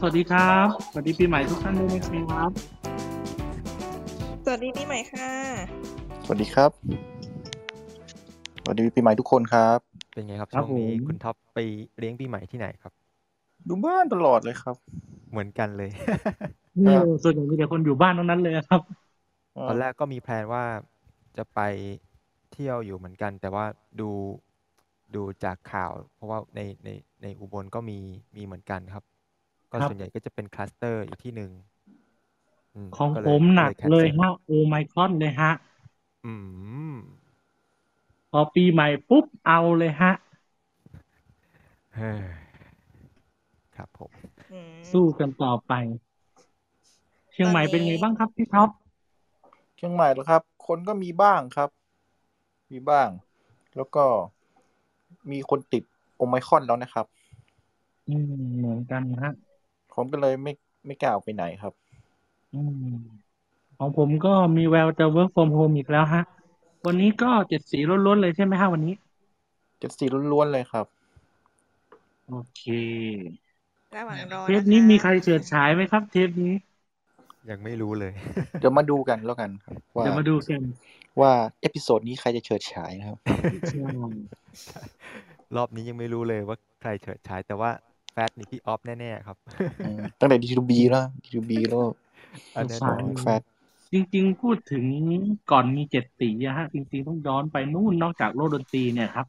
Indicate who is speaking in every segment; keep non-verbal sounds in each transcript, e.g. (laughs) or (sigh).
Speaker 1: สวัสดีครับสวัสดีปีใหม่ทุกท่านด้วยนะครับ
Speaker 2: สวัสดีปีใหม่ค่ะ
Speaker 3: สวัสดีครับ สวัสดีปีใหม่ทุกคนครับ
Speaker 4: เป็นไงครับ
Speaker 1: ครับ
Speaker 4: ช่วงนี้
Speaker 1: ผม
Speaker 4: คุณท็อปไปเลี้ยงปีใหม่ที่ไหนครับ
Speaker 3: ดูบ้านตลอดเลยครับ
Speaker 4: เหมือนกัน
Speaker 1: (laughs)
Speaker 4: เลย
Speaker 1: เออส่วนใหญ่มีแต่คนอยู่บ้านทั้งนั้นเลยครับ
Speaker 4: ตอนแรกก็มีแพลนว่าจะไปเที่ยวอยู่เหมือนกัน แต่ว่าดูดูจากข่าว เพราะว่าในในในอุบลก็มีมีเหมือนกันครับ ก็
Speaker 1: ครับ
Speaker 4: ส่วนใหญ่ก็จะเป็นคลัสเตอร์อยู่ที่หนึ่งม
Speaker 1: ของ
Speaker 4: ก็เลย
Speaker 1: ผมหนัก
Speaker 4: ก็
Speaker 1: เลย
Speaker 4: แคนซิ
Speaker 1: ฮะโอไมครอนเลยฮะ
Speaker 4: อืม
Speaker 1: พอปีใหม่ปุ๊บเอาเลยฮะ
Speaker 4: เฮ้ยครับผม
Speaker 2: อืม
Speaker 1: สู้กันต่อไป เชียงใหม่เป็นไงบ้างครับพี่ท็อป
Speaker 3: เชียงใหม่เหรอครับ คนก็มีบ้างครับ มีบ้าง แล้วก็มีคนติดโอไมครอนแล้วนะครับ
Speaker 1: อืมเหมือนกันนะฮะ
Speaker 3: ผมก็เลยไม่ไม่กล้าออกไปไหนครับ
Speaker 1: อืมของผมก็มีแววจะ work from home อีกแล้วฮะ วันนี้ก็เจ็ดสีล้วนๆเลยใช่ไหมฮะวันนี้
Speaker 3: เจ็ดสี่ล้วนๆเลยครับ
Speaker 1: โอเค
Speaker 2: ระหว่างรอะะ
Speaker 1: เทปนี้มีใครเฉิดฉายไหมครับ เทปนี้
Speaker 4: ยังไม่รู้เลย (laughs)
Speaker 3: เดี๋ยวมาดูกันแล้วกันครับว่า
Speaker 1: เดี๋ยวมาดูกัน
Speaker 3: ว่าเอพิโซดนี้ใครจะเฉิดฉายนะครับ
Speaker 1: ใช่
Speaker 4: รอบนี้ยังไม่รู้เลยว่าใครเฉิดฉาย แต่ว่าแฟตนี่พี่ออฟแน่ๆครับ
Speaker 3: อืมตั้งแต่ดีทูบีแล้วดีทูบีแล้ว
Speaker 4: อันแน่นอน
Speaker 3: แฟต
Speaker 1: จริง ๆ พูดถึงก่อนมีเจ็ดสีอะฮะ จริง ๆ ต้องย้อนไปนู่นนอกจากโลกดนตรีเนี่ยครับ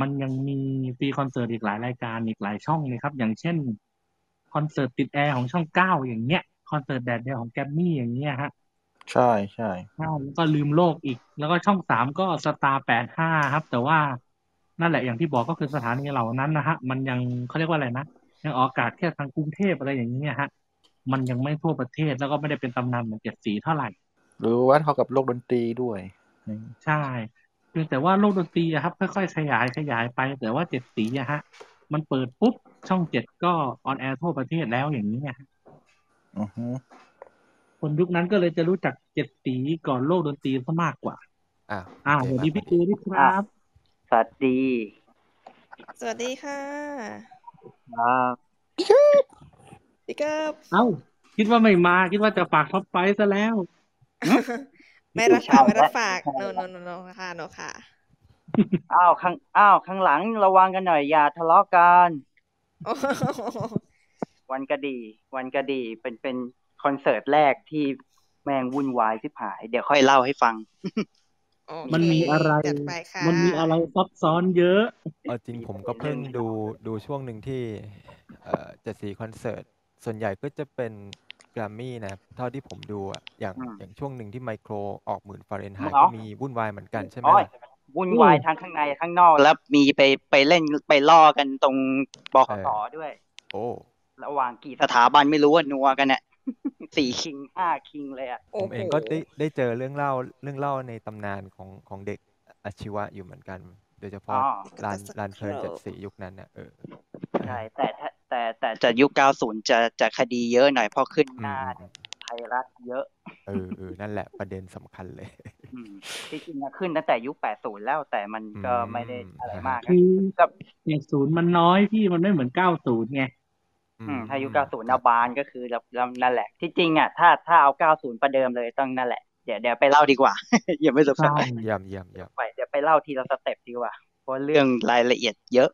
Speaker 1: มันยังมีปีคอนเสิร์ตอีกหลายรายการอีกหลายช่องเลยครับ อย่างเช่น คอนเสิร์ตติดแอร์ของช่องเก้าอย่างเงี้ย คอนเสิร์ตแดดเดียวของแกรมมี่อย่างเงี้ยฮะ
Speaker 3: ใช่ใช่
Speaker 1: ใช่แล้วก็ลืมโลกอีก แล้วก็ช่องสามก็สตาร์แปดห้าครับ แต่ว่านั่นแหละอย่างที่บอกก็คือสถานีเหล่านั้นนะฮะ มันยังเขาเรียกว่าอะไรนะยังออกอากาศแค่ทางกรุงเทพอะไรอย่างนี้ยฮะ มันยังไม่ทั่วประเทศแล้วก็ไม่ได้เป็นตำนานเหมือนเจ็ดสีเท่าไหร่
Speaker 3: หรือว่าเท่ากับโลกดนตรีด้วย
Speaker 1: ใช่เพียงแต่ว่าโลกดนตรีอะครับ ค่อยๆขยายขยายไป แต่ว่าเจ็ดสีอะฮะ มันเปิดปุ๊บช่องเจ็ดก็ออนแอร์ทั่วประเทศแล้วอย่างนี้ยฮะ
Speaker 3: อือฮึ
Speaker 1: คนยุคนั้นก็เลยจะรู้จักเจ็ดสีก่อนโลกดนตรีซะมากกว่า
Speaker 4: อ่ะ
Speaker 1: อ้าวสวัสดีพี่เจด้วยครับ
Speaker 5: สวัสดี
Speaker 2: สวัสดีค่ะ
Speaker 5: ครับ
Speaker 2: พี่เกิบ
Speaker 1: เอ้าคิดว่าไม่มาคิดว่าจะฝากท็อปไฟว์ซะแล้ว
Speaker 2: ไม่รับฝากไม่รับฝากโนโนโนโนค่ะโนค่ะ
Speaker 5: อ้าวข้างอ้าวข้างหลังระวังกันหน่อยอย่าทะเลาะกัน
Speaker 2: โอ้โห
Speaker 5: วันกระดี วันกระดีเป็นเป็นคอนเสิร์ตแรกที่แม่งวุ่นวายที่ผาย เดี๋ยวค่อยเล่าให้ฟัง
Speaker 2: โอเค
Speaker 1: มันมีอะไร
Speaker 2: จัดไปค่ะ
Speaker 1: มันมีอะไรซับซ้อนเยอะ
Speaker 4: เอา
Speaker 5: (laughs)
Speaker 4: จริงผมก็เพิ่งดูดูช่วงหนึ่งที่เอ่อเจ็ดสีคอนเสิร์ต ส่วนใหญ่ก็จะเป็นแกรมมี่นะครับเท่าที่ผมดูอะอย่าง
Speaker 5: อืม
Speaker 4: อย่างช่วงหนึ่งที่ไมโครออกหมื่นฟาเรนไฮต์
Speaker 5: เหรอ
Speaker 4: ก็มีวุ่นวายเหมือนกันใช่ไหม
Speaker 5: โอ้ย
Speaker 4: ล่ะ
Speaker 5: วุ่นวาย
Speaker 1: อืม
Speaker 5: ทั้งข้างในข้างนอก แล้วมีไปไปเล่นไปล่อกันตรงบขสด้วย
Speaker 4: โอ้
Speaker 5: ระหว่างกี่สถาบันไม่รู้ว่านัวกันเนี่ย (laughs) สี่คิงห้าคิงเลยอ่ะ
Speaker 2: โอ้
Speaker 4: ผม
Speaker 2: โห
Speaker 4: เองก็ได้ได้เจอเรื่องเล่าเรื่องเล่าในตำนานของของเด็กอาชีวะอยู่เหมือนกัน โดยเฉ
Speaker 5: อ๋
Speaker 4: พาะ
Speaker 5: อ
Speaker 4: ลานลานเพลินเจ็ดสียุคนั้นนะเออ
Speaker 5: ใช่แต่ถ้าแต่แต่จะยุคเก้าศูนย์จะจะคดีเยอะหน่อยเพราะขึ้นหน้า
Speaker 4: อืม
Speaker 5: ไทยรัฐเยอะ
Speaker 4: เออเออนั่นแหละประเด็นสำคัญเลย
Speaker 5: อืมที่จริงอะขึ้นตั้งแต่ยุค 80 แล้วแต่มันก็
Speaker 4: อืม
Speaker 5: ไม่ได้อะไรมาก
Speaker 1: คือ
Speaker 5: ก็
Speaker 1: เจ็ดศูนย์มันน้อยพี่มันไม่เหมือนเก้าศูนย์ไง
Speaker 5: อืมถ้ายุค 90
Speaker 4: ครั
Speaker 5: เอา
Speaker 4: บบ
Speaker 5: านก็คือแบบแล้วนั่นแหละ ที่จริงอะถ้าถ้าเอา 90 ประเดิมเลยต้องนั่นแหละ เดี๋ยวเดี๋ยวไปเล่าดีกว่า (laughs) อย่าไม่สบส
Speaker 1: ใช่
Speaker 5: น
Speaker 4: เยี่ยมเยี่ยมเยี่ยม
Speaker 5: ไปเดี๋ยวไปเล่าทีละสเต็ปดีกว่า เพราะเรื่องรายละเอียดเยอะ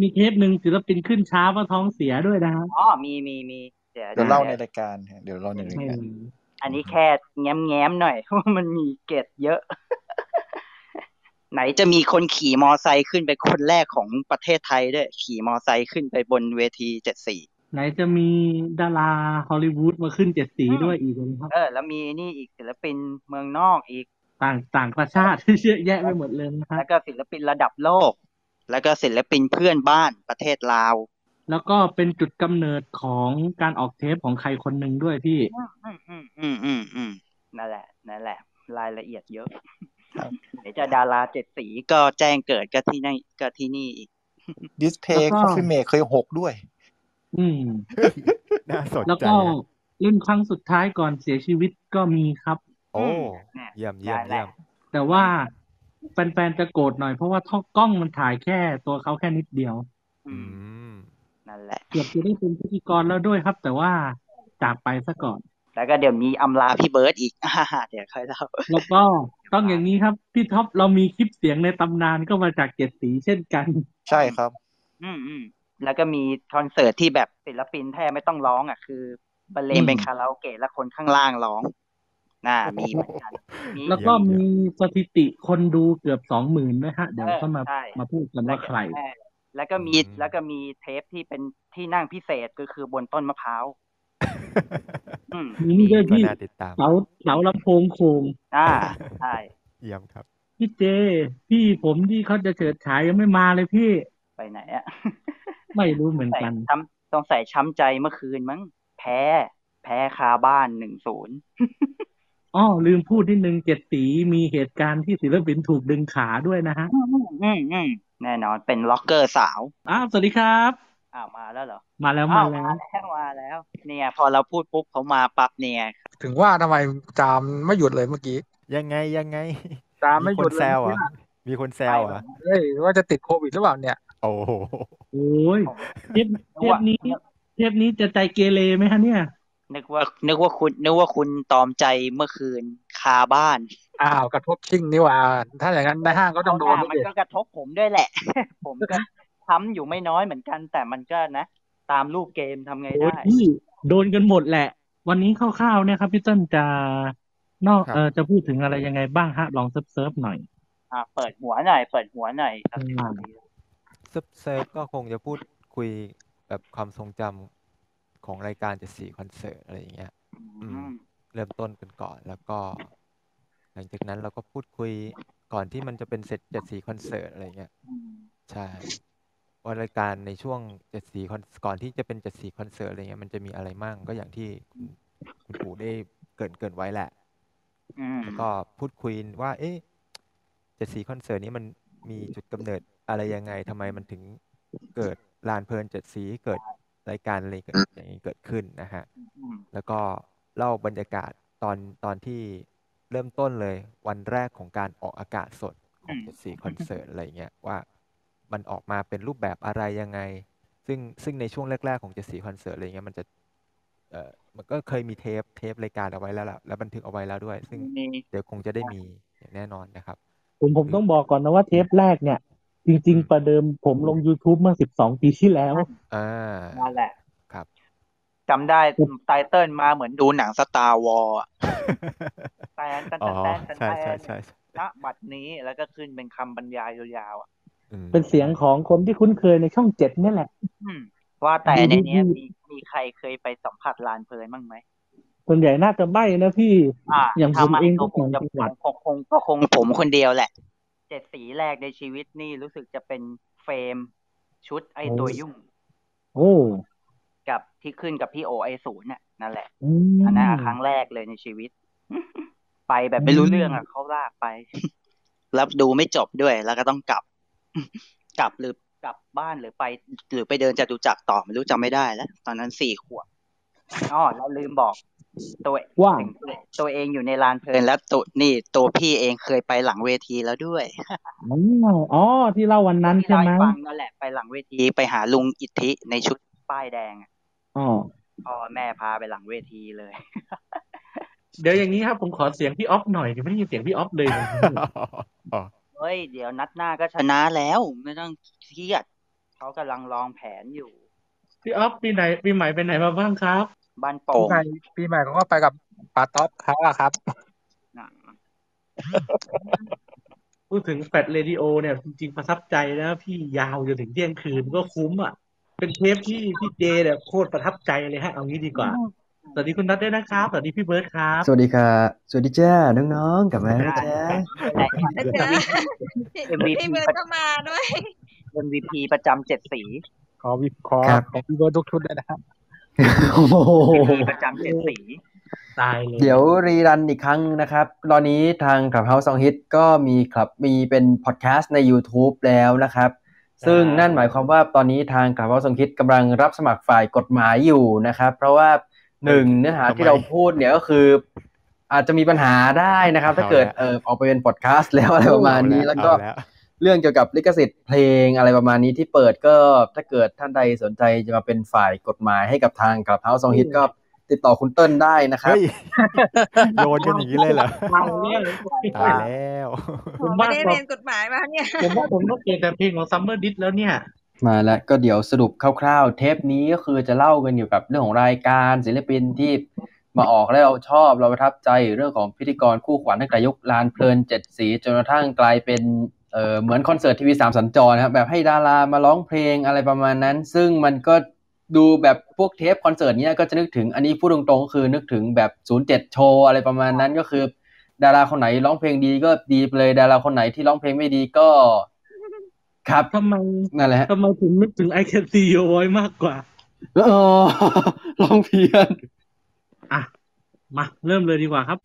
Speaker 1: มีเทปหนึ่งศิลปินขึ้นช้าเพราะท้องเสียด้วยนะฮะ
Speaker 5: อ๋อ มีมีมีเดี๋ยว
Speaker 3: เดี๋ยวเล่าในรายการฮะเดี๋ยวเล่าในราย
Speaker 1: ใช่
Speaker 3: การ
Speaker 5: อันนี้แค่แง้มแง้มๆหน่อย (laughs) ว่ามันมีเกตเยอะ (laughs) ไหนจะมีคนขี่มอไซค์ขึ้นไปคนแรกของประเทศไทยด้วยขี่มอไซค์ขึ้นไปบนเวทีเจ็ดสี
Speaker 1: ไหนจะมีดาราฮอลลีวูดมาขึ้นเจ็ดสีด้วยอีกนะครับ
Speaker 5: เออแล้วมีนี่อีกศิลปินเมืองนอกอีก
Speaker 1: ต่างต่างประชาติ (laughs) เยอะแยะไปหมดเลยนะฮะ
Speaker 5: แล้วก็ศิลปินระดับโลก แล้วก็ศิลปินเพื่อนบ้านประเทศลาว
Speaker 1: แล้วก็เป็นจุดกำเนิดของการออกเทปของใครคนหนึ่งด้วยพี่
Speaker 5: อืมอืมอืมอืมอืมนั่นแหละ นั่นแหละ รายละเอียดเยอะ
Speaker 3: ครับ
Speaker 5: ไหนจะดาราเจ็ดสีก็แจ้งเกิดก็ที่นี่ก็ที่นี่อีก
Speaker 3: ดิสเพ
Speaker 1: แล้
Speaker 3: ย์
Speaker 1: วก็
Speaker 3: คอฟฟี่เมเคยหกด้วย
Speaker 1: อืม
Speaker 4: น่าสน
Speaker 1: แล้ว
Speaker 4: ใจ
Speaker 1: ก็
Speaker 4: นะ
Speaker 1: เล่นครั้งสุดท้ายก่อนเสียชีวิตก็มีครับ
Speaker 4: โอ้
Speaker 5: เนี่ย
Speaker 4: เยี่ยมเยี่ยมเยี่ยม
Speaker 1: แต่ว่าแฟนๆจะโกรธหน่อยเพราะว่าท่อกล้องมันถ่ายแค่ตัวเขาแค่นิดเดียว
Speaker 5: อื
Speaker 4: อื
Speaker 5: ม
Speaker 4: ม
Speaker 5: นั่นแ แหละ
Speaker 1: เกือบจะได้เป็นพิธีกรแล้วด้วยครับ แต่ว่าจากไปซะก่อน
Speaker 5: แล้วก็เดี๋ยวมีอำลาพี่เบิร์ดอีก (laughs) เดี๋ยวค่อยเล่า
Speaker 1: แล้วก็ต้องอย่างนี้ครับ พี่ท็อปเรามีคลิปเสียงในตำนานก็มาจากเจ็ดสีเช่นกัน
Speaker 3: ใช่ครับ
Speaker 5: อืมอืมแล้วก็มีคอนเสิร์ตที่แบบศิลปินแทบไม่ต้องร้องอ่ะ คือบรรเลงเป็นคาราโอเกะแล้วคนข้างล่างร้อง น่ามีเหมือนกันมี
Speaker 1: แล้วก็มีสถิติคนดูเกือบสองหมื่นนะฮะ เดี๋ยวก็มา
Speaker 5: ใช่
Speaker 1: มาพูดกันว่าใคร
Speaker 5: เออแล้วก็มี
Speaker 4: อืม
Speaker 5: แล้วก็มีเทปที่เป็นที่นั่งพิเศษก็คือบนต้นมะพร้าวอืม
Speaker 1: มีนี่ด้วย
Speaker 4: ก็
Speaker 1: ที่
Speaker 4: น่าติดตาม
Speaker 1: เสาเสาลำโพงโคง
Speaker 5: อ่าใช่
Speaker 4: เยี่ยมครับ
Speaker 1: พี่เจ พี่ผมที่เขาจะเฉิดฉายยังไม่มาเลยพี่
Speaker 5: ไปไหนอะ
Speaker 1: ไม่รู้เหมือน
Speaker 5: ใส่
Speaker 1: กัน
Speaker 5: ช้ำต้องใส่ช้ำใจเมื่อคืนมั้ง แพ้ แพ้คาบ้านหนึ่งศูนย์
Speaker 1: อ้อลืมพูดนิดนึงเจ็ดสีมีเหตุการณ์ที่ศิลปินถูกดึงขาด้วยนะฮะ
Speaker 5: อืมอืมแน่นอนเป็นล็อกเกอร์สาว
Speaker 1: อ้าว สวัสดีครับ
Speaker 5: อ้าวมาแล้วเหรอ
Speaker 1: มาแล้
Speaker 5: อ้าม
Speaker 1: วาว แล้
Speaker 5: มาว แล้วมาแล้ว เนี่ย พอเราพูดปุ๊บเขามาปั๊บเนี่ย
Speaker 6: ถึงว่าทำไมจามไม่หยุดเลยเมื่อกี้
Speaker 4: ยังไงยังไง
Speaker 6: จามไม่
Speaker 4: มีค
Speaker 6: หยุ
Speaker 4: น
Speaker 6: ดเล
Speaker 4: แซ
Speaker 6: ยว เมื่อ
Speaker 4: อ่ะ
Speaker 6: กี้อะ
Speaker 4: มีคนแซวอ่ะ
Speaker 6: เฮ้ยว่าจะติดโควิดหรือเปล่าเนี่ย
Speaker 4: โอ้โห
Speaker 1: โอ้ย
Speaker 5: ผม
Speaker 1: เทปเทปนี้เทปนี้จะใจเกเรไหมฮะเนี่ย
Speaker 5: นึกว่า นึกว่าคุณ นึกว่าคุณตอมใจเมื่อคืนคาบ้าน
Speaker 6: อ้าวกระทบชิ่งนี่หว่า ถ้าอย่างนั้นในห้างก็ต้องโดน
Speaker 5: เอาหา
Speaker 6: ด้ว
Speaker 5: มั
Speaker 6: ย
Speaker 5: น
Speaker 6: ดิ
Speaker 5: ก็กระทบผมด้วยแหละ (laughs) ผมก็ช้ำอยู่ไม่น้อยเหมือนกัน แต่มันก็นะ ตามรูปเกมทำไง
Speaker 1: โอ้ย
Speaker 5: ได้
Speaker 1: พี่โดนกันหมดแหละ วันนี้คร่าวๆเนี่ยครับพี่เต้นจะนอก
Speaker 4: ครับ
Speaker 1: เออจะพูดถึงอะไรยังไงบ้างฮะ ลองเซิร์ฟๆหน่อย
Speaker 5: อ่าเปิดหัวหน่อย เปิดหัวหน่อยครับ
Speaker 1: อืม
Speaker 4: เซิร์ฟเซิร์ฟก็คงจะพูดคุยแบบความทรงจำของรายการเจ็ดสี่คอนเสิร์ตอะไรอย่างเงี้ย
Speaker 5: อืม
Speaker 4: เริ่มต้นกันก่อน แล้วก็ หลังจากนั้นเราก็พูดคุยก่อนที่มันจะเป็นเสร็จเจ็ดสี่คอนเสิร์ตอะไรอย่างเงี้ย
Speaker 5: อืม
Speaker 4: ใช่ว่ารายการในช่วงเจ็ดสีคอนก่อนที่จะเป็นเจ็ดสีคอนเสิร์ตอะไรเงี้ยมันจะมีอะไรมั่งก็อย่างที่คุณคุณปู่ได้เกรินเกรินไว้แหละ
Speaker 5: อืม
Speaker 4: แล้วก็พูดคุยว่า เอ๊ะเจ็ดสีคอนเสิร์ตนี้มันมีจุดกำเนิดอะไรยังไงทำไมมันถึงเกิดลานเพลินเจ็ดสีเกิดรายการอะไรเกิดอย่างนี้เกิดขึ้นนะฮะ
Speaker 5: อืม
Speaker 4: แล้วก็เล่าบรรยากาศตอนตอนที่เริ่มต้นเลยวันแรกของการออกอากาศสดของเจ็ดสี่คอนเสิร์ตอะไรเงี้ยว่ามันออกมาเป็นรูปแบบอะไรยังไง ซึ่งซึ่งในช่วงแรก ๆ ของเจ็ดสี่คอนเสิร์ตอะไรเงี้ยมันจะเออมันก็เคยมีเทปเทปรายการเอาไว้แล้วล่ะแล้วบันทึกเอาไว้แล้วด้วย ซึ่ง
Speaker 5: มี
Speaker 4: เดี๋ยวคงจะได้มีอย่างแน่นอนนะครับ
Speaker 1: ผมผมต้องบอกก่อนนะว่าเทปแรกเนี่ย จริง ๆ ประเดิมผมลง YouTube เมื่อ 12 ปีที่แล้ว
Speaker 4: อ่า
Speaker 5: นั่นแหละ
Speaker 4: ครับ
Speaker 5: จำได้ไตเติ้ลมาเหมือนดูหนังสตาร์วอลแตนแตน
Speaker 4: อ๋อ
Speaker 5: แตนแตน
Speaker 4: ใช่
Speaker 5: แต
Speaker 4: ใช่
Speaker 5: น
Speaker 4: ใช่ใช่
Speaker 5: ณบัดนี้แล้วก็ขึ้นเป็นคำบรรยายยาวๆอ่ะ
Speaker 4: อืม
Speaker 1: เป็นเสียงของคนที่คุ้นเคยในช่องเจ็ดนี่แหละ
Speaker 5: อืมว่าแต่ในเนี้ย
Speaker 1: ดูดู
Speaker 5: มีมีใครเคยไปสัมผัสลานเพลินบ้างไหม
Speaker 1: ส่วนใหญ่น่าจะใบ้นะพี่
Speaker 5: อ่า
Speaker 1: อย่างผม
Speaker 5: ถ้า
Speaker 1: เองก็
Speaker 5: ก็คงจะ
Speaker 1: ต่างจังหวัด
Speaker 5: คงคงก็คงผมคนเดียวแหละ เจ็ดสีแรกในชีวิตนี่รู้สึกจะเป็นเฟรมชุดไอตัวยุ่ง
Speaker 1: โอ้
Speaker 5: กับที่ขึ้นกับพี่โอไอศูนย์น่ะนั่นแหละ
Speaker 1: อืม
Speaker 5: อันนั้นครั้งแรกเลยในชีวิต ไปแบบไม่รู้เรื่องอ่ะเขาลากไป รับดูไม่จบด้วยแล้วก็ต้องกลับ (laughs) กลับหรือกลับบ้านหรือไป หรือไปเดินจตุจักรต่อไม่รู้จำไม่ได้แล้วตอนนั้นสี่ขวบอ๋อเราลืมบอก ตัว
Speaker 1: ว่า
Speaker 5: ถึงตัวตัวเองอยู่ในลานเพลินแล้วตัวนี่ตัวพี่เองเคยไปหลังเวทีแล้วด้วย (laughs)
Speaker 1: อ๋ออ๋อที่เล่าวันนั้น
Speaker 5: ที่
Speaker 1: ใช่
Speaker 5: เล่า
Speaker 1: ไหม
Speaker 5: ให้ฟังนั่นแหละไปหลังเวทีไปหาลุงอิทธิในชุดป้ายแดงอะ
Speaker 1: อ๋อ
Speaker 5: พ่อแม่พาไปหลังเวทีเลย (laughs)
Speaker 1: เดี๋ยวอย่างนี้ครับผมขอเสียงพี่ออฟหน่อยเดี๋ยวไม่ได้ยินเสียงพี่ออฟเลย
Speaker 4: อ๋อ
Speaker 5: เฮ้ยเดี๋ยวนัดหน้าก็ชนะแล้วไม่ต้องเครียดเขากำลังลองแผนอยู่
Speaker 1: พี่ออฟปีไหนปีใหม่ไปไหนมาบ้างครับ
Speaker 5: บ้าน
Speaker 6: ปี
Speaker 5: โป่ง
Speaker 6: ใหม่ปีใหม่ผมก็ไปกับปาท็อปเขาอะครับ
Speaker 5: นะ
Speaker 1: พูดถึงแฟดเรดิโอเนี่ยจริงๆประทับใจนะพี่ยาวจนถึงเที่ยงคืนก็คุ้มอ่ะ เป็นเทปที่พี่เจเนี่ยโคตรประทับใจเลยฮะ เอางี้ดีกว่า สวัสดีคุณนัทด้วยนะครับ สวัสดีพี่เบิร์ดครับ
Speaker 7: สวัสดีค่ะ สวัสดีจ้าน้องๆ กลับมาแล้วนะจ๊ะ
Speaker 5: ไหน
Speaker 2: นะจ๊ะพี่
Speaker 5: MVP
Speaker 2: พี่เบิร์ดก็มาด้วย
Speaker 5: MVP ประจำเจ็ดสี
Speaker 6: ขอวิขอของพี่เบิร์ดทุกชุดเลยนะครับ
Speaker 7: โอ้โห
Speaker 5: ประจำเจ็ดสี
Speaker 1: ตายเลย
Speaker 7: เดี๋ยวรีรันอีกครั้งนะครับ ตอนนี้ทาง Clubhouse Song Hit ก็มีครับมีเป็นพอดแคสต์ใน YouTube แล้วนะครับ ซึ่งนั่นหมายความว่าตอนนี้ทาง Clubhouse Song Hit กำลังรับสมัครฝ่ายกฎหมายอยู่นะครับ เพราะว่าหนึ่งเนื้อหาที่เราพูดเนี่ยก็คือ อาจจะมีปัญหาได้นะครับ ถ้าเกิดเออออกไปเป็นพอดแคสต์แล้วอะไรประมาณนี้แล้วก็
Speaker 4: เอา
Speaker 7: เรื่องเกี่ยวกับลิขสิทธิ์เพลงอะไรประมาณนี้ที่เปิดก็ถ้าเกิดท่านใดสนใจจะมาเป็นฝ่ายกฎหมายให้กับทางกับเฮาซองฮิตก็ติดต่อคุณเติ้ลได้นะครับ
Speaker 4: เฮ้
Speaker 7: (laughs)
Speaker 4: ยโยนกันอย่างนี้เลยเหรอ
Speaker 1: ฟังเนี่ย
Speaker 4: ตายแล้ว (laughs)
Speaker 1: ผม
Speaker 2: ไม่
Speaker 1: ว่า
Speaker 2: ได้เรียนกฎหมายมาเนี่ย
Speaker 1: ผมว่าผมต้องเกลียดแต่เพลงของซัมเมอร์ดิสแล้วเนี่ย
Speaker 7: มาแล้วก็เดี๋ยวสรุปคร่าวๆ เทปนี้ก็คือจะเล่ากันเกี่ยวกับเรื่องของรายการศิลปินที่มาออกแล้วเราชอบเราประทับใจเรื่องของพิธีกรคู่ขวัญตั้งแต่ยุคลานเพลินเจ็ดสีจนกระทั่งกลายเป็นเออเหมือนคอนเสิร์ตทีวีสามสัญจรนะครับแบบให้ดารามาร้องเพลงอะไรประมาณนั้น ซึ่งมันก็ดูแบบพวกเทปคอนเสิร์ตเนี้ยก็จะนึกถึงอันนี้พูดตรงๆก็คือนึกถึงแบบ07โชว์อะไรประมาณนั้นก็คือ ดาราคนไหนร้องเพลงดีก็ดีไปเลยดาราคนไหนที่ร้องเพลงไม่ดีก็ครับ
Speaker 1: ทำไม
Speaker 7: นั่นแหละฮะ
Speaker 1: ทำไมถึงนึกถึง I can see your voice มากกว่า
Speaker 7: เออ (laughs) ลองเพียน
Speaker 1: อ่ะ มา เริ่มเลยดีกว่าครับ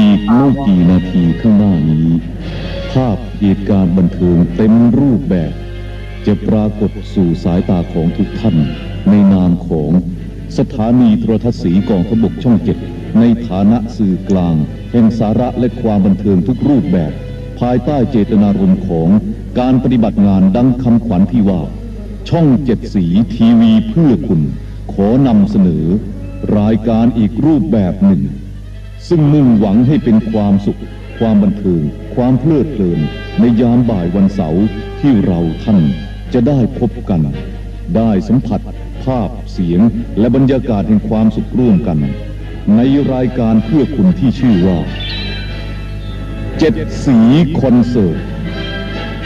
Speaker 8: อีกไม่กี่นาทีข้างหน้านี้ ภาพเหตุการณ์บันเทิงเต็มรูปแบบ จะปรากฏสู่สายตาของทุกท่าน ในนามของสถานีโทรทัศน์สีกองทพบกช่องเจ็ดในฐานะสื่อกลาง แห่งสาระและความบันเทิงทุกรูปแบบ ภายใต้เจตนารมณ์ของการปฏิบัติงานดังคำขวัญที่ว่า ช่องเจ็ดสีทีวีเพื่อคุณ ขอนำเสนอ รายการอีกรูปแบบหนึ่ง ซึ่งมุ่งหวังให้เป็นความสุข ความบันเทิง ความเพลิดเพลิน ในยามบ่ายวันเสาร์ที่เราท่านจะได้พบกัน ได้สัมผัส ภาพเสียง และบรรยากาศแห่งความสุขร่วมกัน ในรายการเพื่อคุณที่ชื่อว่าเจ็ดสีคอนเสิร์ต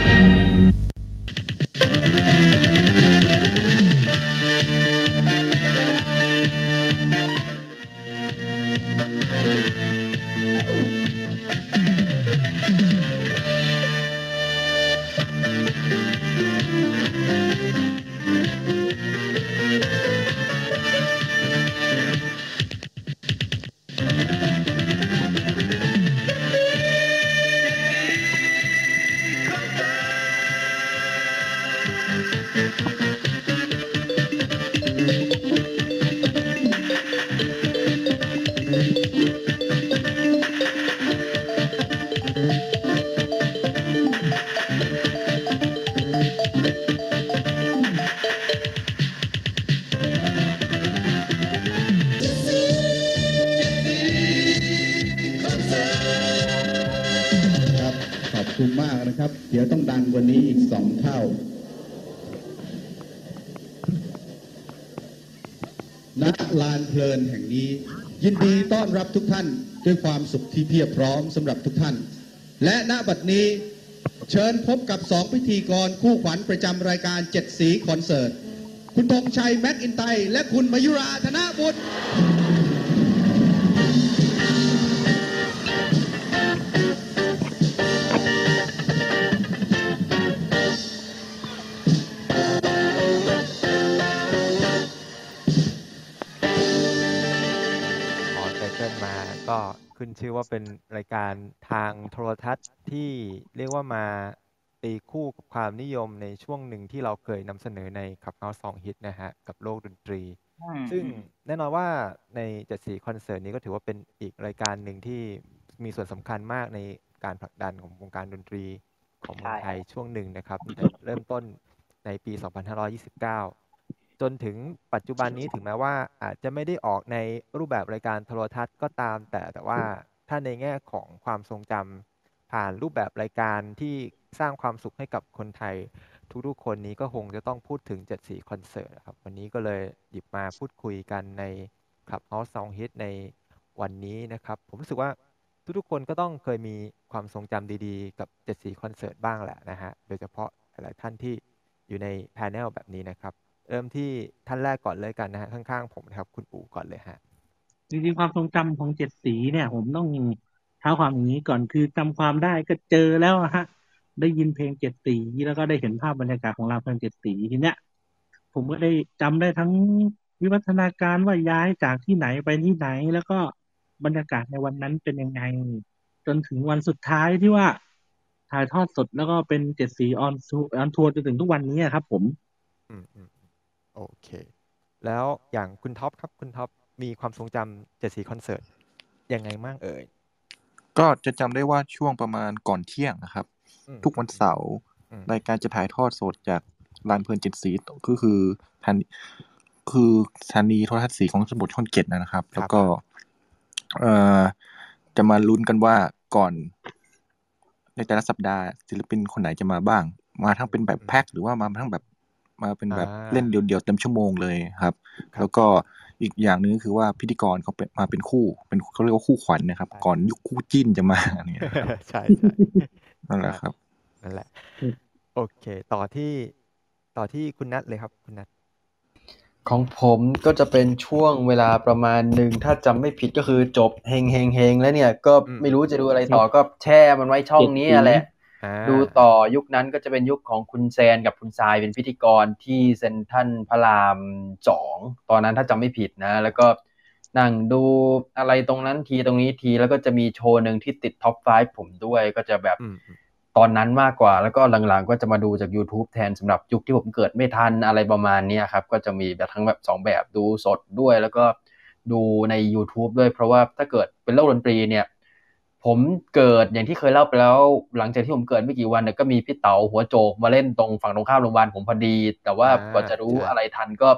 Speaker 9: ครับขอบคุณมากนะครับ เดี๋ยวต้องดังกว่านี้อีกสองเท่า ณลานเพลินแห่งนี้ ยินดีต้อนรับทุกท่านด้วยความสุขที่เพียบพร้อมสำหรับทุกท่าน และณบัดนี้เชิญพบกับสองพิธีกรคู่ขวัญประจำรายการเจ็ดสีคอนเสิร์ต คุณธงชัยแม็กอินไตและคุณมายุราธนบุตร
Speaker 4: ออกไตเติ้ลมาก็ขึ้นชื่อว่าเป็นรายการทางโทรทัศน์ที่เรียกว่ามาตีคู่กับความนิยมในช่วงหนึ่งที่เราเคยนำเสนอในขับเฮาสองฮิตนะฮะ กับโลกดนตรี ซึ่งแน่นอนว่าในจัดสีคอนเสิร์ตนี้ก็ถือว่าเป็นอีกรายการหนึ่งที่มีส่วนสำคัญมากในการผลักดันของวงการดนตรีของเมืองไทยช่วงหนึ่งนะครับตั้งแต่เริ่มต้นในปี 2529 จนถึงปัจจุบันนี้ถึงแม้ว่าอาจจะไม่ได้ออกในรูปแบบรายการโทรทัศน์ก็ตาม แต่แต่ว่าถ้าในแง่ของความทรงจำผ่านรูปแบบรายการที่สร้างความสุขให้กับคนไทย ทุกๆ คนนี้ก็คงจะต้องพูดถึง 7 สีคอนเสิร์ตนะครับ วันนี้ก็เลยหยิบมาพูดคุยกันใน Clubhouse Song Hit ในวันนี้นะครับ ผมรู้สึกว่าทุกๆ คนก็ต้องเคยมีความทรงจำดีๆ กับ 7 สีคอนเสิร์ตบ้างแหละนะฮะ โดยเฉพาะหลายๆท่านที่อยู่ในแพนเนลแบบนี้นะครับ เริ่มที่ท่านแรกก่อนเลยกันนะฮะ ข้างๆ ผมนะครับ คุณอู๋ก่อนเลยฮะ
Speaker 1: จริงๆ ความทรงจำของเจ็ดสีเนี่ย ผมต้องเท้าความอย่างนี้ก่อนคือจำความได้ก็เจอแล้วอะฮะ ได้ยินเพลงเจ็ดสีแล้วก็ได้เห็นภาพบรรยากาศของลานเพลินเจ็ดสีทีเนี้ยผมก็ได้จำได้ทั้งวิวัฒนาการว่าย้ายจากที่ไหนไปที่ไหน แล้วก็ บรรยากาศในวันนั้นเป็นยังไง จนถึงวันสุดท้ายที่ว่าถ่ายทอดสดแล้วก็เป็นเจ็ดสีออนทัวร์ออนทัวร์จนถึงทุกวันนี้ครับ ผม
Speaker 4: อืมอืมอืมโอเค แล้วอย่างคุณท็อปครับคุณท็อปมีความทรงจำเจ็ดสีคอนเสิร์ตยังไงมั่งเอ่ย
Speaker 3: ก็จะจำได้ว่าช่วงประมาณก่อนเที่ยงนะครับ
Speaker 4: อืม
Speaker 3: ทุกวันเสาร์
Speaker 4: อืม
Speaker 3: รายการจะถ่ายทอดสดจากลานเพลินจิตสีก็คือทานคือสถานีโทรทัศน์สีของสมุทรช่องเจ็ดนะครับ แล้วก็เอ่อจะมาลุ้นกันว่าก่อน ในแต่ละสัปดาห์ศิลปินคนไหนจะมาบ้าง มาทั้งเป็นแบบแพ็คหรือว่ามาทั้งแบบมาเป็นแบบ
Speaker 4: อ่า
Speaker 3: เล่นเดียวๆเต็มชั่วโมงเลยครับ แล้วก็อีกอย่างหนึงก็คือว่าพิธีกรเขาเป็นมาเป็นคู่ เป็นเขาเรียกว่าคู่ขวัญนะครับ ก่อนยุคคู่จิ้นจะมา (laughs) เนี่ยนะครับ
Speaker 4: (laughs) ใช่ใช่
Speaker 3: นั่นแหละ (laughs) ครับ
Speaker 4: นั่นแหละ
Speaker 1: อืม
Speaker 4: โอเค ต่อที่ต่อที่คุณนัทเลยครับคุณนัท
Speaker 7: ของผมก็จะเป็นช่วงเวลาประมาณหนึ่งถ้าจำไม่ผิดก็คือจบเฮงเฮงเฮงแล้วเนี่ยก็ไม่รู้จะดูอะไรต่อก็แช่มันไว้ช่องนี้แหละ
Speaker 4: อ่า
Speaker 7: ดูต่อยุคนั้นก็จะเป็นยุคของคุณแซนกับคุณทรายเป็นพิธีกรที่เซนทรันพระรามสองตอนนั้นถ้าจำไม่ผิดนะ แล้วก็นั่งดูอะไรตรงนั้นทีตรงนี้ทีแล้วก็จะมีโชว์หนึ่งที่ติดท็อป5ผมด้วยก็จะแบบ
Speaker 4: อืมอืม
Speaker 7: ตอนนั้นมากกว่า แล้วก็หลังๆ ก็จะมาดูจาก YouTube แทนสำหรับยุคที่ผมเกิดไม่ทันอะไรประมาณเนี้ยครับ ก็จะมีแบบทั้งแบบสองแบบดูสดด้วย แล้วก็ดูใน YouTube ด้วย เพราะว่าถ้าเกิดเป็นโลกดนตรีเนี่ย ผมเกิดอย่างที่เคยเล่าไปแล้ว หลังจากที่ผมเกิดไม่กี่วันเนี่ยก็มีพี่เต๋าหัวโจกมาเล่นตรงฝั่งตรงข้ามโรงพยาบาลผมพอดี แต่ว่ากว่าจะรู้อะไรทันก็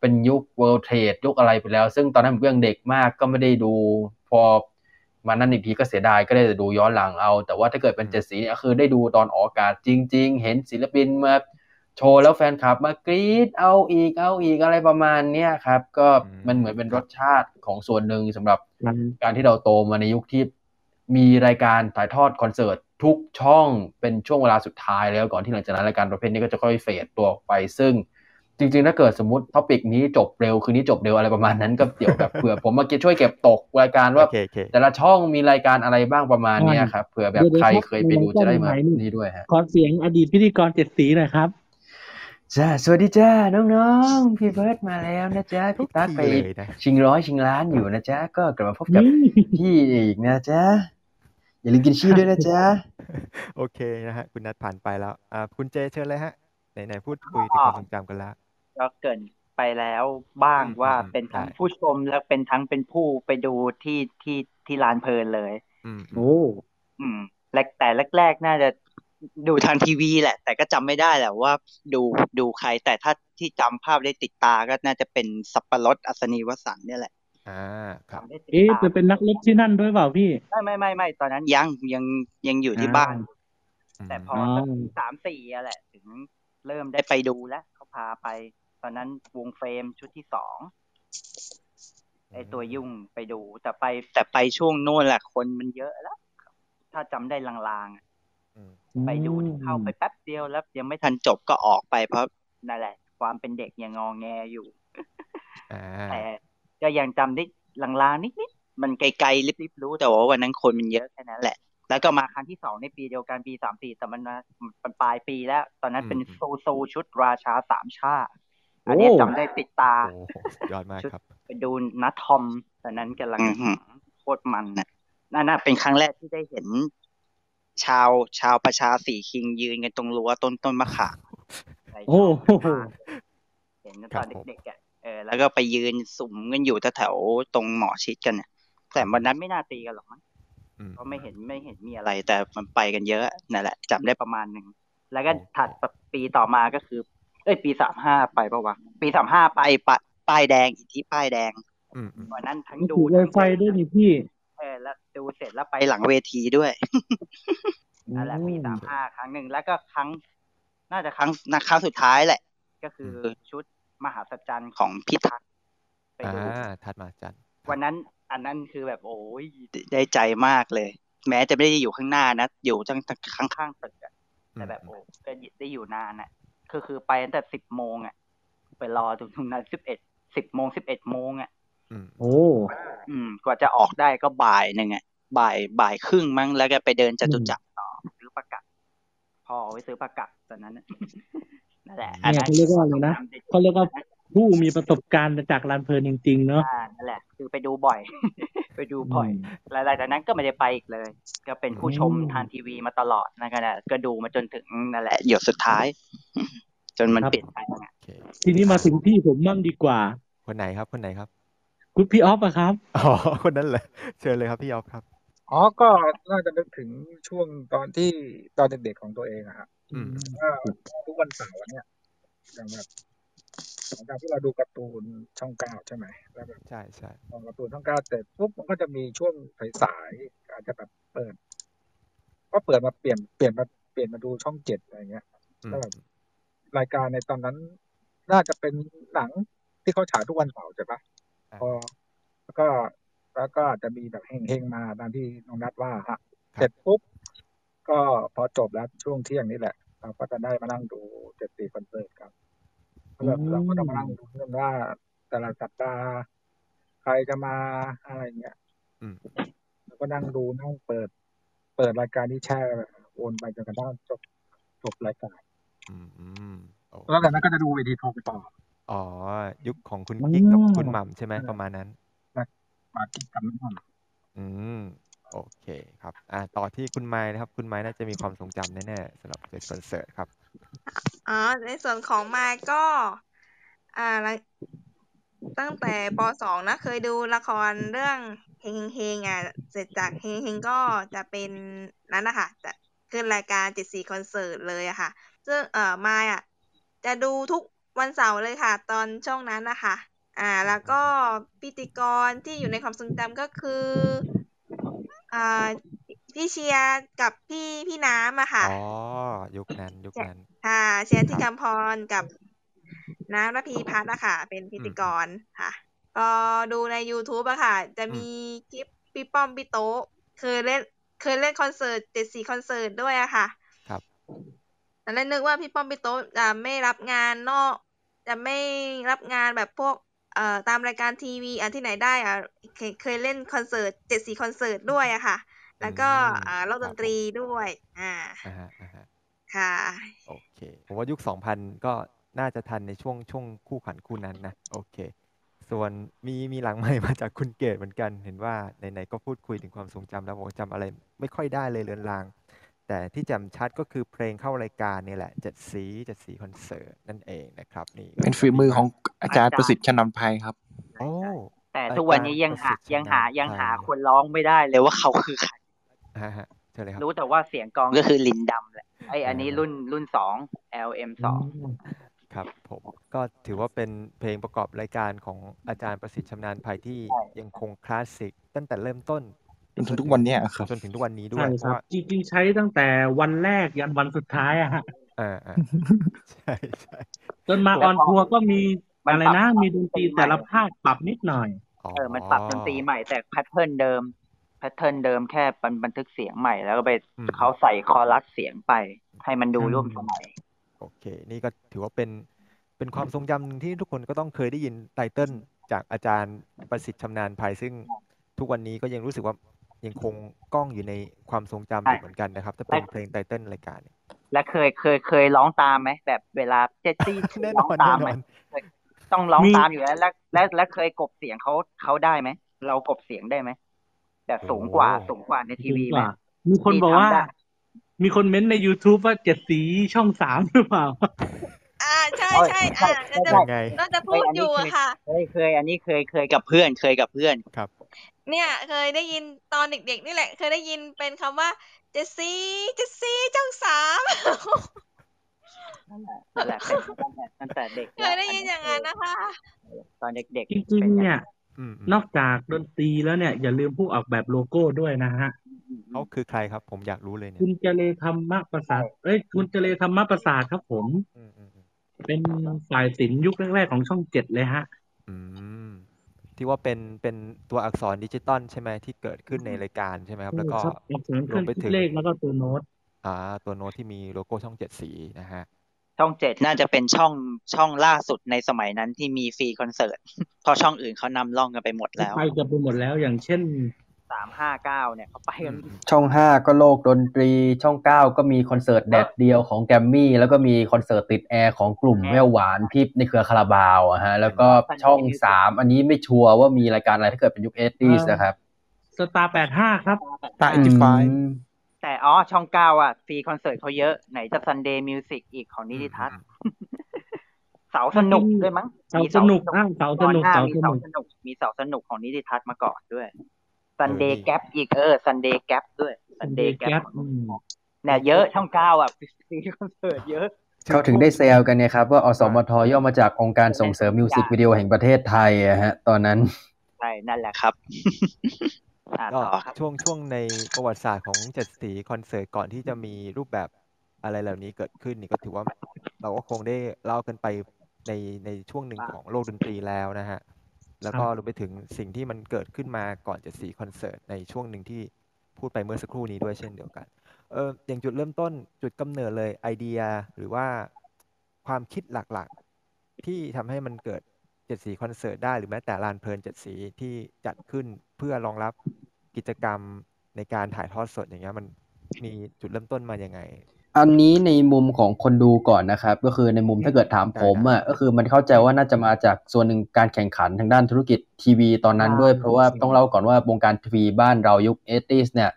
Speaker 7: เป็นยุค World Trade ยุคอะไรไปแล้ว ซึ่งตอนนั้นผมก็ยังเด็กมากก็ไม่ได้ดู พอมานั่นอีกทีก็เสียดายก็ได้แต่ดูย้อนหลังเอา แต่ว่าถ้าเกิดเป็นเจ็ดสีเนี่ยคือได้ดูตอนออกอากาศจริง ๆ เห็นศิลปินมาโชว์แล้วแฟนคลับมากรี๊ดเอาอีกเอาอีกอะไรประมาณเนี้ยครับ ก็มันเหมือนเป็นรสชาติของส่วนหนึ่งสำหรับ
Speaker 1: มัน
Speaker 7: การที่เราโตมาในยุคที่มีรายการถ่ายทอดคอนเสิร์ตทุกช่องเป็นช่วงเวลาสุดท้ายแล้วก่อนที่หลังจากนั้นรายการประเภทนี้ก็จะค่อยเฟดตัวออกไป ซึ่งจริงๆ ถ้าเกิดสมมติท็อปิกนี้จบเร็ว คืนนี้จบเร็วอะไรประมาณนั้นก็เดี๋ยวแบบเผื่อ ผมมาเก็บช่วยเก็บตกรายการว่า
Speaker 4: โอเคโอเค
Speaker 7: แต่ละช่องมีรายการอะไรบ้างประมาณเนี้ยครับเผื่อแบบใครเคยไปดูจะได้มานี่ด้วยฮะ
Speaker 1: ขอเสียงอดีตพิธีกรเจ็ดสีหน่อยครับ
Speaker 7: จ้าสวัสดีจ้าน้องๆ พี่เบิร์ดมาแล้วนะจ๊ะ
Speaker 4: ทุก
Speaker 7: พี่ตั๊ก
Speaker 4: ที
Speaker 7: ไป
Speaker 4: เลยนะ
Speaker 7: ชิงร้อยชิงล้านอยู่นะจ๊ะก็กลับมาพบกับ พี่อีกนะจ๊ะอย่าลืมกินชี่ด้วยนะ
Speaker 3: (laughs)
Speaker 7: จ๊ะ
Speaker 4: โอเคนะฮะคุณนัทผ่านไปแล้วอ่าคุณเจเชิญเลยฮะไหนไหนพูดคุยถึงความทรงจำกันแล้ว
Speaker 5: ก็เกรินไปแล้วบ้าง
Speaker 4: อืม
Speaker 5: ว่า
Speaker 4: อืม
Speaker 5: เป็นทั้ง
Speaker 4: ได้
Speaker 5: ผู้ชมและเป็นทั้งเป็นผู้ไปดูที่ที่ที่ลานเพลินเลย
Speaker 4: อืมอืม
Speaker 1: โอ้
Speaker 5: อืมแรกแต่แรกๆ น่าจะดูทางทีวีแหละ แต่ก็จำไม่ได้แหละว่าดูดูใครแต่ถ้าที่จำภาพได้ติดตาก็น่าจะเป็นสับปะรดอัศนีวสันต์เนี่ยแหละ
Speaker 4: อ่าครับ
Speaker 5: จำได้ติด
Speaker 1: เอ๊ะ
Speaker 5: ตา
Speaker 1: จะเป็นนักรบที่นั่นด้วยเปล่าพี่
Speaker 5: ไม่ไม่ไม่ไม่ตอนนั้นยังยังยังอยู่ที่บ้าน
Speaker 4: ม
Speaker 5: แต่พอ
Speaker 1: อ๋อ
Speaker 5: สามสี่อะแหละ ถึงเริ่มได้ไปดูแล้วเขาพาไป ตอนนั้นวงเฟรมชุดที่สองไอตัวยุ่งไปดู แต่ไปแต่ไปช่วงโน่นแหละคนมันเยอะแล้วครับถ้าจำได้ลางๆอะ
Speaker 4: อืม
Speaker 5: ไปดูเข้าไปแป๊บเดียวแล้วยังไม่ทันจบก็ออกไปเพราะนั่นแหละ ความเป็นเด็กยังงอแงอยู่
Speaker 4: อ่า
Speaker 5: แต่ก็ยังจำได้ลางๆนิดๆมันไกลๆลิบๆรู้แต่ว่าวันนั้นคนมันเยอะแค่นั้นแหละ แล้วก็มาครั้งที่สองในปีเดียวกันปีสามสี่แต่มันมามันปลายปีแล้ว ตอนนั้นเป็นโซโซชุดราชาสามชาติอันนี้จำได้ติดตา
Speaker 4: โอ้โหสุดยอดมากครับ
Speaker 5: ไปดูนัททอมตอนนั้นกำลังโคตรมันน่ะนั่นน่ะเป็นครั้งแรกที่ได้เห็น ชาวชาวประชาสีคิงยืนกันตรงรั้วต้นต้นมะขามใน
Speaker 1: โอ้โห
Speaker 5: ชาวประชาเห็นกันตอน
Speaker 4: ครับผม
Speaker 5: เด็กๆอ่ะเออแล้วก็ไปยืนสุ่มกันอยู่แถวๆตรงหมอชิดกันน่ะแต่วันนั้นไม่น่าตีกันหรอกมั้ง
Speaker 4: อืม
Speaker 5: เพราะไม่เห็นไม่เห็นมีอะไร แต่มันไปกันเยอะนั่นแหละจำได้ประมาณหนึ่งแล้วก็
Speaker 4: โอเค
Speaker 5: ถัดปีต่อมาก็คือ เอ้ยปีสามห้าไปปะวะปีสามห้าไปปะป้ายแดงอีกที่ป้ายแดง
Speaker 4: อืมอืม
Speaker 5: วันนั้นทั้ง
Speaker 1: นี่
Speaker 5: ดู
Speaker 1: ถือไว
Speaker 5: ทั้ง
Speaker 1: ไฟด้วยนี่พี่
Speaker 5: เออแล้วดูเสร็จแล้วไปหลังเวทีด้วยนั่นแหละปี
Speaker 1: อืม
Speaker 5: สามห้าครั้งหนึ่งแล้วก็ครั้ง น่าจะครั้งนักครั้งสุดท้ายแหละ ก็คือชุดมหาสัจจันย์ของพิทักษ์ไป
Speaker 4: อ่า
Speaker 5: ดู
Speaker 4: ถัดมาจัน
Speaker 5: วันนั้น อันนั้นคือแบบโอ้ยได้ใจมากเลย แม้จะไม่ได้อยู่ข้างหน้านะ อยู่ตั้งข้างข้างๆตึกอะแต่แบบโอ้ก็ได้อยู่นานอะคือคือไปตั้งแต่สิบโมงอะไปรอถึงตรงนั้นสิบเอ็ดสิบโมงสิบเอ็ดโมงอะ
Speaker 4: อืม
Speaker 1: โอ้
Speaker 5: อืมกว่าจะออกได้ก็บ่ายหนึ่งอ่ะบ่ายบ่ายครึ่งมั้งแล้วก็ไปเดินจตุจักรต่อซื้อประกัดพอเอาไปซื้อประกัดตอนนั้นน่ะ (laughs) นั่นแหละอัน
Speaker 1: เนี่ย
Speaker 5: นั้น
Speaker 1: เขาเรียกว่าอะไรนะเขาเรียกว่า ผู้มีประสบการณ์จากลานเพลินจริง ๆ เนาะ
Speaker 5: อ่านั่นแหละ คือไปดูบ่อย (laughs) ไปดูบ่อย แล้วหลังจากนั้นก็ไม่ได้ไปอีกเลย ก็เป็นผู้ชมทางทีวีมาตลอดนะก็นะก็ดูมาจนถึงนั่นแหละหยดสุดท้าย (laughs) จนมันเปลี่ยนไปอ่ะ
Speaker 4: โอเค
Speaker 1: ทีนี้มาถึงพี่ผมมั่งดีกว่า
Speaker 4: คนไหนครับคนไหนครับ
Speaker 1: คุณพี่ออฟอะครับ
Speaker 4: อ๋อคนนั้นเลยเชิญเลยครับพี่ออฟครับ
Speaker 6: อ๋อก็น่าจะนึกถึงช่วงตอนที่ตอนเด็กๆของตัวเองอะครับ
Speaker 4: อืม
Speaker 6: ก็ทุกวันเสาร์เนี่ยอย่างแบบหลังจากที่เราดูการ์ตูนช่องเก้าใช่ไหมแล้วแบบ
Speaker 4: ใช่ใช่
Speaker 6: พอการ์ตูนช่องเก้าเสร็จปุ๊บมันก็จะมีช่วงสายๆอาจจะแบบเปิด ก็เปิดมาเปลี่ยนเปลี่ยนมาเปลี่ยนมาดูช่องเจ็ดอะไรเงี้ย
Speaker 4: อืม
Speaker 6: ก็แบบรายการในตอนนั้น น่าจะเป็นหนังที่เขาฉายทุกวันเสาร์ใช่ปะพอแล้วก็แล้วก็อาจจะมีแบบเฮงๆมาตามที่น้องนัดว่าฮะเสร็จปุ๊บก็พอจบแล้วช่วงเที่ยงนี่แหละ เราก็จะได้มานั่งดูเจ็ดสีคอนเสิร์ตครับ
Speaker 1: อืม
Speaker 6: แล้วเราก็จะมานั่งดูเรื่องว่า แต่ละสัปดาห์ใครจะมาอะไรเงี้ย
Speaker 4: อืม
Speaker 6: แล้วก็นั่งดูนั่งเปิด เปิดรายการที่แช่วนไปจนกระทั่งจบจบรายการ
Speaker 4: อืมอืมโอ้
Speaker 6: แล้วจากนั้นก็จะดูเวทีทองต่อ
Speaker 4: อ๋อ ยุคของคุณ
Speaker 1: อ๋อ
Speaker 4: กิ๊กกับคุณหม่ำใช่ไหมประมาณนั้น
Speaker 6: มากินกันไม่ทัน
Speaker 4: อืม โอเคครับ อ่าต่อที่คุณไม้นะครับ คุณไม้น่าจะมีความทรงจำแน่ๆสำหรับเดคอนเสิร์ตครับ
Speaker 2: อ๋อในส่วนของมายก็ อ่าละตั้งแต่ปสองนะ เคยดูละครเรื่องเฮงเฮงๆอ่ะเสร็จจากเฮงเฮงๆก็จะเป็นนั้นนะคะจะขึ้นรายการจิตสีคอนเสิร์ตเลยอะค่ะ ซึ่งเอ่อมายอ่ะ จะดูทุกวันเสาร์เลยค่ะ ตอนช่องนั้นนะคะ อ่า แล้วก็พิธีกรที่อยู่ในความทรงจำก็คือ อ่าพี่เชียร์กับพี่พี่น้ำอะค่ะ
Speaker 4: อ๋อ ยุคนั้นยุคนั้น
Speaker 2: ค่ะเชียร์ที่กำพรกับน้ำระพีพัฒน์อะค่ะ เป็นพิธีกรค่ะ ก็ดูใน YouTube อะค่ะ จะมีคลิปพี่ป้อมพี่โต๊ะเคยเล่นเคยเล่นคอนเสิร์ตเจ็ดสีคอนเสิร์ตด้วยอะค่ะ
Speaker 4: ครับ
Speaker 2: ตอนแรกนึกว่าพี่ป้อมพี่โต๊ะจะไม่รับงานนอก จะไม่รับงานแบบพวกเอ่อตามรายการทีวีอันที่ไหนได้อะเคยเคยเล่นคอนเสิร์ตเจ็ดสีคอนเสิร์ตด้วยอะค่ะ แล้วก็
Speaker 4: อืม
Speaker 2: อ่าโลกดนตรีด้วย อ่า
Speaker 4: ครับผมอ่าฮะอ่าฮะ
Speaker 2: ค่ะ
Speaker 4: โอเค ผมว่ายุค 2000 ก็น่าจะทันในช่วงช่วงคู่ขวัญคู่นั้นนะ โอเค ส่วนมีมีหลังใหม่ มาจากคุณเกดเหมือนกัน เห็นว่าไหนๆก็พูดคุยถึงความทรงจำแล้วบอกว่าจำอะไรไม่ค่อยได้เลยเลือนลาง แต่ที่จำชัดก็คือเพลงเข้ารายการนี่แหละเจ็ดสีเจ็ดสีคอนเสิร์ตนั่นเองนะครับ นี่ก็
Speaker 3: เป็นฝีมือของอาจารย์ประสิทธิ์ชนนภัยครับ
Speaker 4: โอ้
Speaker 5: แต่ทุกวันนี้ยังหา
Speaker 4: า
Speaker 5: ร
Speaker 4: ยการ
Speaker 5: ยังหา
Speaker 4: ประสิทธิ์
Speaker 5: ยังหา
Speaker 4: ชัย
Speaker 5: คนร้องไม่ได้เลยว่าเขาคือใคร
Speaker 4: ฮะฮะเชิญเลยครับ
Speaker 5: รู้แต่ว่าเสียงกลองก็คือลินดำแหละ ไออันนี้
Speaker 4: อ่า
Speaker 5: รุ่นรุ่นสอง LM สอง
Speaker 4: ครับผมก็ถือว่าเป็นเพลงประกอบรายการของอาจารย์ประสิทธิ์ชำนาญภัยที่ยังคงคลาสสิกตั้งแต่เริ่มต้น
Speaker 3: จนถึงทุกวันเนี้ยครับ
Speaker 4: จนถึงทุกวันนี้ด้ว
Speaker 1: ใช่
Speaker 4: ยเพ
Speaker 1: ครั
Speaker 4: ราะ
Speaker 1: บ
Speaker 4: ว่า
Speaker 1: จริงๆใช้ตั้งแต่วันแรกยันวันสุดท้ายอะฮะ
Speaker 4: อ่า (laughs) อ่าใช่ใช่
Speaker 1: จนมาออนทัวร์ก็มีอะไรนะมีดนตรีแต่ละภาคปรับนิดหน่อย
Speaker 4: อ๋อ
Speaker 5: เออมันปรับดนตรีใหม่แต่แพทเทิร์นเดิม แพทเทิร์นเดิมแค่บันบันทึกเสียงใหม่แล้วก็ไป
Speaker 4: อืม
Speaker 5: เขาใส่คอรัสเสียงไป ให้มันดูร่วมสมัย
Speaker 4: โอเค นี่ก็ถือว่าเป็นเป็นความทรงจำหนึ่งที่ทุกคนก็ต้องเคยได้ยินไตเติ้ลจากอาจารย์ประสิทธิ์ชำนาญภัยซึ่งทุกวันนี้ก็ยังรู้สึกว่ายังคงกล้องอยู่ในความทรงจำอยู่เหมือนกันนะครับถ้าเป็นเพลงไตเติ้ลรายการเนี่ย
Speaker 5: และเคยเคยเคยร้องตามไหมแบบเวลาเจต
Speaker 4: (laughs)
Speaker 5: ตี้
Speaker 4: แน่น
Speaker 5: ร้อ
Speaker 4: อง น
Speaker 5: ตา
Speaker 4: แน่
Speaker 5: ม
Speaker 4: น
Speaker 5: ไหม
Speaker 4: อน
Speaker 5: ต้องร้อง
Speaker 1: มี
Speaker 5: ตามอยู่แล้ว และและและเคยกบเสียงเขาเขาได้ไหมเรากบเสียงได้ไหมแบบสูงกว่า
Speaker 4: โอ้
Speaker 5: สูงกว่าในทีวี
Speaker 1: ดี
Speaker 5: ไห
Speaker 1: ก
Speaker 5: ม
Speaker 1: ว่ามีคนบอกว่า
Speaker 5: มีทำได้
Speaker 1: มีคนเม้นต์ใน YouTube ว่าเจ็ดสีช่องสามหรือเปล่า
Speaker 2: อ่าใช่
Speaker 5: โอ้ย
Speaker 2: ใช่
Speaker 5: ใช่
Speaker 2: อ่า
Speaker 5: ใช่
Speaker 2: น่าจะ
Speaker 4: ยังไง
Speaker 2: น่าจะพูดอยู่อะค่ะ
Speaker 5: เคยเคย อันนี้เคยเคยกับเพื่อนเคยกับเพื่อน
Speaker 2: เนี่ย เคยได้ยินตอนเด็กๆ นี่แหละ เคยได้ยินเป็นคำว่าเจสซี่เจสซี่จ้องสาม
Speaker 5: นั่นแหละนั่นแหละเป็นตั้งแต่ตั้งแต่เด็ก
Speaker 2: (laughs) เคยได้ยินอย่างนั้นนะคะ
Speaker 5: ตอนเด็ก
Speaker 1: จริงๆ เนี่ย
Speaker 4: อืมอืม
Speaker 1: นอกจากดนตรีแล้วเนี่ย อย่าลืมผู้ออกแบบโลโก้ด้วยนะฮะ
Speaker 4: เขาคือใครครับ ผมอยากรู้เลยเนี่
Speaker 1: คุ
Speaker 4: ย
Speaker 1: ณเจเลธรรมประสาทเอ้ยคุณเจเลธรรมประสาทครับผม
Speaker 4: อืมอืมอืม
Speaker 1: เป็นฝ่ายศิลป์ยุคแรกๆของช่องเจ็ดเลยฮะ
Speaker 4: อืมที่ว่าเป็นเป็นตัวอักษรดิจิตอลใช่ไหมที่เกิดขึ้นในรายการใช่ไหมครับ แล้วก็
Speaker 1: ครับอักษรเครื่อง
Speaker 4: รวมไป
Speaker 1: คิ
Speaker 4: ถึ
Speaker 1: ด
Speaker 4: ง
Speaker 1: เลขแล้วก็ตัวโน้ต
Speaker 4: อ่าตัวโน้ตที่มีโลโก้ช่องเจ็ดสีนะฮะ
Speaker 5: ๆช่องเจ็ดน่าจะเป็นช่องช่องล่าสุดในสมัยนั้นที่ (laughs) มีฟรีคอนเสิร์ตเพอช่องอื่นเขานำร่องกันไปหมดแล้ว
Speaker 1: ไปเกือบไปหมดแล้วอย่างเช่น
Speaker 5: สา ามห้าเก้าเนี่ยเขาไปกัน
Speaker 7: ช่องห้าก็โลกดนตรี ช่องเก้าก็มีคอนเสิร์ตแดดเดียวของแกรมมี่ แล้วก็มีคอนเสิร์ตติดแอร์ของกลุ่มแม่หวานที่ในเครือคาราบาวอะฮะ แล้วก็ช่องสามอันนี้ไม่ชัวร์ว่ามีรายการอะไรถ้าเกิดเป็นยุคเอสตี้นะครับ
Speaker 1: สตาร์แปดห้าครับ
Speaker 3: ตาเอ็นจิฟาย
Speaker 5: แต่อ๋อช่องเก้าอ่ะฟรีคอนเสิร์ตเขาเยอะไหนจะซันเดย์มิวสิกอีกของนิติทัศน์ (laughs) เสาสนุกด้วยมั้ง
Speaker 1: เสาสนุกอ้างเสาส
Speaker 5: ก่อน
Speaker 1: นุก
Speaker 5: หน้า
Speaker 1: เสา
Speaker 5: มี
Speaker 1: ส
Speaker 5: เสา
Speaker 1: นุก
Speaker 5: สนุก มีเสาสนุกของนิติทัศน์มาก่อนด้วยซันเดย์แก p อีกเออซันเดย์แก p ด้วยซันเดย์แก p
Speaker 1: แก๊ปอืม
Speaker 5: เนี่ยเยอะช่องเก้าอ่ะฟรีคอนเสิร์ตเยอะ
Speaker 7: เขาถึงได้เซลกันเนี่ยครับ ว่าอสมทย่อมาจากองค์การส่งเสริมมิวสิกวิดีโอแห่งประเทศไทยอะฮะ ตอนนั้น
Speaker 5: ใช่ นั่นแหละ
Speaker 3: (laughs)
Speaker 5: ครับอ่า
Speaker 4: ก็
Speaker 5: ต่อครับ
Speaker 4: ช่วงช่วงในประวัติศาสตร์ของเจ็ดสีคอนเสิร์ตก่อนที่จะมีรูปแบบอะไรเหล่านี้เกิดขึ้นนี่ก็ถือว่าเราก็คงได้เล่ากันไปในในช่วงหนึ่งของโลกดนตรีแล้วนะฮะ แล้วก็รวมไปถึงสิ่งที่มันเกิดขึ้นมาก่อนเจ็ดสีคอนเสิร์ตในช่วงหนึ่งที่พูดไปเมื่อสักครู่นี้ด้วยเช่นเดียวกัน เอออย่างจุดเริ่มต้นจุดกำเนิดเลยไอเดียหรือว่าความคิดหลักๆ ที่ทำให้มันเกิดเจ็ดสีคอนเสิร์ตได้หรือแม้แต่ลานเพลินเจ็ดสีที่จัดขึ้นเพื่อรองรับกิจกรรมในการถ่ายทอดสดอย่างเงี้ยมันมีจุดเริ่มต้นมายังไง
Speaker 7: อันนี้ในมุมของคนดูก่อนนะครับ ก็คือในมุมถ้าเกิดถามผมอ่ะก็คือมันเข้าใจว่าน่าจะมาจากส่วนหนึ่งการแข่งขันทางด้านธุรกิจทีวีตอนนั้นด้วย เพราะว่าต้องเล่าก่อนว่าวงการทีวีบ้านเรายุคเอติสเนี่ย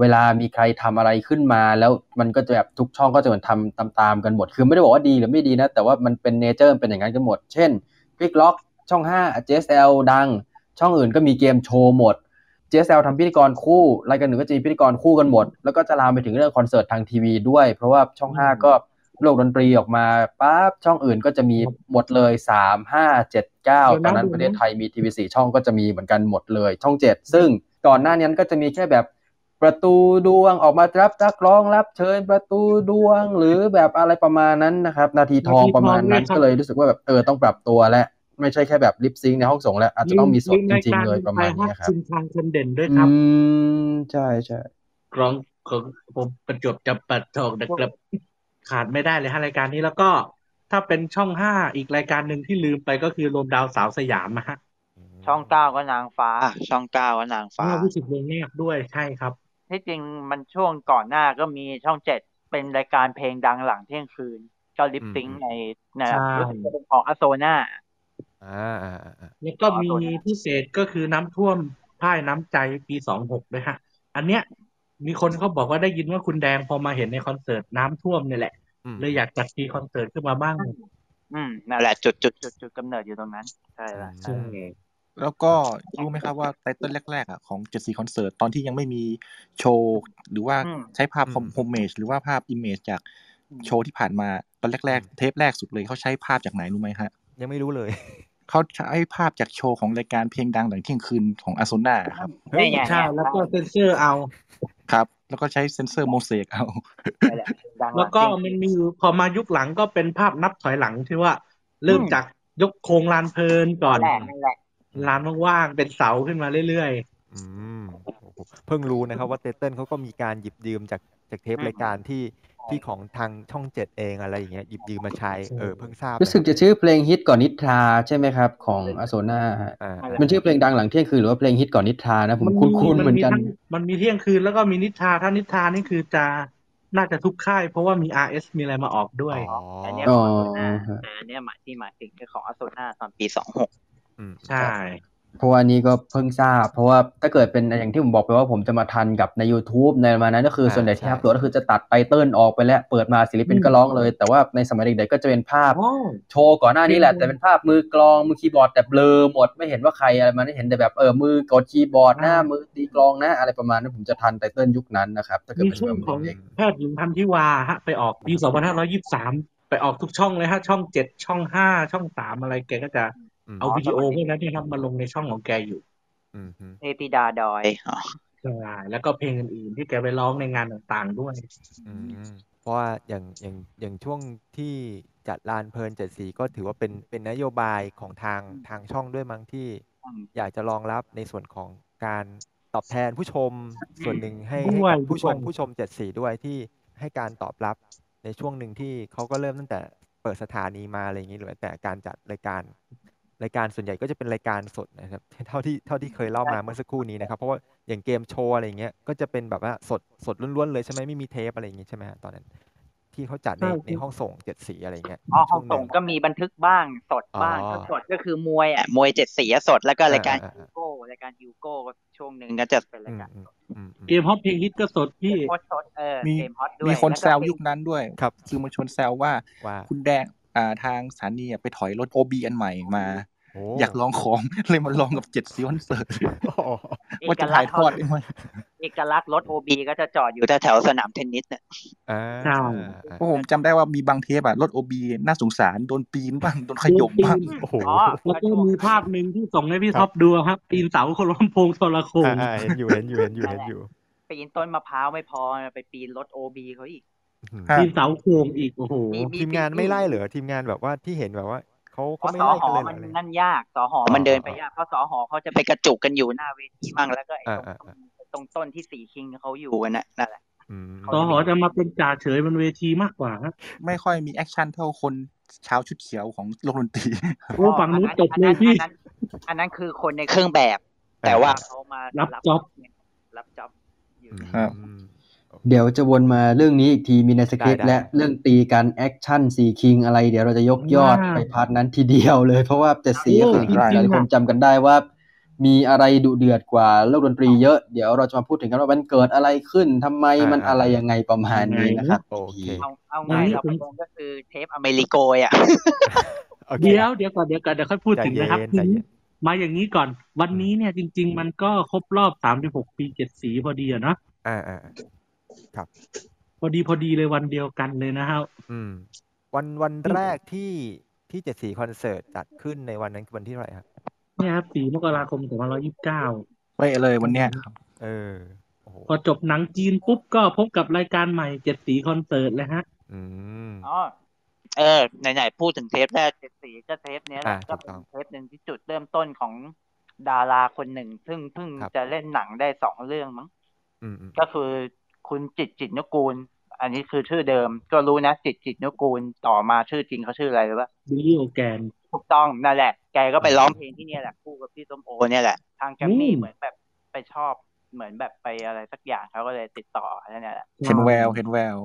Speaker 7: เวลามีใครทำอะไรขึ้นมา แล้วมันก็จะแบบทุกช่องก็จะเหมือนทำตามๆกันหมด คือไม่ได้บอกว่าดีหรือไม่ดีนะ แต่ว่ามันเป็นเนเจอร์เป็นอย่างนั้นกันหมด เช่นคลิกล็อกช่อง 5 JSL ดัง ช่องอื่นก็มีเกมโชว์หมด JSL ทำพิธีกรคู่ รายการหนึ่งก็จะมีพิธีกรคู่กันหมด แล้วก็จะลามไปถึงเรื่องคอนเสิร์ตทางทีวีด้วย เพราะว่าช่อง 5 ก็โลกดนตรีออกมาปั๊บช่องอื่นก็จะมีหมดเลย 3 5 7 9 ตอนนั้นประเทศไทยมีทีวีสีช่องก็จะมีเหมือนกันหมดเลย ช่อง 7 ซึ่งก่อนหน้านี้ก็จะมีแค่แบบประตูดวงออกมารับนักร้องรับเชิญประตูดวงหรือแบบอะไรประมาณนั้นนะครับ นาทีทองประมาณนั้นก็เลยรู้สึกว่าแบบเออต้องปรับตัวและไม่ใช่แค่แบบลิปซิงในห้องส่งแล้วอาจจะต้องมีสดจริงๆเลยประมาณเนี้ยครับ
Speaker 1: ชิมทางคนเด่นด้วยค
Speaker 7: อื
Speaker 1: รับ
Speaker 7: ม ใช่ใช่
Speaker 1: กรองของผมประจวบจับปัดทองนะครับ ขาดไม่ได้เลยฮะรายการนี้แล้วก็ถ้าเป็นช่องห้าอีกรายการหนึ่งที่ลืมไปก็คือรวมดาวสาวสยามนะฮะ
Speaker 5: ช่องเก้าก็นางฟ้า ช่องเก้าก็นางฟ้า
Speaker 1: เมื่อวิสิตวงแรกด้วยใช่ครับ
Speaker 5: ที่จริงมันช่วงก่อนหน้าก็มีช่องเจ็ดเป็นรายการเพลงดังหลังเที่ยงคืน ก็ลิปซิงค์ในนะ
Speaker 1: ใช่
Speaker 5: รู้สึกจะเป็นของอโซนา
Speaker 4: อ่าอ่าอ่าอ่า
Speaker 1: แล้วก็มี
Speaker 5: อ๋อตัวนั้น
Speaker 1: พิเศษก็คือน้ำท่วมพ่ายน้ำใจปีสองหกด้วยฮะ อันเนี้ยมีคนเขาบอกว่าได้ยินว่าคุณแดงพอมาเห็นในคอนเสิร์ตน้ำท่วมเนี่ยแหละ
Speaker 4: อืม
Speaker 1: เลยอยากจัดปีคอนเสิร์ตขึ้นมาบ้าง
Speaker 5: อืมนั่นแหละจุดจุดจุดจุดกำเนิดอยู่ตรงนั้นใช่ละ
Speaker 1: ซึ่ง
Speaker 3: แล้วก็รู้ไหมครับว่าไตเติ้ลแรกๆอ่ะของเจ็ดสีคอนเสิร์ตตอนที่ยังไม่มีโชว์หรือว่าใช้ภาพโฮมเมจหรือว่าภาพอิมเมจจากโชว์ที่ผ่านมาตอนแรกๆ เทปแรกสุดเลยเขาใช้ภาพจากไหนรู้ไหมฮะ
Speaker 4: ยังไม่รู้เลย
Speaker 3: เขาใช้ภาพจากโชว์ของรายการเพลงดังหลังเที่ยงคืนของอาโซนาครับ
Speaker 5: นี่ไง
Speaker 1: ใช่แล้วก็เซนเซอร์เอา
Speaker 3: ครับแล้วก็ใช้เซนเซอร์โมเสกเอา
Speaker 5: ใช่แหละดังห
Speaker 1: แล้
Speaker 5: ลั
Speaker 1: ว
Speaker 5: ง
Speaker 1: ก็
Speaker 5: เที่ยงคื
Speaker 1: มัน นมีอยู่พอมายุคหลังก็เป็นภาพนับถอยหลังที่ว่า เริ่ม
Speaker 5: อืม
Speaker 1: จากยกโครงลานเพลินก่อน
Speaker 5: นั่นแหละนั่นแหละ
Speaker 1: ลานว่างๆเป็นเสาขึ้นมาเรื่อย
Speaker 4: อืมโอ้โหเพิ่งรู้นะครับว่าเตเติ้ลเขาก็มีการหยิบยืมจากจากเทปรายการที่ที่ของทางช่องเจ็ดเองอะไรอย่างเงี้ยหยิบยืมมาใช้เออเพิ่งทราบ
Speaker 7: รู้สึกจะชื่อเพลงฮิตก่อนนิทราใช่ไหมครับ ของอาโซนาฮะ
Speaker 4: อ่าอ่า
Speaker 7: มันชื่อเพลงดังหลังเที่ยงคืนหรือว่าเพลงฮิตก่อนนิทรานะ
Speaker 1: ๆ
Speaker 7: ผม
Speaker 1: มี
Speaker 7: คุ้นๆเหมือนกัน
Speaker 1: ทั้งมันมีเที่ยงคืนแล้วก็มีนิทราถ้านิทรานี่คือจะน่าจะทุกค่าย เพราะว่ามี RS มีอะไรมาออกด้วย
Speaker 4: อ๋อ
Speaker 5: แต่
Speaker 4: อั
Speaker 5: อั
Speaker 4: น
Speaker 5: นเนี้
Speaker 4: เนี้ย
Speaker 5: ยของอโซนา
Speaker 7: อ๋อ
Speaker 5: แต่อันเนี้ยหมายที่หมายถึงคือของอโซนาตอนปีสองหก
Speaker 4: อืม
Speaker 1: ใช่
Speaker 7: เพราะว่านี้ก็เพิ่งทราบ เพราะว่าถ้าเกิดเป็นอย่างที่ผมบอกไปว่าผมจะมาทันกับใน YouTube ในประมาณนั้นก็คืออา ส่วนใหญ่ที่
Speaker 4: ใช่
Speaker 7: ทับตัวก็คือจะตัดไตเติ้ลออกไปแล้ว เปิดมาศิลปินก็ร้องเลย แต่ว่าในสมัยเด็กๆก็จะเป็นภาพ
Speaker 1: โอ้
Speaker 7: โชว์ก่อนหน้านี้แหละ แต่เป็นภาพมือกลองมือคีย์บอร์ดแต่เบลอหมดไม่เห็นว่าใครอะไรมันไม่เห็นแต่แบบเออมือกดคีย์บอร์ดหน้ามือตีกลองนะอะไรประมาณนั้นผมจะทันไตเติ้ลยุคนั้นนะครับถ้าเกิด
Speaker 1: มี
Speaker 7: เป็น
Speaker 1: ช่วงของ
Speaker 7: เด็ก
Speaker 1: แพทย์หญิงพันธิวาฮะไปออกปี2523 ไปออกทุกช่องเลยฮะ ช่องเจ็ดช่องห้าช่องสามอะไรแกก็จะ
Speaker 4: ม
Speaker 1: เอาวิดีโอ
Speaker 5: อ๋อสมัย
Speaker 1: พวกนั้นที่ทำมาลงในช่องของแกอยู่
Speaker 4: อืมฮึ
Speaker 5: เทปิดาดอยอ๋อ
Speaker 1: ใช่แล้วก็เพลงอื่นๆที่แกไปร้องในงานต่างๆด้วย
Speaker 4: อืมเพราะว่าอย่างอย่างอย่างช่วงที่จัดลานเพลินเจ็ดสีก็ถือว่าเป็นเป็นนโยบายของทางทางช่องด้วยมั้งที่ อยากจะรองรับในส่วนของการตอบแทนผู้ชมส่วนหนึ่งให้ให้
Speaker 1: ด้วย
Speaker 4: กับผู้ชม
Speaker 1: ด้วย
Speaker 4: ผู้ชมเจ็ดสีด้วยที่ให้การตอบรับในช่วงหนึ่งที่เขาก็เริ่มตั้งแต่เปิดสถานีมาอะไรอย่างนี้หรือแต่การจัดรายการ รายการส่วนใหญ่ก็จะเป็นรายการสดนะครับ (laughs) เท่าที่เท่าที่เคยเล่ามาเมื่อสักครู่นี้นะครับ เพราะว่าอย่างเกมโชว์อะไรอย่างเงี้ยก็จะเป็นแบบว่าสดสดล้วนๆเลยใช่ไหมไม่มีเทปอะไรอย่างงี้ใช่ไหมฮะตอนนั้น ที่เขาจัดใน
Speaker 1: ใช่ครับ
Speaker 4: ในห้องส่งเจ็ดสีอะไรอย่างเงี้ย
Speaker 5: อ๋อห้อง
Speaker 4: ช่ว
Speaker 5: ส่ง
Speaker 4: หนึ่
Speaker 5: ก็มีบันทึกบ้างสดบ้าง
Speaker 4: อ๋อ
Speaker 5: ถ้าสดก็คือมวยอ่ะมวยเจ็ดสีอะสดแล้วก็รายการ
Speaker 4: อ่า
Speaker 5: ฮิวโก้รายการฮิวโก้ก็ช่วงหนึ่งก็จะเป็นรายการ
Speaker 4: อืมอืมอืม
Speaker 1: เกมฮอตเพลงฮิตก็สดพี่
Speaker 5: โคตรสดเออ
Speaker 3: มี
Speaker 5: เกมฮอตด้วย
Speaker 3: มีคน
Speaker 5: ล้วก็
Speaker 3: แซวยุคนั้นด้วย
Speaker 4: ครับ
Speaker 3: คือมวลชนแซวว่า
Speaker 4: ว่า
Speaker 3: คุณแดงอ่าทางสถานีอ่ะไปถอยรถโอบีอันใหม่มา
Speaker 4: โอ้
Speaker 3: อยากลองของ (laughs) เลยมาลองกับเจ็ดซีคอนเสิร์ต
Speaker 4: อ๋อ
Speaker 3: ว่าจะถ่ายทอดได้ไหม
Speaker 5: เอกลักษณ์รถโอบีก็จะจอดอยู่แถวๆสนามเทนนิสเนี่ย
Speaker 4: อ่า
Speaker 1: ใช่
Speaker 3: เพราะผมจำได้ว่ามีบางเทปอ่ะ รถโอบีน่าสงสารโดนปีนบ้างโดนขย่มบ้าง
Speaker 4: โอ้โห
Speaker 5: อ๋อ
Speaker 1: แล้วก็มีภาพหนึ่งที่ส่งให้พี่ท็อปดูครับปีนเสาคนล้มพงโทรโคง
Speaker 4: อ่าอ่าเห็นอยู่เห็นอยู่เห็นอยู่เห็นอยู่
Speaker 5: ปีนต้นมะพร้าวไม่พอไปปีนรถโอบีเขาอีก
Speaker 4: อืม
Speaker 3: อ่า
Speaker 1: ปีนเสาโคงอีกโอ้โห
Speaker 5: มี
Speaker 4: ทีมงานไม่ไล่เหรอทีมงานแบบว่าที่เห็นแบบว่าเขา
Speaker 5: เพราะ
Speaker 4: เขาไม่
Speaker 5: สอ
Speaker 4: ไล่
Speaker 5: ห
Speaker 4: กั
Speaker 5: อน
Speaker 4: เลยเหรอน
Speaker 5: มั
Speaker 4: อะไร
Speaker 5: นั่นยากสอหอมันเดินไปยากเพราะสอหอเขาจะไปกระจุกกันอยู่หน้าเวทีบ้างแล้วก็ไอ้ตรง
Speaker 4: อ่า
Speaker 5: ต้นตรงต้นที่สี่คิงเขาอยู่กันนะนั่นแหละ
Speaker 4: อืม
Speaker 1: สอหอจะมาเป็นจ่าเฉยบนเวทีมากกว่าครับ
Speaker 3: ไม่ค่อยมีแอคชั่นเท่าคนชาวชุดเขียวของโลกดนตรี (laughs)
Speaker 1: โอ้ฝั่งนู้นตบเล
Speaker 5: อั
Speaker 1: ยพี่
Speaker 5: อันนั้นอันนั้นคือคนในเครื่องแบบ แต่ว่าเขามารั
Speaker 1: รับ job
Speaker 5: รับจ็อบอยู่
Speaker 4: อืม
Speaker 3: ครับ
Speaker 4: อืม
Speaker 7: เดี๋ยวจะวนมาเรื่องนี้อีกทีมีในสคริปต์
Speaker 4: ได้ได้
Speaker 7: และเรื่องตีกันแอคชั่นสีคิงอะไรเดี๋ยวเราจะยกยอด
Speaker 1: อ่า
Speaker 7: ไปพาร์ทนั้นทีเดียวเลย เพราะว่าเจ็ดสี
Speaker 1: โอ้
Speaker 7: คือที่
Speaker 1: จริงๆ
Speaker 7: หลาย
Speaker 1: อะ
Speaker 7: คนจำกันได้ว่า มีอะไรดุเดือดกว่าโลกดนตรีเยอะเดี๋ยวเราจะมาพูดถึงกันว่ามันเกิดอะไรขึ้นทำไมมันอะไรยังไงประมาณนี้นะครับ
Speaker 4: โอเค
Speaker 5: เอาเอา
Speaker 1: อั
Speaker 5: ง่า
Speaker 1: น
Speaker 5: ย
Speaker 1: นี้
Speaker 5: เรา
Speaker 1: ผม
Speaker 5: ไปลงก็คือเทปอเมริโกยอ่ะ
Speaker 4: โอค
Speaker 1: เดี๋ยวเดี๋ยวก่อนเดี๋ยวก่อนเดี๋ยวค่อยพูด
Speaker 4: ใจ
Speaker 1: ถึง
Speaker 4: เย็น
Speaker 1: นะครับ
Speaker 4: ใจเย็น
Speaker 1: มาอย่างนี้ก่อน วันนี้เนี่ยจริง ๆ มันก็ครบรอบสามหกปีเจ็ดสีพอดีอะเนาะ
Speaker 4: อ่าอ่า
Speaker 1: พอดีพอดีเลยวันเดียวกันเลยนะครับ
Speaker 4: อืมวันวันแรกที่ที่เจ็ดสีคอนเสิร์ตจัดขึ้นในวันนั้นคือวันที่เท่าไหร่ครับ
Speaker 1: เนี่ยครับสี่มกราคมสองพันร้อยยี่สิบเก้า
Speaker 3: ไปเลยวันเนี้ยครับ
Speaker 4: เออโอ้โห
Speaker 1: พอจบหนังจีนปุ๊บก็พบกับรายการใหม่เจ็ดสีคอนเสิร์ตเลยฮะ
Speaker 4: อืม
Speaker 5: อ๋อเออไหนๆพูดถึงเทปแรกเจ็ดสีก็เทปเนี้ยแหละ
Speaker 4: อ่า
Speaker 5: ก็
Speaker 4: ถูก
Speaker 5: เป็
Speaker 4: ต้อง
Speaker 5: นเทปหนึ่งที่จุดเริ่มต้นของดาราคนหนึ่ง ซึ่งเพิ่ง
Speaker 4: ครับ
Speaker 5: จะเล่นหนังได้สองเรื่องมั้ง
Speaker 4: อืมอืม
Speaker 5: ก็คือคุณจิตรจิตรนุกูล อันนี้คือชื่อเดิม ก็รู้นะจิตรจิตรนุกูลต่อมาชื่อจริงเขาชื่ออะไรหรือวะ
Speaker 1: บิลลี่โอแกน
Speaker 5: ถูกต้องนั่นแหละ แกก็ไปร้องเพลงที่เนี่ยแหละคู่กับพี่ส้มโอเนี่ยแหละ ทางแกรมมี่
Speaker 1: อืม
Speaker 5: เหมือนแบบไปชอบเหมือนแบบไปอะไรสักอย่างเขาก็เลยติดต่อนั่นแหละ
Speaker 3: เห็นแววเห็นแวว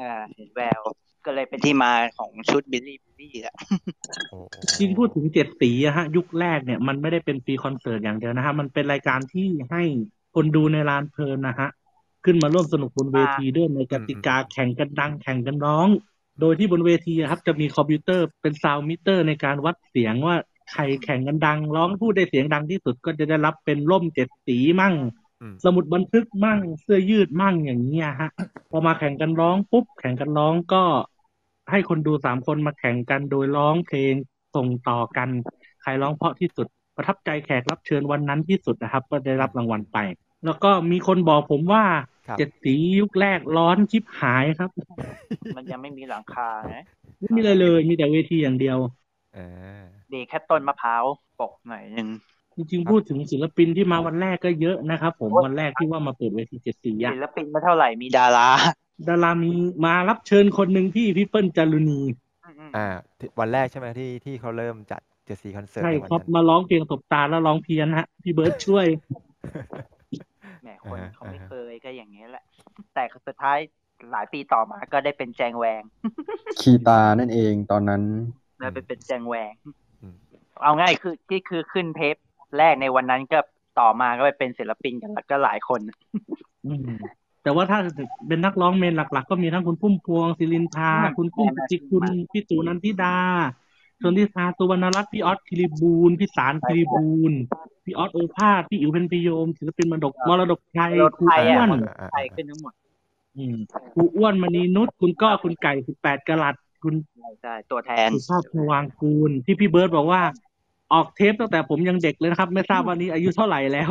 Speaker 5: อ่าเห็นแววก็เลยเป็นที่มาของชุดบิลลี่บิลลี่แหละ
Speaker 4: โอ้โห
Speaker 1: จริงพูดถึงเจ็ดสีอะฮะ ยุคแรกเนี่ยมันไม่ได้เป็นฟรีคอนเสิร์ตอย่างเดียวนะฮะ มันเป็นรายการที่ให้คนดูในลานเพลินนะฮะ ขึ้นมาร่วมสนุกบนเวทีด้วยในกติกาแข่งกันดังแข่งกันร้อง โดยที่บนเวทีอะครับ จะมีคอมพิวเตอร์เป็นซาวมิเตอร์ในการวัดเสียงว่าใครแข่งกันดัง ร้องพูดได้เสียงดังที่สุดก็จะได้รับเป็นร่มเจ็ดสีมั่ง
Speaker 4: อืม
Speaker 1: สมุดบันทึกมั่งเสื้อยืดมั่งอย่างเงี้ยฮะ พอมาแข่งกันร้องปุ๊บแข่งกันร้องก็ ให้คนดูสามคนมาแข่งกันโดยร้องเพลงส่งต่อกัน ใครร้องเพราะที่สุด ประทับใจแขกรับเชิญวันนั้นที่สุดนะครับ ก็ได้รับรางวัลไป แล้วก็มีคนบอกผมว่า
Speaker 4: ครับ
Speaker 1: เจ็ดสียุคแรกร้อนชิบหายครับ
Speaker 5: มันยังไม่มีหลังคานะ
Speaker 1: ไม่มีอะไรเลย มีแต่เวทีอย่างเดียว
Speaker 4: เออ
Speaker 5: ดีแค่ต้นมะพร้าวปกหน่อยหนึ่ง
Speaker 1: จริงๆพูดถึงศิลปินที่มาวันแรกก็เยอะนะครับผมวันแรกที่ว่ามาเปิดเวทีเจ็ดสีอะ
Speaker 5: ศิลปินไม่เท่าไหร่มีดารา
Speaker 1: ดารามีมารับเชิญคนหนึ่งที่พี่เปิ้ลจารุณี
Speaker 5: อืม
Speaker 4: อ่าที่วันแรกใช่ไหมที่ที่เขาเริ่มจัดเจ็ดสีคอนเสิร์ต
Speaker 1: ใช่
Speaker 4: ในวัน
Speaker 1: ครับ
Speaker 4: นั้น
Speaker 1: มาร้องเพลงตบตาแล้วร้องเพี้ยนฮะพี่เบิร์ดช่วย
Speaker 5: แหมคน
Speaker 4: อ่า
Speaker 5: เขาไม่เคยก็อย่างนี้ยแหละ แต่สุดท้ายหลายปีต่อมาก็ได้เป็นแจงแวง
Speaker 7: คีตานั่นเองตอนนั้น
Speaker 5: แล้วไป
Speaker 4: อืม
Speaker 5: เป็นแจงแวง
Speaker 4: อืม
Speaker 5: เอาง่ายคือที่คือขึ้นเทปแรกในวันนั้นก็ต่อมาก็ไปเป็นศิลปินกันแล้วก็หลายคน
Speaker 1: อืมแต่ว่าถ้าเป็นนักร้องเมนหลัก ๆ ก็มีทั้งคุณพุ่มพวงศิลินทรา
Speaker 5: อืม
Speaker 1: คุณพุ่มจิคุณพี่ตูนันทิดาชนทิชาสุวรรณรัตน์พี่ออสคิริบูลพี่สารคิริบูลพี่ออสโอภาสพี่อิ๋วเป็นพิโยมศิลปินมรดกมรดกชัย
Speaker 5: รถ
Speaker 1: ครู
Speaker 5: ไฟ
Speaker 1: อ้
Speaker 5: อ่ะ
Speaker 1: วน
Speaker 4: อ่าอ่า
Speaker 5: ไฟขึ้นทั้งหมด
Speaker 1: อืมครูอ้วนมณีนุชคุณก้อคุณไก่คุณแปดกลัดคุณ
Speaker 5: ใช่ตัวแทน
Speaker 1: สุชาติชวางกูลที่พี่เบิร์ดบอกว่า ออกเทปตั้งแต่ผมยังเด็กเลยนะครับ ไม่ทราบว่านี้อายุเท่าไหร่แล้ว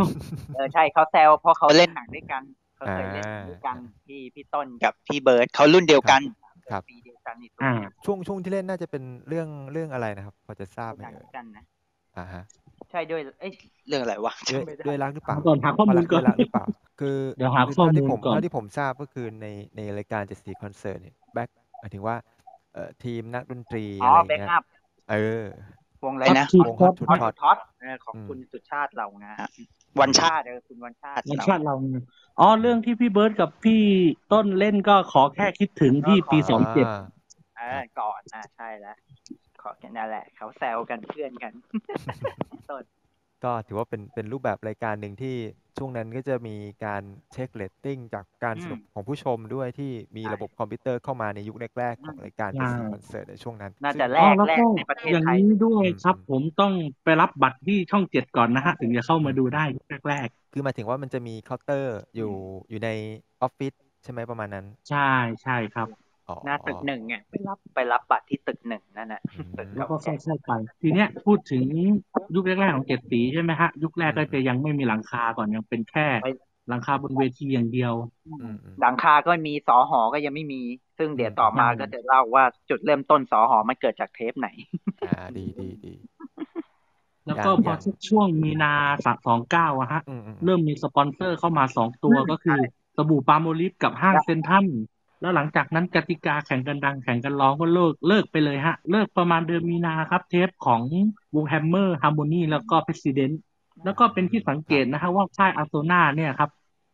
Speaker 5: เออใช่เขาแซวเพราะเขาเล่นหนังด้วยกันเขาเคยเล่นหนังด้วยกันพี่พี่ต้นกับพี่เบิร์ดเขารุ่นเดียวกัน
Speaker 4: ครับ
Speaker 5: ปีเดียวกันนี่
Speaker 1: อ่า
Speaker 4: ช่วงช่วงที่เล่นน่าจะเป็นเรื่องเรื่องอะไรนะครับ พอจะทราบไหม
Speaker 5: หนัง
Speaker 4: เอ่
Speaker 5: ด้วย ยกันนะ
Speaker 4: อ่าฮะ
Speaker 5: ใช่ด้วยเอ้ยเรื่องอะไรวะ
Speaker 4: ด้วย
Speaker 5: จำไม่ได้
Speaker 4: ด้วยรักหรือเปล่า
Speaker 1: หาก่อนหาข้อมูลก่อน
Speaker 4: เพราะรักด้วยรักหรือเปล่า คือ
Speaker 1: เดี๋ยวหา
Speaker 4: คื
Speaker 1: ข้อมูล
Speaker 4: เท่าที่ผม
Speaker 1: ก่อน
Speaker 4: เท่าที่ผมทราบก็คือในในรายการเจ็ดสีคอนเสิร์ตเนี่ยแบ็คหมายถึงว่าเอ่อทีมนักดนตรี
Speaker 5: อ๋อ
Speaker 4: อะไรอย่าง
Speaker 5: แบ็ก
Speaker 4: เงี้ย
Speaker 5: อัพ
Speaker 4: เออ
Speaker 5: ว วงอะไรนะ
Speaker 1: ท็อต
Speaker 4: ว
Speaker 1: ท็
Speaker 4: ง
Speaker 1: อต
Speaker 4: ฮอตทุก
Speaker 5: ท็อต
Speaker 4: ท็อต
Speaker 5: ท็อตเออของ
Speaker 4: อืม
Speaker 5: คุณสุชาติเรานะฮะวันชาติเออคุณวันชาติ
Speaker 1: ในชาติเราเนี่ยอ๋อเรื่องที่พี่เบิร์ดกับพี่ต้นเล่นก็ขอแค่คิดถึงที่ปีสองเจ็ด
Speaker 4: อ่า
Speaker 5: เออก่อนอ่ะใช่แล้วขอแค่นั้นแหละ เขาแซวกันเพื่อนกัน
Speaker 4: ก็ถือว่าเป็นเป็นรูปแบบรายการหนึ่งที่ช่วงนั้นก็จะมีการเช็คเรตติ้งจากการสนุกของผู้ชมด้วยที่มี
Speaker 5: ใช่
Speaker 4: ระบบคอมพิวเตอร์เข้ามาในยุคแรกๆของรายการเป็นสีคอนเสิร์ตในช่วงนั้น
Speaker 5: น่าจะ
Speaker 4: ซึ่ง
Speaker 1: อ๋
Speaker 5: แล
Speaker 1: อก แล้ว
Speaker 5: แลก
Speaker 1: ก็
Speaker 5: ในประเทศ
Speaker 1: อย่าง
Speaker 5: ไทย
Speaker 1: นี้ด้วย
Speaker 4: อืม
Speaker 1: ครับ ผมต้องไปรับบัตรที่ช่องเจ็ดก่อนนะฮะ ถึงจะเข้ามาดูได้แรก
Speaker 4: คือหมายถึงว่ามันจะมีเคาน์เตอร์อยู่อยู่ในออฟฟิศใช่ไหมประมาณนั้น
Speaker 1: ๆใช่ใช่ครับ
Speaker 4: อ๋อ
Speaker 5: หน้าตึกหนึ่งอ่ะไปรับไปรับบัตรที่ตึกหนึ่งนั่นแหละ
Speaker 4: อืม
Speaker 5: ตึก
Speaker 1: แล้
Speaker 5: เก่าว
Speaker 1: ก็ค่
Speaker 5: แก่
Speaker 1: อยๆไป ทีเนี้ยพูดถึงยุคแรกๆของเจ็ดสีใช่ไหมฮะ ยุคแรกก็จะยังไม่มีหลังคาก่อนยังเป็นแค่หลังคาบนเวทีอย่างเดียว
Speaker 4: อืมอืม
Speaker 5: หลังคาก็มีสอหอก็ยังไม่มี ซึ่งเดี๋ยว
Speaker 4: อืม
Speaker 5: ต่อมา
Speaker 1: ใช่
Speaker 5: ก็จะเล่าว่าจุดเริ่มต้นสอหอมันเกิดจากเทปไหน
Speaker 4: อ่าดีดีดี
Speaker 1: แล้วก็
Speaker 4: อย่า
Speaker 1: พอย่า
Speaker 4: งอ
Speaker 1: ง สักช่วงมีนาสักสองเก้าอะฮะ
Speaker 4: อืมอืม
Speaker 1: เริ่มมีสปอนเซอร์เข้ามาสองตัวก็คือสบู่ปาโมลิฟกับห้างเซ็นทรัลแล้วหลังจากนั้นกติกาแข่งกันดังแข่งกันร้องก็เลิกเลิกไปเลยฮะ เลิกประมาณเดือนมีนาครับ เทปของวงแฮมเมอร์ฮาร์โมนีแล้วก็เพรสิเดนต์แล้วก็เป็นที่สังเกตนะฮะว่าค่ายอาโซนาเนี่ยครับ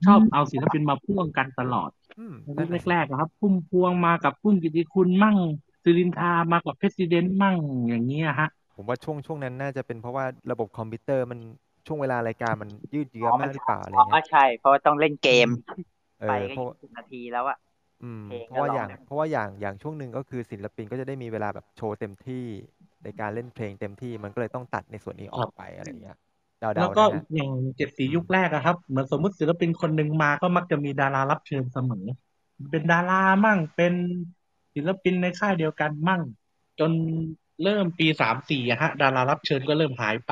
Speaker 1: ชอบเอาศิลปินมาพ่วงกันตลอด
Speaker 4: อืม
Speaker 1: ยุ
Speaker 4: นั่น
Speaker 1: ค
Speaker 4: น่ะสิ
Speaker 1: แรกๆอะครับพุ่มพวงมากับพุ่มกิตติคุณมั่งสิรินทรามากับเพรสิเดนต์มั่งอย่างเงี้ยฮะ
Speaker 4: ผมว่าช่วงช่วงนั้นน่าจะเป็นเพราะว่าระบบคอมพิวเตอร์มันช่วงเวลารายการมันยืดเยื้อมากหรือเปล่าอะไร
Speaker 5: อ๋อ
Speaker 4: เงี้ย
Speaker 5: ใช่ เพราะว่าต้องเล่นเกม
Speaker 4: เอ
Speaker 5: ไป
Speaker 4: อเพ
Speaker 5: ก็
Speaker 4: ราะ
Speaker 5: ยี่สิบนาทีแล้วอ่ะ
Speaker 4: อืม
Speaker 5: เพลง
Speaker 4: เพราะว่า
Speaker 5: ก็ร้อง
Speaker 4: อย่าง
Speaker 5: ได้
Speaker 4: เพราะว่าอย่างอย่างช่วงหนึ่งก็คือศิลปินก็จะได้มีเวลาแบบโชว์เต็มที่ในการเล่นเพลงเต็มที่มันก็เลยต้องตัดในส่วนนี้ออกไปอะไรอย่างเงี้ย
Speaker 1: แล้
Speaker 4: เดาว ๆ
Speaker 1: ก็
Speaker 4: นะ
Speaker 1: อี
Speaker 4: ฮะ
Speaker 1: กอย่างเจ็ดสี
Speaker 4: อืม
Speaker 1: ยุคแรกอะครับ เหมือนสมมติศิลปินคนหนึ่งมาก็มักจะมีดารารับเชิญเสมอ เป็นดารามั่งเป็นศิลปินในค่ายเดียวกันมั่ง จนเริ่มปีสามสี่อะฮะ ดารารับเชิญก็เริ่มหายไป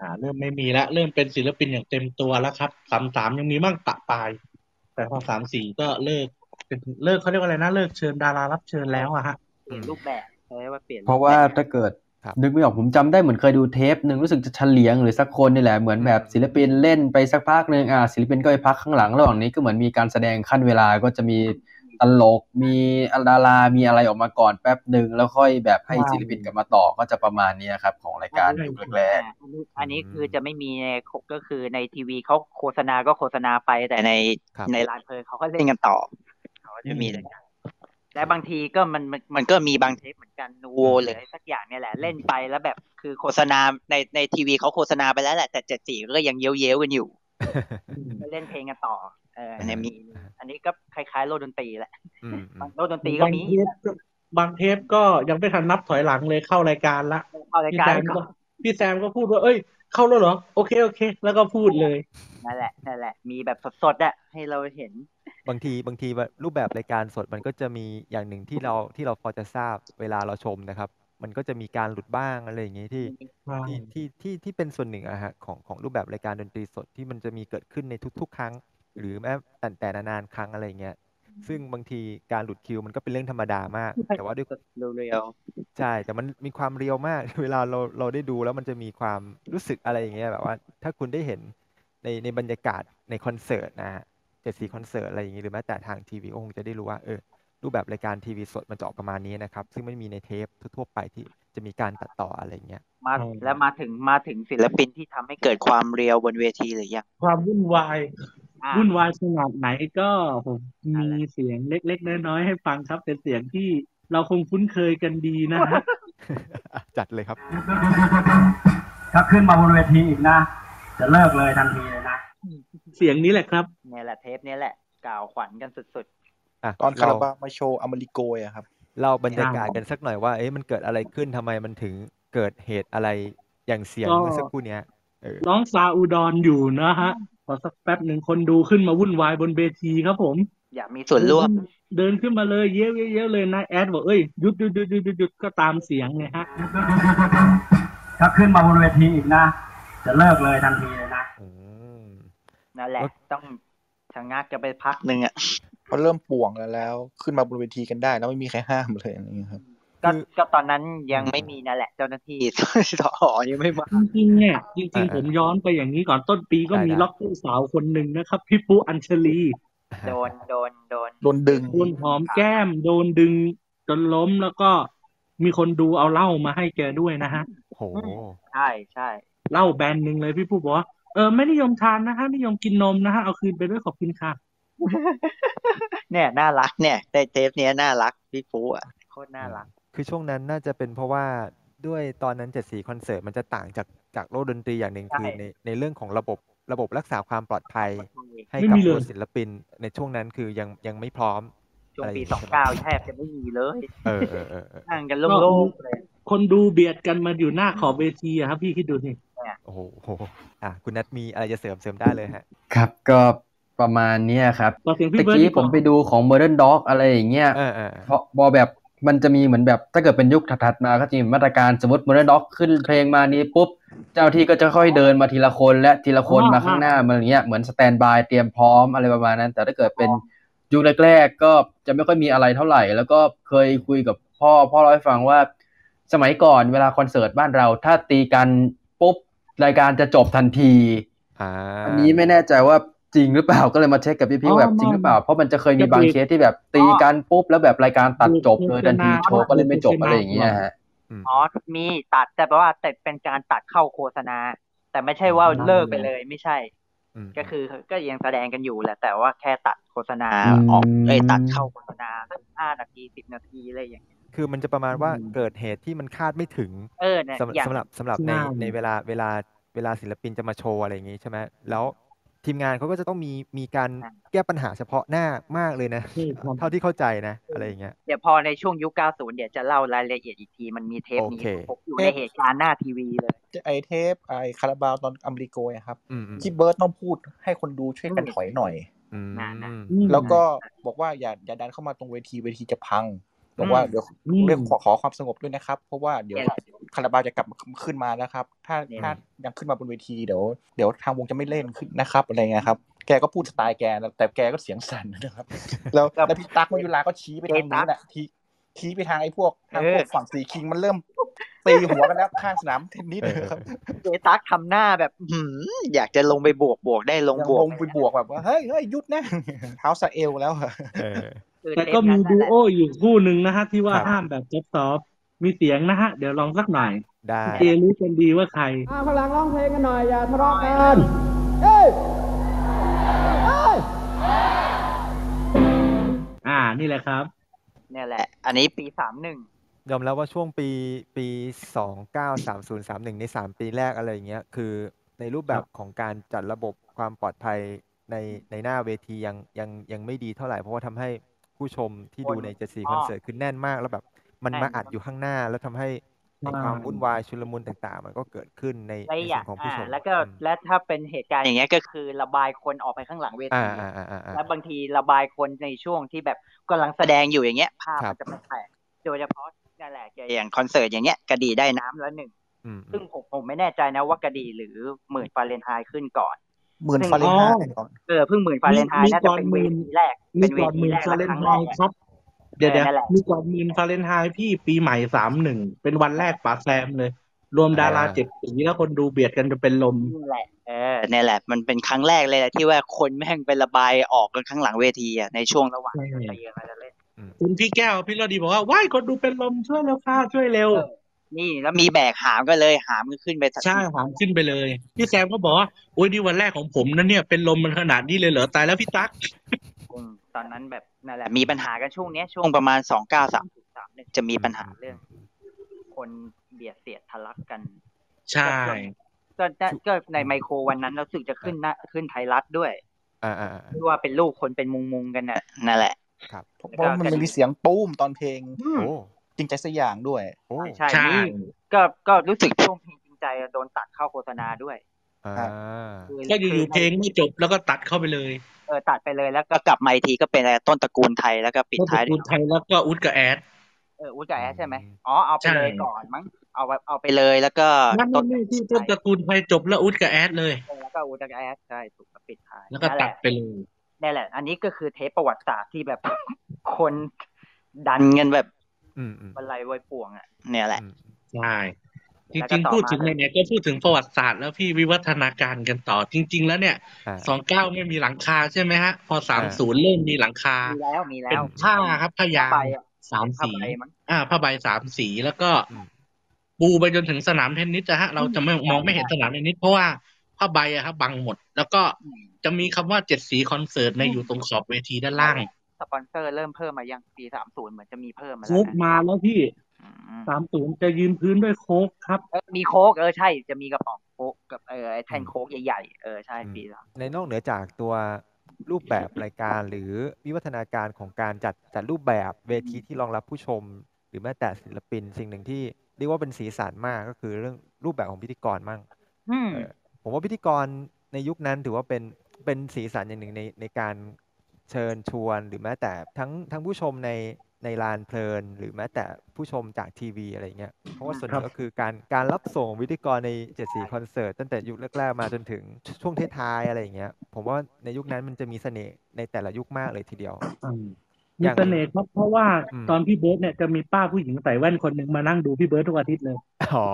Speaker 1: อ่า เริ่มไม่มีละเริ่มเป็นศิลปินอย่างเต็มตัวแล้วครับสามสามยังมีมั่งปะปาย แต่พอสามสี่ก็เลิกเป็นเลิกเขาเรียกว่าอะไรนะเลิกเชิญดารารับเชิญแล้วอะฮะ
Speaker 5: เปลี่ยนรูปแบบใช่ว่าเปลี่ยน
Speaker 7: เพราะว่า
Speaker 5: แบบ
Speaker 7: ถ้าเกิด
Speaker 4: ครับ
Speaker 7: นึกไม่ออกผมจำได้เหมือนเคยดูเทปหนึ่งรู้สึกจะเฉลียงหรือสักคนนี่แหละเหมือนแบบ
Speaker 4: อืม
Speaker 7: ศิลปินเล่นไปสักพักหนึ่งอ่าศิลปินก็ไปพักข้างหลังระหว่างนี้ก็เหมือนมีการแสดงขั้นเวลาก็จะมีตลกมีดารามีอะไรออกมาก่อนแป๊บหนึ่งแล้วค่อยแบบให้ศิลปินกลับมาต่อก็จะประมาณนี้ครับของรายการยุคแรก
Speaker 5: อ่าอันนี้อันนี้คือจะไม่มีในก็คือในทีวีเขาโฆษณาก็โฆษณาไปแต่ใน
Speaker 4: ครับ
Speaker 5: ในร้านเพลินเขาก็เล่นกันต่อเขาก็จะมีรายการและบางทีก็มันมันมันก็มีบางเทปเหมือนกันนูโวหรืออะไรสักอย่างเนี่ยแหละเล่นไปแล้วแบบคือโฆษณ (laughs) าในในทีวีเขาโฆษณาไปแล้วแหละแต่เจ็ดสี่ก็ยังเย้ยวเย้ยวๆกันอยู่ ก็เล่นเพลงกันต่อ เออเนี่ยมี
Speaker 4: อ่าฮะ
Speaker 5: อันนี้ก็คล้ายๆโลดดนตรีแหละ
Speaker 4: อืมอืม
Speaker 5: โลดดนตรีก็มี
Speaker 1: บางเทปก็บางเทปก็ยังไม่ทันนับถอยหลังเลยเข้ารายการละ
Speaker 5: เข้าราย
Speaker 1: พี่
Speaker 5: การ
Speaker 1: แซม
Speaker 5: ก็
Speaker 1: ก็พี่แซมก็พูดว่า เอ้ย เข้าแล้วเหรอ โอเค โอเค แล้วก็พูดเลย
Speaker 5: นั่นแหละนั่นแหละ มีแบบสดๆอะให้เราเห็น
Speaker 4: บางทีบางทีแบบรูปแบบรายการสดมันก็จะมีอย่างหนึ่งที่เราที่เราพอจะทราบเวลาเราชมนะครับ มันก็จะมีการหลุดบ้างอะไรอย่างงี้ที่ที่ที่ที่ที่เป็นส่วนหนึ่งอะฮะของของรูปแบบรายการดนตรีสดที่มันจะมีเกิดขึ้นในทุก ๆ ครั้ง หรือแม้แต่แต่นานๆครั้งอะไรอย่างเงี้ยซึ่งบางทีการหลุดคิวมันก็เป็นเรื่องธรรมดามาก แต่ว่าด้วย
Speaker 5: เร็ว
Speaker 4: ใช่ แต่มันมีความเรียวมาก (laughs) เวลาเราเราได้ดูแล้วมันจะมีความรู้สึกอะไรอย่างเงี้ยแบบว่า ถ้าคุณได้เห็นในในบรรยากาศในคอนเสิร์ตนะฮะเจ็ดสีคอนเสิร์ตอะไรอย่างงี้หรือแม้แต่ทางทีวีก็คงจะได้รู้ว่าเออรูปแบบรายการทีวีสดมันจะออกประมาณนี้นะครับ ซึ่งไม่มีในเทปทั่วๆไปที่จะมีการตัดต่ออะไรอย่างเงี้ย
Speaker 5: ๆมา
Speaker 1: อืม
Speaker 5: แล้วมาถึงมาถึงศิลปินที่ทำให้เกิดความเรียวบนเวทีหรือยัง
Speaker 1: ความวุ่นวาย
Speaker 5: อ่า
Speaker 1: วุ่นวายขนาดไหนก็ผม
Speaker 5: นั่น
Speaker 1: มี
Speaker 5: แหละ
Speaker 1: เสียงเล็ก ๆ น้อยๆให้ฟังครับ เป็นเสียงที่เราคงคุ้นเคยกันดีนะ
Speaker 5: (laughs)
Speaker 1: ฮะ
Speaker 4: (laughs) จัดเลยครับ
Speaker 10: ถ้าขึ้นมาบนเวทีอีกนะ จะเลิกเลยทันทีเลยนะ
Speaker 1: เสียงนี้แหละครับ
Speaker 5: เนี่ยแหละเทปเนี้แหละ กล่าวขวัญกันสุด
Speaker 4: อ่ะ
Speaker 3: ตอนคา
Speaker 4: เรา
Speaker 3: ราบาวมาโชว์อเมริโกยอะครับ
Speaker 4: เล่าบรรยากาศกันสักหน่อยว่าเอ๊ะมันเกิดอะไรขึ้นทำไมมันถึงเกิดเหตุอะไรอย่างเสียงเมื่อสักครู่เนี้ยเออ
Speaker 1: น้องซาอุดอนอยู่นะฮะ พอสักแป๊บหนึ่งคนดูขึ้นมาวุ่นวายบนเวทีครับผม
Speaker 5: ๆ อยากมีส่วนร่วม
Speaker 1: เดินขึ้นมาเลยเย้ยเย้ยเลยนะแอดบอกเอ้ยหยุดหยุดหยุดหยุดหยุดหยุดก็ตามเสียงไงฮะ
Speaker 10: ถ้าขึ้นมาบนเวทีอีกนะ จะเลิกเลยทันทีเลยนะ
Speaker 4: อืม
Speaker 5: นั่นแหละ ต้องชะงักกันไปพักหนึ่งอ่ะ
Speaker 3: เขาเริ่มป่วงกันแล้ว ขึ้นมาบนเวทีกันได้ แล้วไม่มีใครห้ามเลยอะไรอย่างเงี้ยครับ
Speaker 5: ก็
Speaker 4: คือ
Speaker 5: ก็ตอนนั้นยังไม่มีนั่นแหละ เจ้าหน้าที่ (laughs) สอหอยังไม่มา
Speaker 1: จริงๆเนี่ยจริง
Speaker 4: อ่า
Speaker 1: ๆ ผมย้อนไปอย่างนี้ก่อนต้นปีก็
Speaker 4: ได้
Speaker 1: มี
Speaker 4: ได้
Speaker 1: ล็อกเกอร์สาวคนหนึ่งนะครับ พี่ปุ๊อัญชลี
Speaker 5: โดนโดนโดน
Speaker 3: โดนดึง
Speaker 1: โดนหอมแก้ม โดนดึงจนล้มแล้วก็มีคนดูเอาเหล้ามาให้แกด้วยนะฮะ
Speaker 4: โอ้โห
Speaker 5: ใช่ใช่
Speaker 1: เหล้าแบรนด์หนึ่งเลยพี่ผู้บอกว่าเออไม่นิยมทานนะฮะนิยมกินนมนะฮะเอาคืนไปด้วยขอบคุณค่ะ
Speaker 5: เนี่ยน่ารักเนี่ยในเทปเนี้ยน่ารักพี่ปูอ่ะโคตรน่ารัก
Speaker 4: คือช่วงนั้นน่าจะเป็นเพราะว่าด้วยตอนนั้นเจ็ดสีคอนเสิร์ตมันจะต่างจากจากโลกดนตรีอย่างหนึ่ง
Speaker 5: ใช่
Speaker 4: คือในในเรื่องของระบบระบบรักษาความปลอดภัย ให้
Speaker 1: ไม่
Speaker 4: กับ
Speaker 1: มีเลย
Speaker 4: ตัวศิลปินในช่วงนั้นคือยังยังไม่พร้อม
Speaker 5: ช่ว
Speaker 4: ะ
Speaker 5: ง
Speaker 4: ไร
Speaker 5: ปี
Speaker 4: ย่
Speaker 5: สอง
Speaker 4: ใช่ไหม
Speaker 5: เก้าแทบจะไม่มีเลย
Speaker 4: เออเออเออเออ
Speaker 5: นั่งกันโล่งๆเลย
Speaker 1: คนดูเบียดกันมาอยู่หน้าขอบเวทีอะครับพี่คิดดูสิ
Speaker 4: โอ้โหโอ้โหอ่ะคุณนัทมีอะไรจะเสริมเสริมได้เลยฮะ
Speaker 7: ครับก็ประมาณเนี้ยครับ
Speaker 1: ต่อเสียงพี่
Speaker 7: ตะ
Speaker 1: เบิร์ด
Speaker 7: กี้
Speaker 1: ดีก
Speaker 7: ผม
Speaker 1: ว่า
Speaker 7: ไปดูของ Modern Dog อะไรอย่างเงี้ย
Speaker 4: เออเออเออ
Speaker 7: เพราะบอแบบมันจะมีเหมือนแบบถ้าเกิดเป็นยุคถัดๆมาก็จะมีมาตรการสมมติ Modern Dog ขึ้นเพลงมานี้ปุ๊บ เจ้าที่ก็จะค่อยเดินมาทีละคนและทีละคนมาข้างหน้ามาอย่างเงี้ยเหมือนสแตนบายเตรียมพร้อมอะไรประมาณนั้น แต่ถ้าเกิดเป็นยุคแรกๆก็จะไม่ค่อยมีอะไรเท่าไหร่ แล้วก็เคยคุยกับพ่อพ่อเล่าให้ฟังว่า สมัยก่อนเวลาคอนเสิร์ตบ้านเรา ถ้าตีกันปุ๊บรายการจะจบทันที
Speaker 4: อ่า
Speaker 7: อันนี้ไม่แน่ใจว่าจริงหรือเปล่าก็เลยมาเช็คกับพี่ๆว่าแบบจริงหรือเปล่า เพราะมันจะเคยมีบางเคสที่แบบตีกันปุ๊บแล้วแบบรายการตัดจบเลยทันทีโชว์ก็เลยไม่จบอะไรอย่างเงี้ยฮะ
Speaker 4: ม
Speaker 5: อ๋อ มีตัดแต่แปลว่าแต่เป็นการตัดเข้าโฆษณา แต่ไม่ใช่ว่าเลิกไปเลยไม่ใช่
Speaker 4: ม
Speaker 5: ก็คือก็ยังแสดงกันอยู่แหละ แต่ว่าแค่ตัดโฆษณาออก
Speaker 7: อืม
Speaker 5: เอ้ยตัดเข้าโฆษณาสักห้านาทีสิบนาทีอะไรอย่างเงี้ย
Speaker 4: คือมันจะประมาณว่าเกิดเหตุที่มันคาดไม่ถึง
Speaker 5: เออเนี่ย
Speaker 4: สำหรับ
Speaker 5: อย่าง
Speaker 4: สำหรับสำหรับในในเวลาเวลาเวลาศิลปินจะมาโชว์อะไรอย่างงี้ใช่ไหมแล้วทีมงานเขาก็จะต้องมีมีการแก้ปัญหาเฉพาะหน้ามากเลยนะ
Speaker 1: นี่ครับ
Speaker 4: เท่าที่เข้าใจนะ อะไรอย่างเงี้ย
Speaker 5: เดี๋ยวพอในช่วงยุค 90 เดี๋ยวจะเล่ารายละเอียดอีกที มันมีเทปนี้
Speaker 4: โอเค
Speaker 5: ผมอยู่ในเหตุการณ์หน้าทีวีเลย
Speaker 11: ไอเทปไอคาราบาวตอนอัมริโกยอะครับ
Speaker 4: อืมอืม
Speaker 11: ที่เบิร์ตต้องพูดให้คนดูช่วยกันถอยหน่อย
Speaker 4: อืม
Speaker 5: นานนะ
Speaker 11: แล้วก็บอกว่าอย่าอย่าดันเข้ามาตรงเวทีเวทีจะพัง บอกว่าเดี๋ยว
Speaker 1: อืม
Speaker 11: เรียกขอขอความสงบด้วยนะครับ เพราะว่าเดี๋ยวคาราบาวจะกลับมาขึ้นมาแล้วครับ ถ้าถ้ายังขึ้นมาบนเวทีเดี๋ยวเดี๋ยวทางวงจะไม่เล่นขึ้นนะครับอะไรเงี้ยครับ แกก็พูดสไตล์แกแล้วแต่แกก็เสียงสั่นนะครับ แล้วแล้วพี่ตั๊กมายุราก็ชี้ไปทางนู้นแหละทีชี้ไปทางไอ้พวกทางพวก
Speaker 5: เออ
Speaker 11: ฝั่งสีคิงมันเริ่มตีหัวกันแล้วข้างสนามเทนนิส
Speaker 4: เออ
Speaker 11: ครับ
Speaker 5: เจตักทำหน้าแบบหืมอยากจะลงไปบวกบวกได้ลงบวก
Speaker 11: ลงไปบวกแบบว่าเฮ้ยเฮ้ยหยุด (laughs) นะเท้าสะเอลแล้วอะ
Speaker 4: เออ
Speaker 5: คือ
Speaker 1: แต่
Speaker 5: เทป
Speaker 1: ก็มี
Speaker 5: นั้น
Speaker 1: ดู
Speaker 5: นั่นแหละ
Speaker 1: โออยู่คู่หนึ่งนะฮะที่ว่า
Speaker 4: ครับ
Speaker 1: ห้ามแบบจ็บซอฟมีเสียงนะฮะ เดี๋ยวลองสักหน่อย
Speaker 4: ได้
Speaker 1: เจรู้กันดีว่าใคร
Speaker 10: พลังร้องเพลงกันหน่อย อย่าทะเลาะกันเอ้ย
Speaker 1: อ่านี่แหละครับ
Speaker 5: เนี่ยแหละ อันนี้ปีสามหนึ่ง
Speaker 4: ยอมรับว่าช่วงปีปีสองเก้าสามศูนย์สามหนึ่งในสามปีแรกอะไรอย่างเงี้ยคือในรูปแบบของการจัดระบบความปลอดภัยในในหน้าเวทียังยังยังไม่ดีเท่าไหร่ เพราะว่าทำให้ผู้ชมที่ดูในเจดสี
Speaker 5: อ๋อ
Speaker 4: คอนเสิร์ตคือแน่นมากแล้วแบบ มัน
Speaker 5: แน่น
Speaker 4: มาอัดอยู่ข้างหน้า แล้วทำให้ไอ้
Speaker 1: ใช่
Speaker 4: ความวุ่นวายชุลมุนต่างๆ มันก็เกิดขึ้นใน
Speaker 5: และ
Speaker 4: ใน
Speaker 5: อ
Speaker 4: ส่
Speaker 5: ย่าว ง
Speaker 4: นของ
Speaker 5: อ่า
Speaker 4: ผู้ชม
Speaker 5: แล้วก็
Speaker 4: อืม
Speaker 5: และถ้าเป็นเหตุการณ์อย่างเงี้ยก็คือระบายคนออกไปข้างหลังเว
Speaker 4: อ่า
Speaker 5: ที
Speaker 4: อ่าอ่าอ่าอ่า
Speaker 5: แล้วบางทีระบายคนในช่วงที่แบบกำลังแสดงอยู่อย่างเงี้ยภาพ
Speaker 4: ครั
Speaker 5: มั
Speaker 4: บ
Speaker 5: นจะไม่แตกโดยเฉพาะนั่นแหละอย่างคอนเสิร์ตอย่างเงี้ยกระดีได้น้ำแล้วหนึ่ง
Speaker 4: อืมอื
Speaker 5: ซึ่ง
Speaker 4: ม
Speaker 5: ผมผมไม่แน่ใจนะว่ากระดีหรือหมื่นฟาเรนไฮต์ขึ้นก่อน
Speaker 11: หมื่น
Speaker 5: ซึ่ง
Speaker 11: ฟาเรนไฮต์ก่อน
Speaker 5: เออเพิ่งหมื่นฟาเรนไฮต์
Speaker 1: มี
Speaker 5: น่าจะเป็น
Speaker 1: ก่อนหมื่
Speaker 5: เวน ทีแรก
Speaker 1: มี
Speaker 5: เป็นเว
Speaker 1: ก่อนห
Speaker 5: ที
Speaker 1: มื่น
Speaker 5: แรก
Speaker 1: ฟา
Speaker 5: และ
Speaker 1: เรน
Speaker 5: ครั้ง
Speaker 1: ไฮ
Speaker 5: แรก
Speaker 1: น์
Speaker 5: อะ
Speaker 1: ครับ เดี๋ยว
Speaker 5: เอ
Speaker 1: เดี๋ย
Speaker 5: อ
Speaker 1: ว
Speaker 5: นั่นแหละ
Speaker 1: มีก่อนหมื่นฟาเรนไฮน์พี่ปีใหม่สามหนึ่งเป็นวันแรกป่าแซมเลย รวมดาราเจ็บสีแล้วคนดูเบียดกันจะเป็นลม
Speaker 5: นี่แหละเออเนี่ยแหละ มันเป็นครั้งแรกเลยแหละที่ว่าคนแม่งไประบายออกกันข้างหลังเวทีอ่ะในช่วงระหว่าง
Speaker 1: ใช่
Speaker 5: ที่เตรียมอะไรเล่น
Speaker 1: คุณพี่แก้วพี่รอดีบอกว่าว้ายคนดูเป็นลมช่วยแล้วค่ะช่วยเร็ว
Speaker 5: เออ นี่แล้วมีแบกหามก็เลยหามก็ขึ้นไปสัก
Speaker 1: ใช่หามขึ้นไปเลย พี่แซมก็บอกว่าโอ้ยนี่วันแรกของผมนะเนี่ยเป็นลมมันขนาดนี้เลยเหรอตายแล้วพี่ตั๊ก
Speaker 5: อืมตอนนั้นแบบนั่นแหละ มีปัญหากันช่วงเนี้ยช่วงประมาณสองเก้าสามสามเนี่ยจะมีปัญหาเรื่อง คนเบียดเสียดทะลักกัน
Speaker 1: ใช่
Speaker 5: ก็ก็ก็ในไมโครวันนั้นรู้สึกจะขึ้นหนะขึ้นไทยรัฐด้วย
Speaker 4: อ่าอ่าอ่า
Speaker 5: ที่ว่าเป็นลูกคนเป็นมุงมุงๆกันน่ะนั่นแหละ
Speaker 11: เพราะมันมีเสียงตู้มตอนเพลง
Speaker 5: อืม
Speaker 4: โอ้
Speaker 11: จริงใจสักอย่างด้วย
Speaker 4: โอ้
Speaker 5: ใช่
Speaker 1: ใช่
Speaker 5: นี่ก็ก็รู้สึกช่วงเพลงจริงใจโดนตัดเข้าโฆษณาด้วย
Speaker 4: อ่า
Speaker 5: คือ
Speaker 1: ก็อยู่
Speaker 5: คื
Speaker 1: อยู่ๆเพลงไม่จบแล้วก็ตัดเข้าไปเลย
Speaker 5: เออตัดไปเลยแล้วก็กลับมาอีกทีก็เป็นอะไรต้นตระกูลไทยแล้วก็ปิด
Speaker 1: ก็
Speaker 5: ท้ายด้
Speaker 1: พู
Speaker 5: วย
Speaker 1: ดไทยแล้วก็อุดกับแอด
Speaker 5: เอออุจจาแอสใช่ไหมอ๋อเอาไป
Speaker 1: ใช่
Speaker 5: เลยก่อนมั้งเอาไว้เอาไปเลยแล้วก็
Speaker 1: นั่น
Speaker 5: ต้
Speaker 1: นั่นนี่ที่ต้นตระกูลไทยจบแล้วอุดกับแอดเลย
Speaker 5: แล้วก็อุจจาแอสใช่ถูกปิดท้าย
Speaker 1: แล้วก็
Speaker 5: นั่นแห
Speaker 1: ตัด
Speaker 5: ละ
Speaker 1: ไปเลย
Speaker 5: นั่นแหละ อันนี้ก็คือเทปประวัติศาสตร์ที่แบบ (laughs) คนดันเงินแบบ
Speaker 4: อืมอืม
Speaker 5: บรรลัยไวยป่วงอ่ะ เนี่ยแหละ
Speaker 4: อืม
Speaker 1: ใช่ จ
Speaker 5: แล้วก็
Speaker 1: ริงๆ
Speaker 5: ต่อมา
Speaker 1: พูดถึงไหนๆก็พูดถึงประวัติศาสตร์แล้วพี่วิวัฒนาการกันต่อ จริง ๆ แล้วเนี่ย
Speaker 4: อ่า
Speaker 1: สองเก้าไม่มีหลังคาใช่ไหมฮะ พอสาม
Speaker 4: อ่
Speaker 1: ศูนย์เริ่มมีหลังคา
Speaker 5: มีแล้วมีแล้
Speaker 1: เป็น
Speaker 5: ว
Speaker 1: ผ้าครับผ้ายา
Speaker 5: ผ้าง ใบอะ
Speaker 1: สาม
Speaker 5: ผ้า
Speaker 1: สี
Speaker 5: ใบมั้ง
Speaker 1: อ่าผ้าใบสามสีแล้วก็
Speaker 4: อืม
Speaker 1: ปูไปจนถึงสนามเทนนิสนะฮะเราจะไม่มองไม่เห็นสนามเทนนิสเพราะว่าผ้าใบอะครับบังหมด แล้วก็จะมีคำว่าเจ็ดสีคอนเสิร์ตในยอยู่ตรงขอบเวทีด้านล่าง
Speaker 5: สปอนเซอร์เริ่มเพิ่มมายังปีสามศูนย์เหมือนจะมีเพิ่มมาแล้
Speaker 1: โค้
Speaker 5: ว
Speaker 1: ก
Speaker 5: นะ
Speaker 1: มาแล้วพี่สามศูนย์จะยืนพื้นด้วยโค้กครับ
Speaker 5: เออมีโค้กเออใช่จะมีกระป๋องโค้กกับเออไอ้แท่งโค้กใหญ่ๆเออใช่ปีสาม
Speaker 4: ในนอกเหนือจากตัวรูปแบบรายการหรือวิวัฒนาการของการจัดจัดรูปแบบเวทีที่รองรับผู้ชม หรือแม้แต่ศิลปินสิ่งหนึ่งที่เรียกว่าเป็นสีสันมากก็คือเรื่องรูปแบบของพิธีกรมั่ง
Speaker 5: อืม
Speaker 4: เออผมว่าพิธีกรในยุคนั้นถือว่าเป็นเป็นสีสันอย่างหนึ่งในในการเชิญชวนหรือแม้แต่ทั้งทั้งผู้ชมในในลานเพลิน หรือแม้แต่ผู้ชมจากทีวีอะไรเงี้ยเพราะว่าส่วนหนึ่งก็คือการการรับส่งพิธีกรในเจ็ดสีคอนเสิร์ตตั้งแต่ยุคแรกๆมาจนถึงช่วงท้ายๆอะไรอย่างเงี้ยผมว่าในยุคนั้นมันจะมีเสน่ห์ในแต่ละยุคมากเลยทีเดียว
Speaker 1: มีเสน่ห์ครับเพราะว่า
Speaker 4: อืม
Speaker 1: ตอนพี่เบิร์ดเนี่ยจะมีป้าผู้หญิงใส่แว่นคนหนึ่งมานั่งดูพี่เบิร์ดทุกอาทิตย์เลย
Speaker 4: อ๋อ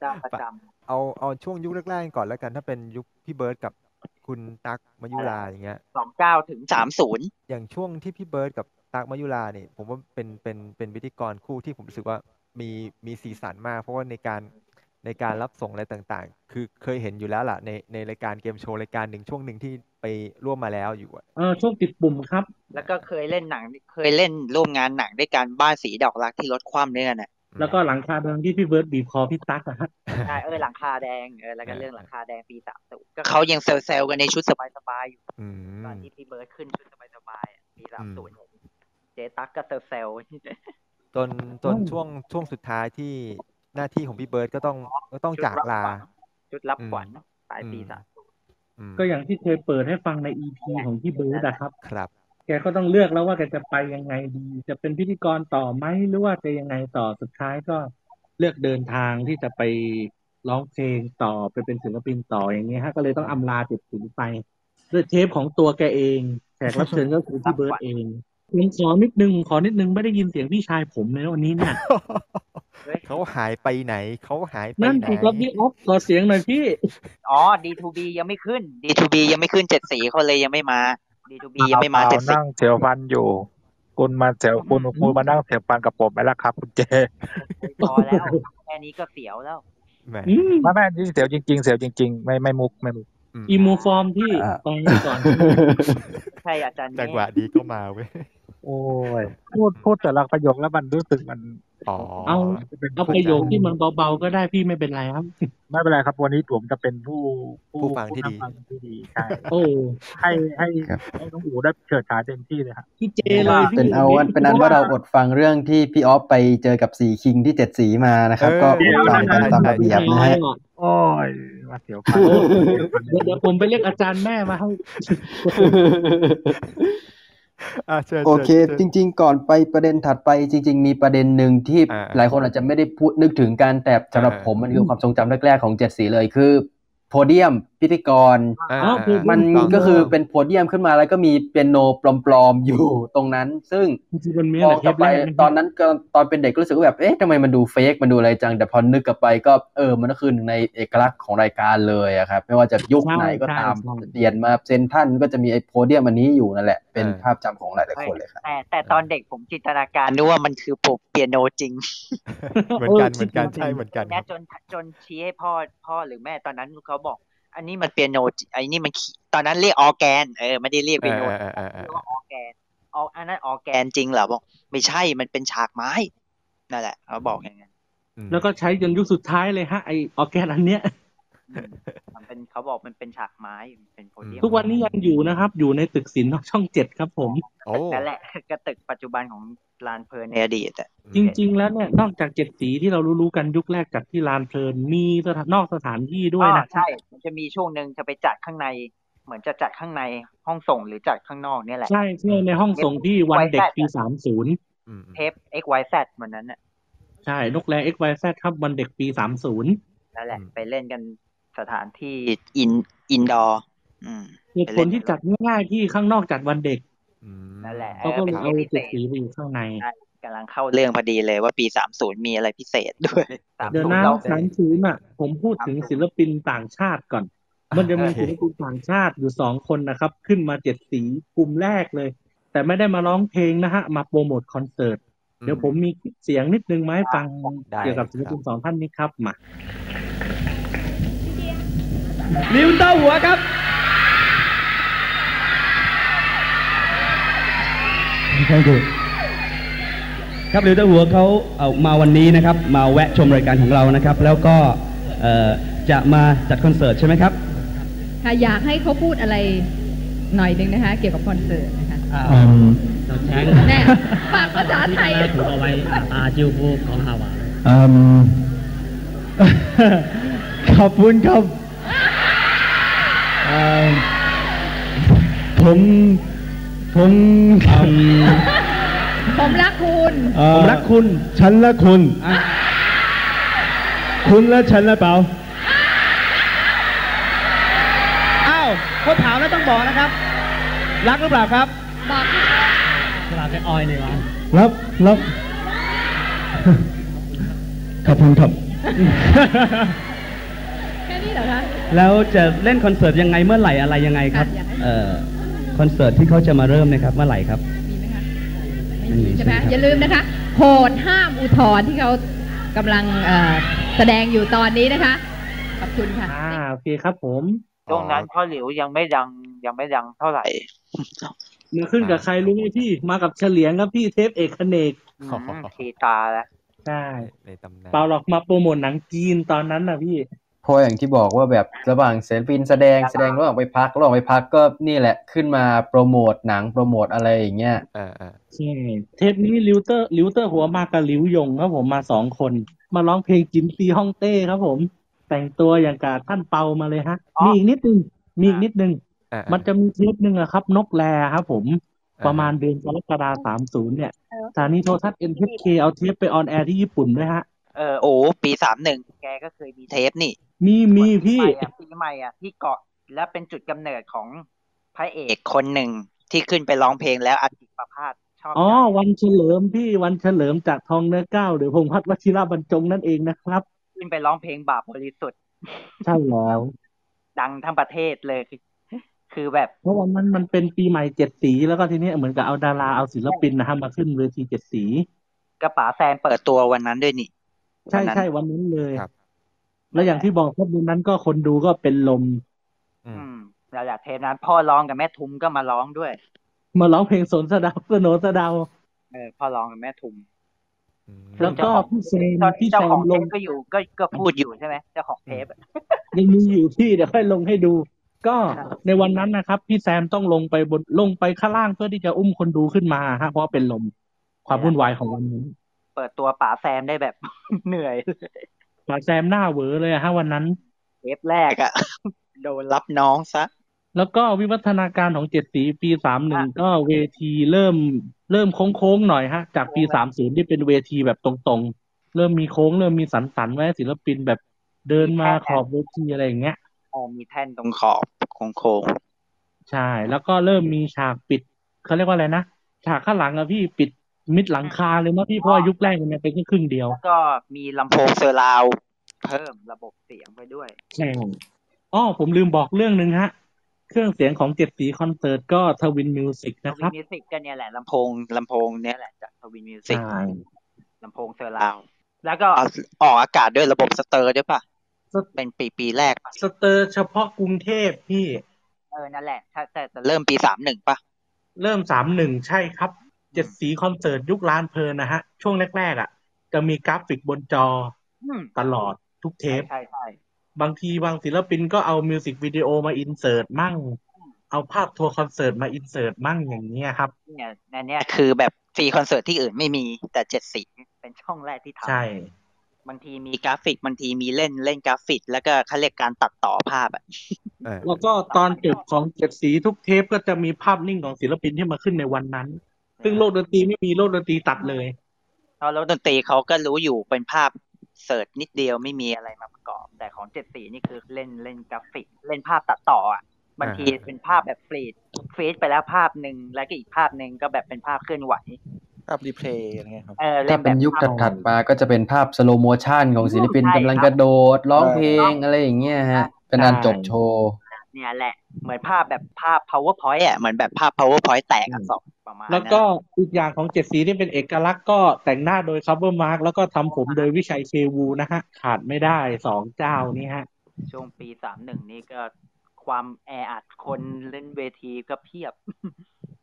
Speaker 5: เจ้าประจ
Speaker 4: เอาเอาช่วงยุคแรกๆก่อนแล้วกันถ้าเป็นยุคพี่เบิร์ดกับคุณตั๊กมายุราอย่างเงี้ย
Speaker 5: ำสองเก้าถึงสามศูนย์
Speaker 4: อย่างช่วงที่พี่เบิร์ดกับตั๊กมายุราเนี่ยผมว่าเป็นเป็นเป็นพิธีกรคู่ที่ผมรู้สึกว่ามีมีสีสันมาก เพราะว่าในการในการรับส่งอะไรต่างๆ คือเคยเห็นอยู่แล้วล่ะในในรายการเกมโชว์รายการหนึ่งช่วงหนึ่งที่ไปร่วมมาแล้วอยู่อะ
Speaker 1: เออช่วงติดปุ่มครับ
Speaker 5: แล้วก็เคยเล่นหนังเคยเล่นร่วมงานหนังด้วยการบ้านสีดอกรักที่รถคว่ำด้วยนั่นแหละ
Speaker 1: แล้วก็หลังคาเดิมที่พี่เบิร์ดบีบคอพี่ตั๊กอะฮะ
Speaker 5: ใช่เออหลังคาแดงเออแล้วก็เรื่องหลังคาแดงปีสามศูนย์ก็เขายังเซลล์กันในชุดสบายๆอยู่
Speaker 4: อืม
Speaker 5: ตอนที่พี่เบิร์ดขึ้นชุดสบายๆอะปีสามศูนย์เจตักก็เซลล์ๆ
Speaker 4: จนจนช่วงช่วงสุดท้ายที่หน้าที่ของพี่เบิร์ดก็ต้องก็ต้องจากลา
Speaker 5: ชุดรับขวัญ
Speaker 4: อืม
Speaker 5: ปลายปีสามศูนย์
Speaker 4: อืม
Speaker 1: ก็อย่างที่เคยเปิดให้ฟังในอีพีของพี่เบิร์ดนะครับ
Speaker 4: ครับ (laughs)
Speaker 1: แกก็ต้องเลือกแล้วว่าแกจะไปยังไงดี จะเป็นพิธีกรต่อไหมหรือว่าจะยังไงต่อสุดท้ายก็เลือกเดินทางที่จะไปร้องเพลงต่อไปเป็นศิลปินต่ออย่างเงี้ยฮะก็เลยต้องอำลาจุดสินไปด้วยเทปของตัวแกเองแขกรับเชิญก็คือพี่เบิร์ดเองผมขอนิดนึงขอนิดนึงไม่ได้ยินเสียงพี่ชายผมเลยนะวันนี้เนี่ย
Speaker 4: เขาหายไปไหนเขาหายไป
Speaker 1: (laughs) นั่น
Speaker 4: ไหน
Speaker 1: สิครับพี่อ๊อฟขอเสียงหน่อยพี่
Speaker 5: อ๋อ D2B ยังไม่ขึ้น D2B ยังไม่ขึ้นเจ็ดสีเขาเลยยังไม่มา D2B ยังไม่มา
Speaker 6: เป
Speaker 5: เจ็
Speaker 6: ล่
Speaker 5: ดสี
Speaker 6: นั่งเสียวฟันอยู่ คุณมาเสียวคุณคุณมานั่งเสียวฟันกับผมไปแล้วครับคุณเจ
Speaker 5: พอแล้วแค่นี้ก็เสียวแล้ว
Speaker 4: แหม
Speaker 1: อืม
Speaker 6: ไม่ไม่นี่เสียวจริง ๆ เสียวจริง ๆ ไม่ไม่มุกไม่มุก
Speaker 1: อีโมฟอร์มพี่ไปก่อน
Speaker 5: ไม่ใช่อาจารย์
Speaker 4: จังหวะ
Speaker 5: แง่
Speaker 4: ดีก็มาเว้ย
Speaker 6: โอ้ยพูดพูดแต่ละประโยคแล้วมันรู้สึกมัน
Speaker 4: อ๋อ
Speaker 1: (laughs) เอา เอาประโยคที่มันเบาๆก็ได้พี่ไม่เป็นไรครับ
Speaker 6: ไม่เป็นไรครับ วันนี้ผมจะเป็นผู้
Speaker 4: ผู้ฟังที่ดี
Speaker 6: ผู้นำฟังที่ดีใช่
Speaker 1: โอ้
Speaker 6: ให้ให้
Speaker 7: ครับ
Speaker 6: ให้น้องอูได้เฉิดฉายเต็มที่เลยครับ
Speaker 1: พี่เจเลยพี่
Speaker 7: เป็นเอาว่าเป็นอันว่าเราอดฟังเรื่องที่พี่ออฟไปเจอกับสีคิงที่เจ็ดสีมานะครับ
Speaker 4: เออ
Speaker 7: ก็อดฟังกันตามระ
Speaker 1: พี่
Speaker 7: เบียบนะฮะ
Speaker 6: โอ้ยมาเสียวฟัน
Speaker 1: เดี๋ยวเดี๋ยวผมไปเรียกอาจารย์แม่มาให้
Speaker 4: อ่ะเชิญ
Speaker 7: โอเค
Speaker 4: ชิญ
Speaker 7: จริง ๆ ก่อนไปประเด็นถัดไปจริง ๆ มีประเด็นหนึ่งที่
Speaker 4: อ่า
Speaker 7: หลายคนอาจจะไม่ได้พูดนึกถึงการแต่สำหรับ
Speaker 4: อ่า
Speaker 7: ผมมันคือความทรงจำแรกๆของเจ็ดสีเลยคือ โพเดียมพิธีกร
Speaker 4: อ่า
Speaker 1: อ๋อคือ
Speaker 7: มัน
Speaker 4: ถูต้อง
Speaker 7: ก็คือเป็นโพเดียมขึ้นมาแล้วก็มีเปียโนปลอมๆอยู่ตรงนั้น ซึ่ง
Speaker 1: จริงๆมันมี
Speaker 7: ม
Speaker 1: แห
Speaker 7: อง
Speaker 1: ละเท
Speaker 7: กลับ
Speaker 1: ป
Speaker 7: ไป
Speaker 1: แรกะครับ
Speaker 7: ตอนนั้นก็ตอนเป็นเด็กก็รู้สึกว่าแบบเอ๊ะทำไมมันดูเฟกมันดูอะไรจัง แต่พอนึกกลับไปก็เออมันก็คือหนึ่งในเอกลักษณ์ของรายการเลยอะครับ ไม่ว่าจะยุคไหนก็ตามเปลี่ยนมาเซนทรันก็จะมีไอ้โพเดียมอันนี้อยู่นั่นแหละ เป็นภาพจำของหลายๆคนเลยครับ
Speaker 5: แต่แต่ตอนเด็กผมจินตนาการนึกว่ามันคือปลูกเปียโนจริง
Speaker 4: เหมือนกันเหมือนกันใช่เหมือนกันค
Speaker 5: แม่
Speaker 4: รับ
Speaker 5: จนจนชี้ให้พ่อพ่อหรือแม่ตอนนั้นเขาบอก อันนี้มันเปียโนจิไอ้นี่มันขี้ตอนนั้นเรียกออร์แกนเออไม่ได้เรียกเปียโน
Speaker 4: อ่าอ่าอ่าอ่า
Speaker 5: เรียกว่าออร์แกนออกอันนั้นออร์แกนจริงเหรอบอกไม่ใช่มันเป็นฉากไม้นั่นแหละเขาบอกอย่างนั้น
Speaker 4: อืม
Speaker 1: แล้วก็ใช้จนยุคสุดท้ายเลยฮะไอออร์แกนอันเนี้ย
Speaker 5: อืมมันเป็นเขาบอกมันเป็นฉากไม้มันเป็นโพเดียม
Speaker 1: ทุกวันนี้ยังอยู่นะครับ อยู่ในตึกศิลป์นอกช่องเจ็ดครับผม
Speaker 4: โอ้
Speaker 5: นั่นแหละก็ตึกปัจจุบันของลานเพลินในอดีตอะ
Speaker 1: จริง ๆ แล้วเนี่ยนอกจากเจ็ดสีที่เรารู้ๆกันยุคแรกจากที่ลานเพลินมีสถานนอกสถานที่ด้วยนะ
Speaker 5: อ๋อใช่ มันจะมีช่วงหนึ่งจะไปจัดข้างใน เหมือนจะจัดข้างในห้องส่งหรือจัดข้างนอกเนี่ยแหละ
Speaker 1: ใช่ใช่ในห้องส่งที่วันเด็กปีสามศูนย์
Speaker 4: อืม
Speaker 5: เทป X Y Z วันนั้นน่ะ
Speaker 1: ใช่ นกแร้ XYZ ครับวันเด็กปีสามศูนย์
Speaker 5: นั่นแหละ ไปเล่นกันสถานที่อินอินดอร์อืม
Speaker 1: เหตุผลที่จัดง่ายๆที่ข้างนอกจัดวันเด็ก
Speaker 4: อืม
Speaker 5: นั่นแหละ
Speaker 1: เขาก็เลยเอา
Speaker 5: เออเป็น
Speaker 1: เจ็ด
Speaker 5: เทปพิเศษ
Speaker 1: สีไปอยู่ข้างใน
Speaker 5: กำลังเข้าเรื่องพอดีเลยว่าปีสามศูนย์มีอะไรพิเศษด้วยสาม
Speaker 1: เดี๋ยว
Speaker 5: ศูน
Speaker 1: นะ
Speaker 5: ย์เรา
Speaker 1: สามศูนย์อ่ะ ผมพูดถึงศิลปินต่างชาติก่อน มันจะมี
Speaker 4: โอเค
Speaker 1: ศิลปินต่างชาติอยู่สองคนนะครับ ขึ้นมาเจ็ดสีกลุ่มแรกเลย แต่ไม่ได้มาร้องเพลงนะฮะ มาโปรโมทคอนเสิร์ต เดี๋ยวผมมีคลิปเสียงนิดนึงมาให้ฟัง
Speaker 4: ได้
Speaker 1: เกี่ยวกับศิลปินสองท่านนี้ครับมา
Speaker 12: นิวเต้าหัวครับ
Speaker 13: Thank you
Speaker 12: ครับริวเตอร์หัวเขาเอามาวันนี้นะครับ มาแวะชมรายการของเรานะครับ แล้วก็เอ่อจะมาจัดคอนเสิร์ตใช่ไหมครับ
Speaker 14: ค่ะอยากให้เขาพูดอะไรหน่อยหนึงนะคะ เกี่ยวกับคอนเสิร์ตนะคะ
Speaker 12: เราแช้ง
Speaker 14: แน่ฝากภาษาไทย
Speaker 12: อาจิวบูของฮาวา
Speaker 13: อื
Speaker 12: (laughs)
Speaker 13: ม ขอบคุณครับอืมผมผม
Speaker 14: ผมรักคุณ
Speaker 13: เอ่อฉันและคุณ คุณและฉันและเปล่า
Speaker 12: อ้าวเขาถามแล้วต้องบอกนะครับ รักหรือเปล่าครับ
Speaker 14: บอก
Speaker 12: สลับไปออยเลยวะ
Speaker 13: รับรับ (laughs) ขอบคุณครับ
Speaker 14: แค่นี้เหรอคะ
Speaker 12: แล้วจะเล่นคอนเสิร์ตยังไงเมื่อไหร่อะไรยังไงครับ
Speaker 14: ค่ะอยากให้
Speaker 12: เอ่อคอนเสิร์ตที่เขาจะมาเริ่มเนะครับ เมื่อไหร่ครับไม่มี
Speaker 14: ใช่ไหม
Speaker 12: ครับ
Speaker 14: อย่าลืมนะคะ โหดห้ามอุทธรณ์ที่เขากำลังเอ่อแสดงอยู่ตอนนี้นะคะ ขอบคุณค่ะ
Speaker 1: อ่าโอเคครับผม
Speaker 5: ตรงนั้นพ่อหลิวยังไม่ดังยังไม่ดังเท่าไหร่
Speaker 1: มึงขึ้นกับใครรู้ไหมพี่ มากับเฉลียงครับพี่เทปเอกเนก (laughs)
Speaker 5: ทีตาแล้ว
Speaker 1: ใช่
Speaker 4: ในตำนาน
Speaker 1: เปล่าหรอกมาโปรโมทหนังจีนตอนนั้นนะพี่
Speaker 7: เพราะอย่างที่บอกว่าแบบระหว่างศิลปินแสดงแสดงระหว่างไปพักระหว่างไปพักก็นี่แหละขึ้นมาโปรโมทหนังโปรโมทอะไรอย่างเงี้ย
Speaker 1: ใช่เทปนี้ลิวเตอร์ลิวเตอร์หัวมากับลิวยงครับผมมาสองคน มาร้องเพลงกินตีฮ่องเต้ครับผม แต่งตัวอย่างกับท่านเปามาเลยฮะ มีอีกนิดนึงมีอีกนิดนึง
Speaker 4: อ่าอ่ามั
Speaker 1: มันจะมีเทปหนึ่งอะครับ นกแลครับผม ประมาณเดือนกรกฎาสามศูนย์เนี่ยสถานีโทรทัศน์ NHK เอาเทปไปออนแอร์ที่ญี่ปุ่นด้วยฮะ
Speaker 5: เออโอ้ปีสามหนึ่งแกก็เคยมีเทปนี่
Speaker 1: มีมีพี่
Speaker 5: ปีใหม่อ่ะปีใหม่อ่ะที่เกาะและเป็นจุดกำเนิดของพระเอกคนหนึ่งที่ขึ้นไปร้องเพลงแล้วอธิประพาสชอบ
Speaker 1: อ๋อ วันเฉลิมพี่วันเฉลิมจากทองเนื้อเก้า หรือพงษ์พัฒน์วชิระบรรจงนั่นเองนะครับ
Speaker 5: ขึ้นไปร้องเพลงบาปบริสุทธิ์
Speaker 1: ใช่แล้ว
Speaker 5: ดังทั้งประเทศเลยคือคือแบบ
Speaker 1: เพราะวันนั้นมันเป็นปีใหม่เจ็ดสีแล้วก็ทีเนี้ยเหมือนกับเอาดาราเอาศิลปินนะฮะมาขึ้นเวทีเจ็ดสี
Speaker 5: กระป๋าแฟนเปิดตัววันนั้นด้วยนี่
Speaker 1: ใช่
Speaker 5: วันนั้น
Speaker 1: ใช่วันนั้นเลยแล้วอย่างที่บอกครับวันนั้นก็คนดูก็เป็นลม
Speaker 5: อืมแล้วจากเทปนั้นพ่อร้องกับแม่ทุมก็มาร้องด้วย
Speaker 1: มาร้องเพลงสนสะเดาวสนนสะเดาว
Speaker 5: เออพ่อร้องกับแม่ทุม
Speaker 1: แล้วก็พี่เซน
Speaker 5: ตอน
Speaker 1: พี่
Speaker 5: ที่
Speaker 1: แซ
Speaker 5: เจ้าขอ
Speaker 1: ม
Speaker 5: ง
Speaker 1: ลง
Speaker 5: เทปก็อยู่ก็ก็พูดอยู่ใช่ไหมเจ้าของเทปอะ
Speaker 1: ยังมีอยู่พี่เดี๋ยวค่อยลงให้ดู ก็ในวันนั้นนะครับ พี่แซมต้องลงไปบนลงไปข้างล่างเพื่อที่จะอุ้มคนดูขึ้นมาฮะเพราะเป็นลมความวุ่นวายของวันนั้น
Speaker 5: เปิดตัวป๋าแซมได้แบบ (laughs) เหนื่อยเลย
Speaker 1: มาแซมหน้าเหวอเลยอะฮะวันนั้น
Speaker 5: เทปแรกอะ โดนรับน้องซะ
Speaker 1: แล้วก็วิวัฒนาการของเจ็ดสีปีสามหนึ่งก็เวทีเริ่มเริ่มโค้งๆหน่อยฮะ จากปีสามศูนย์ที่เป็นเวทีแบบตรงๆ เริ่มมีโค้ง เริ่มมีสันสันๆไว้ให้ศิลปินแบบเดินมาขอบเวทีอะไรอย่างเงี้ย
Speaker 5: อ๋อมีแท่นตรงขอบโค้ง
Speaker 1: ใช่ แล้วก็เริ่มมีฉากปิดเขาเรียกว่าอะไรนะฉากข้างหลังอะพี่ปิดมิดหลังคาเลยนะพี่เพราะว่ายุคแรกมันยังเป็นแค่ครึ่งเดียว
Speaker 5: ๆก็มีลำโพงเซอร์ราวด์เพิ่มระบบเสียงไปด้วย
Speaker 1: ใช่อ๋อผมลืมบอกเรื่องหนึ่งฮะ เครื่องเสียงของเจ็ดสีคอนเสิร์ตก็ทวินมิวสิกนะครับ
Speaker 5: มิวสิกก็เนี่ยแหละลำโพงลำโพงเนี่ยแหละจากทวินมิวสิก
Speaker 1: ใช่
Speaker 5: ลำโพงเซอร์ราวด์แล้วก็ออกอากาศด้วยระบบสเตอร์ด้วยป่ะ เป็นปีปีแรกป่ะ
Speaker 1: สเตอร์เฉพาะกรุงเทพพี่
Speaker 5: เออนั่นแหละถ้าแต่แต่เริ่มปีสามหนึ่งป่ะ
Speaker 1: เริ่มสามหนึ่งใช่ครับ เจ็ดสีคอนเสิร์ตยุคล้านเพลินนะฮะ ช่วงแรกๆอ่ะ จะมีกราฟิกบนจอ
Speaker 5: อืม
Speaker 1: ตลอดทุกเทป
Speaker 5: ใช่ใช่
Speaker 1: บางทีบางศิลปินก็เอามิวสิกวิดีโอมาอินเสิร์ตมั่ง เอาภาพทัวร์คอนเสิร์ตมาอินเสิร์ตมั่งอย่างเงี้ยครับ
Speaker 5: เนี่ยอันเนี้ยคือแบบฟรีคอนเสิร์ตที่อื่นไม่มีแต่เจ็ดสีเป็นช่องแรกที่ทำ
Speaker 1: ใช่
Speaker 5: บางทีมีกราฟิกบางทีมีเล่นเล่นกราฟิก แล้วก็เขาเรียกการตัดต่อภาพอ่ะ
Speaker 1: แล้วก็ตอนจบของเจ็ดสีทุกเทปก็จะมีภาพนิ่งของศิลปินที่มาขึ้นในวันนั้น ซึ่งโลกดนตรีไม่มีโลกดนตรีตัดเลย
Speaker 5: เพราะแล้วดนตรีเขาก็รู้อยู่เป็นภาพเสิร์ชนิดเดียวไม่มีอะไรมาประกอบ แต่ของเจ็ดสีนี่คือเล่นเล่นกราฟิก เล่นภาพตัดต่ออ่ะบางทีเป็นภาพแบบฟรีดฟรีดไปแล้วภาพหนึ่งแล้วก็อีกภาพหนึ่งก็แบบเป็นภาพเคลื่อนไหว
Speaker 11: ภาพรีเพลย์อะไรเงี้ยครับ
Speaker 5: เออเล่
Speaker 7: ถ้าน
Speaker 5: แบ
Speaker 7: เป็น
Speaker 5: บ
Speaker 7: ยุคถัดๆมาก็จะเป็นภาพสโลโมชันของศิลปินกำลังกระโดดร้องเพลงอะไรอย่างเงี้ยฮะ เป็นอันจบโชว์
Speaker 5: เนี่ยแหละเหมือนภาพแบบภาพ powerpoint อ่ะเหมือนแบบภาพ powerpoint แตกอักษร ประมาณ
Speaker 1: แล้วก็อีกอย่างของเจ็ดสีที่เป็นเอกลักษณ์ก็แต่งหน้าโดย cover mark แล้วก็ทำผมโดยวิชัยเควูนะฮะ ขาดไม่ได้สองเจ้านี้ฮะ
Speaker 5: ช่วงปีสามหนึ่งนี่ก็ความแออัดคนเล่นเวทีก็เพียบ (laughs)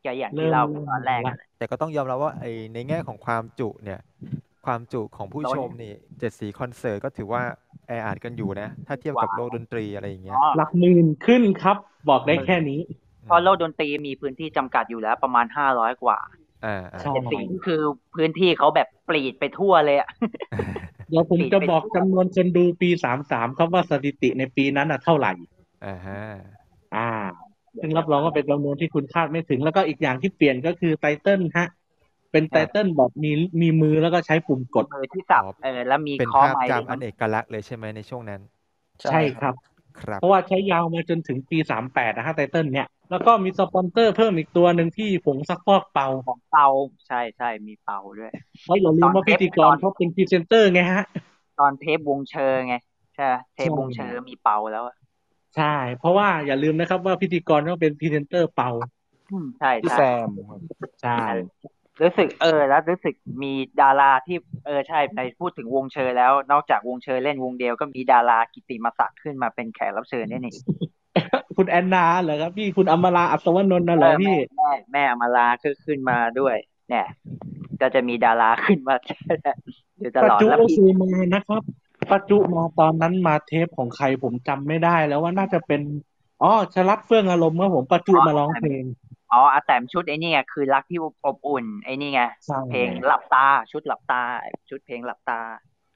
Speaker 5: ก็อย่างที่เราไปตอนแรก
Speaker 4: แต่ก็ต้องยอมรับว่าไอในแง่ของความจุเนี่ย ความจุของผู้ชมนี่เจ็ดสีคอนเสิร์ตก็ถือว่าแออัดกันอยู่นะ ถ้าเทียบกับโลกดนตรีอะไรอย่างเงี้ย
Speaker 1: หลักหมื่นขึ้นครับ บอกได้แค่นี้
Speaker 5: เพราะโลกดนตรีมีพื้นที่จำกัดอยู่แล้วประมาณห้าร้อยกว่า
Speaker 4: อ่า
Speaker 1: ใช่
Speaker 5: แต่สิ่งที่คือพื้นที่เขาแบบปลีดไปทั่วเลยอะ
Speaker 1: เดี๋ยวผมจะบอกจำนวนคนดูปีสามสามครับว่าสถิติในปีนั้นน่ะเท่าไหร่
Speaker 4: อ่าฮะ
Speaker 1: อ่า ซึ่งรับรองว่าเป็นจำนวนที่คุณคาดไม่ถึง แล้วก็อีกอย่างที่เปลี่ยนก็คือไตเติลฮะ เป็นไตเติลแบบมีมีมือแล้วก็ใช้ปุ่มกด
Speaker 5: มือที่สับเออแล้วมี
Speaker 4: เป็น
Speaker 5: คอ
Speaker 4: ภาพ
Speaker 5: ไม้
Speaker 4: จำอันเอกลักษณ์เลยใช่ไหมในช่วงนั้น
Speaker 1: ใช่ครับ
Speaker 4: ครับ
Speaker 1: เพราะว่าใช้ยาวมาจนถึงปีสามแปดนะฮะไตเติลเนี่ย แล้วก็มีสปอนเซอร์เพิ่มอีกตัวหนึ่งที่ผงซักฟอกเป่า
Speaker 5: ของเป่าใช่ใช่มีเป่าด้วย
Speaker 1: เพราะอย่าลืมว่าพิธีกรเขาเป็นพรีเซนเตอร์ไงฮะ
Speaker 5: ตอนเทปวงเชอร์ไง ใช่ไหมเทปวงเชอร์มีเป่าแล้วอะ
Speaker 1: ใช่ เพราะว่าอย่าลืมนะครับว่าพิธีกรต้องเป็นพรีเซนเตอร์เป่า
Speaker 5: อืมใช่
Speaker 1: พี่
Speaker 5: ใช่
Speaker 1: แซม ใช่
Speaker 5: รู้สึกเออ แล้วรู้สึกมีดาราที่เออใช่ในพูดถึงวงเชอร์แล้ว นอกจากวงเชอร์เล่นวงเดียวก็มีดารากิติมศักดิ์ขึ้นมาเป็นแขกรับเชิญเนี่ยนี่
Speaker 1: คุณแอนนาเหรอครับพี่คุณอมราอัศวนนท์น่ะเหรอพี่
Speaker 5: แม่แม่อมาลาก็ขึ้นมาด้วย เนี่ย ก็จะมีดาราขึ้นมา (laughs) อยู่ต
Speaker 1: ปัจ
Speaker 5: ลอด
Speaker 1: จุ
Speaker 5: แล้ว
Speaker 1: ก็
Speaker 5: พี่
Speaker 1: คือมานะครับปัจจุมาตอนนั้นมาเทปของใครผมจำไม่ได้แล้วว่าน่าจะเป็นอ๋อชลัดเฟื่องอารมณ์ครับผมปัจจุมาร้องเพลง
Speaker 5: อ๋ออาแต้มชุดไอ้นี่ไงคือรักที่อบอุ่นไอ้นี่ไง
Speaker 1: ใช่
Speaker 5: เพลงหลับตาชุดหลับตา ชุดเพลงหลับตา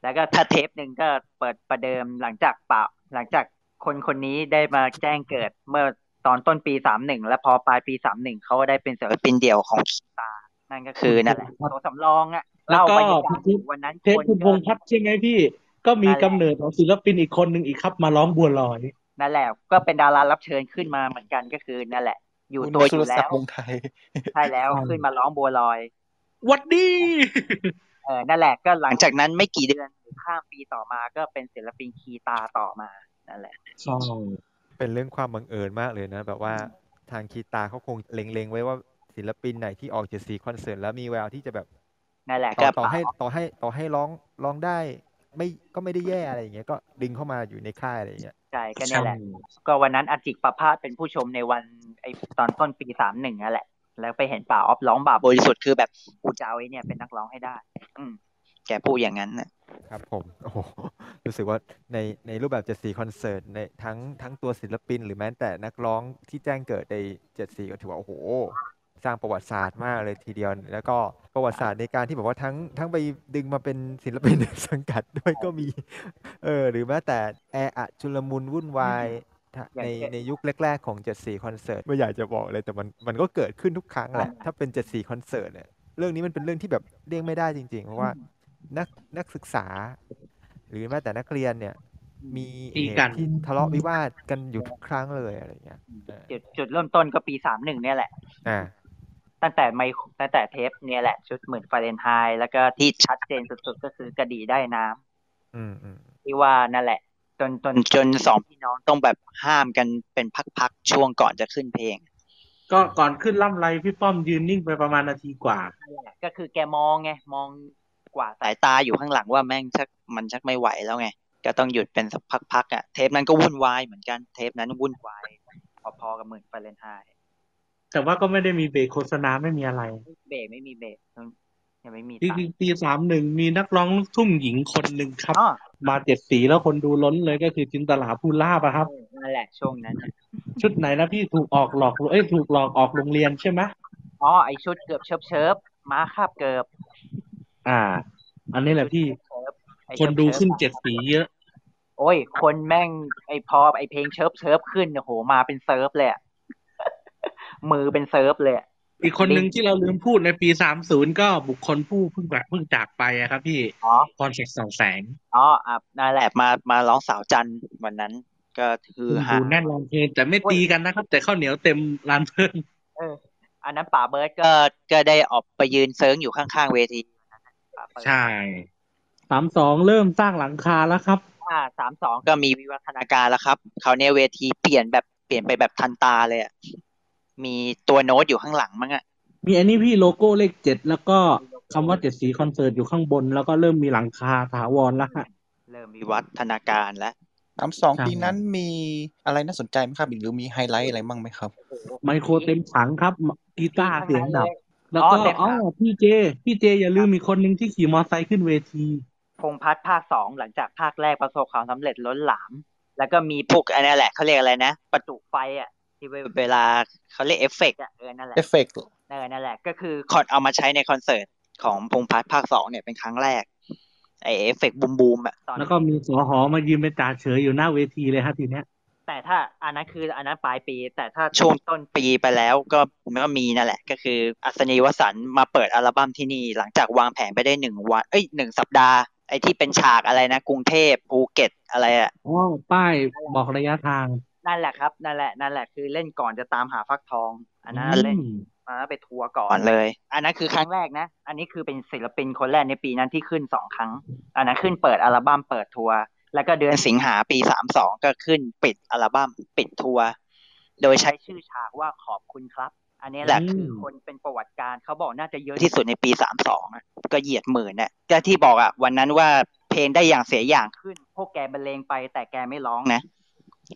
Speaker 5: แล้วก็ถ้าเทปหนึ่งก็เปิดประเดิมหลังจากเปล่าหลังจากคนคนนี้ได้มาแจ้งเกิดเมื่อตอนต้นปีสามหนึ่งแล้วพอปลายปีสามหนึ่งเขาได้เป็นศิลปินเดี่ยวของคีตา นั่นก็คือนั่นแหละตัวสำรองอะ
Speaker 1: แล้ว
Speaker 5: เล่า
Speaker 1: ก็
Speaker 5: บรรยากาศวันนั้น
Speaker 1: เทป
Speaker 5: คน
Speaker 1: คุณพ
Speaker 5: ก็
Speaker 1: งษ์พัฒน์ใช่ไหมพี่ ก็มีกำเนิดของศิลปินอีกคนหนึ่งอีกครับมาร้องบัวลอย
Speaker 5: นั่นแหละก็เป็นดารารับเชิญขึ้นมาเหมือนกันก็คือนั่นแหละ อยู่
Speaker 1: คุณ
Speaker 5: ตัวอยู่
Speaker 1: สุรศั
Speaker 5: แล้
Speaker 1: กดิ์
Speaker 5: ว
Speaker 1: วงศ์ไทย
Speaker 5: ใช่แล้วขึ้นมาร้องบัวลอย
Speaker 1: วัดดี
Speaker 5: เออนั่นแหละก็หลังจากนั้นไม่กี่เดือนหรือข้ามปีต่อมาก็เป็นศิลปินคีตาต่อมานั่นแหละ
Speaker 1: ใช่
Speaker 4: เป็นเรื่องความบังเอิญมากเลยนะ แบบว่าทางคีตาเขาคงเล็งๆ ไว้ว่าศิลปินไหนที่ออกเจ็ดสีคอนเสิร์ตแล้วมีแววที่จะแบบ
Speaker 5: นั่นแหละ
Speaker 4: ต่อ
Speaker 5: ก็
Speaker 4: ต่อให้ต่อให้ต่อให้ร้องร้องได้ ไม่ก็ไม่ได้แย่อะไรอย่างเงี้ยก็ดึงเข้ามาอยู่ในค่ายอะไรอย่างเงี้ย
Speaker 5: ใช่ก็เนี่ยแหละ ก็วันนั้นอาจิกประพาสเป็นผู้ชมในวันไอตอนต้นปีสามหนึ่งนั่นแหละ แล้วไปเห็นป่าออฟร้องบาปบริสุทธิ์คือแบบกูจะเอาไอเนี่ยเป็นนักร้องให้ได้ อืมแกพูดอย่างนั้นนะ
Speaker 4: ครับผมโอ้โห รู้สึกว่าในในรูปแบบเจ็ดสีคอนเสิร์ตในทั้งทั้งตัวศิลปิน หรือแม้แต่นักร้องที่แจ้งเกิดในเจ็ดสีก็ถือว่าโอ้โห สร้างประวัติศาสตร์มากเลยทีเดียว แล้วก็ประวัติศาสตร์ในการที่แบบว่าทั้งทั้งไปดึงมาเป็นศิลปิน ในสังกัดด้วยก็มี เออ หรือแม้แต่แออัดชุลมุนวุ่นวายถ้า
Speaker 5: อย่าง
Speaker 4: ใน
Speaker 5: เช่น
Speaker 4: ในยุคแรก ๆ ของเจ็ดสีคอนเสิร์ตไม่อยากจะบอกเลยแต่มันมันก็เกิดขึ้นทุกครั้งแหละถ้าเป็นเจ็ดสีคอนเสิร์ตเนี่ยเรื่องนี้มันเป็นเรื่องที่แบบเลี่ยงไม่ได้จริงๆเพราะว่า นักนักศึกษา หรือแม้แต่นักเรียนเนี่ย มี
Speaker 1: ตี
Speaker 4: เห
Speaker 1: กั
Speaker 4: ตุ
Speaker 1: น
Speaker 4: ที่ทะเลาะวิวาทกันอยู่ทุกครั้งเลยอะไรอย่างเงี้ย
Speaker 5: จุดจุดเริ่มต้นก็ปีสามหนึ่งเนี่ยแหละ
Speaker 4: อ่า
Speaker 5: ตั้งแต่ไมโครตั้งแต่เทปเนี่ยแหละชุดหมื่นฟาเรนไฮต์แล้วก็ที่ชัดเจนสุดๆ ก็คือกระดีได้น้ำ
Speaker 4: อืมอืม
Speaker 5: ที่ว่านั่นแหละ จนจนจนสองพี่น้องต้องแบบห้ามกันเป็นพักๆ ช่วงก่อนจะขึ้นเพลง
Speaker 1: ก็ก่อนขึ้นล่ำไรพี่ป้อมยืนนิ่งไปประมาณนาทีกว่า
Speaker 5: ก็คือแกมองไง มองกว่าดสายตาอยู่ข้างหลังว่าแม่งชักมันชักไม่ไหวแล้วไง ก็ต้องหยุดเป็นสักพักๆอ่ะเทปนั้นก็วุ่นวายเหมือนกันเทปนั้นวุ่นวายพอๆกับหมื่นฟาเรนไฮต์
Speaker 1: แต่ว่าก็ไม่ได้มีเบรกโฆษณาไม่มีอะไร
Speaker 5: เบรกไม่มีเบรกยังไม่มี
Speaker 1: จ
Speaker 5: ตัง
Speaker 1: ริง
Speaker 5: ค์
Speaker 1: ๆปีสามหนึ่งมีนักร้องลูกทุ่งหญิงคนหนึ่งครับ
Speaker 5: อ้อ
Speaker 1: มาเจ็ดสีแล้วคนดูล้นเลยก็คือจินตลาภูลาภอะครับ
Speaker 5: นั่นแหละช่วงนั้นน่ะ
Speaker 1: ชุดไหนนะพี่ถูกออกหลอกลวงเอ้ยถูกหลอกออกโรงเรียนใช่ไหม
Speaker 5: อ๋อไอชุดเกือบเชิบเชิบม้าคาบเกือบ
Speaker 1: อ่า อันนี้แหละพี่
Speaker 5: เชิบไอ้
Speaker 1: คน
Speaker 5: เชิบ
Speaker 1: ดู
Speaker 5: เชิบ
Speaker 1: ขึ้นเจ็ดสีเยอะ
Speaker 5: โอ้ย คนแม่งไอพอไอเพลงเชิบเชิบขึ้นโอ้โหมาเป็นเซิร์ฟเลยอะ (laughs) มือเป็นเซิร์ฟเลยอะ
Speaker 1: อีกคนหนึ่งที่เราลืมพูดในปีสามศูนย์ก็บุคคลผู้เพิ่งแบบเพิ่งจากไปอะครับ พี่พรศักดิ์สองแสง
Speaker 5: อ๋ออ่ะนั่นแหละมามาร้องสาวจันทร์วันนั้น ก็คือฮา
Speaker 1: ดูแน่นลองเพลงแต่ไม่ตีกันนะครับ แต่ข้าวเหนียวเต็มร้านเพื่อน
Speaker 5: เออ อันนั้นป่าเบิร์ดก็ก็ได้ออกไปยืนเซิร์งอยู่ข้างๆเวที
Speaker 1: ใช่สามสองเริ่มสร้างหลังคาแล้วครับ
Speaker 5: อ่าสามสองก็มีวิวัฒนาการแล้วครับคราวเนี้ยเวทีเปลี่ยนแบบเปลี่ยนไปแบบทันตาเลยอะมีตัวโน้ตอยู่ข้างหลังมั้งอะ
Speaker 1: มีอันนี้พี่โลโก้เลขเจ็ดแล้วก็คำว่าเจ็ดสีคอนเสิร์ตอยู่ข้างบน แล้วก็เริ่มมีหลังคาถาวรแล้วฮะ
Speaker 5: เริ่มวิวัฒนาการแล้ว
Speaker 11: สามสอง
Speaker 1: ครับ
Speaker 11: ปีนั้นมีอะไรน่าสนใจไหมครับหรือมีไฮไลท์อะไรบ้างไหมครับ
Speaker 1: ไมโครเต็มถังครับกีตาร์เสียงดับ แล้วก็
Speaker 5: อ๋อเต็มถั
Speaker 1: อ๋อง พี่เจ พี่เจอย่าลืมอีกคนหนึ่งที่ขี่มอไซค์ขึ้นเวที
Speaker 5: พงษ์พัฒน์ภาคสองหลังจากภาคแรกประสบความสำเร็จล้นหลาม แล้วก็มีพวกอันนี้แหละเขาเรียกอะไรนะ ประจุไฟอ่ะ ที่เวลาเขาเรียกเอฟเฟกต์อ่ะเออนั่นแหละ
Speaker 11: เอฟเฟกต์
Speaker 5: เออนั่นแหละก็คือคอนเอามาใช้ในคอนเสิร์ตของพงษ์พัฒน์ภาคสองเนี่ยเป็นครั้งแรกไอเอฟเฟกต์บูมบูมๆอะตอน
Speaker 1: แล้วก็มีสอหอมายืนเป็นจ่าเฉยอยู่หน้าเวทีเลยฮะทีเนี้ย
Speaker 5: แต่ถ้าอันนั้นคืออันนั้นปลายปี แต่ถ้าช่วงต้นปีไปแล้วก็มันก็มีนั่นแหละ ก็คืออัศนีวสันต์มาเปิดอัลบั้มที่นี่ หลังจากวางแผนไปได้หนึ่งวันเอ้ยหนึ่งสัปดาห์ไอที่เป็นฉากอะไรนะ กรุงเทพภูเก็ตอะไรอะ
Speaker 1: อ๋อป้ายบอกระยะทาง
Speaker 5: นั่นแหละครับ นั่นแหละ นั่นแหละคือเล่นก่อนจะตามหาฟักทอง อันนั้น
Speaker 1: อืม
Speaker 5: เล่นมาไปทัวร์ก่อนเลย อันนั้นคือครั้งแรกนะ อันนี้คือเป็นศิลปินคนแรกในปีนั้นที่ขึ้นสองครั้ง อันนั้นขึ้นเปิดอัลบั้มเปิดทัวร์ แล้วก็เดือนสิงหาปีสามสองก็ขึ้นปิดอัลบั้มปิดทัวร์ โดยใช้ชื่อฉากว่าขอบคุณครับ อันนี้แหละ
Speaker 15: อืม
Speaker 5: คือคนเป็นประวัติการเขาบอกน่าจะเยอะที่สุดในปีสามสองก็เหยียดหมื่นน่ะก็ที่บอกอ่ะวันนั้นว่าเพลงได้อย่างเสียอย่างขึ้น พวกแกบรรเลงไปแต่แกไม่ร้องนะ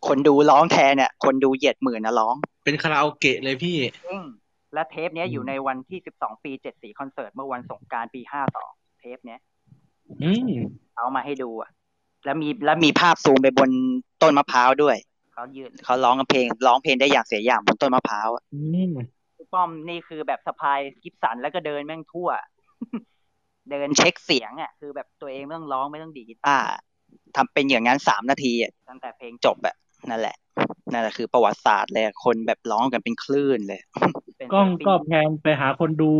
Speaker 5: คนดูร้องแทนเนี่ย คนดูเหยียดหมื่นนะร้อง
Speaker 16: เป็นคาราโอเกะเลยพี่
Speaker 5: จริงและเทปเนี้ยอยู่ในวันที่ 12 ปี 74 คอนเสิร์ต เมื่อวันสงกรารปี 52 เทปเนี้ย
Speaker 1: อืม
Speaker 5: เอามาให้ดูอะแล้วมีแล้วมีภาพซูมไปบนต้นมะพร้าวด้วย เขายืนเขาร้องเพลง ร้องเพลงได้อย่างเสียอย่างบนต้นมะพร้าวอะ
Speaker 1: อืม
Speaker 5: พี่ป้อมนี่คือแบบสะพายกิฟสันแล้วก็เดินแม่งทั่ว (laughs) เดินเช็คเสียงอ่ะ คือแบบตัวเองไม่ต้องร้องไม่ต้องดีดกีตาร์ทำเป็นอย่างนั้นสามนาทีอะตั้งแต่เพลงจบอะนั่นแหละ นั่นแหละคือประวัติศาสตร์เลยอะคนแบบร้องกันเป็นคลื่นเลย เป็น
Speaker 1: กล้อง
Speaker 5: ศิลปิน
Speaker 1: ก็แพนไปหาคนดู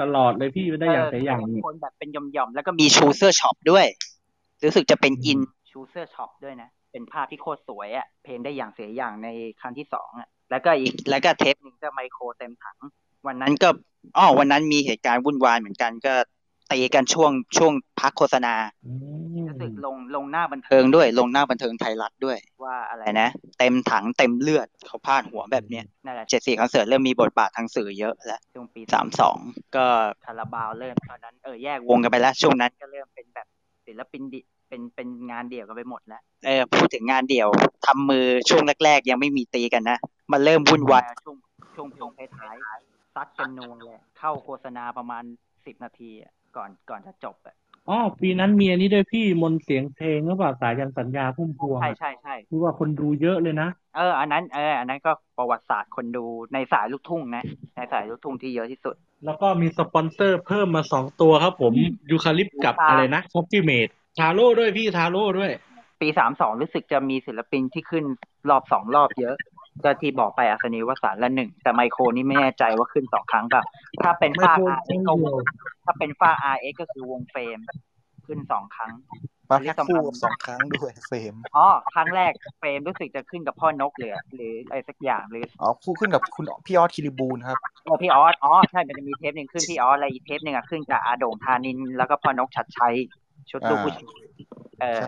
Speaker 1: ตลอดเลยพี่ได้อย่างแต่อย่างนี่
Speaker 5: คนแบบเป็นหย่อมๆ แล้วก็มีชูเซอร์ช็อปด้วย รู้สึกจะเป็นอินชูเซอร์ช็อปด้วยนะ เป็นภาพที่โคตรสวยอะ่ะ เพลงได้อย่างเสียอย่างในครั้งที่สองอะ่ะ แล้วก็อีก แล้วก็เทปหนึ่งจะไมโครเต็มถัง วันนั้นก็อ้อวันนั้นมีเหตุการณ์วุ่นวายเหมือนกันก็ตีกันช่วงช่วงพักโฆษณา รู้สึกลงลงหน้าบันเทิงด้วย ลงหน้าบันเทิงไทยรัฐด้วย ว่าอะไรนะ เต็มถังเต็มเลือดเขาพาดหัวแบบเนี้ยนั่นแหละเจ็ดสี่คอนเสิร์ตเริ่มมีบทบาททางสื่อเยอะแล้วช่วงปีสามสองก็คาราบาวเริ่มตอนนั้นเออแยกวงกันไปแล้วช่วงนั้นก็เริ่มเป็นแบบศิลปินดิเป็นเป็นงานเดี่ยวกันไปหมดแล้วเออพูดถึงงานเดี่ยวทำมือช่วงแรก ๆ ยังไม่มีตีกันนะมันเริ่มวุ่นวายช่วงช่วงช่วงท้ายๆซัดกันนวงเลยเข้าโฆษณาประมาณสิบนาทีอะก่อนก่อนจะจบอะ
Speaker 1: อ๋อปีนั้นมีอันนี้ด้วยพี่มนต์เสียงเพลงหรือเปล่าสายันสัญญาพุ่มพวง
Speaker 5: ใช่ใช่ใช่
Speaker 1: คือว่าคนดูเยอะเลยนะ
Speaker 5: เออ อันนั้น เออ อันนั้นก็ประวัติศาสตร์คนดูในสายลูกทุ่งนะ ในสายลูกทุ่งที่เยอะที่สุด
Speaker 1: แล้วก็มีสปอนเซอร์เพิ่มมาสองตัวครับผมยูคาลิปกับ
Speaker 5: ค่ะ
Speaker 1: อะไรนะคอฟฟี่เมดทาโร่ด้วยพี่ทาโร่ด้วย
Speaker 5: ปีสามสองรู้สึกจะมีศิลปินที่ขึ้นรอบสองรอบเยอะ ก็ที่บอกไปอัศนีวสานต์ละหนึ่ง แต่ไมโครนี่ไม่แน่ใจว่าขึ้นสองครั้งแบบถ้าเป็นฝ้า
Speaker 1: ไมโคร
Speaker 5: R X ก็วงถ้าเป็นฝ้า R X ก็คือวงเฟรม ขึ้นสองครั้ง
Speaker 11: มาแพ็คคู่กับสองครั้งด้วยเฟรม
Speaker 5: อ๋อ ครั้งแรกเฟรมรู้สึกจะขึ้นกับพ่อนกเหลือหรืออะไรสักอย่างหรือ
Speaker 11: อ๋อคู่ขึ้นกับคุณพี่ออสคิริบูลครับ
Speaker 5: เออพี่ออส อ๋อ ใช่ มันจะมีเทปหนึ่งขึ้นพี่ออส อะไรอีกเทปหนึ่งอะขึ้นกับอาโด่งธานินทร์แล้วก็พ่อนกชัดชัย ชุดลูกผู้ชายเออ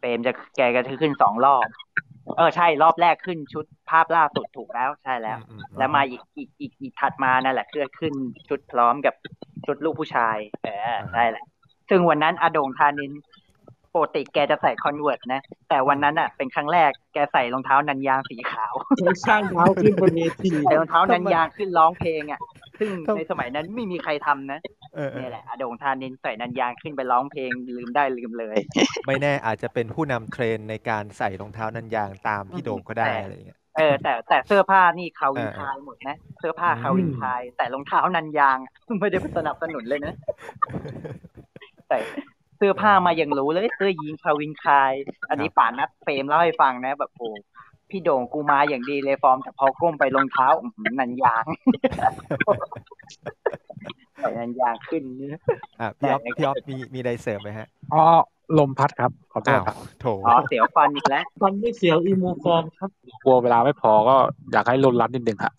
Speaker 5: เปรมจะแกก็จะขึ้นสองรอบ เออ ใช่ รอบแรกขึ้นชุดภาพล่าสุดถูกแล้ว ใช่แล้ว แล้วมาอีกอีกอีกอีกถัดมานั่นแหละเพื่อขึ้นชุดพร้อมกับชุดลูกผู้ชาย เออ ใช่แหละ ซึ่งวันนั้นอาโด่งธานินทร์ปกติแกจะใส่คอนเวิร์ตนะ แต่วันนั้นอ่ะ เป็นครั้งแรกแกใส่รองเท้านันยางสีขาว
Speaker 1: สร้างเท้าขึ้นบนเวที
Speaker 5: ใส่รองเท้านันยางขึ้นร้องเพลงอ่ะ ซึ่งในสมัยนั้นไม่มีใครทำนะ
Speaker 4: เออเออ
Speaker 5: นี่แหละอโดงธานินใส่นันยางขึ้นไปร้องเพลงลืมได้ลืมเลย
Speaker 4: ไม่แน่อาจจะเป็นผู้นำเทรนในการใส่รองเท้านันยางตามพี่โดมก็ได้อะไรอย่างเงี้ย
Speaker 5: เออ แต่แต่เสื้อผ้านี่เขาลิน
Speaker 4: เออ
Speaker 5: ทายหมดนะ เสื้อผ้าเขาลินทาย แต่รองเท้านันยางอะ (laughs) ไม่ได้สนับสนุนเลยนะแต่เสื้อผ้ามาอย่างรู้เลยเสื้อยีนคาวินคาย อันนี้ป่านัดเฟรมเล่าให้ฟังนะ แบบโอ้พี่โด่งกูมาอย่างดีเลยฟอร์มแต่พอก้มไปรองเท้าอื้อหือนันยาง (laughs) ใส่นันยางขึ้นเนื้อ
Speaker 4: อ่ะพี่ออฟพี่ออฟมีมีอะไรเสริมไหมฮะ
Speaker 6: อ๋อลมพัดครับ ขอโทษ
Speaker 4: อ้าว
Speaker 6: ครับ
Speaker 4: โถ
Speaker 5: อ๋อเสียวฟันอีกแล้ว
Speaker 1: ฟันไม่เสียวอีโมฟอร์มครับ
Speaker 6: กลัวเวลาไม่พอก็อยากให้ลนรัดนิดนึงฮะ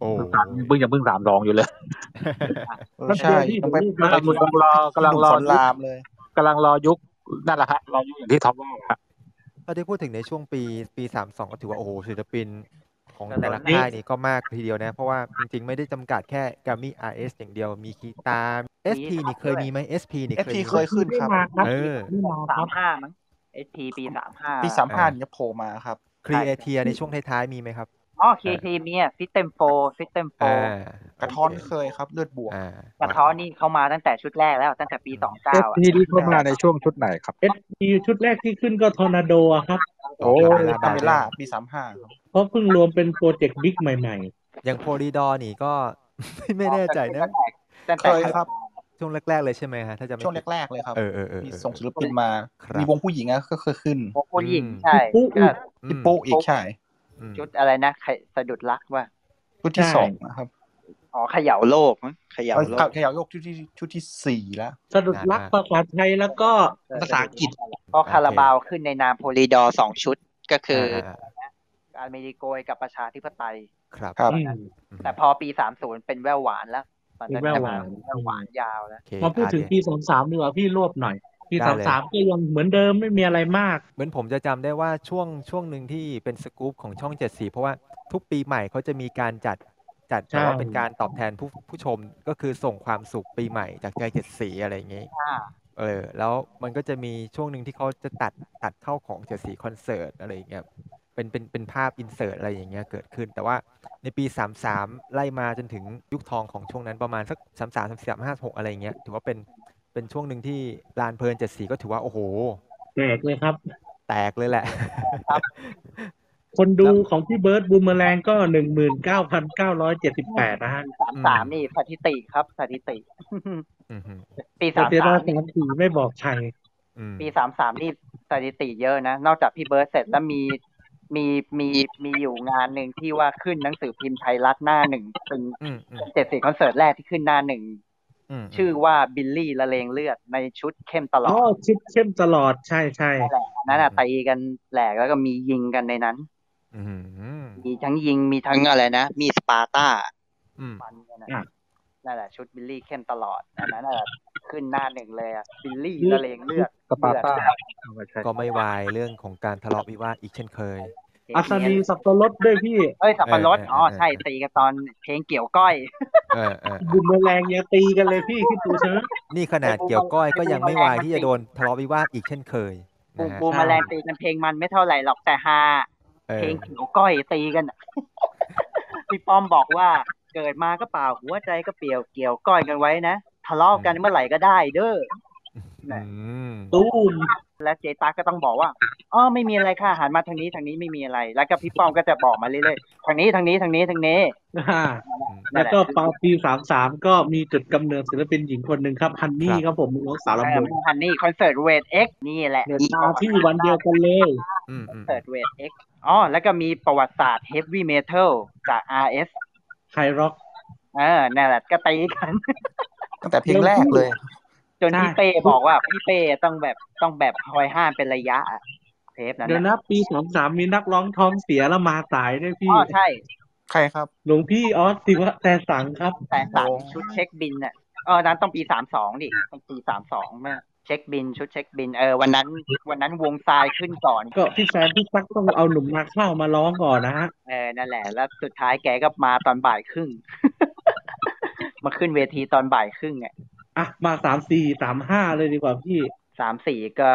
Speaker 4: โอ้
Speaker 6: เพิ่งยังเพิ่งสามรองอยู่เลย
Speaker 11: เออใช่ต้องไป
Speaker 6: กำลัง
Speaker 11: ไป
Speaker 6: กำลังรอกำลังรอ
Speaker 11: หนุ่มสนรามเลย
Speaker 6: กำลังรอยุคนั่นแหละฮะรอยุคอย่างที่ท็อปว่าฮะ
Speaker 4: เราได้พูดถึงในช่วงปีปีสามสองก็ถือว่าโอ้โหศิลปิน ของแต่ละค่ายนี่ก็มากทีเดียวนะ เพราะว่าจริงๆ ไม่ได้จำกัดแค่กามี่ RS อย่างเดียวมีคีตา SP นี่เคยมีไหม SP นี่
Speaker 11: SP เคยขึ้นครับ
Speaker 4: เออ
Speaker 5: สามห้ามั้ง SP ปีสามห้า
Speaker 11: ปีสามห้าเนี่ยโผล่มาครับ
Speaker 4: ครีเอเทียในช่วงท้ายๆ มีไหมครับ
Speaker 5: อ๋อ KT มีอ่ะ System 4 System
Speaker 4: อ่า
Speaker 5: 4
Speaker 11: กระท้อนเคยครับเลือดบวก
Speaker 5: กระท้อนนี่เขามาตั้งแต่ชุดแรกแล้วตั้งแต่ปีสองเก้าอ่ะ
Speaker 6: นี่เข้ามาในช่วงชุดไหนครับ
Speaker 1: มีชุดแรกที่ขึ้นก็ทอร์นาโดอะครับ
Speaker 11: โอ้คาเมล่าปีสามห้า
Speaker 1: เพราะเพิ่งรวมเป็นโปรเจกต์บิ๊กใหม่
Speaker 4: อย่างโพลีดอนี่ก็ (laughs) ไม่แน่ใจนะ
Speaker 11: แต่เคยครับ
Speaker 4: ช่วงแรกๆเลยใช่ไหมฮะถ้าจะไม่
Speaker 11: ช่วงแรกๆเลยครับ
Speaker 4: เออเออเออ
Speaker 11: มีส่งศิลปินมา
Speaker 4: ครับ
Speaker 11: มีวงผู้หญิงอะก็เคยขึ้น
Speaker 5: วงผู้หญิงใช่
Speaker 11: ปุ๊
Speaker 5: ก็
Speaker 11: อีกปุ๊อีกใช่
Speaker 5: ชุดอะไรนะใครสะดุดรักว่า
Speaker 11: ชุดที่สองนะครับ
Speaker 5: อ๋อเขย่าโลกมั้งเขย่าโลก
Speaker 11: เขย่าโลกชุดที่ชุดที่สี่แล้ว
Speaker 1: สะดุดรักภาษาไทยแล้วก็
Speaker 11: ภาษาอังกฤษ
Speaker 5: เพราะคาราบาวขึ้นในนามโพลีดอร์สองชุดก็คืออา การเมริโกยกับประชาธิปไตย
Speaker 4: ครับ
Speaker 11: ครับ
Speaker 5: แต่พอปีสามศูนย์เป็นแววหวานแล้วมัน
Speaker 1: เป็น
Speaker 5: จะ
Speaker 1: แว่วหวาน
Speaker 5: แววหวานยาวแล้ว
Speaker 4: โอเค
Speaker 1: มาพูดถึง
Speaker 4: อ่ะ
Speaker 1: ปี
Speaker 4: เยว
Speaker 1: สองสามดีกว่าพี่รวบหน่อย ปี
Speaker 4: ได้
Speaker 1: สาม
Speaker 4: เลย
Speaker 1: สามก็ยังเหมือนเดิมไม่มีอะไรมาก
Speaker 4: เหมือนผมจะจำได้ว่าช่วงช่วงหนึ่งที่เป็นสกู๊ปของช่องเจ็ดสีเพราะว่าทุกปีใหม่เขาจะมีการจัดจัด
Speaker 1: ใช่
Speaker 4: แต่ว่าเป็นการตอบแทนผู้ผู้ชมก็คือส่งความสุขปีใหม่จากใจเจ็ดสีอะไรอย่างงี้
Speaker 5: อ่า
Speaker 4: เออแล้วมันก็จะมีช่วงหนึ่งที่เขาจะตัดตัดเข้าของเจ็ดสีคอนเสิร์ตอะไรอย่างเงี้ยเป็นเป็นเป็นภาพอินเสิร์ตอะไรอย่างเงี้ยเกิดขึ้น แต่ว่าในปี 33 ไล่มาจนถึงยุคทองของช่วงนั้นประมาณสัก 33 34 5 6อะไรอย่างเงี้ยถือว่าเป็นเป็นช่วงหนึ่งที่ลานเพลินเจ็ดสีก็ถือว่าโอ้โห
Speaker 1: แปลกเลยครับ
Speaker 4: แตกเลยแหละ
Speaker 1: คนดูของพี่เบิร์ดบูมเมอแรงก็หนึ่งหมื่นเก้าพันเก้าร้อยเจ็ดสิบแปดนะฮะ
Speaker 5: สามสามนี่สถิติครับสถิ (laughs) ติ
Speaker 4: อืมฮึ
Speaker 5: ปี
Speaker 1: แต่
Speaker 5: สาม
Speaker 1: เจ
Speaker 5: สา
Speaker 1: ด้าม
Speaker 5: นี่
Speaker 1: สามสี่ไม่บอกชัย
Speaker 4: อืม
Speaker 5: ปีสามสามนี่สถิติเยอะนะ นอกจากพี่เบิร์ดเสร็จแล้วมีมีมีมีอยู่งานหนึ่งที่ว่าขึ้นหนังสือพิมพ์ไทยรัฐหน้าหนึ่งเป็น
Speaker 4: อืมอืม
Speaker 5: เจ็ดสิบคอนเสิร์ตแรกที่ขึ้นหน้าหนึ่ง
Speaker 4: อืม
Speaker 5: ชื่อว่าบิลลี่ละเลงเลือดในชุดเข้มตลอ
Speaker 1: อ๋อ
Speaker 5: ด
Speaker 1: ชิดเข้มตลอดใช่ใช่
Speaker 5: นั่นน่ะตีกันแหลกแล้วก็มียิงกันในนั้น
Speaker 4: อืมอืม
Speaker 5: มีทั้งยิงมีทั้งอะไรนะ มีสปาร์ต้า
Speaker 4: อืม
Speaker 5: ฟันกันนะนั่นแหละชุดบิลลี่เข้มตลอดอันนั้นน่ะขึ้นหน้าหนึ่งเลยอะบิลลี่ละเลงเลือด
Speaker 6: สปาร์ต้า
Speaker 5: เลือด
Speaker 4: ก็ไม่วายเรื่องของการทะเลาะวิวาทอีกเช่นเคย
Speaker 1: อัศนีสับปะรดด้วยพี่
Speaker 5: เอ้ยสับปะรด
Speaker 4: เอออ๋
Speaker 5: อ๋อ
Speaker 4: เออ
Speaker 5: ใช่ตีกันตอนเพลงเกี่ยวก้อย
Speaker 4: เออ
Speaker 5: (laughs)
Speaker 4: เออเอ
Speaker 1: บู
Speaker 4: อ
Speaker 1: มเมอแรงยังตีกันเลยพี่คิดดูเถอะ
Speaker 4: นี่ขนาดเกี่ยวก้อยก็ยังไม่วายที่จะโดนทะเลาะวิวาทอีกเช่นเคย
Speaker 5: บู
Speaker 4: นะ
Speaker 5: ม
Speaker 4: ฮะ
Speaker 5: บูมแมาแรงตีกันเพลงมันไม่เท่าไหร่หรอกแต่ฮา
Speaker 4: เอ
Speaker 5: เพล
Speaker 4: อง
Speaker 5: เขียวก้อยตีกัน (laughs) อะ พี่ป้อมบอกว่าเกิดมาก็เปล่าหัวใจก็เปลี่ยวเกี่ยวก้อยกันไว้นะทะเลาะกันเมื่อไหร่ก็ได้เด้อ
Speaker 4: อืม
Speaker 1: ตูม
Speaker 5: และเจตาก็ต้องบอกว่าอ๋อไม่มีอะไรค่ะหันมาทางนี้ทางนี้ไม่มีอะไร แล้วก็พี่ป้อมก็จะบอกมาเรื่อยๆทางนี้ทางนี้ทางนี้ทางนี้
Speaker 1: อ่า
Speaker 5: นั่
Speaker 1: แล้
Speaker 5: น
Speaker 1: ว
Speaker 5: หะ
Speaker 1: ก็ปาปีสามสามก็มีจุดกำเนิดศิลปินหญิงคนหนึ่งครับฮันนี่ครับผมน้องสาวลำ
Speaker 5: เอ
Speaker 1: ด
Speaker 5: อ
Speaker 1: วน
Speaker 5: ฮันนี่คอนเสิร์ตเวทเอ็กนี่แหละ
Speaker 1: เกิดมาที่วันเดียวกันเลย
Speaker 4: อืมอืม
Speaker 5: เสิร์ตเวทเอ็กอ๋อแล้วก็มีประวัติศาสตร์เฮฟวี่เมทัลจาก RS
Speaker 1: ไฮร็อก
Speaker 5: เออนั่นแหละก็ตีกัน (laughs)
Speaker 11: ตั้งแต่เพลงแรกเลย
Speaker 5: จนพี่
Speaker 1: ใช่
Speaker 5: เป้บอกว่าพี่เป้ต้องแบบต้องแบบคอยห้ามเป็นระยะอะเทปนั้น
Speaker 1: เดี๋ยว
Speaker 5: น่ะ
Speaker 1: นะปีสามสามมีนักร้องท้องเสียแล้วมาสายด้วย
Speaker 5: อ๋
Speaker 1: พี่
Speaker 5: อใช่
Speaker 11: ใครครับ
Speaker 1: หลวงพี่ออสสิวะแต่สังครับ
Speaker 5: แต่สามชุดเช็คบินอ่ะเออนั้นต้องปีสามสองดิต้องปีสามสองแม่เช็คบินชุดเช็คบินเออวันนั้น วันนั้นวงทรายขึ้นก่อน
Speaker 1: ก็พี่แซมพี่ซักต้องเอาหนุ่มนาข้าวมาร้องก่อนนะฮะ
Speaker 5: เออนั่นแหละ แล้วสุดท้ายแกก็มาตอนบ่ายครึ่ง (laughs) มาขึ้นเวทีตอนบ่ายครึ่งอ่ะ
Speaker 1: อ่ะมาสามสี่สามห้าเลยดีกว่าพี่
Speaker 5: สามสี่ก็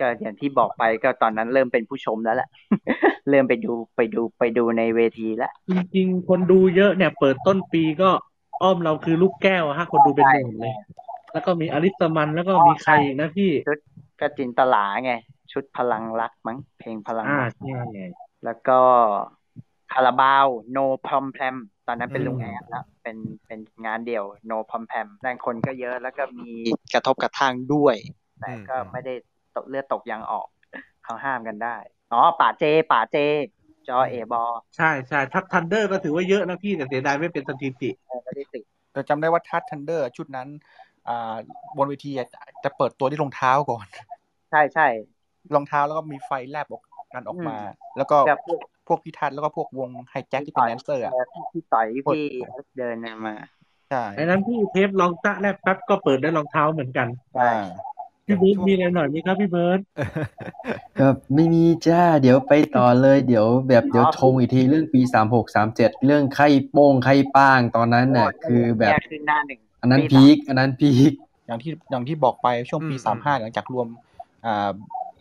Speaker 5: ก็อย่างที่บอกไปก็ตอนนั้นเริ่มเป็นผู้ชมแล้วแหละ (laughs) เริ่มไปดูไปดูไปดูในเวทีแล้ว
Speaker 1: จริงๆ คนดูเยอะเนี่ย เปิดต้นปีก็อ้อมเราคือลูกแก้วอะฮะ คนดูเป็นหมื่นเลย แล้วก็มีอลิสมันแล้วก็มีใครอีกนะพี่
Speaker 5: ก็จินตลาไง ชุดพลังรักมั้งเพลงพลัง
Speaker 1: อ่า
Speaker 5: รัก
Speaker 1: ใช่
Speaker 5: แล้วก็คาราบาว no prom pam ตอนนั้นเป็นลุงแอนแล้วเป็นเป็นงานเดี่ยว no prom pam แรงคนก็เยอะแล้วก็มีกระทบกระทั่งด้วย แต่ก็ไม่ได้ตกเลือดตกยางออก เขาห้ามกันได้ อ๋อป่าเจป่าเจ จอเอบอ
Speaker 1: ใช่ใช่ทับทันเดอร์ก็ถือว่าเยอะนะพี่ แต่เสียดายไม่เป็นสถิติ
Speaker 5: เออไม่ได้ติด
Speaker 11: แต่จำได้ว่าทัชทันเดอร์ชุดนั้น อ่าบนเวทีอะจะเปิดตัวที่รองเท้าก่อน
Speaker 5: ใช่ใช่
Speaker 11: รองเท้าแล้วก็มีไฟแลบออกกันออกมา แล้วก็
Speaker 5: แบบพวก
Speaker 11: พวกพี่ทัศน์แล้วก็พวกวงไฮแจ็คที่เป็นแดนเซอร์อ่ะ
Speaker 5: เออพี่ต่อย
Speaker 11: กด
Speaker 5: พี่เดินมา
Speaker 11: ใช่
Speaker 1: ในนั้นพี่เทปลองตะแลบแป๊บก็เปิดได้รองเท้าเหมือนกัน
Speaker 11: อ่า
Speaker 1: พี่เบิร์ดมีอะไรหน่อยไหมครับพี่เบิร์ด
Speaker 7: ก็ไม่มีจ้า เดี๋ยวไปต่อเลย เดี๋ยวแบบเดี๋ยวชงอีกทีเรื่องปีสามหกสามเจ็ดเรื่องไข้โป้งไข้ป้างตอนนั้นน่ะคือแบบ
Speaker 5: ขึ้นหน้าหนึ่ง
Speaker 7: อันนั้นพีคอันนั้นพีค
Speaker 3: อย่างที่อย่างที่บอกไปช่วงปีสามห้าหลังจากรวมอ่า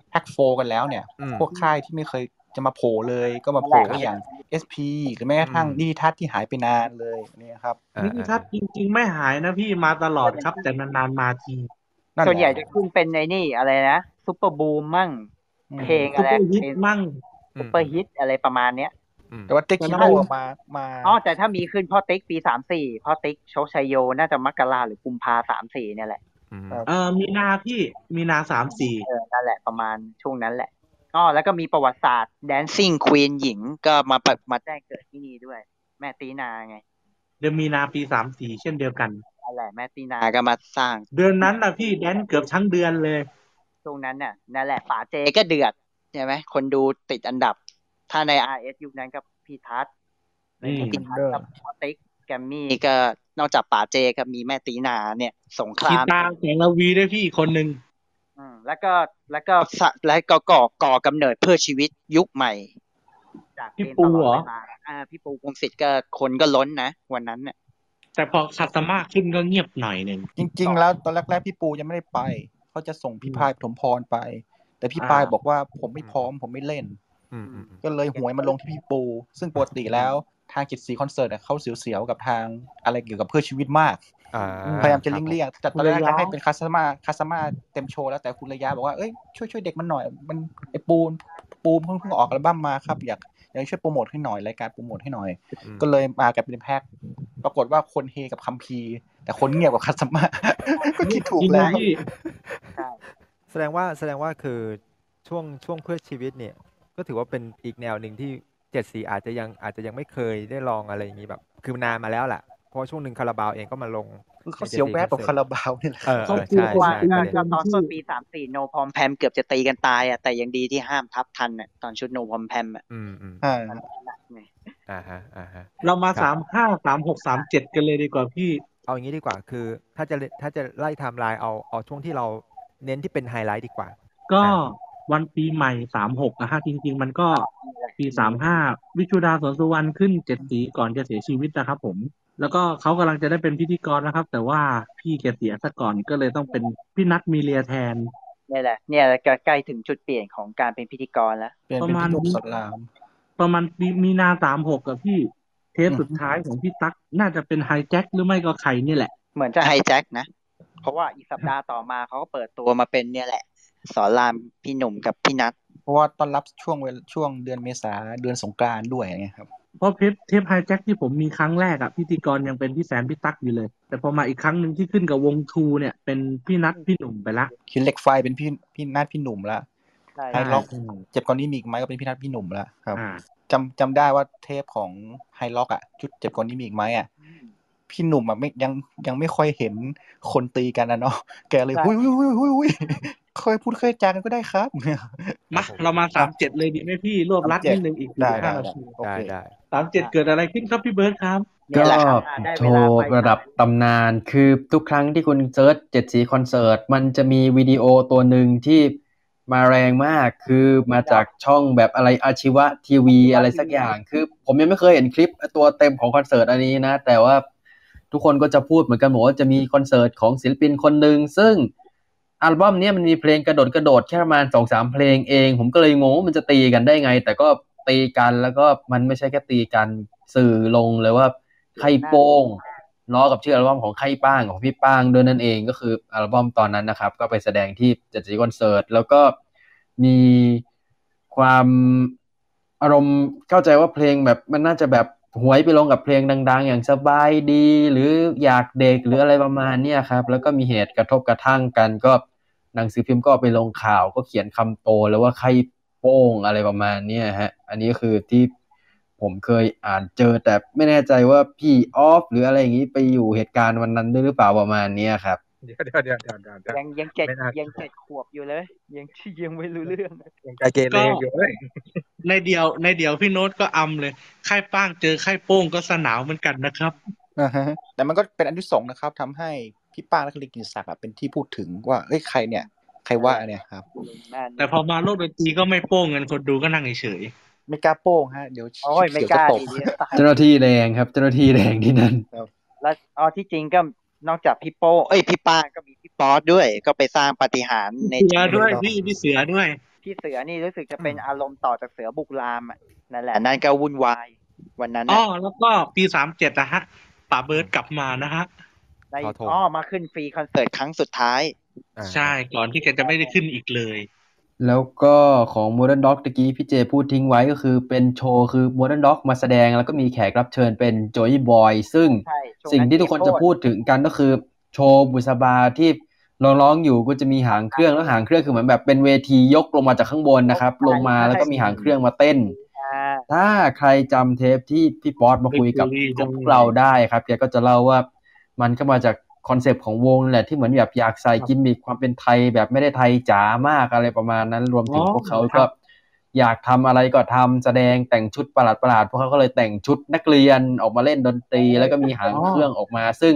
Speaker 3: แพ็กโฟกันแล้วเนี่ย
Speaker 5: อืม
Speaker 3: พวกค่ายที่ไม่เคยจะมาโผล่เลยก็มาโผล่
Speaker 5: ครับ
Speaker 3: อย่าง SP หรือแม้กระทั่งนิติทัศน์ที่หายไปนานเลยเนี่ยครับ
Speaker 1: นิติทัศน์จริง ๆ ไม่หายนะพี่มาตลอดครับ แต่นานๆมาที
Speaker 5: ส่วนใหญ่จะขึ้นเป็นในนี่อะไรนะซุปเปอร์บูมมั่ง
Speaker 1: อืม
Speaker 5: เพลงอะไร
Speaker 1: ซุปเปอร์ฮิตมั่ง
Speaker 5: ซุปเปอร์ฮิตอะไรประมาณเนี้ย
Speaker 3: แต่ว่าเต็กคิโมะมามา
Speaker 5: อ๋อแต่ถ้ามีขึ้นพ่อติ๊กปีสามสี่พ่อติ๊กโชคชัยโย น่าจะมกราหรือกุมภาสามสี่เนี่ยแหละ
Speaker 1: เออมีนาพี่มีนาสามสี่
Speaker 5: เออนั่นแหละประมาณช่วงนั้นแหละอ๋อแล้วก็มีประวัติศาสตร์ Dancing Queen หญิงก็มาปะมาแจ้งเกิดที่นี่ด้วย แม่ตีนาไง
Speaker 1: เดือนมีนาปีสามสี่เช่นเดียวกัน
Speaker 5: นั่นแหละแม่ตีนาก็มาสร้าง
Speaker 1: เดือนนั้นนะพี่แดนเกือบทั้งเดือนเลย
Speaker 5: ช่วงนั้นน่ะนั่นแหละป๋าเจก็เดือดใช่ไหมคนดูติดอันดับ ถ้าใน RS ยุคนั้นก็พี่ทัศน์
Speaker 1: อืม
Speaker 5: พี่ทัศน์กับพ่อติ๊กแกมมี่ก็นอกจากป๋าเจก็มีแม่ตีนาเนี่ยสงค
Speaker 1: คี
Speaker 5: ราม
Speaker 1: ตาแสงระวีด้วยพี่อีกคนหนึ่ง
Speaker 5: อืมแล้วก็แล้วก็สะแล้วก็ก่อก่อกำเนิดเพื่อชีวิตยุคใหม่ จาก
Speaker 1: พี่ปูเหรอ
Speaker 5: กมตลดวลาอ่าพี่ปูพงศิษฐ์ก็คนก็ล้นนะ วันนั้นเนี่ย
Speaker 1: แต่พอขัดสมาขึ้นก็เงียบหน่อยหนึ่ง
Speaker 3: จริง ๆ แล้วตอนแรกๆพี่ปูยังไม่ได้ไปเขาจะส่งพี่พายปฐมพรไป แต่พี่พาย
Speaker 1: อ่า
Speaker 3: บอกว่าผมไม่พร้อมผมไม่เล่น
Speaker 4: อืมอืม
Speaker 3: ก็เลยหวยมาลงที่พี่ปู ซึ่งปกติแล้วทางจิตสีคอนเสิร์ตอะเขาเสียวๆกับทางอะไรเกี่ยวกับเพื่อชีวิตมาก พยายามจะเลี่ยงเลี่ยงๆแต่ตอนแรกจะให้เป็นคาสมาคาสมาเต็มโชว์แล้วแต่คุณระยะบอกว่าเอ้ยช่วยช่วยเด็กมันหน่อย มันไอปูนปูนเพิ่งเพิ่งออกอัลบั้มมาครับ อยากอยากให้ช่วยโปรโมทให้หน่อยรายการโปรโมทให้หน่อย
Speaker 4: อืม
Speaker 3: ก็เลยมากับเป็นแพ็คปรากฏว่าคนเฮกับคัมพีร์แต่คนเงียบกับคาสมา (laughs) ก็คิดถูกแล้ว
Speaker 4: แสดงว่าแสดงว่าคือช่วงช่วงเพื่อชีวิตเนี่ย ก็ถือว่าเป็นอีกแนวหนึ่งที่เจ็ดสีอาจจะยังอาจจะยังไม่เคยได้ลองอะไรอย่างนี้แบบ คือนานมาแล้วแหละเพราะว่าช่วงหนึ่งคาราบาวเองก็มาลง
Speaker 3: คือเขาเสียวแวบกับคาราบาวนี่แหละ
Speaker 4: เออเออใช่
Speaker 5: ว่า
Speaker 4: ใช่ประเด็น
Speaker 5: ตอนต้นปีสามสี่โนพอมแพมเกือบจะตีกันตายอ่ะแต่ยังดีที่ห้ามทับทันอ่ะตอนชุดโนพอมแพมอ่ะ
Speaker 4: อืมอืม
Speaker 3: อ่า
Speaker 4: อ่าฮะอ่าฮะ
Speaker 1: เรามา
Speaker 4: ครับ
Speaker 1: สามห้าสามหกสามเจ็ดกันเลยดีกว่าพี่
Speaker 4: เอาอย่างนี้ดีกว่า คือถ้าจะถ้าจะไล่ไทม์ไลน์เอาเอาช่วงที่เราเน้นที่เป็นไฮไลท์ดีกว่า
Speaker 1: ก็วันปีใหม่สามหกนะฮะจริง ๆ มันก็ปีสามห้าวิจุดาสวนสุวรรณขึ้นเจ็ดสีก่อนจะเสียชีวิตนะครับผม แล้วก็เขากำลังจะได้เป็นพิธีกรนะครับ แต่ว่าพี่แกเสียซะก่อนก็เลยต้องเป็นพี่นัทมีเรียแทน
Speaker 5: เนี่ยแหละ เนี่ยแหละใกล้ถึงจุดเปลี่ยนของการเป็นพิธีกรแล้ว
Speaker 1: เปลี่ยนเป็นประมาณพิธีกรสอนราม ประมาณปีมีนาสามหกกับพี่เทปสุดท้ายของพี่ตั๊กน่าจะเป็นไฮแจ็คหรือไม่ก็ไข่นี่แหละ
Speaker 5: เหมือนจะไฮแจ็คนะ เพราะว่าอีกสัปดาห์ต่อมาเขาก็เปิดตัวมาเป็นเนี่ยแหละ สอนรามพี่หนุ่มกับพี่นัท
Speaker 3: เพราะว่าตอนรับช่วงเวลาช่วงเดือนเมษาเดือนสงกรานต์ด้วยอย่างเงี้ยครับ
Speaker 1: เพราะเทปไฮแจ็คที่ผมมีครั้งแรกอะพิธีกรยังเป็นพี่แซมพี่ตั๊กอยู่เลย แต่พอมาอีกครั้งหนึ่งที่ขึ้นกับวงทูเนี่ยเป็นพี่นัทพี่หนุ่มไปละ
Speaker 3: คินเหล็กไฟเป็นพี่พี่นัทพี่หนุ่มละ
Speaker 5: ใช่
Speaker 3: ไฮล็อกเจ็บกว่อนนี้มีอีกไหมก็เป็นพี่นัทพี่หนุ่มละครับ
Speaker 1: อ่า
Speaker 3: จำจำได้ว่าเทปของไฮล็อกอ่ะชุดเจ็บกว่อนนี้มีอีกไหมอ่ะพี่หนุ่มอ่ะไม่ยังยังไม่ค่อยเห็นคนตีกันนะเนาะ (laughs) แกเลยหุ้ยหุ้ยหุ้ยหุ้ย (laughs) หุ้ยเคยพูดเคยจากันก็ได้ครับ (laughs)
Speaker 1: มาเรามาสามเจ็ดเลยดีไหมพี่รวบรัดนิดนึงอีกสี่
Speaker 3: ได้
Speaker 1: ห้า
Speaker 3: ได้
Speaker 1: นาที
Speaker 3: ได้ได้
Speaker 1: สามเจ็ดเกิดอะไรขึ้นครับพี่เบิร์ดครับ
Speaker 7: ก็โชว์ระดับตำนานคือทุกครั้งที่คุณเซิร์ชเจ็ดสีคอนเสิร์ตมันจะมีวิดีโอตัวหนึ่งที่มาแรงมากคือมาจากช่องแบบอะไรอาชีวะทีวีอะไรสักอย่าง คือผมยังไม่เคยเห็นคลิปตัวเต็มของคอนเสิร์ตอันนี้นะ แต่ว่าทุกคนก็จะพูดเหมือนกันหมดว่าจะมีคอนเสิร์ตของศิลปินคนหนึ่งซึ่ง อัลบั้มเนี้ยมันมีเพลงกระโดดกระโดดแค่ประมาณสองสามเพลงเอง ผมก็เลยงงว่ามันจะตีกันได้ไง แต่ก็ตีกันแล้วก็มันไม่ใช่แค่ตีกันสื่อลงเลยว่าไข่โป้งล้อกับชื่ออัลบั้มของไข่ป้างของพี่ป้างด้วยนั่นเองก็คืออัลบั้มตอนนั้นนะครับ ก็ไปแสดงที่จัดจีคอนเสิร์ตแล้วก็มีความอารมณ์เข้าใจว่าเพลงแบบมันน่าจะแบบหวยไปลงกับเพลงดัง ๆ อย่างสบายดี หรืออยากเด็กหรืออะไรประมาณเนี้ยครับ แล้วก็มีเหตุกระทบกระทั่งกันก็ หนังสือพิมพ์ก็เอาไปลงข่าวก็เขียนคำโตแล้วว่าใครโป้งอะไรประมาณเนี้ยฮะ อันนี้ก็คือที่ผมเคยอ่านเจอแต่ไม่แน่ใจว่าพี่ออฟหรืออะไรอย่างนี้ไปอยู่เหตุการณ์วันนั้นด้วยหรือเปล่าประมาณเนี้ยครับ
Speaker 6: เดี๋ยวเดี๋ยวเดี๋ยวเดี๋ยวเดี๋ยวเดี๋ยว
Speaker 5: ยังยังเจ็ดยังเจ็ดขวบอยู่เลย ยัง (laughs) ยังไม่รู้เรื่อง
Speaker 6: ยังใจเกเรอยู่เอ้ย
Speaker 1: ในเดียวในเดียวพี่โน้ตก็อำเลยไข่ป้างเจอไข่โป้งก็สนาวเหมือนกันนะครับ
Speaker 3: อ่าฮะแต่มันก็เป็นอันที่สองนะครับทำให้พี่ป้าและคลิกินศักดิ์อะเป็นที่พูดถึงว่าเอ้ยใครเนี่ย
Speaker 11: ใครว่าเนี่ยครับ
Speaker 1: แต่พอมาโลกดนตรีก็ไม่โป้งเงินคนดูก็นั่งเฉย
Speaker 11: ไม่กล้าโป้งฮะ เดี๋ยว
Speaker 5: โอ้ยไม่กล้า
Speaker 11: เดี๋ยวจะตบ
Speaker 5: ดีเนี่ย
Speaker 7: เจ้าหน้าที่แดงครับ เจ้าหน้าที่แดงที่นั่น
Speaker 5: แล้วอ๋อที่จริงก็นอกจากพี่โป้เอ้ยพี่ป้าก็มีพี่ป๊อดด้วย ก็ไปสร้างปาฏิหาริย์ใน
Speaker 1: เสือด้วยพี่พี่เสือด้วย
Speaker 5: พี่เสือนี่รู้สึกจะเป็นอารมณ์ต่อจากเสือบุกรามอ่ะนั่นแหละนั่นก็วุ่นวายวันนั้น
Speaker 1: อ๋
Speaker 5: น่ะ
Speaker 1: อแล้วก็ปีสามเจ็ดนะฮะป่าเบิร์ดกลับมานะฮะ
Speaker 5: ได้
Speaker 1: ขอโทษ
Speaker 5: อ๋อมาขึ้นฟรีคอนเสิร์ตครั้งสุดท้าย
Speaker 1: ใช่ก่อนที่แกจะไม่ได้ขึ้นอีกเลย
Speaker 7: แล้วก็ของ Modern Dog ตะกี้พี่เจพูดทิ้งไว้ก็คือเป็นโชว์คือ Modern Dog มาแสดงแล้วก็มีแขกรับเชิญเป็น Joy Boy ซึ่งสิ่งที่ทุกคนจะพูดถึงกันก็คือโชว์บุษบาที่ร้องๆอยู่ก็จะมีหางเครื่องแล้วหางเครื่องคือเหมือนแบบเป็นเวทียกลงมาจากข้างบนนะครับ ลงมาแล้วก็มีหางเครื่องมาเต้น ถ้าใครจำเทปที่พี่ป๊อตมาคุยกับพวกเราได้ครับแกก็จะเล่าว่า มันก็มาจากคอนเซปต์ของวงแหละที่เหมือนแบบอยากใส่กิมมิคความเป็นไทยแบบไม่ได้ไทยจ๋ามากอะไรประมาณนั้น รวมถึง
Speaker 1: อ๋อ
Speaker 7: พวกเขา
Speaker 1: ครั
Speaker 7: ก็
Speaker 1: บ
Speaker 7: อยากทำอะไรก็ทำแสดงแต่งชุดประหลาดประหลาดๆพวกเขาก็เลยแต่งชุดนักเรียนออกมาเล่นดนตรี แล้วก็มีหางเครื่องออกมา ซึ่ง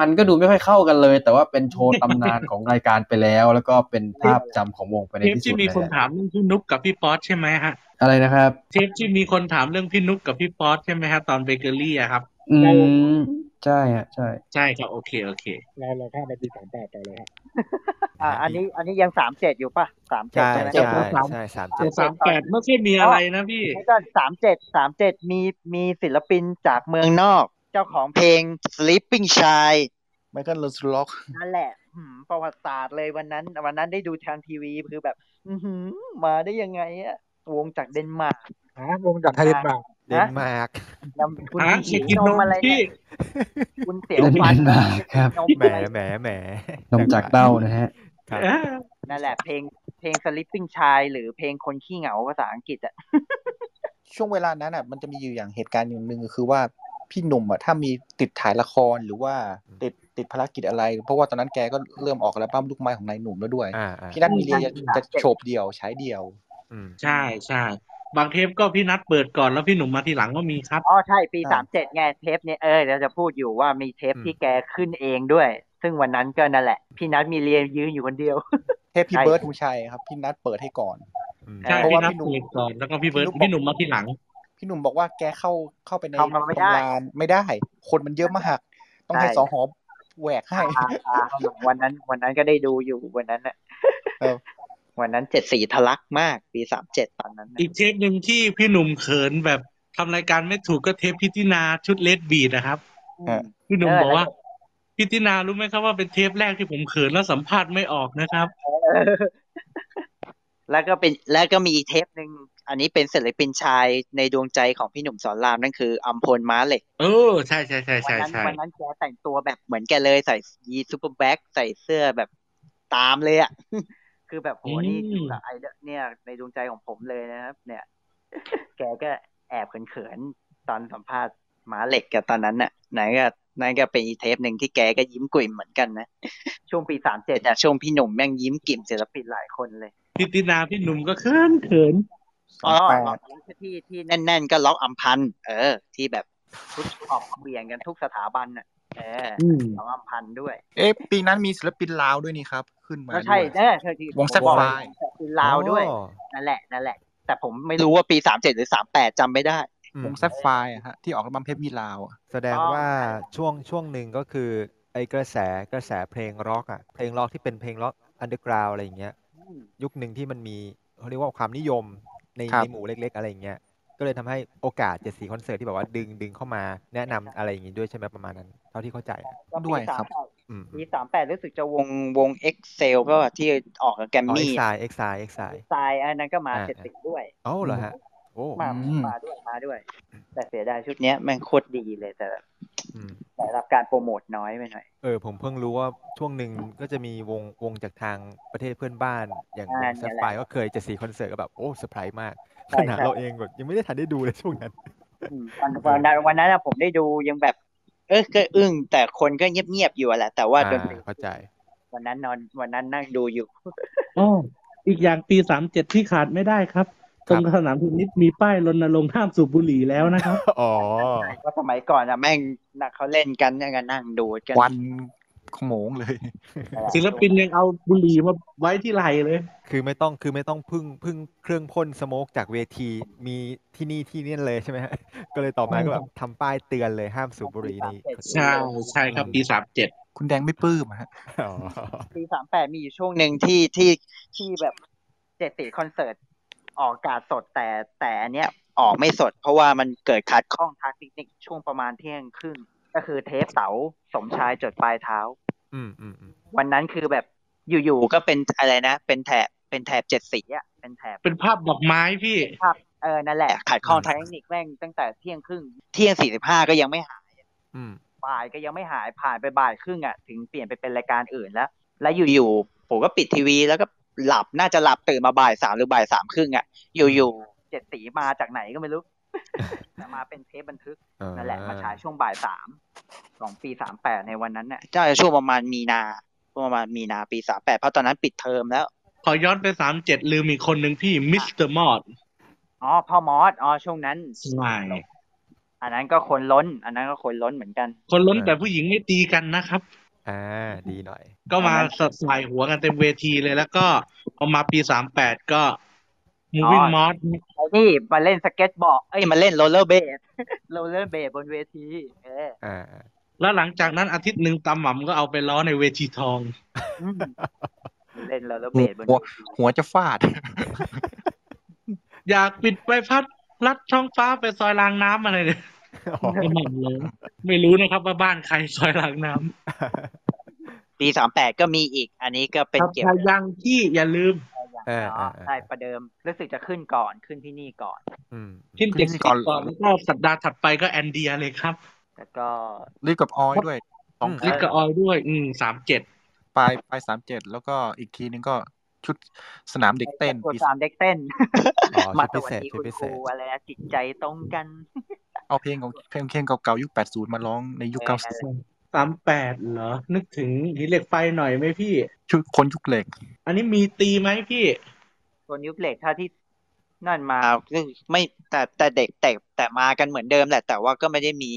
Speaker 7: มันก็ดูไม่ค่อยเข้ากันเลย แต่ว่าเป็นโชว์ตำนานของรายการไปแล้ว แล้วก็เป็นภาพจำของวงไปใน
Speaker 1: เทป
Speaker 7: ที่สุ
Speaker 1: ที่
Speaker 7: ด
Speaker 1: มี
Speaker 7: เล
Speaker 1: คน
Speaker 7: ย
Speaker 1: ถามเรื่องพี่นุ๊กกับพี่ป๊อตใช่ไหมฮะ
Speaker 7: อะไรนะครับ
Speaker 1: เทปที่มีคนถามเรื่องพี่นุ๊กกับพี่ป๊อตใช่ไหมฮะตอนเบเกอรี่อะครับ
Speaker 7: อืมใช่ฮะใช่
Speaker 1: ใช่ครับโอเคโอเค
Speaker 6: เราเราข้ามไปปีสามแปดไปเลยฮะ
Speaker 5: อ่า อันนี้อันนี้ยังสามเจ็ดอยู่ป่ะสามเจ็ด
Speaker 4: ใช่
Speaker 5: ไหม
Speaker 4: ใช่ใช่สามเจ็ด
Speaker 1: สามแปดไม่ใช่มีอะไรนะพี่
Speaker 5: แล้วก็สามเจ็ดสามเจ็ดมีมีศิลปินจากเมืองนอก เจ้าของเพลง Sleeping Child
Speaker 11: ไมเคิลเลอร์สล็อก
Speaker 5: นั่นแหละหืมประวัติศาสตร์เลยวันนั้น วันนั้นได้ดูทางทีวีคือแบบ อื้อหือมาได้ยังไงอะวงจากเดนมาร์ก
Speaker 6: ฮะวงจากไทยเดนมาร์ก
Speaker 4: เดนมาร์ก
Speaker 5: นำคุณ
Speaker 6: ฮะ
Speaker 5: หิวน
Speaker 6: กินนม
Speaker 5: นมอะไรเนี่ยคุณเสียว
Speaker 7: เดน
Speaker 5: ฟัน
Speaker 7: มาร์กครับ
Speaker 5: นม
Speaker 4: แหม
Speaker 5: อะไร
Speaker 4: แหมแหม
Speaker 7: นมจากเต้านะฮะ
Speaker 4: ครับ
Speaker 5: นั่นแหละเพลงเพลง Sleeping Child หรือเพลงคนขี้เหงาภาษาอังกฤษอะ
Speaker 11: ช่วงเวลานั้นอ่ะมันจะมีอยู่อย่างเหตุการณ์อย่างหนึ่งก็คือว่าพี่หนุ่มอ่ะถ้ามีติดถ่ายละครหรือว่าติดติดภารกิจอะไร เพราะว่าตอนนั้นแกก็เริ่มออกอัลบั้มลูกไม้ของนายหนุ่มแล้วด้วย
Speaker 4: อ่าอ่า
Speaker 11: พี่นัทมีเรียจะโฉบเดี่ยวใช้เดี่ยว
Speaker 1: ใช่ใช่บางเทปก็พี่นัทเปิดก่อนแล้วพี่หนุ่มมาทีหลังก็มีครับ
Speaker 5: อ๋อใช่ปีสามเจ็ดไงเทปเนี้ยเออเดี๋ยวจะพูดอยู่ว่ามีเทปที่แกขึ้นเองด้วย ซึ่งวันนั้นก็นั่นแหละ พี่นัทมีเรียนยืนอยู่คนเดียว
Speaker 11: เทพพี่เบิร์ดธงชัยครับพี่นัทเปิดให้ก่อน
Speaker 1: ใช่
Speaker 11: เพราะ
Speaker 1: พี่
Speaker 11: ว่า
Speaker 1: นัท
Speaker 11: พี่หนุ่ม
Speaker 1: เปิดก่อนแล้วก็พี่เบิร์ด
Speaker 11: พี่
Speaker 1: พี่ห
Speaker 11: หนุ่
Speaker 1: นุ่ม
Speaker 11: ม
Speaker 1: มาทีหลัง
Speaker 11: พี่หนุ่มบอกว่าแกเข้าเข้าไปใน
Speaker 5: เข้ามาไม่ได้
Speaker 11: ตำรานไม่ได้ คนมันเยอะมาก ต้องให้สองหอแหวกให้
Speaker 5: อ่าอ่าวันนั้นวันนั้นก็ได้ดูอยู่วันนั้นน่ะวันนั้นเจ็ดสี่ทะลักมากปีสามเจ็ดตอนนั้นน่ะ
Speaker 1: อีกเทปหนึ่งที่พี่หนุ่มเขินแบบทำรายการไม่ถูกก็เทปพิตินาชุดเลดบีดนะครับ พี่หนุ่มบอกว่าพิตินารู้ไหมครับว่าเป็นเทปแรกที่ผมเขินแล้วสัมภาษณ์ไม่ออกนะครับ
Speaker 5: เออแล้วก็เป็นแล้วก็มีอีกเทปหนึ่งอันนี้เป็นศิลปินชายในดวงใจของพี่หนุ่มสอนรามนั่นคืออัมพลม้าเหล็ก
Speaker 1: เออใช่ใช่ใช่
Speaker 5: วั
Speaker 1: ใช่
Speaker 5: นั้น
Speaker 1: ใช่
Speaker 5: วันนั้นแกแต่งตัวแบบเหมือนแกเลยใส่ยีซูเปอร์แบ็กใส่เสื้อแบบตามเลยอ่ะ (laughs) คือแบบโหนี่
Speaker 1: อืม
Speaker 5: แบบไอดอลเนี่ย ในดวงใจของผมเลยนะครับ เนี่ย (laughs) แกก็แอบเขินๆตอนสัมภาษณ์หมาเหล็กกับตอนนั้นน่ะไหนก็นั่นก็เป็นอีเทปหนึ่งที่แกก็ยิ้มกลิ่มเหมือนกันนะ (laughs) ช่วงปีสามเจ็ดอะช่วงพี่หนุ่มแม่งยิ้มกลิ่มศิลปินหลายคนเลย
Speaker 1: พิตินาพี่หนุ่มก็เขินเขิน
Speaker 5: อ๋อ
Speaker 1: สามแปด
Speaker 5: ล็อกที่ที่แน่น ๆ ก็ล็อกอัมพันธ์เออ ที่แบบทุกออกเบี่ยงกันทุกสถาบันน่ะเอออ
Speaker 11: ม
Speaker 5: ล็อกอัมพันธ์ด้วย
Speaker 11: เอ๊ะปีนั้นมีศิลปินลาวด้วยนี่ครับ ขึ้นมา
Speaker 5: ก็ใช่
Speaker 11: ด้วย
Speaker 5: เน่เธอที่
Speaker 11: วงแซด
Speaker 5: บอก
Speaker 11: ไฟ
Speaker 5: เป็นลาวด้วย นั่นแหละนั่นแหละ แต่ผมไม่รู้ว่าปีสามเจ็ดหรือสามแปดจำไม่ได้
Speaker 11: วงแซฟไฟร์อะฮะที่ออกอัลบั้มเทพมีลาวอะ
Speaker 4: แสดงว่าช่วงช่วงหนึ่งก็คือไอ้กระแสกระแสเพลงร็อกอ่ะเพลงร็อกที่เป็นเพลงร็อกอันเดอร์กราวอะไรอย่างเงี้ยยุคหนึ่งที่มันมีเขาเรียกว่าความนิยมใน
Speaker 11: ครับ
Speaker 4: ในหมู่เล็ก ๆ อะไรอย่างเงี้ยก็เลยทำให้โอกาสเจ็ดสีคอนเสิร์ตที่แบบว่าดึงดึงเข้ามาแนะนำอะไรอย่างงี้ด้วยใช่ไหมประมาณนั้น เท่าที่เข้าใจนะ
Speaker 5: ก็ปีสามแปด
Speaker 4: อืม
Speaker 5: ปีสามแปดรู้สึกจะวงวงเอ็กเซลก็ที่ออกกับแกรม
Speaker 4: อ๋อเอ็ก
Speaker 5: มี่
Speaker 4: ไซเอ็กไซเอ็กไซ
Speaker 5: ทรายอันนั้นก็มา
Speaker 4: อ่า
Speaker 5: เจ็ดสิบด้วย
Speaker 4: เอ้าเหรอฮะโอ้
Speaker 5: มามาด้วยมาด้วย แต่เสียดายชุดเนี้ยแม่งโคตรดีเลยแต่แต่รับการโปรโมทน้อยไปหน่อย
Speaker 4: เออผมเพิ่งรู้ว่าช่วงหนึ่งก็จะมีวงวงจากทางประเทศเพื่อนบ้าน อย่างว
Speaker 5: อ่าง
Speaker 4: แซฟไฟร์ก็เคยเจ็ดสีคอนเสิร์ตก็แบบโอ้เซอร์ไพรส์มาก
Speaker 5: ใช่
Speaker 4: ขนาด
Speaker 5: ใช่
Speaker 4: เราเองแบบยังไม่ได้ทันได้ดูเลยช่วงนั้น
Speaker 5: อืมวันวันนั้นวันนั้นอะผมได้ดูยังแบบ เออก็อึ้งแต่คนก็เงียบๆอยู่อะแหละ แต่ว่า
Speaker 4: อ่า
Speaker 5: ดนตรี
Speaker 4: เข้าใจ
Speaker 5: วันนั้นนอนวันนั้นนั่งดูอยู่
Speaker 1: อ๋ออีกอย่างปีสามเจ็ดที่ขาดไม่ได้ครับตรงสนามเทนนิสมีป้ายรณรงค์ห้ามสูบบุหรี่แล้วนะครับ
Speaker 4: อ๋อ
Speaker 5: ก็สมัยก่อนอะแม่งนักเขาเล่นกันเนี่ยก็นั่งดูกัน
Speaker 11: วัน
Speaker 3: ขโมงเลย
Speaker 1: ศิลปินยังเอาบุหรี่มาไว้ที่ไหลเลย
Speaker 4: คือไม่ต้องคือไม่ต้องพึ่งพึ่งเครื่องพ่นสโมกจากเวทีมีที่นี่ที่นี่เลยใช่ไหมฮะ ก็เลยต่อมาก็แบบทำป้ายเตือนเลยห้ามสูบบุหรี่นี่
Speaker 1: ใช่ใช่ครับปีสามเจ็ด
Speaker 3: คุณแดงไม่ปลื้มฮะ
Speaker 5: ปีสามแปดมีอยู่ช่วงหนึ่งที่ที่ที่แบบเจ็ดสีคอนเสิร์ตออกอากาศสดแต่แต่อันเนี้ยออกไม่สด เพราะว่ามันเกิดขัดข้องทางเทคนิคช่วงประมาณเที่ยงครึ่งก็คือเทปเสาสมชายจดปลายเท้า
Speaker 4: อืมอืมอืม
Speaker 5: วันนั้นคือแบบอยู่ๆก็เป็นอะไรนะ เป็นแถบเป็นแถบเจ็ดสีอะเป็นแถบ
Speaker 1: เป็นภาพดอกไม้พี่
Speaker 5: ภาพเออนั่นแหละขัดข้องทางเทคนิคแม่งตั้งแต่เที่ยงครึ่งเที่ยงสี่สิบห้าก็ยังไม่หาย
Speaker 4: อืม
Speaker 5: บ่ายก็ยังไม่หายผ่านไปบ่ายครึ่งอะถึงเปลี่ยนไปเป็นรายการอื่นแล้ว แล้วอยู่ๆผมก็ปิดทีวีแล้วก็หลับน่าจะหลับตื่นมาบ่ายสามหรือบ่ายสามครึ่งอะอยู่ๆเจ็ดสีมาจากไหนก็ไม่รู้ (laughs) แต่มาเป็นเทปบันทึก
Speaker 4: เออ
Speaker 5: นั่นแหละมาฉายช่วงบ่ายสามของปีสามแปดในวันนั้นน่ะเจ้าจะช่วงประมาณมีนาประมาณมีนาปีสามแปดเพราะตอนนั้นปิดเทอมแล้ว
Speaker 1: ขอย้อนไปสามเจ็ดลืมอีกคนหนึ่งพี่มิสเตอร์มอด
Speaker 5: อ๋อพ่อมอสอ๋อช่วงนั้น
Speaker 1: ใช่
Speaker 5: อันนั้นก็คนล้น อันนั้นก็คนล้นเหมือนกัน
Speaker 1: คนล้นแต่ผู้หญิงไม่ตีกันนะครับ
Speaker 4: อ่าดีหน่อย
Speaker 1: ก็มาสดใส่หัวกันเต็มเวทีเลยแล้วก็พอมาปีสามแปดก็มูวิ่งมอส
Speaker 5: ไอ้นี่มาเล่นสเก็ตบอร์ดเอ้ยมาเล่นโรลเลอร์เบ (laughs) สโรลเลอร์เบสบนเวทีเออ
Speaker 1: แล้วหลังจากนั้นอาทิตย์หนึ่งตาหม่ำก็เอาไปล้อในเวทีทอง
Speaker 5: เล่นโรลเลอร์เบ
Speaker 3: หัว
Speaker 5: สบน
Speaker 3: หัวหัวจะฟาด (laughs)
Speaker 1: อยากปิดใบพัดลัดช่องฟ้าไปซอยรางน้ำอะไรเนี่ยตาหม่ำเลยไม่รู้นะครับว่าบ้านใครซอยรางน้
Speaker 5: ปีสามแปดก็มีอีก อันนี้ก็
Speaker 1: ำ
Speaker 5: เป็น
Speaker 1: ครับ
Speaker 5: เกี่ยว
Speaker 1: ชา
Speaker 5: กับ
Speaker 1: ยยังที่อย่าลืม
Speaker 4: เออ
Speaker 5: อ๋อใช่ประเดิมรู้สึกจะขึ้นก่อนขึ้นที่นี่ก่อน
Speaker 4: อืม
Speaker 1: ขึ้นเด็กก่อนแล้วก็สัปดาห์ถัดไปก็แอนเดียเลยครับ
Speaker 5: แล้วก็
Speaker 3: รีบกับออยด้วยสอง
Speaker 1: ลิกกับออยด้วย อืมสามเจ็ด
Speaker 3: ปลายปลายสามเจ็ดแล้วก็อีกทีนึงก็ชุดสนามเด็กเต้น
Speaker 5: ตัว
Speaker 3: ปี
Speaker 5: สามเด็กเต้น
Speaker 4: อ๋อ
Speaker 5: (laughs) มา
Speaker 4: ชุด
Speaker 5: ส
Speaker 4: พิเศษชุด
Speaker 5: วัสดีคุณ
Speaker 4: พิ
Speaker 5: ค
Speaker 4: เศ
Speaker 5: รู
Speaker 4: ษ
Speaker 5: อะไรนะจิตใจตรงกัน
Speaker 3: เอาเพลงของเพลงเพลงเก่าๆยุคแปดศูนย์มาร้องในยุคเก้าสิบ
Speaker 1: สามแปดเหรอ นึกถึงหินเหล็กไฟหน่อยไหมพี่
Speaker 3: ชุดคนยุคเหล็ก
Speaker 1: อันนี้มีตีไหมพี่
Speaker 5: คนยุคเหล็กเท่าที่นั่นมาคือไม่แต่แต่เด็กแต่แต่มากันเหมือนเดิมแหละ แต่ว่าก็ไม่ได้มี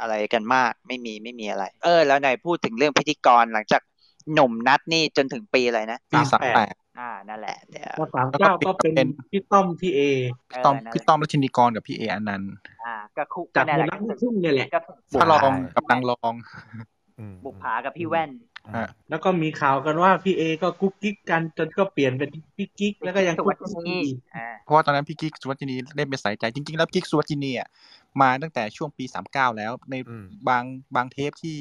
Speaker 5: อะไรกันมาก ไม่มีไม่มีอะไร เออ แล้วไหนพูดถึงเรื่องพิธีกรหลังจากหนุ่มนัดนี่จนถึงปีอะไรนะ
Speaker 3: ปีสามแปด
Speaker 5: อ่านั่นแหละเดี๋ยว
Speaker 1: สามเก้าก็เป็นพี่ต้อมพี่เอ
Speaker 3: พี่ต้อม
Speaker 5: เออนั่นแหละ
Speaker 3: พี่ต้อมรัชินีกรกับพี่เออนันต์
Speaker 5: อ่าก็คุก
Speaker 1: จาก
Speaker 5: นั่นแหละ
Speaker 1: หนุ่มนัดลูกทุ่งเนี่ยแหละ
Speaker 5: ก็
Speaker 3: พระรองกับนางรอง
Speaker 5: บุกผากับพี่แว่น
Speaker 1: แล้วก็มีข่าวกันว่าพี่เอก็กุ๊กกิ๊กกันจนก็เปลี่ยนเป็นพี่กิ๊กแล้วก็ยังกุ๊กกิ๊กอีก
Speaker 5: อ่า
Speaker 3: เพราะว่าตอนนั้นพี่กิ๊กสุวัจินีเล่นเป็นสายใจ จริงๆ แล้วกิ๊กสุวัจินีอ่ะมาตั้งแต่ช่วงปีสามเก้าแล้ว ในบางบางเทปที่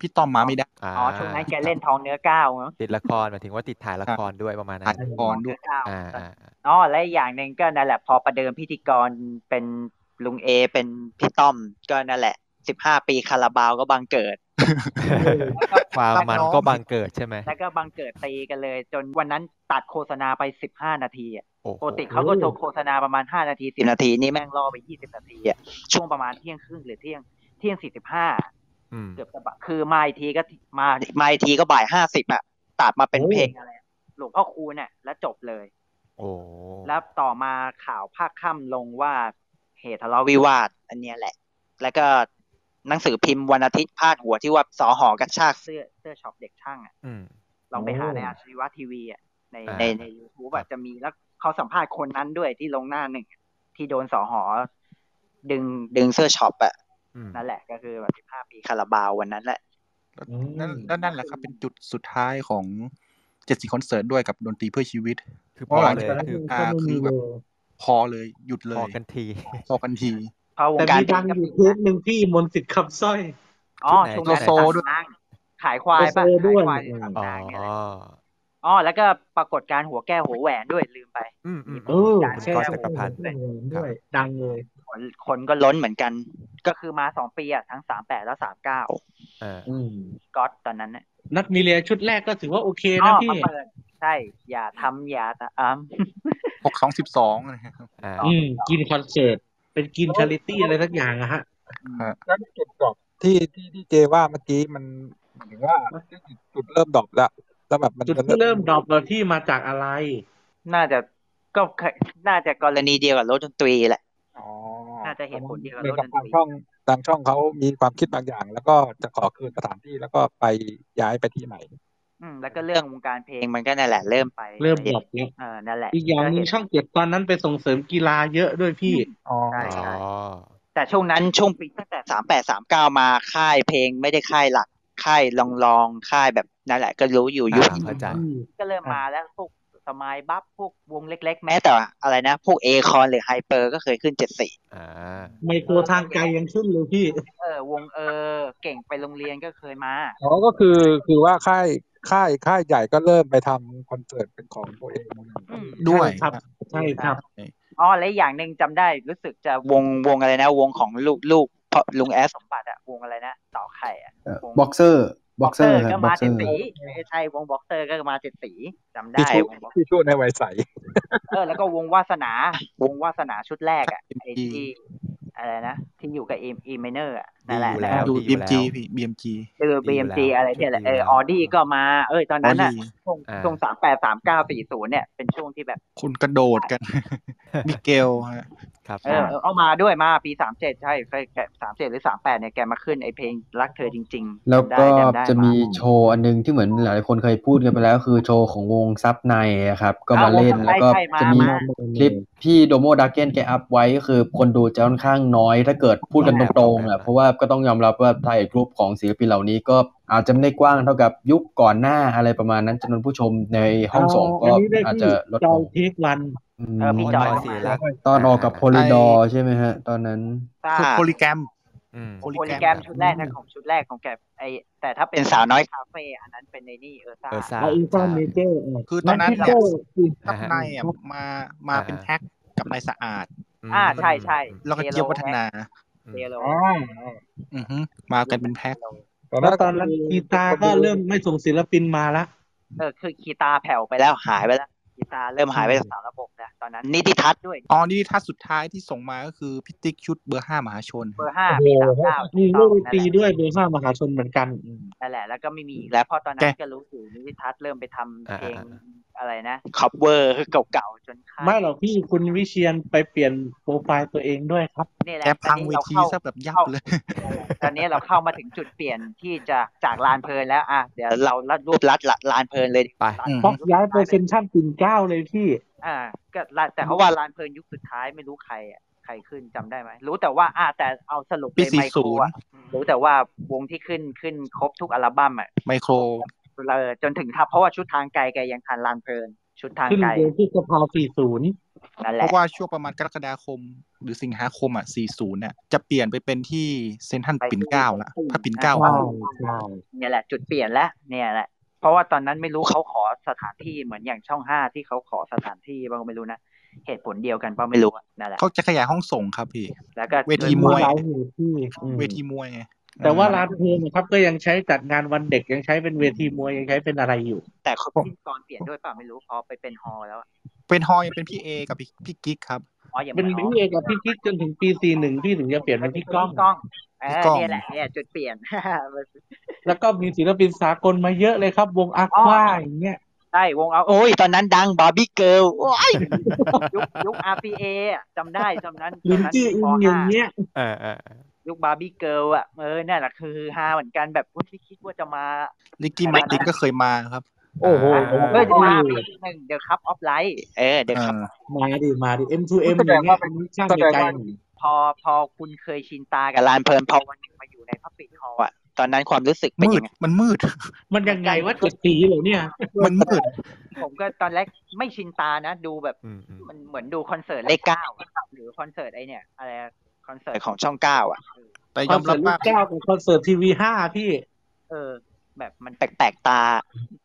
Speaker 3: พี่ต้อมมาไม่ได้
Speaker 5: อ๋อช่วงนั้นแกเล่นทองเนื้อก้าวเนอะ
Speaker 4: ติดละครหมายถึงว่าติดถ่ายละครด้วยประมาณนั้น
Speaker 3: ถ่ายละครด้วย
Speaker 5: ก้าว
Speaker 4: อ่าอ่า
Speaker 5: อ๋อและอีกอย่างหนึ่งก็นั่นแหละ พอประเดิมพิธีกรเป็นลุงเอเป็นพี่ต้อม ก็นั่นแหละสิบห้าปีคาราบาวก็บังเกิด
Speaker 4: ความมัน
Speaker 5: น้อง
Speaker 4: ก็บังเกิดใช่ไหม
Speaker 5: แล้วก็บังเกิดตีกันเลย จนวันนั้นตัดโฆษณาไปสิบห้านาทีอะ
Speaker 4: โอ้โห
Speaker 5: ปกติเขาก็โทรโฆษณาประมาณห้านาทีสิบนาทีนี่แม่งล่อไปยี่สิบนาทีอะช่วงประมาณเที่ยงครึ่งหรือเที่ยงเที่ยงสี่สิบห้า
Speaker 4: อืม
Speaker 5: เกือบจะบะคือมาอีกทีก็มามาอีกทีก็บ่ายห้าสิบอะตัดมาเป็นเพลงอะไรอะหลวงพ่อคูณน่ะแล้วจบเลย
Speaker 4: โอ้
Speaker 5: แล้วต่อมาข่าวภาคค่ำลงว่าเหตุทะเลาะวิวาท อันเนี้ยแหละ แล้วก็หนังสือพิมพ์วันอาทิตย์พาดหัวที่ว่าสอหอกระชากเสื้อเสื้อช็อปเด็กช่างอ่ะ
Speaker 4: อืม
Speaker 5: ลองไป
Speaker 4: โอ้
Speaker 5: หาในอาชีวะทีวีอ่ะใน
Speaker 4: อ่า
Speaker 5: ในในยูทูบอะจะมีแล้วเขาสัมภาษณ์คนนั้นด้วยที่ลงหน้าหนึ่งอะที่โดนสอหอ ดึงดึงเสื้อช็อปอ่ะ
Speaker 4: อืม
Speaker 5: นั่นแหละก็คือแบบสิบห้าปีคาราบาววันนั้นแหละ
Speaker 3: นั่นแล้วนั่นแหละครับเป็นจุดสุดท้ายของเจ็ดสีคอนเสิร์ตด้วยกับดนตรีเพื่อชีวิต
Speaker 4: คือ
Speaker 3: พราะ
Speaker 4: พอ
Speaker 3: หลัง
Speaker 4: เลย
Speaker 3: จากนั้น
Speaker 4: คือ
Speaker 3: อ่าคือแบบพอเลยหยุดเล
Speaker 4: พอย กันที
Speaker 3: พอกันที
Speaker 5: เข้าวง
Speaker 1: แต่
Speaker 5: การ
Speaker 1: มีดังอยู่เทปหนึ่งพี่มนต์สิทธิ์ขับสร้อย
Speaker 5: อ๋อ
Speaker 4: ชุด
Speaker 5: ช่วง
Speaker 4: ไหน
Speaker 5: นั้น
Speaker 4: โซโซ
Speaker 5: ตัดนางขายควายป่ะ
Speaker 1: โซโซด้วย
Speaker 5: ขายควายตั
Speaker 4: อ๋อ
Speaker 5: ด
Speaker 4: น
Speaker 5: างเนี่ยแหละอ๋อแล้วก็ปรากฏการณ์หัวแก้วหัวแหวนด้วยลืมไป
Speaker 4: อืมอืม
Speaker 1: เออ
Speaker 4: คุณกอตจักรพันธ์
Speaker 1: ด้วย ดังเลย
Speaker 5: คนคนก็ล้นเหมือนกัน ก็คือมาสองปีอ่ะทั้งสามแปดแล้วสามเก้า
Speaker 4: เออ
Speaker 1: อืม
Speaker 5: ก๊อตตอนนั้นน่ะ
Speaker 1: นัดมีเรียชุดแรกก็ถือว่าโอเค
Speaker 5: อ๋
Speaker 1: นะ
Speaker 5: อ
Speaker 1: พี่
Speaker 5: มาเปิดใช่ อย่าทำอย่าตะอ้ำ
Speaker 3: หกสองสิบสองอะไรครับ
Speaker 4: อ่า
Speaker 1: อืม กินคอนเสิร์ต เป็นกินชาริตี้อะไรสักอย่างอะฮะ
Speaker 6: แล้วจุดดรอปที่ที่ที่เจว่าเมื่อกี้มันหมายถึงว่าจุดเริ่มดรอปแล้วแล้วแบบมัน
Speaker 1: จุดที่เริ่มดรอปเราที่มาจากอะไร
Speaker 5: (laughs) น่าจะก็เคยน่าจะกรณีเดียวกับรถดนตรีแหละ
Speaker 6: อ๋อ
Speaker 5: น่าจะเหตุผลเดียวกับ
Speaker 6: เหมื
Speaker 5: ร
Speaker 6: อน
Speaker 5: ถดนต
Speaker 6: กับทาง
Speaker 5: รี
Speaker 6: ช่อง ทางช่องเขามีความคิดบางอย่าง แล้วก็จะขอคืนสถานที่แล้วก็ไปย้ายไปที่ใหม่
Speaker 5: อืมแล้วก็เรื่องวงการเพลงมันก็นั่นแหละเริ่มไป
Speaker 1: เริ่มดรอปแล้ว
Speaker 5: เออนั่นแหละ
Speaker 1: อีกอย่างหนึงช่องเจ็ดตอนนั้นไปส่งเสริมกีฬาเยอะด้วยพี่
Speaker 6: อ๋อ
Speaker 5: ใช่ใช่แต่ช่วงนั้นช่วงปีตั้งแต่สามแปดสามเก้ามาค่ายเพลงไม่ได้ค่ายหลัก ค่ายลองลองๆค่ายแบบนั่นแหละ ก็รู้อยู่ยุค
Speaker 4: เข้าใจ
Speaker 5: ก็เริ่มมาแล้วพวกสมัยบัฟพวกวงเล็ก ๆ แม้แต่อะไรนะ พวกเอคอนหรือไฮเปอร์ก็เคยขึ้นเจ็ดสี่
Speaker 1: ไมโครทางไกลยังขึ้นเลยพี่
Speaker 5: เออวงเออ เก่งไปโรงเรียนก็เคยมา
Speaker 6: อ๋อก็คือคือว่าค่ายค่ายค่ายใหญ่ก็เริ่มไปทำคอนเสิร์ตเป็นของตัวเอง
Speaker 5: ด้วยใช่ครับ
Speaker 1: ใช่ครับ
Speaker 5: อ๋อและอีกอย่างหนึ่งจำได้รู้สึกจะวงวงอะไรนะ วงของลูกลูกพ่อลุงแอสสมบัติอะวงอะไรนะต่อไข่อะ
Speaker 7: บ็อกเซอร์บ็อกเซอร์ครับ
Speaker 5: ก็
Speaker 7: บ็อ
Speaker 5: มาก
Speaker 7: เซอ
Speaker 5: เจ็ด
Speaker 7: ร์
Speaker 5: สีไม่ใช่วงบ็อกเตอร์ก็มาเจ็ดสีจำ
Speaker 6: ที่
Speaker 5: ได้
Speaker 6: ชู
Speaker 5: วง
Speaker 6: ที่ชูในวัยใส
Speaker 5: เออแล้วก็วงวาสนา วงวาสนาชุดแรกอ่ะไอที่อะไรนะ ที่อยู่กับเอ็มอีเมเนอร์นั่นแหละ
Speaker 11: อยู่แล้
Speaker 5: แล้วว
Speaker 11: ดู BMG
Speaker 3: พี่ BMG
Speaker 5: เออ BMG อะไรเนี่ยแหละเออออดี้ก็มา เออตอนนั้นอ่ะ
Speaker 3: Audi
Speaker 5: ช่วง
Speaker 3: อ่า
Speaker 5: ช่วงสามแปดสามเก้าสี่ศูนย์เนี่ยเป็นช่วงที่แบบ
Speaker 3: คุณกระโดดกัน มิเกลฮะ
Speaker 4: ครับ
Speaker 5: เออเออเอามาด้วยมาปีสามเจ็ดใช่สามเจ็ดหรือสามแปดเนี่ยแกมาขึ้นไอเพลงรักเธอจริงๆ
Speaker 7: แล้ว
Speaker 5: ได้
Speaker 7: ก็
Speaker 5: จำ
Speaker 7: จะ
Speaker 5: ได้า
Speaker 7: มีโชว์อันหนึงที่เหมือนหลายๆคนเคยพูดกันไปแล้ว คือโชว์ของวงซับในอะครับ ก็มา
Speaker 5: อ่าวง
Speaker 7: เล่น
Speaker 5: ซับใน
Speaker 7: แล้วก็
Speaker 5: ใช่มา
Speaker 7: จะมี
Speaker 5: มา
Speaker 7: คลิปที่โดโมดา a เกนแกอัพไว้คือคนดูจะค่อนข้างน้อยถ้าเกิดพูดกันตรงๆอ่ะเพราะว่าก็ต้องยอมรับว่าไทยกรุ๊ปของศิลปินเหล่านี้ก็อาจจะไม่ได้กว้างเท่ากับยุคก่อนหน้าอะไรประมาณนั้นจำนวนผู้ชมในห้องส่งก็
Speaker 1: นนี้ได้
Speaker 7: อาจ
Speaker 1: ที่
Speaker 7: จะลด
Speaker 1: จ
Speaker 7: ล
Speaker 1: อย
Speaker 7: ง
Speaker 1: เทควัน
Speaker 5: เออพี่จอย
Speaker 4: ศิลป์
Speaker 7: ตอนออกกับโพลิดอร์ใช่ไหมฮะ ตอนนั้น
Speaker 5: ซ่า
Speaker 3: โพลิแกรม
Speaker 5: โพลิแกรมชุดแรกนะของชุดแรกของแกไอแต่ถ้าเป็นสาวน้อยคาเฟ่อันนั้นเป็นในนี่เออซ่า
Speaker 4: เออซ่า
Speaker 1: แล้วอีกอนเมเจอร์
Speaker 3: คือตอนนั้น
Speaker 1: เ
Speaker 3: เนี่ย
Speaker 1: ซั
Speaker 3: ซั
Speaker 1: บบ ใน
Speaker 3: ใน
Speaker 1: อ่ะ
Speaker 3: อ่ะมามาเป็นแฮกกับนายสะอาด
Speaker 5: อ่าใช่ใช่
Speaker 3: แล้วก็เจี๊ยบวัฒนา
Speaker 5: เทโล
Speaker 3: อือฮึมากันเป็นแพ็ค
Speaker 1: แล้วตอนนั้นกีตาร์ก็เริ่มไม่ส่งศิลปินมาละ
Speaker 5: เออคือคีตาแผ่วไปแล้วหายไปแล้วคีตาเริ่มหายไปจากสามระบบนะตอนนั้นนิติทัศน์ด้วย
Speaker 3: อ๋อนี่ท่าสุดท้ายที่ส่งมาก็คือพิติกชุดเบอร์ห้ามหาชน
Speaker 5: เบอร์ห้าปีสามเก้า
Speaker 1: มีลูกดนตรีด้วยเบอร์ห้ามหาชนเหมือนกัน
Speaker 5: นั่นแหละแล้วก็ไม่มีอีกแล้วเพราะตอนนั้
Speaker 3: แก
Speaker 5: นก็รู้สึกนิติทัศน์เริ่มไปทำเพลง
Speaker 4: อ่า
Speaker 5: อะไรนะคอปเวอร์เก่าๆจนค่าย
Speaker 1: ไม่หรอกพี่คุณวิเชียนไปเปลี่ยนโปรไฟล์ตัวเองด้วยครับ
Speaker 5: นี่แหละ
Speaker 3: แก
Speaker 5: ตอ
Speaker 3: พั
Speaker 5: น
Speaker 3: ง
Speaker 5: นี้
Speaker 3: เว
Speaker 5: เรา
Speaker 3: ที
Speaker 5: เข้า
Speaker 3: ซะแบบยับเลย
Speaker 5: ตอนนี้เราเข้ามาถึงจุดเปลี่ยนที่จะจากลานเพลินแล้วอ่ะเดี๋ยวเราลัดรวบลัดละลานเพลินเลย
Speaker 4: ไป
Speaker 1: ต้องย้ายไปเซนชั่นปิ่นเกล้าเลยพี่
Speaker 5: อ่าก็ลานแต่เขาว่าลานเพลินยุคสุดท้ายไม่รู้ใครอ่ะใครขึ้นจำได้ไหมรู้แต่ว่าอ่าแต่เอาสรุป
Speaker 3: ปี
Speaker 5: เลยไมโครอ่ะ
Speaker 3: 40
Speaker 5: รู้แต่ว่าวงที่ขึ้นขึ้นครบทุกอัลบั้มอ่ะ
Speaker 3: ไมโคร
Speaker 5: เราจนถึงทับเพราะว่าชุดทางไกลแกยังทันลานเพลิน ชุดทาง
Speaker 1: ขึ้น
Speaker 5: ไกล
Speaker 1: เวทีสภา40
Speaker 5: นั่นแห
Speaker 3: เพ
Speaker 5: ละ
Speaker 3: ราะว่าช่วงประมาณกรกฎาคม หรือสิงหาคมอ่ะ 40น่ะจะเปลี่ยนไปเป็นที่เซนทรันปิ่นเกล้าละถ้าปิ่นเกล้า
Speaker 1: ใช่
Speaker 3: เอา
Speaker 1: ใช่
Speaker 5: เนี่ยแหละ จุดเปลี่ยนแล้วเนี่ยแหละ เพราะว่าตอนนั้นไม่รู้เขาขอสถานที่เหมือนอย่างช่องห้าที่เขาขอสถานที่บ้างก็ไม่รู้นะเหตุผลเดียวกันเปล่าไม่รู้อะนั่นแหละ
Speaker 3: เขาจะขยายห้องส่งครับพี่
Speaker 5: แล้วก็
Speaker 3: เวทีมวย
Speaker 1: หลายเวทีอืม
Speaker 3: เวทีมวยไง
Speaker 1: แต่ว่าร้านเพลงนะครับ ก็ยังใช้จัดงานวันเด็กยังใช้เป็นเวทีมวยยังใช้เป็นอะไรอยู่
Speaker 5: แต่เขาพิธีกรเปลี่ยนด้วยเปล่าไม่รู้พอไปเป็นฮอลล์แล้วอะ
Speaker 3: เป็นฮอยเป็นพี่เอกับพี่พี่กิ๊กครับ
Speaker 5: อ๋อยัง
Speaker 1: เป็น
Speaker 5: ไม่
Speaker 1: พี่เอกับพี่กิ๊กจนถึงปี 41 พี่ถึงจะเปลี่ยนเป็นพี่ก้อง
Speaker 5: กล้องเอ
Speaker 3: พี่
Speaker 5: อก
Speaker 3: ล้อง
Speaker 5: เนี่ยแหละเนี่ยจุดเปลี่ยน (laughs)
Speaker 1: แล้วก็มีศิลปินสากลมาเยอะเลยครับ วงอาควาอย่างเงี้ย
Speaker 5: ใช่วงเอาโอ้ยตอนนั้นดังบาร์บี้เกิลโอ้ยยุคยุค RPA อะจำได้จำนั้น
Speaker 1: ลิ
Speaker 5: จำ
Speaker 1: น
Speaker 5: นั้น
Speaker 1: จี้อิ
Speaker 5: ป
Speaker 1: งอย่าง
Speaker 5: ห้า
Speaker 1: เงี้ย
Speaker 4: เออเออเออ
Speaker 5: ยุคบาร์บี้เกิลอ่ะเออนั่นแหละคือฮาเหมือนกันแบบอุ๊ยไม่คิดว่าจะมา
Speaker 3: ลิกกี้มาติกก็เคยมาครับ
Speaker 1: โอ้โห
Speaker 5: เออจะมาปีหนึ่งเดอะคัพออฟไลท์เออเดอะคัพ
Speaker 1: มาดิมาดิ M2M อ
Speaker 6: แสด
Speaker 1: ย่าง งเงี้
Speaker 6: ว่าย เป็น
Speaker 1: มันช่าง
Speaker 6: แสดง
Speaker 1: ไกล
Speaker 6: ว่า
Speaker 1: หน่อย
Speaker 5: พอพอคุณเคยชินตากับลานเพลินพอวันหนึ่งมาอยู่ในพับปิดคอลอ่ะตอนนั้นความรู้สึกเป็น
Speaker 3: มื
Speaker 5: ยั
Speaker 3: ด
Speaker 5: งไง
Speaker 3: มันมืด
Speaker 1: มันยังไงว่าเจ็ดสีเหรอเนี่ย
Speaker 3: มันมืด
Speaker 5: ผมก็ตอนแรกไม่ชินตานะดูแบบ
Speaker 4: อืมอืม
Speaker 5: มันเหมือนดูคอนเสิร์ตเลขเก้าอะหรือคอนเสิร์ตไอเนี่ยอะไรอะคอนเสิร์ตของช่องเก้าอ่ะ
Speaker 3: แต่
Speaker 1: ค
Speaker 3: ย
Speaker 1: อ
Speaker 3: อน ม
Speaker 1: เสิ
Speaker 3: รั
Speaker 1: ร์ต
Speaker 3: บ
Speaker 1: ลู
Speaker 3: ว่าก
Speaker 1: เก้ากับคอนเสิร์ตทีวีห้าพี่
Speaker 5: เออ แบบมันแปลกๆตา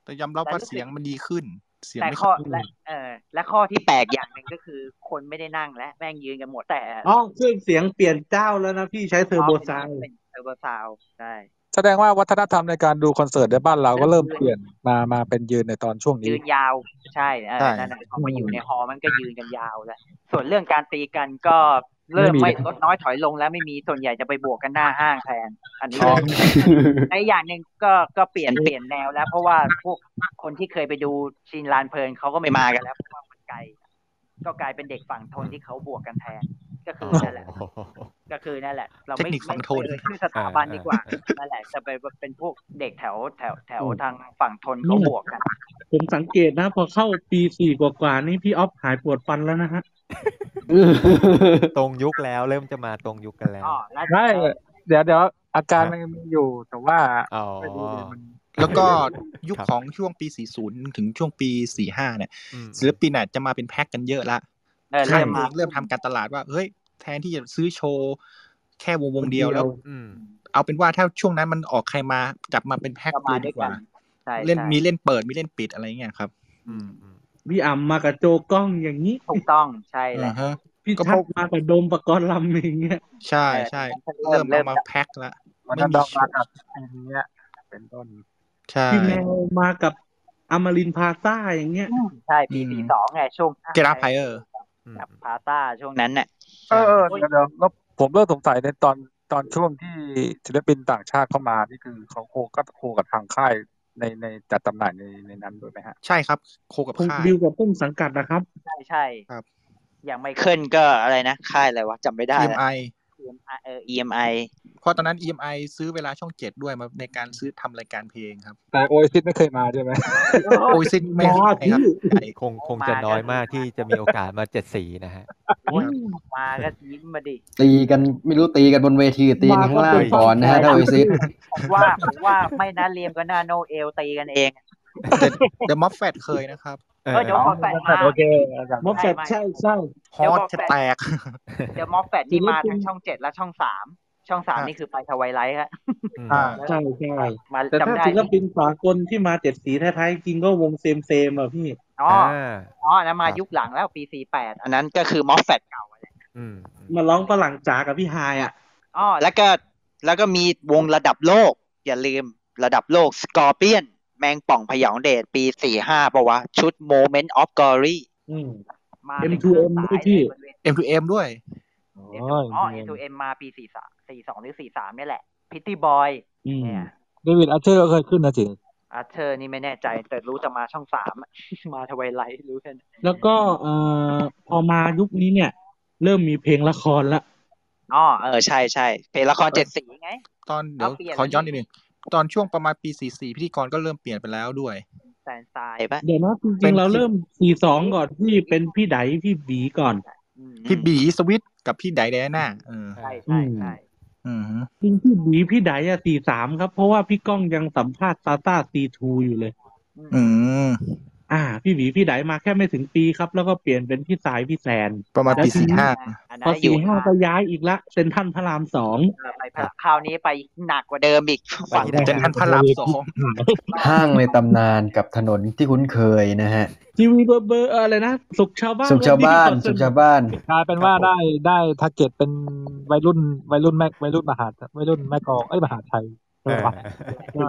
Speaker 3: แต่ยอมรับว่าเสียงมันดีขึ้น เสียง
Speaker 5: แต่
Speaker 3: ไม่
Speaker 5: ข้อ
Speaker 3: ขึ้น
Speaker 5: และเออและข้อที่แปลกอย่างหนึ่งก็คือคนไม่ได้นั่งและแม่งยืนกันหมดแต่
Speaker 1: อ๋อเครื่องเสียงเปลี่ยนเจ้าแล้วนะพี่ใช้เทอร์โบซาวด์
Speaker 5: เป็นเทอร์โบซาวด์ใช่
Speaker 6: แสดงว่าวัฒนธรรมในการดูคอนเสิร์ตในบ้านเราก็เริ่มเปลี่ยนมามาเป็นยืนในตอนช่วงนี้
Speaker 5: ยืนยาวใช่เออนั่นแหละพอมาอยู่ในฮอลล์มันก็ยืนกันยาวแล้วส่วนเรื่องการตีกันก็เริ่ม
Speaker 6: ไม่
Speaker 5: ไม่
Speaker 6: มี
Speaker 5: ลดน้อยถอยลงแล้วไม่มีส่วนใหญ่จะไปบวกกันหน้าห้างแทนอันนี้ ในอย่างหนึ่งก็ก็เปลี่ยนเปลี่ยนแนวแล้ว เพราะว่าพวกคนที่เคยไปดูชินลานเพลินเขาก็ไม่มากันแล้วเพราะว่ามันไกล ก็กลายเป็นเด็กฝั่งทนที่เขาบวกกันแทน ก็คือนั่นแหละ ก็คือนั่นแหละ เราไม่
Speaker 3: เทคนิคฟัง
Speaker 5: ไม่
Speaker 3: โทน
Speaker 5: ไม่เอ่ยชื่อสถาบันดีกว่านั่นแหละจะไปเป็นพวกเด็กแถวแถวแถวทางฝั่งทนเขาบวกกัน
Speaker 1: ผมสังเกตนะ พอเข้าปีสี่กว่าๆนี่พี่ออฟหายปวดฟันแล้วนะฮะ
Speaker 4: ตรงยุคแล้วเริ่มจะมาตรงยุคกันแล้ว
Speaker 6: ใช่เดี๋ยวเดี๋ยวอาการมันมีอยู่แต่ว่าไม่รู้ดิมัน
Speaker 3: แล้วก็ยุคของช่วงปี 40 ถึงช่วงปี 45 เนี่ย
Speaker 4: อืม
Speaker 3: ศิลปินอาจจะมาเป็นแพ็กกันเยอะละ
Speaker 5: เออเริ่
Speaker 3: ค่าย
Speaker 5: ม
Speaker 3: เพล
Speaker 5: มา
Speaker 3: งเริ่มทำการตลาดว่า เฮ้ย แทนที่จะซื้อโชว์แค่วงวงเดียวแล้ว
Speaker 4: อืม
Speaker 3: เอาเป็นว่าถ้าช่วงนั้นมันออกใครมาจับมาเป็นแพ็กเลยดีกว่า
Speaker 5: ใช่
Speaker 3: เล่น
Speaker 5: ใช่
Speaker 3: มีเล่นเปิดมีเล่นปิดอะไรเงี้ยครับ
Speaker 1: พี่อ่ำมากับโจกล้องอย่างนี้
Speaker 5: ถูกต้องใช่
Speaker 3: แหละ
Speaker 1: พี่ชัดมากับโดมประกรณ์ลำอย่างเงี้ย
Speaker 3: ใช่ใช่เริ่มเอามาแพ็กละ
Speaker 6: วัน
Speaker 3: ไม่
Speaker 6: นั้น
Speaker 3: มี
Speaker 6: เรามากับปีนี้เป็นต้น
Speaker 3: ใช่
Speaker 1: พี่แมวมากับอมรินทร์พลาซ่าอย่างเงี้ย
Speaker 5: ใช่ปีปีสองไงช่วง
Speaker 3: เกราไพเออร์
Speaker 5: กับพาต้าช่วงนั้นน่ะ
Speaker 6: เออเออเดี๋ยวเดี๋ยวแล้วผมเริ่มสงสัยในตอนตอนช่วงที่ศิลปินต่างชาติเข้ามานี่คือเขาโคก็โคกับทางค่ายในในจัดจำหน่ายในในนั้นด้วยไหมฮะ
Speaker 3: ใช่ครับโคกับ
Speaker 1: คง
Speaker 3: ค่าย
Speaker 1: ดิวกับต้นสังกัดนะครับ
Speaker 5: ใช่ใช่
Speaker 3: ครับ
Speaker 5: อย่างไมเคิลก็อะไรนะ ค่ายอะไรวะจำไม่ได้ละ
Speaker 3: EMI
Speaker 5: EMI เออ EMI
Speaker 3: เพราะตอนนั้น EMI ซื้อเวลาช่องเจ็ดด้วยมาในการซื้อทำรายการเพลงครับ
Speaker 6: แต่โอเอซิสไม่เคยมาใช่ไหม
Speaker 3: โอ้ยซิดไม่ครับไม่ครับ
Speaker 4: คงคงจะน้อยมากที่จะมีโอกาสมาเจ็ดสีนะฮะ
Speaker 5: มาก็ยิ้มมา
Speaker 3: (laughs)
Speaker 5: ดิ
Speaker 7: (laughs) ตีกันไม่รู้ตีกันบนเวทีหรือตีกันข้างล่างก่อนนะฮะถ้าโอซิส
Speaker 5: ผมว่าผมว่าไม่นะเรียมก็น่าโนเอลตีกันเอง
Speaker 3: เดอะม็อบแฟดเคยนะครับ
Speaker 5: เออเดี๋ยวขอแฟดมา
Speaker 6: โอเค
Speaker 1: ม็อบแฟดใช่ใช่
Speaker 3: ฮอตจะแตก
Speaker 5: เดี๋ยวมอฟแฟตนี่มาทั้งช่องเจ็ดและช่องสามช่องสามนี่คือไปทวายไลท์ฮะ
Speaker 1: ใช่ใช่
Speaker 5: มา
Speaker 1: แต่ถ้า
Speaker 5: จำได้
Speaker 1: ศิลปินสากลที่มาเจ็ดสีท้ายๆจริงก็วงเซมเซมๆอ่ะพี่
Speaker 5: อ๋ออ๋ออันนั้นมายุคหลังแล้วปีสี่แปดอันนั้นก็คือมอฟแฟตเก่าอะ
Speaker 1: มาร้องฝรั่งจ๋ากับพี่ฮายอ่ะ
Speaker 5: อ๋อแล้วก็แล้วก็มีวงระดับโลก อย่าลืมระดับโลกสกอร์เปียน แมงป่องพยองเดชปีสี่ห้าปะวะ ชุด Moment of Glory
Speaker 1: อืม
Speaker 5: มาเป็น
Speaker 1: M2M
Speaker 5: สา
Speaker 1: ด้วย
Speaker 5: ย
Speaker 1: พี่
Speaker 5: เลย
Speaker 3: M2M ด้วย
Speaker 5: อ๋อ M2M มาปีสี่สามสี่สองหรือสี่สามนี่ยแหละพิตตี้บอย
Speaker 6: เดวิดอาร์เชอร์ก็เคยขึ้นนะจริง
Speaker 5: อาเธอร์นี่ไม่แน่ใจ แต่รู้จะมาช่องสามอะ (laughs) มาทวายไลท์รู้แค่นั้น
Speaker 1: แล้วก็เอ่อพอมายุคนี้เนี่ย เริ่มมีเพลงละครละ
Speaker 5: อ๋อเออใช่ใช่เพลงละครเจ็ดสีไง
Speaker 3: ตอนเดี๋ยว
Speaker 5: เอาเปลี่ยน
Speaker 3: ขอย้อนนิดนึงตอนช่วงประมาณปี 44 พิธีกรก็เริ่มเปลี่ยนไปแล้วด้วย
Speaker 5: แสนสายปะ
Speaker 1: เดี๋ยวนะจริงๆเราเริ่มสี่สองก่อนที่เป็นพี่ไดพี่บีก่อน
Speaker 3: พี่บีสวิตกับพี่ไดแดน่าเออ
Speaker 5: ใช่ใช่ใช่
Speaker 3: อืม
Speaker 1: จริงพี่บีพี่ไดอะสี่สามครับ เพราะว่าพี่ก้องยังสัมภาษณ์ตาต้าซีทูอยู่เลย
Speaker 3: อืม
Speaker 1: อ่า พี่บีพี่ไดมาแค่ไม่ถึงปีครับ แล้วก็เปลี่ยนเป็นพี่สายพี่แสน
Speaker 3: ประมาณปีสี่ห้า
Speaker 1: พอสี่ห้าก็ย้ายอีกละเซนทรันพระรามสอง
Speaker 5: เออไปพระคราวนี้ไปหนักกว่าเดิมอีกฝั่
Speaker 1: ไป
Speaker 5: ง
Speaker 1: ที่ไหน
Speaker 3: เจนทรัลพระรามสอง
Speaker 7: ห้างในตำนานกับถนนที่คุ้นเคยนะฮะ
Speaker 1: ทีวีเบอร์เบอร์อะไรนะ สุขชาวบ้าน
Speaker 7: สุขชาวบ้านสุขชาวบ้าน
Speaker 6: กลายเป็นว่าได้ได้ทาร์เก็ตเป็นวัยรุ่นวัยรุ่นแม่วัยรุ่นมหาวัยรุ่นแม่กลองเอ้ยมหาชัยใช่ไหมวะ
Speaker 1: ใช่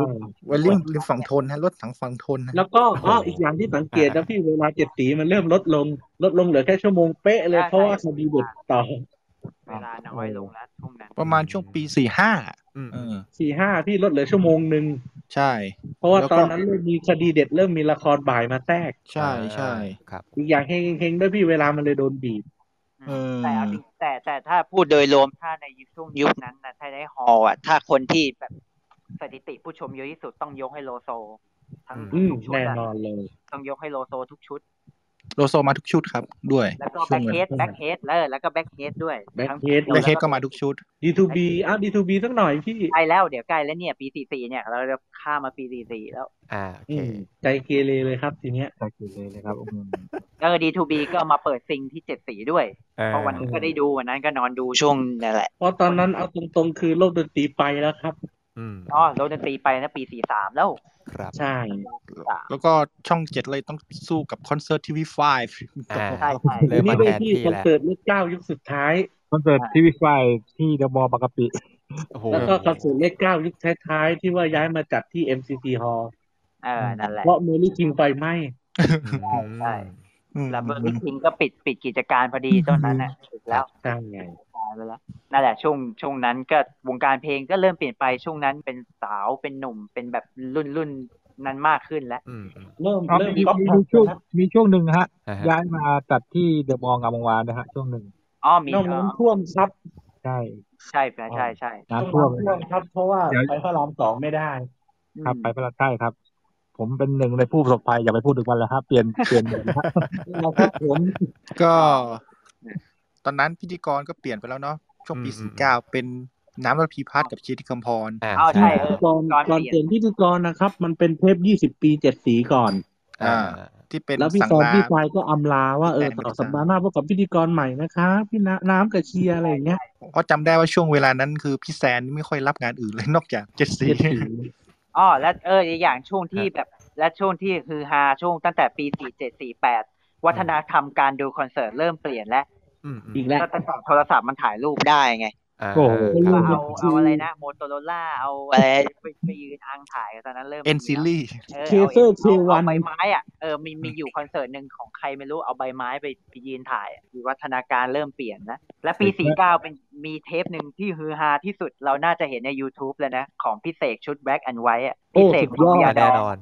Speaker 3: วัยรุ่นริมฝั่งทนนะรถถังฝั่งทนนะ
Speaker 1: แล้วก็อ้ออีกอย่างที่สังเกตนะพี่เวลาเจ็ดสีมันเริ่มลดลง ลดลงเหลือแค่ชั่วโมงเป๊ะเลยเพราะว่าคดีบุตรต่อ
Speaker 5: เวลาน้อยลงแล้วช่วงนั้น
Speaker 3: ประมาณช่วงปีสี่ห้าเออ
Speaker 1: สี่ห้าพี่ลดเหลือชั่วโมงหนึ่ง
Speaker 3: ใช่
Speaker 1: เพราะว่า
Speaker 3: แล้ว
Speaker 1: ต
Speaker 3: ก็
Speaker 1: อนนั้นเริ่มมีคดีเด็ดเริ่มมีละครบ่ายมาแทรก
Speaker 3: ใช่ใช่
Speaker 4: ครับ
Speaker 1: อีกอย่างเฮงเฮงๆด้วยพี่เวลามันเลยโดนบีบ
Speaker 3: เออ
Speaker 5: แต่เอาจริงแต่แต่ถ้าพูดโดยรวมถ้าในยุคช่วงยุคนั้นนะถ้าได้ฮอลล์อ่ะ ถ้าคนที่แบบสถิติผู้ชมเยอะที่สุดต้องยกให้โลโซ ทั้ง
Speaker 1: อืม
Speaker 5: ทุกชุด
Speaker 1: แน่
Speaker 5: อะ
Speaker 1: นอนเลย
Speaker 5: ต้องยกให้โลโซทุกชุด
Speaker 3: โลโซมาทุกชุดครับ ด้วย
Speaker 5: แล้วก็
Speaker 3: ช่
Speaker 5: แบ็
Speaker 3: วง
Speaker 5: ค
Speaker 3: นั้
Speaker 5: เฮด
Speaker 3: น
Speaker 5: แบ็คเฮดแล้วแล้วก็แบ็คเฮดด้วย
Speaker 1: Backhead
Speaker 3: แบ็คเฮดก็มาทุกชุด
Speaker 1: D2B อ่ะ D2B สักหน่อยพี่
Speaker 5: ใกล้แล้วเดี๋ยวใกล้แล้วเนี่ย ปีสี่สี่เนี่ย เราจะข้ามมาปีสี่สี่แล้ว
Speaker 4: อ่าโอ
Speaker 1: อื
Speaker 4: เค
Speaker 1: มใจเกเรเลยครับ ทีเนี้ย
Speaker 6: ทาร์เก็ตเลยนะครับอืม
Speaker 5: เออดีทูบีก็มาเปิดซิงที่เจ็ดสีด้วย
Speaker 4: เออ
Speaker 5: เพราะวันนั้นก็ได้ดูวันนั้นก็นอนดูช่วงนั่นแหละ
Speaker 1: เพราะตอนนั้นเอาตรงๆ คือโลกดนตรีไปแล้วครับ
Speaker 4: อืม
Speaker 5: อ๋อโรดนตรีไปนะปีสี่สามแล้ว
Speaker 4: ครับ
Speaker 1: ใช่
Speaker 3: แล้วก็ช่องเจ็ดเลยต้องสู้กับคอนเสิร์ตทีวีไฟ
Speaker 4: อ่า เริ่
Speaker 1: ทีนี้
Speaker 4: มมา
Speaker 1: ด้ว
Speaker 4: แท
Speaker 1: ย
Speaker 4: น
Speaker 1: พี่
Speaker 4: ที่
Speaker 1: คอน
Speaker 4: แล้ว
Speaker 1: เสิร์ตเลขเก้ายุคสุดท้าย
Speaker 6: คอนเสิร์ตที่วิไฟที่เดอะมอลล์บางกะปิ
Speaker 4: โอ้โห
Speaker 1: แล้วก็คอนเสิร์ตเลขเก้ายุคท้ายๆ ที่ว่าย้ายมาจัดที่ MCC Hall
Speaker 5: เออนั่นแหละ
Speaker 1: เพราะเมลี่คิงไฟไหม้
Speaker 5: ใช่แล้วเบอร์ลิคิงก็ปิดปิดกิจการพอดีตอนนั้นน่ะปิดแล้ว
Speaker 1: ใช่ไง
Speaker 5: ตายไปแล้วนั่นแหละช่วงช่วงนั้นก็วงการเพลงก็เริ่มเปลี่ยนไปช่วงนั้นเป็นสาวเป็นหนุ่มเป็นแบบรุ่นรุ่นนั้นมากขึ้นแล้ว
Speaker 4: อืม
Speaker 1: เริ่ม
Speaker 6: อ๋อ
Speaker 1: เริ่ม
Speaker 6: มี
Speaker 1: ก๊อป
Speaker 6: มี
Speaker 1: แพด
Speaker 6: มีช่วง
Speaker 1: นะ
Speaker 6: มีช่วงหนึ่งนะฮะ
Speaker 4: อ่าฮะ
Speaker 6: ย้ายมาจัดที่เดอะมอลล์งามวงศ์วานนะฮะช่วงหนึ่ง
Speaker 5: อ๋อมี
Speaker 15: นอกน้ำท่วมครับ
Speaker 5: ใช่ใช่ใช่ใช่
Speaker 15: น้ำท่วมครับ เพราะว่าไปพระรามสองไม่ได้
Speaker 6: ครับไปพระราชใช่ครับ ผมเป็นหนึ่งในผู้ประสบภัยอย่าไปพูดถึงมันเลยครับเปลี่ยนเปลี่ยน
Speaker 3: ครับผมก็ตอนนั้นพิธีกรก็เปลี่ยนไปแล้วเนาะช่วงปีสี่เก้าเป็นน้ำระพีพัฒน์กับเชียร์ที่คำพร
Speaker 5: อ้าวใช่
Speaker 1: ก่อนก่อนเปลี่ยนพิธีกรนะครับ มันเป็นเทปยี่สิบปีเจ็ดสีก่อน
Speaker 3: อ่า ที่เป็น
Speaker 1: แล้วพี่
Speaker 3: สั่ง
Speaker 1: ตอน
Speaker 3: ลา
Speaker 1: พี่ชายก็อำลาว่าเออ
Speaker 3: แปด
Speaker 1: ต่อ
Speaker 3: สิบสา
Speaker 1: สัป
Speaker 3: ม
Speaker 1: ดาห์หน้าพบกับพิธีกรใหม่นะครับพี่น้ำน้ำกับเชียร์อะไรอย่างเงี้ย
Speaker 3: เพราะจำได้ว่าช่วงเวลานั้นคือพี่แซนไม่ค่อยรับงานอื่นเลยนอกจากเจ็ดสี
Speaker 5: อ๋อและเอออีกอย่างช่วงที่แบบ และช่วงที่ฮือฮาช่วงตั้งแต่ปีสี่เจ็ดสี่แปดวัฒนธรรมการดูคอนเสิร์ตเริ่มเปลี่ยนแล้ว
Speaker 1: อีกแล้ว
Speaker 5: ตั้งแต่โทรศัพท์มันถ่ายรูปได้ไง
Speaker 4: อ่า
Speaker 3: โอ้โห
Speaker 5: ก็เอาเอาอะไรนะโมโตโรล่าเอาอะไรไปไปยืนอ้างถ่ายกันตอนนั้นเริ่ม
Speaker 3: เอ็นซีรีส์
Speaker 5: เออเอาเองเอาเอาใบไม้อ่ะเออมีมีอยู่คอนเสิร์ตหนึ่งของใครไม่รู้เอาใบไม้ไปไปยืนถ่ายอะวิวัฒนาการเริ่มเปลี่ยนนะและปี 49 เป็นมีเทปหนึ่งที่ฮือฮาที่สุดเราน่าจะเห็นใน YouTube เลยนะ ของพี่เสกชุด Black and White อ่ะ
Speaker 4: โอ้
Speaker 5: พี่เสก
Speaker 4: สุดยอด
Speaker 5: เบีร์
Speaker 4: แน่นอน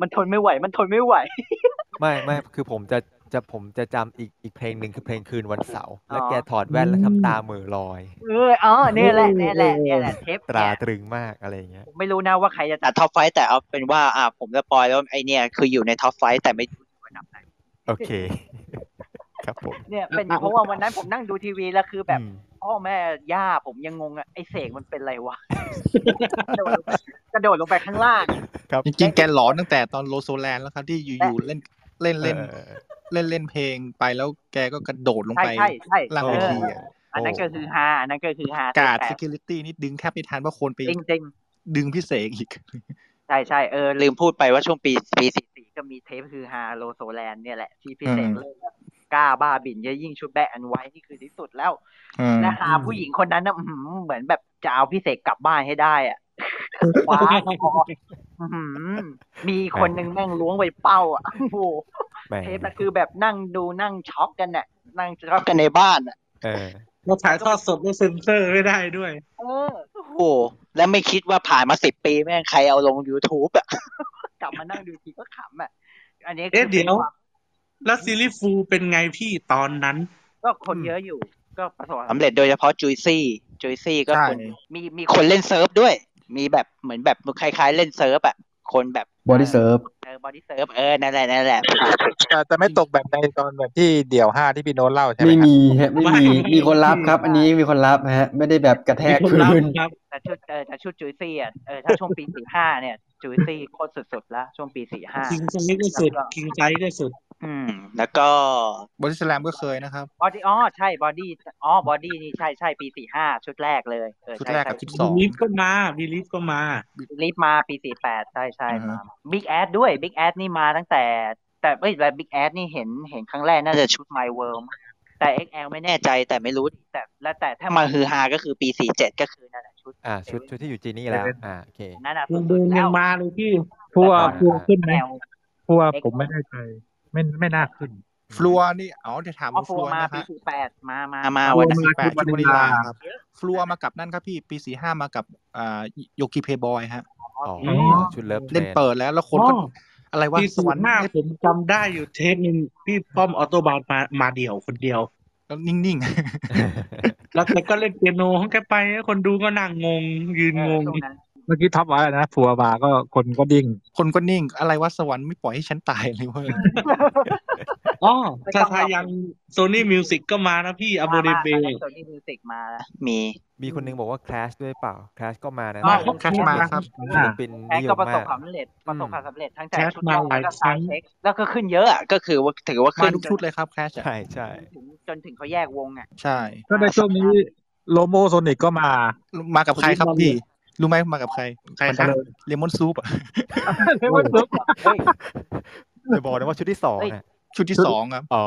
Speaker 5: มันทนไม่ไหว มันทนไม่ไหว
Speaker 4: ไม่ไม่คือผมจะจะผมจะจำอีกอีกเพลงหนึ่งคือเพลงคืนวันเสาร์แล้วแกถอดแว่นแล้วทำตาเหมือลอย
Speaker 5: เอออ๋อเนี่ยแหละเนี่ยแหละเนี่ยแหละเทป
Speaker 4: ตราตรึงมากอะไรอย่างเงี้ย
Speaker 5: ผมไม่รู้นะว่าใครจะจัดท็อปไฟแต่เอาเป็นว่าอ่าผมสปอยแล้วไอเนี่ยคืออยู่ในท็อปไฟแต่ไม่
Speaker 4: โอเค ครับผม
Speaker 5: เนี่ยเป็นเพราะว่าวันนั้นผมนั่งดูทีวีแล้วคือแบบพ่อแม่ย่าผมยังงงอะไอเสกมันเป็นไรวะ กระโดดลงไปข้างล่าง
Speaker 3: จริงๆแกหลอนตั้งแต่ตอนโลโซแลนด์แล้วครับ ที่อยู่ๆเล่นเล่นเล่นเล่นเล่นเพลงไปแล้วแกก็กระโดดลง
Speaker 5: ใช่
Speaker 3: ไป
Speaker 5: ใช่ใช่
Speaker 3: ล่างเวที
Speaker 5: เออ
Speaker 3: อะ
Speaker 5: อันนั้นก็คือฮาอันนั้นก็คือฮาก
Speaker 3: าด
Speaker 5: แต่
Speaker 3: security นี่ดึงแทบไม่ทันเพราะคนไป
Speaker 5: จริง
Speaker 3: ดึงพี่เสกอีก
Speaker 5: ใช่ใช่เออลืมพูดไปว่าช่วงปีปีสี่สี่ก็มีเทปคือฮาโลโซแลนด์เนี่ยแหละ ที่พี่เสก
Speaker 3: อืม
Speaker 5: เล่นแบบกล้าบ้าบินเยอะยิ่งชุดแบกอันไว้ นี่คือที่สุดแล้ว
Speaker 3: อืม
Speaker 5: นะฮะผู้หญิงคนนั้นนะอื้อหือเหมือนแบบจะเอาพี่เสกกลับบ้านให้ได้ (laughs) อ่ะคว้าคออื้อหือมีคนหนึ่งแม่งล้วงไปเป้าอ่ะโอ้โห
Speaker 4: แหม่
Speaker 5: เทปนะคือแบบนั่งดูนั่งช็อกกันน่ะ นั่งช็อกกันในบ้านน่ะ
Speaker 4: เออ
Speaker 15: เราถ่ายทอดสดด้วยเซ็นเซอร์ไม่ได้ด้วย
Speaker 5: เออโอ้โหแล้วไม่คิดว่าผ่านมาสิบปีแม่งใครเอาลง YouTube อ่ะ กลับมานั่งดูทีก็ขำอ่ะ อันนี้คื
Speaker 15: เอ๊ะเดี๋ยว แล้วซีรีส์ฟูลเป็นไงพี่ตอนนั้น
Speaker 5: ก็คนเยอะอยู่ ก็ประสบความสำเร็จโดยเฉพาะจุยซี่จุยซี่ก็
Speaker 15: ใช่
Speaker 5: คนมีมีคนเล่นเซิร์ฟด้วย มีแบบเหมือนแบบคล้ายๆ เล่นเซิร์ฟอ่ะ คนแบบ
Speaker 7: บอดี้เซิร์ฟ
Speaker 5: เออบอดี้เซิร์ฟเออนั่นแหละนั่นแหละ
Speaker 6: แต่แต่ไม่ตกแบบในตอนแบบที่เดี่ยวห้าที่พี่โน้ตเล่าใช่ไหม
Speaker 7: ไม่
Speaker 6: ครับ
Speaker 7: มีฮะไม่มีมีคนรับครับ อันนี้มีคนรับฮะ ไม่ได้แบบกระแทกพื้น
Speaker 5: แต่ชุดเออแต่ชุดจุยซี่อ่ะเออถ้าช่วงปีสี่ห้าเนี่ย จุยซี่โคตรสุดๆแล้วช่วงปีสี่ห้า
Speaker 1: คิงไซส์ก็สุดคิงไซส์ก็สุด
Speaker 5: อืม แล้วก็
Speaker 3: บอดี้สแลมก็เคยนะครับ
Speaker 5: บอดี้อ๋อใช่บอดี้อ๋อบอดี้นี่ใช่ใช่ปีสี่ห้าชุดแรกเลยเออ
Speaker 3: ชุดแรกกับชุดสอง
Speaker 5: ลิฟก็มาบีลิฟก็มาลิฟมาปีสี่แปดใช่ใช่มาบิ๊กแอดด้วยบิ๊กแอดนี่มาตั้งแต่ แต่เอ้ยแต่บิ๊กแอดนี่เห็นเห็นครั้งแรกน่าจะชุด My World มั้งแต่ XL ไม่แน่ใจแต่ไม่รู้ แต่แล้วแต่ถ้ามาฮือฮาก็คือปีสี่เจ็ดก็คือนั่นแหละชุด
Speaker 4: อ่าชุดชุดที่อยู่จีนี่แล้ว อ่าโอเค
Speaker 5: นั่นอ่ะ
Speaker 1: ลงเดินลงมาเลยพี่
Speaker 6: ทัว
Speaker 4: อ่า
Speaker 6: ทัวขึ้นไหมทัวผมไม่ได้ใจไม่ไม่น่าขึ้น
Speaker 3: ฟลัวนี่อ๋อจะถาม
Speaker 5: ออฟ
Speaker 3: ฟ
Speaker 5: โร
Speaker 3: ลัว
Speaker 5: มา
Speaker 3: นะ
Speaker 5: ปี
Speaker 3: ฮะ
Speaker 5: สี่แปดมามา
Speaker 3: มามา
Speaker 5: มา
Speaker 3: วัน
Speaker 5: น
Speaker 3: ที่แปดชุดวานิลลาครับ บฟลัวมากับนั่นครับพี่ปีสี่ห้ามากับอ่าโยกิเพย์บอยฮะ
Speaker 4: อ๋อชุดเลิฟทร
Speaker 3: เล่นเปิดแล้วแล้วคนก็
Speaker 1: อ๋อ
Speaker 3: อะไรวะ
Speaker 1: ปี
Speaker 3: ส
Speaker 1: ศู
Speaker 3: วร
Speaker 1: น
Speaker 3: ร
Speaker 1: ย์
Speaker 3: ค์
Speaker 1: หน้าผมจำได้อยู่เทปหนึ่งพี่ป้อมออโตบานมามาเดี่ยวคนเดียว
Speaker 3: แล้วนิ่ง
Speaker 1: ๆ แล้วแกก็เล่นเปียโนของแกไปคนดูก็นั่งงง ยืนงง
Speaker 6: เมื่อกี้ท็อปไว้นะฟัวบาร์ก็คนก็ดิ้ง
Speaker 3: (laughs) คนก็นิ่ง อะไรวะสวรรค์ไม่ปล่อยให้ฉันตายเลยเว้ย
Speaker 1: อ๋อถ้าทายังโซนี่มิวสิกก็มานะพี่อโบเดเบ
Speaker 5: ส่วนที่มิวสิกมาแล้ว
Speaker 3: มี
Speaker 4: (laughs) มีคนนึงบอกว่า Crash ด้วยเปล่า Crash ก็มานะ
Speaker 5: อ๋อ Crash มาครับ
Speaker 4: ศิลปิน
Speaker 5: แท็ก
Speaker 4: นิย
Speaker 5: ก็
Speaker 4: ม
Speaker 5: ประส
Speaker 4: มาก
Speaker 5: บความสำเร็จประสบความสำเร็จทั้งแต่
Speaker 4: แคส
Speaker 5: ชุด
Speaker 4: มา
Speaker 5: แรก
Speaker 4: หลาย
Speaker 5: แล้วก็
Speaker 4: ครั้
Speaker 5: ซาง วเช็คแล้วก็ขึ้นเยอะอะก็คือว่าถือว่าขึ้น
Speaker 3: มาทุกชุดเลยครับแคส
Speaker 4: ใช่ใช่
Speaker 5: ถึงจนถึงเขาแยกวงอ่ะ
Speaker 3: ใช่
Speaker 6: ก็ในช่วงนี้โลโมโซนิกก็มา
Speaker 3: มากับใครครับพี่ รู้ไหมมากับใคร
Speaker 6: ใครครับ
Speaker 3: มันจะเลมอนซูปอะ
Speaker 6: เรียกว่าซุป
Speaker 4: จะบอกนะว่าชุดที่สองน่ะ
Speaker 3: ชุดที่สองครับ
Speaker 4: อ๋อ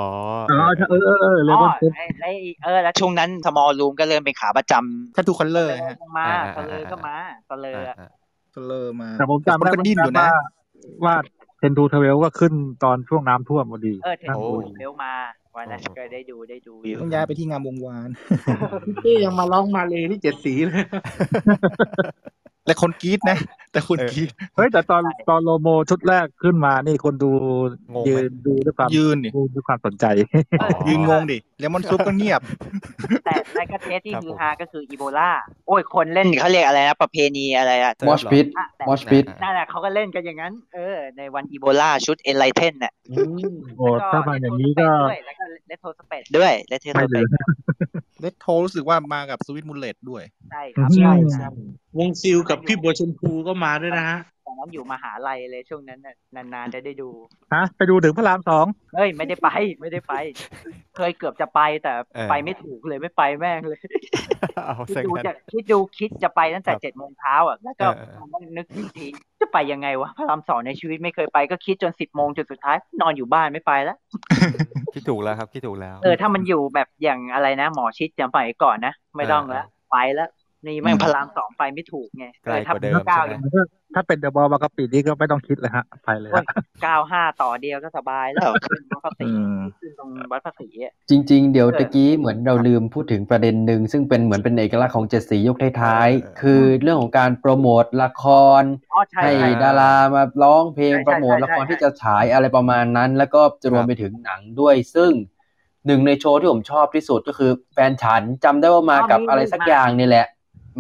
Speaker 6: เออเออเออเออเรีย
Speaker 5: อ๋
Speaker 6: ก
Speaker 5: อ
Speaker 6: ว่าซุป
Speaker 5: ไอ้ไอ้เออ แล้วช่วงนั้นสมอลรูมก็เริ่มเป็นขาประจำ
Speaker 3: ถ้าทุกคนเลอร์
Speaker 5: ก็มาก็เลยก็มาก็เลยอะ
Speaker 3: ก็เลอร์มา
Speaker 6: แต่ผมจำ
Speaker 3: มัน
Speaker 6: ได้
Speaker 3: ก็ดิ้นอยู่นะ
Speaker 6: ว่าว่าเทนทูเทเวลก็ขึ้นตอนช่วงน้ำท่วมพอดี
Speaker 5: เออเทน
Speaker 6: นั่ง
Speaker 5: โบ
Speaker 6: ดู
Speaker 5: เบลมาวันนั้นก็ได้ดูได้ดูอยู่
Speaker 3: ต้องย้ายไปที่งามวงวาน
Speaker 1: พี่เต้ยังมาร้องมาเลยที่เจ็ดสีเลย
Speaker 3: และคนกรี๊ดนะ แต่คนกรี๊ด
Speaker 6: เฮ้ยแต่ตอนตอนโลโมชุดแรกขึ้นมานี่คนดูยืนดูด้วยความ
Speaker 3: ยืนดิ
Speaker 6: ดูด้วยความสนใจ
Speaker 3: ยืนงงดิ เลมอนซุปก็เงียบ (laughs)
Speaker 5: แต่ในกระเทสที่ฮือฮาก็คืออีโบลาโอ้ยคนเล่นเขาเรียกอะไรนะประเพณีอะไรอะ
Speaker 7: Mosh pit
Speaker 5: ะแต่
Speaker 7: Mosh pit
Speaker 5: นั่นแหละเขาก็เล่นกันอย่างนั้น เออ ในวันอีโบลาชุดเอ l ไลเทนน่ะ
Speaker 6: โอ้ถ้ามาอย่างนี้ก็
Speaker 5: ด้วยแล้วก็เลโทสเปดด้วยเลโทส
Speaker 6: ไม่เห
Speaker 5: เป
Speaker 6: ลื
Speaker 5: ด
Speaker 6: อ
Speaker 3: เลดโทรู้สึกว่ามากับสวิตมูลเลตด้วย
Speaker 5: ใช่ครับ
Speaker 3: ใช่
Speaker 5: ใช่ครับ
Speaker 1: วงซิลกับพี่บัวชมพูก็มาด้วยนะฮะ
Speaker 5: ตอนนั้นอยู่มหาลัยเลยช่วงนั้นน่ะนานๆจะได้ดู
Speaker 6: ฮะ ไปดูถึงพระรามสอง
Speaker 5: เฮ้ยไม่ได้ไป (laughs) ไม่ได้ไป เคยเกือบจะไปแต่
Speaker 4: เออ
Speaker 5: ไปไม่ถูกเลยไม่ไปแม่งเลย
Speaker 4: เอา
Speaker 5: (laughs) คิด
Speaker 4: ซะ
Speaker 5: ดู
Speaker 4: งั้น
Speaker 5: จะคิดดูคิดจะไปตั้งแต่
Speaker 4: ครับ
Speaker 5: เจ็ดโมงเช้าอ่ะแล้วก็
Speaker 4: เออเออ
Speaker 5: มานึกอีกทีจะไปยังไงวะพระรามสองในชีวิตไม่เคยไปก็คิดจนสิบโมงจนสุดท้าย นอนอยู่บ้านไม่ไปแล้ว
Speaker 4: คิดถูกแล้วครับคิดถูกแล้ว
Speaker 5: เออถ้ามันอยู่แบบอย่างอะไรนะ หมอชิดจะไปก่อนนะไม่ต้องแล้วไปแล้ว นี่แม่งพระรามสองไปไม่ถูกไง
Speaker 4: ไกลกว่าเดิม
Speaker 5: ออถ้าก้าว
Speaker 4: ใช่ไหม
Speaker 6: ถ้าเป็นเดอะบอลบางกะปินี่ก็ไม่ต้องคิดเลยฮะ ไปเลยฮะ
Speaker 5: เก้าห้าต่อเดียวก็สบายแล้วขึ้นวัดภาษี
Speaker 6: อืม
Speaker 5: ขึ้นตรงวัดภาษีอะ
Speaker 7: จริง ๆ เดี๋ยว
Speaker 5: เออ
Speaker 7: ตะกี้เหมือนเราลืมพูดถึงประเด็นหนึ่งซึ่งเป็นเหมือนเป็นเอกลักษณ์ของเจ็ดสียกท้ายๆคือเรื่องของการโปรโมทละคร
Speaker 5: อ๋อใช่
Speaker 7: ให้
Speaker 5: ใช่
Speaker 7: ดารามาร้องเพลง
Speaker 5: ใช่ใช่
Speaker 7: โปรโมทละคร
Speaker 5: ใช่ใช่
Speaker 7: ที่จะฉายอะไรประมาณนั้น แล้วก็จะรวมไปถึงหนังด้วย ซึ่งหนึ่งในโชว์ที่ผมชอบที่สุดก็คือแฟนฉันจำได้ว่ามากับอะไรสักอย่างนี่แหละ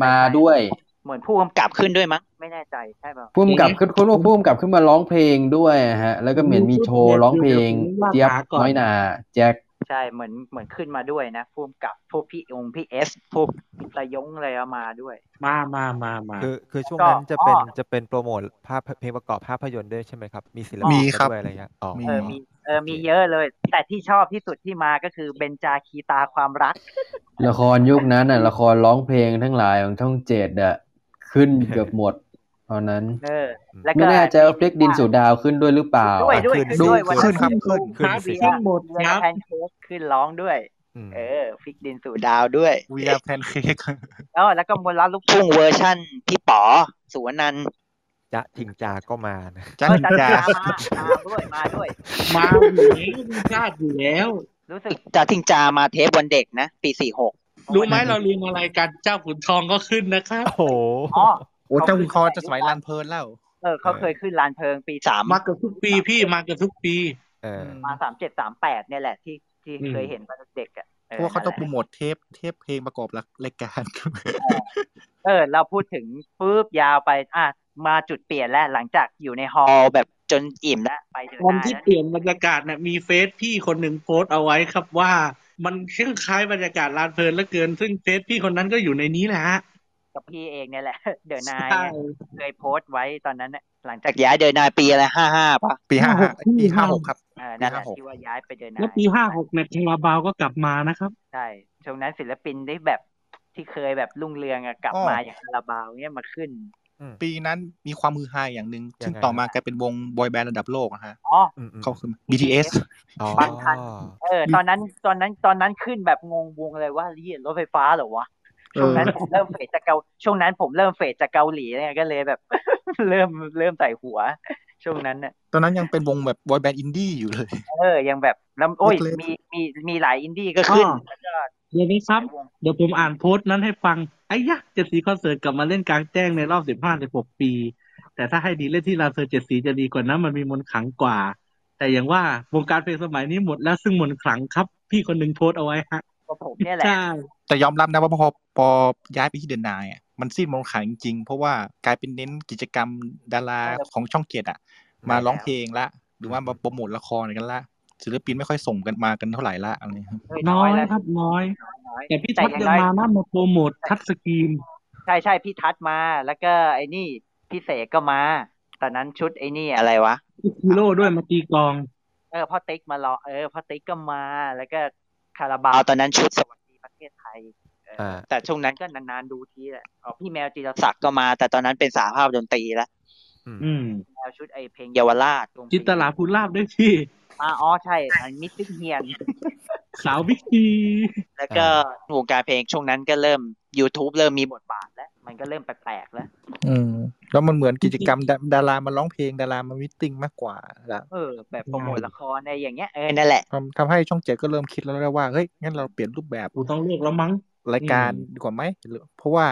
Speaker 7: มาด้วย
Speaker 5: เหมือนผู้กำกับขึ้นด้วยมั้งไม่แน่ใจใช่เปล่า
Speaker 7: พุ่มกับขึ้นคุณว่าพุ่มกับขึ้นมาร้องเพลงด้วยฮะ แล้วก็เหมือนมีโชว์ร้องเพลงเจี๊ยบน้อยนาแจ็ค
Speaker 5: ใช่เหมือนเหมือนขึ้นมาด้วยนะพ่วมกับพวกพี่องค์พี่เอสพวกตะยงอะไรเอามาด้วย
Speaker 1: มามามามา
Speaker 4: คือคือช่วง
Speaker 5: ก็
Speaker 4: นั้นจะเป็น
Speaker 5: อ้อ
Speaker 4: จะเป็นโปรโมทภาพเพลงประกอบภาพยนตร์ด้วยใช่ไหมครับ มีศิล
Speaker 3: มี
Speaker 4: ปิน
Speaker 3: ครับ
Speaker 4: ด้วยอะไรเงี้ยอ๋อ
Speaker 5: เออมีเออมีเยอะเลย แต่ที่ชอบที่สุดที่มาก็คือเบนจาคีตาความรัก
Speaker 7: ละครยุคนั้นน่ะละครร้องเพลงทั้งหลายของช่องเจ็ดอะขึ้นเกือบหมด ตอนนั้น
Speaker 5: เออ แล้วก็
Speaker 7: ไม่แน่ใจว่าพลิกดินสู่ดาวขึ้นด้วยหรือเปล่า
Speaker 5: ด้วยด้วยขึ้นด้วยวัน
Speaker 3: ขึ้นครับขึ้น
Speaker 4: ขึ้น
Speaker 5: เบี
Speaker 4: สิ
Speaker 5: ยร์เบียร์แพนเค้กขึ้นร้องด้วย เออฟิกดินสู่ดาวด้วย
Speaker 3: We are pancake
Speaker 5: เออแล้วก็มลรักลูกทุ่งเวอร์ชั่นพี่ป๋อสุวรรณนันท์
Speaker 4: จะถิงจาก็มานะ
Speaker 3: (laughs) จั
Speaker 5: เออจั
Speaker 3: น
Speaker 5: น
Speaker 3: จา
Speaker 5: จามามาด้วยมาด้วย
Speaker 1: มาอยู่แล้วมีชาติอยู่แล้ว
Speaker 5: รู้สึกจาทิงจามาเทปวันเด็กนะปีสี่หก
Speaker 1: รู้ไหมเราลืมอะไรกันเจ้าขุนทองก็ขึ้นนะครับ
Speaker 4: โอ้โห
Speaker 5: อ๋อ
Speaker 3: โอ้เจ้าคุณคอจะ
Speaker 5: เขา
Speaker 3: ส
Speaker 5: เค
Speaker 3: มัยลานเพลินแล้ว
Speaker 5: เออเขาเคยขึ้นลานเพลิงปีสาม
Speaker 1: มาเกือบทุกปีพี่มาเกือบทุกปี
Speaker 4: เออ
Speaker 5: มาสามเจ็ดสามแปดเนี่ยแหละที่ที่
Speaker 1: อืม
Speaker 5: เคยเห็นตอนเด็กๆอ่ะอ
Speaker 3: เพ
Speaker 5: อ
Speaker 3: ราะว่าเขาต้องโปร
Speaker 5: นั่นแหล
Speaker 3: โมทเทปเทปเพลงประกอบรายการ (laughs)
Speaker 5: เออ เราพูดถึงปุ๊บยาวไป อ่ะ มาจุดเปลี่ยนแล้วหลังจากอยู่ในฮอลล์แบบจนอิ่มแล้วไปเดิน
Speaker 1: วัน
Speaker 5: นา
Speaker 1: ที่
Speaker 5: แล้ว
Speaker 1: เปลี่ยนบรรยากาศเนี่ยมีเฟซพี่คนหนึ่งโพสต์เอาไว้ครับว่า มันคล้ายๆบรรยากาศลานเพลินเหลือเกิน ซึ่งเฟซพี่คนนั้นก็อยู่ในนี้แหละฮะ
Speaker 5: กับพี่เองเนี่ยแหละ (laughs) เดินนาย
Speaker 1: ใช่
Speaker 5: เคยโพสต์ไว้ตอนนั้นน่ะหลังจากย้ายเดินนายปีอะไรห้าห้าป่ะ
Speaker 3: ปีห้าปีห้าหกครับ
Speaker 5: เออนั่นแหละ
Speaker 3: ปี56
Speaker 5: ที่ว่าย้ายไปเดินนาย
Speaker 1: แล้วปีห้าหกเนี่ยคาราบาวก็กลับมานะครับ
Speaker 5: ใช่ช่วงนั้นศิลปินได้แบบที่เคยแบบรุ่งเรืองอะกลับ
Speaker 3: อ้อ
Speaker 5: มาอย่างคาราบาวเนี่ยมาขึ้น
Speaker 3: ปีนั้นมีความมือฮาอย่างหนึ่ง
Speaker 4: ยังไง
Speaker 3: ซึ่งต่อมากลายเป็นวงบอยแบนด์ระดับโลกนะฮะ
Speaker 5: อ๋อ
Speaker 4: อืมอืม
Speaker 3: เขาคือ BTS
Speaker 4: อ๋อ
Speaker 5: บางคัน เออ ตอนนั้น ตอนนั้น ตอนนั้นขึ้นแบบงงวงเลยว่าเรียรถไฟฟ้าเหรอวะ
Speaker 3: เออ
Speaker 5: ช่วงนั้นผมเริ่มเฟดจากเกา ช่วงนั้นผมเริ่มเฟดจากเกาหลีเนี่ยก็เลยแบบ (laughs) เริ่ม เริ่มใส่หัว ช่วงนั้นน่ะ
Speaker 3: ตอนนั้นยังเป็นวงแบบบอยแบนด์อินดี้อยู่เลย
Speaker 5: เออ ยังแบบแล้วโอ้ย
Speaker 3: เล็กๆ
Speaker 5: มี มี มีหลายอินดี้ก็ขึ้น
Speaker 1: อ้อ
Speaker 5: แล้วก็
Speaker 1: เดี๋ยวนี้ครับ
Speaker 5: วง
Speaker 1: เดี๋ยวผมอ่านโพสต์นั้นให้ฟัง ไอ้ยะเจ็ดสีคอนเสิร์ตกลับมาเล่นกลางแจ้งในรอบสิบห้าสิบหกปี แต่ถ้าให้ดีเล่นที่ลานเซอร์เจ็ดสีจะดีกว่านะมันมีมนต์ขลังกว่า แต่อย่างว่าวงการเพลงสมัยนี้หมดแล้วซึ่งมนต์ขลังครับ พี่คนหนึ่งโพสต์เอาไว้ฮะ
Speaker 5: ก็ผมเนี่ยแหละ
Speaker 1: ใช่
Speaker 3: แต่ยอมรับนะว่าพอพอย้ายไปที่เดนนายอ่ะมันสิ้นมนต์ขลังจริงๆ เพราะว่ากลายเป็นเน้นกิจกรรมดาราของช่องเกียรติอ่ะ มาร้องเพลงละ หรือว่ามาโปรโมทละครกันละศิลปินไม่ค่อยส่งกันมากันเท่าไหร่ละอะไรเงี้ยครับ
Speaker 5: เฮ้ย
Speaker 1: น้อย
Speaker 5: แล้ว
Speaker 1: ครับน้อย
Speaker 5: น้อย
Speaker 1: แต่พี่ทัศน์
Speaker 5: อ
Speaker 1: ยัง
Speaker 5: ย่างน้อย
Speaker 1: มานะมาโปรโมททัศน์สกรีม
Speaker 5: ใช่ใช่พี่ทัศน์มาแล้วก็ไอ้นี่พี่เสกก็มา ตอนนั้นชุดไอ้นี่อะไรวะ
Speaker 1: ฮีโร่ด้วยมาตีกลอง
Speaker 5: เออพ่อติ๊กมาลองเออพ่อติ๊กก็มาแล้วก็คาราบาวตอนนั้นชุดสวัสดีประเทศไทยเอออา แต่ช่วงนั้นก็นานๆดูทีแหละอ๋อพี่แมวจิรศักดิ์ก็มา แต่ตอนนั้นเป็นสาภาพดนตรีแล้ว
Speaker 1: อืม
Speaker 5: แมวชุดไอ้เพลงเยาวราชวง
Speaker 1: จินตลาภูลาบด้วยพี่
Speaker 5: อ่าอ๋อใช่อันมิสซิเฮียน
Speaker 1: สาวบิ๊กซี
Speaker 5: แล้วก็วงการเพลงช่วงนั้นก็เริ่ม YouTube เริ่มมีบทบาทแล้ว มันก็เริ่มแปลกๆแล้ว
Speaker 3: อืมแล้วมันเหมือนกิจกรรมดาดารามาร้องเพลงดารามามิทติ้งมากกว่าละ
Speaker 5: เออ แบบโปรโมทละครอะไรอย่างเงี้ยเออนั่นแหละ
Speaker 3: ทำทำให้ช่องเจ็ดก็เริ่มคิดแล้วนะว่าเฮ้ยงั้นเราเปลี่ยนรูปแบบ
Speaker 1: กูต้องเลือกแล้วมั้ง
Speaker 3: รายการดีกว่าไหมหรือเพราะว่า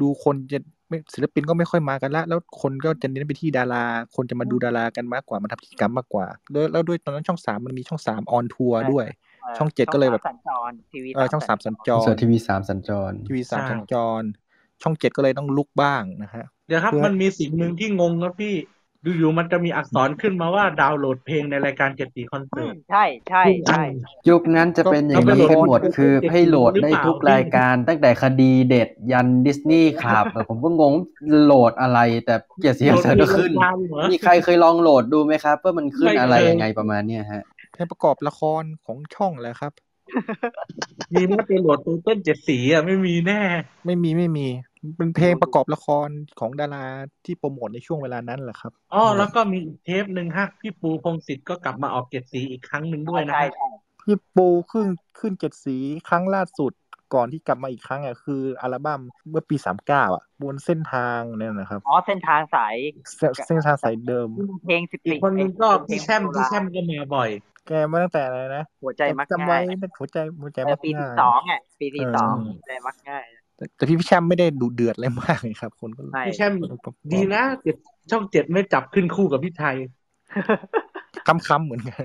Speaker 3: ดูคนจะไม่ศิลปินก็ไม่ค่อยมากันละแล้วคนก็จะเน้นไปที่ดารา คนจะมาดูดารากันมากกว่ามาทำกิจกรรมมากกว่าแล้วแล้วด้วยตอนนั้นช่องสามมันมีช่องสามออนทัวร์ด้วย ช่องเจ็ดก็เลยแบบ
Speaker 5: สัญจรทีวี
Speaker 3: เออช่องสามสัญจ
Speaker 7: คอน
Speaker 3: ร
Speaker 7: เสิร์ตทีวีสามสัญจร
Speaker 3: ทีวีสาม
Speaker 7: ใช่
Speaker 3: สัญจร ช่องเจ็ดก็เลยต้องลุกบ้างนะฮะ
Speaker 1: เดี๋ยวครับ
Speaker 3: เพื่อ
Speaker 1: มันมีสิ่งหนึ่งที่งงครับพี่ดูอยู่มันจะมีอักษรขึ้นมาว่าดาวน์โหลดเพลงในรายการเจ็ดสีคอนเสิร์ต
Speaker 5: ใช่ใช่ใช่
Speaker 7: ยุคนั้นจะเป็นอย่างนี้กันหมดคือให้โหลดได้ทุกรายการตั้งแต่คดีเด็ดยันดิสนีย์ครับ ผมก็งงโหลดอะไรแต่เกียรติเสียงเสริมก็ขึ้น
Speaker 1: โหลดรายการเหรอ
Speaker 7: มีใครเคยลองโหลดดูไหมครับ ว่ามันขึ้นอะไรยังไงประมาณเนี้ยฮะ
Speaker 3: ให้ประกอบละครของช่องแหละครับ
Speaker 1: มีไหมไปโหลดตูเต้นเจ็ดสีอ่ะไม่มีแน่
Speaker 3: ไม่มีไม่มีเป็นเพลงประกอบละครของดาราที่โปรโมทในช่วงเวลานั้นแหละครับ
Speaker 1: อ๋อแล้วก็มีอีกเทปหนึ่งฮะพี่ปูพงศิษฐ์ก็กลับมาออกเจ็ดสีอีกครั้งหนึ่งด้วยนะฮะ
Speaker 3: พี่ปูขึ้นขึ้นเจ็ดสีครั้งล่าสุดก่อนที่กลับมาอีกครั้งอ่ะคืออัลบั้มเมื่อปีสามเก้าอ่ะบนเส้นทางเนี่ยนะครับ
Speaker 5: อ๋อเส้นทางสาย
Speaker 3: เส้นเส้นทางสายเดิม
Speaker 5: เพลงสิบ
Speaker 1: อีกคนหนึงก็พี่แช่มพี่แช่มก็มาบ่อย
Speaker 3: แกมาตั้งแต่อะไรนะ
Speaker 5: หัวใจมัก
Speaker 3: จำ
Speaker 5: ง่าย
Speaker 3: ไว้เป็นหัวใจหัวใจ
Speaker 5: เอ
Speaker 3: มั
Speaker 5: อก ปีที่
Speaker 3: ง่าย
Speaker 5: สองอ่ะปีที่
Speaker 3: เ
Speaker 5: สองหัวใจมักง่าย
Speaker 3: แต่แต่พี่พิชัมไม่ได้ดูเดือดอะไรมากเลยครับคนก็
Speaker 5: ใช่
Speaker 1: พี่แช่มดีนะเจ็ดช่องเจ็ดไม่จับขึ้นคู่กับพี่ไทย
Speaker 3: ค้ำๆเหมือนกัน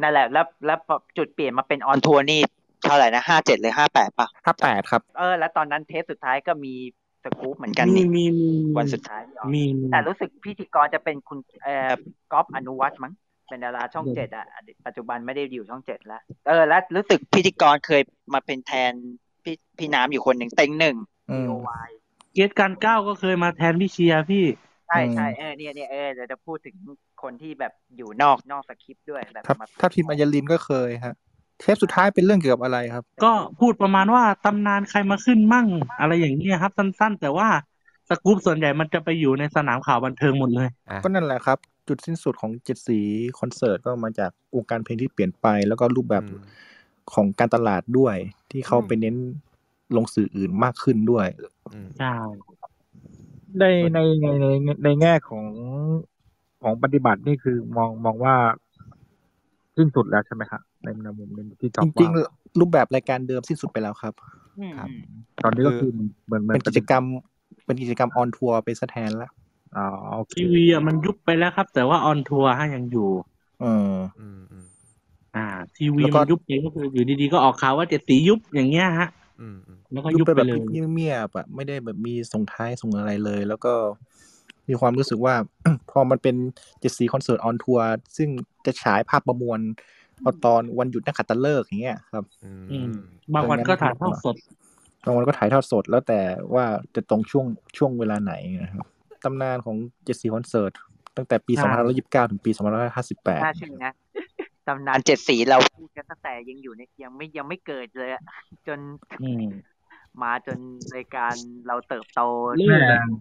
Speaker 5: นั่นแหละ แล้วแล้วพอจุดเปลี่ยนมาเป็นออนทัวร์นี่เท่าไหร่นะห้าเจ็ดหรือห้าแปดป่ะ
Speaker 3: ห้าแปดครับ
Speaker 5: เออ แล้วตอนนั้นเทปสุดท้ายก็มีสกู๊ปเหมือนกัน
Speaker 1: มี
Speaker 5: นี่
Speaker 1: มีมี
Speaker 5: วันสุดท้ายที่ออก
Speaker 1: มี
Speaker 5: แต่รู้สึกพิธีกรจะเป็นคุณเอ่อก๊อฟอนุวัฒน์มั้งเป็นดาราช่องเจ็ดอ่ะปัจจุบันไม่ได้อยู่ช่องเจ็ดแล้ว เออ แล้วรู้สึกพิธีกรเคยมาเป็นแทนพี่พี่น้ำอยู่คนหนึ่งเต็งหนึ่ง DOY
Speaker 1: เกียรติการเก้าก็เคยมาแทนพี่เชียร์พี่
Speaker 5: ใช่ใช่เออเนี่ยเนี่ยเออเดี๋ยวจะพูดถึงคนที่แบบอยู่นอกนอกสคริปต์ด้วยแบบ
Speaker 3: ครับ
Speaker 5: มา
Speaker 3: ถ้าทีมอัญญลินก็เคยฮะ เทปสุดท้ายเป็นเรื่องเกี่ยวกับอะไรครับ
Speaker 1: ก็พูดประมาณว่าตำนานใครมาขึ้นมั่ง อะไรอย่างนี้ยครับ สั้นๆ แต่ว่าสกู๊ปส่วนใหญ่มันจะไปอยู่ในสนามข่าวบันเทิงหมดเลย
Speaker 3: ก็นั่นแหละครับ จุดสิ้นสุดของเจ็ดสีคอนเสิร์ตก็มาจากวงการเพลงที่เปลี่ยนไป แล้วก็รูปแบบของการตลาดด้วย ที่เขาไปเน้นลงสื่ออื่นมากขึ้นด้วย
Speaker 1: ใช่
Speaker 6: ในในในในในในแง่ของของปฏิบัตินี่คือมองมองว่าสิ้นสุดแล้วใช่ไหมครับในในมุมในมุมที่จอ
Speaker 3: จ
Speaker 6: บ
Speaker 3: ริง
Speaker 6: ว่า
Speaker 3: ๆ รูปแบบรายการเดิมสิ้นสุดไปแล้วครับ
Speaker 5: ครับ
Speaker 6: ตอนนี้ก็คือเหมือนเหมือน
Speaker 3: เป็นกิจกรรม เป็นกิจกรรมออนทัวร์ไปสแทนละ
Speaker 6: อ๋อโอเค
Speaker 1: ทีวีอะมันยุบไปแล้วครับ แต่ว่าออนทัวร์ฮะยังอยู่
Speaker 3: เออ
Speaker 1: อ่า ทีวี
Speaker 3: แล้วก็
Speaker 1: มันยุบไปก็คืออยู่ดีๆก็ออกข่าวว่าเจ็ดสียุบอย่างเงี้ยฮะ แล้วก็
Speaker 3: ยุ
Speaker 1: ยุ
Speaker 3: บบ ไป
Speaker 1: ไป
Speaker 3: แบบ
Speaker 1: เลย
Speaker 3: เงียบๆอะไม่ได้แบบมีส่งท้ายส่งอะไรเลย แล้วก็มีความรู้สึกว่า (clears throat) พอมันเป็นเจ็ดสีคอนเสิร์ตออนทัวร์ซึ่งจะฉายภาพประมวลเอาตอนวันหยุดนักขัตฤกษ์อย่างเงี้ยครับ
Speaker 1: อืม บางวันก็ถ่ายทอดสด
Speaker 3: บางวันก็ถ่ายทอดสดแล้วแต่ว่าจะตรงช่วงช่วงเวลาไหนนะครับตำนานของเจ็ดสีคอนเสิร์ตตั้งแต่ปี
Speaker 5: ใช่
Speaker 3: 2529 ถึงปี
Speaker 5: น่า
Speaker 3: 2558
Speaker 5: ชื่อนะ ตำนานเจ็ดสีเราพูดกันตั้งแต่ยังอยู่ในยังไม่ยังไม่เกิดเลยอะจนมาจนรายการเราเติบโต
Speaker 6: แม่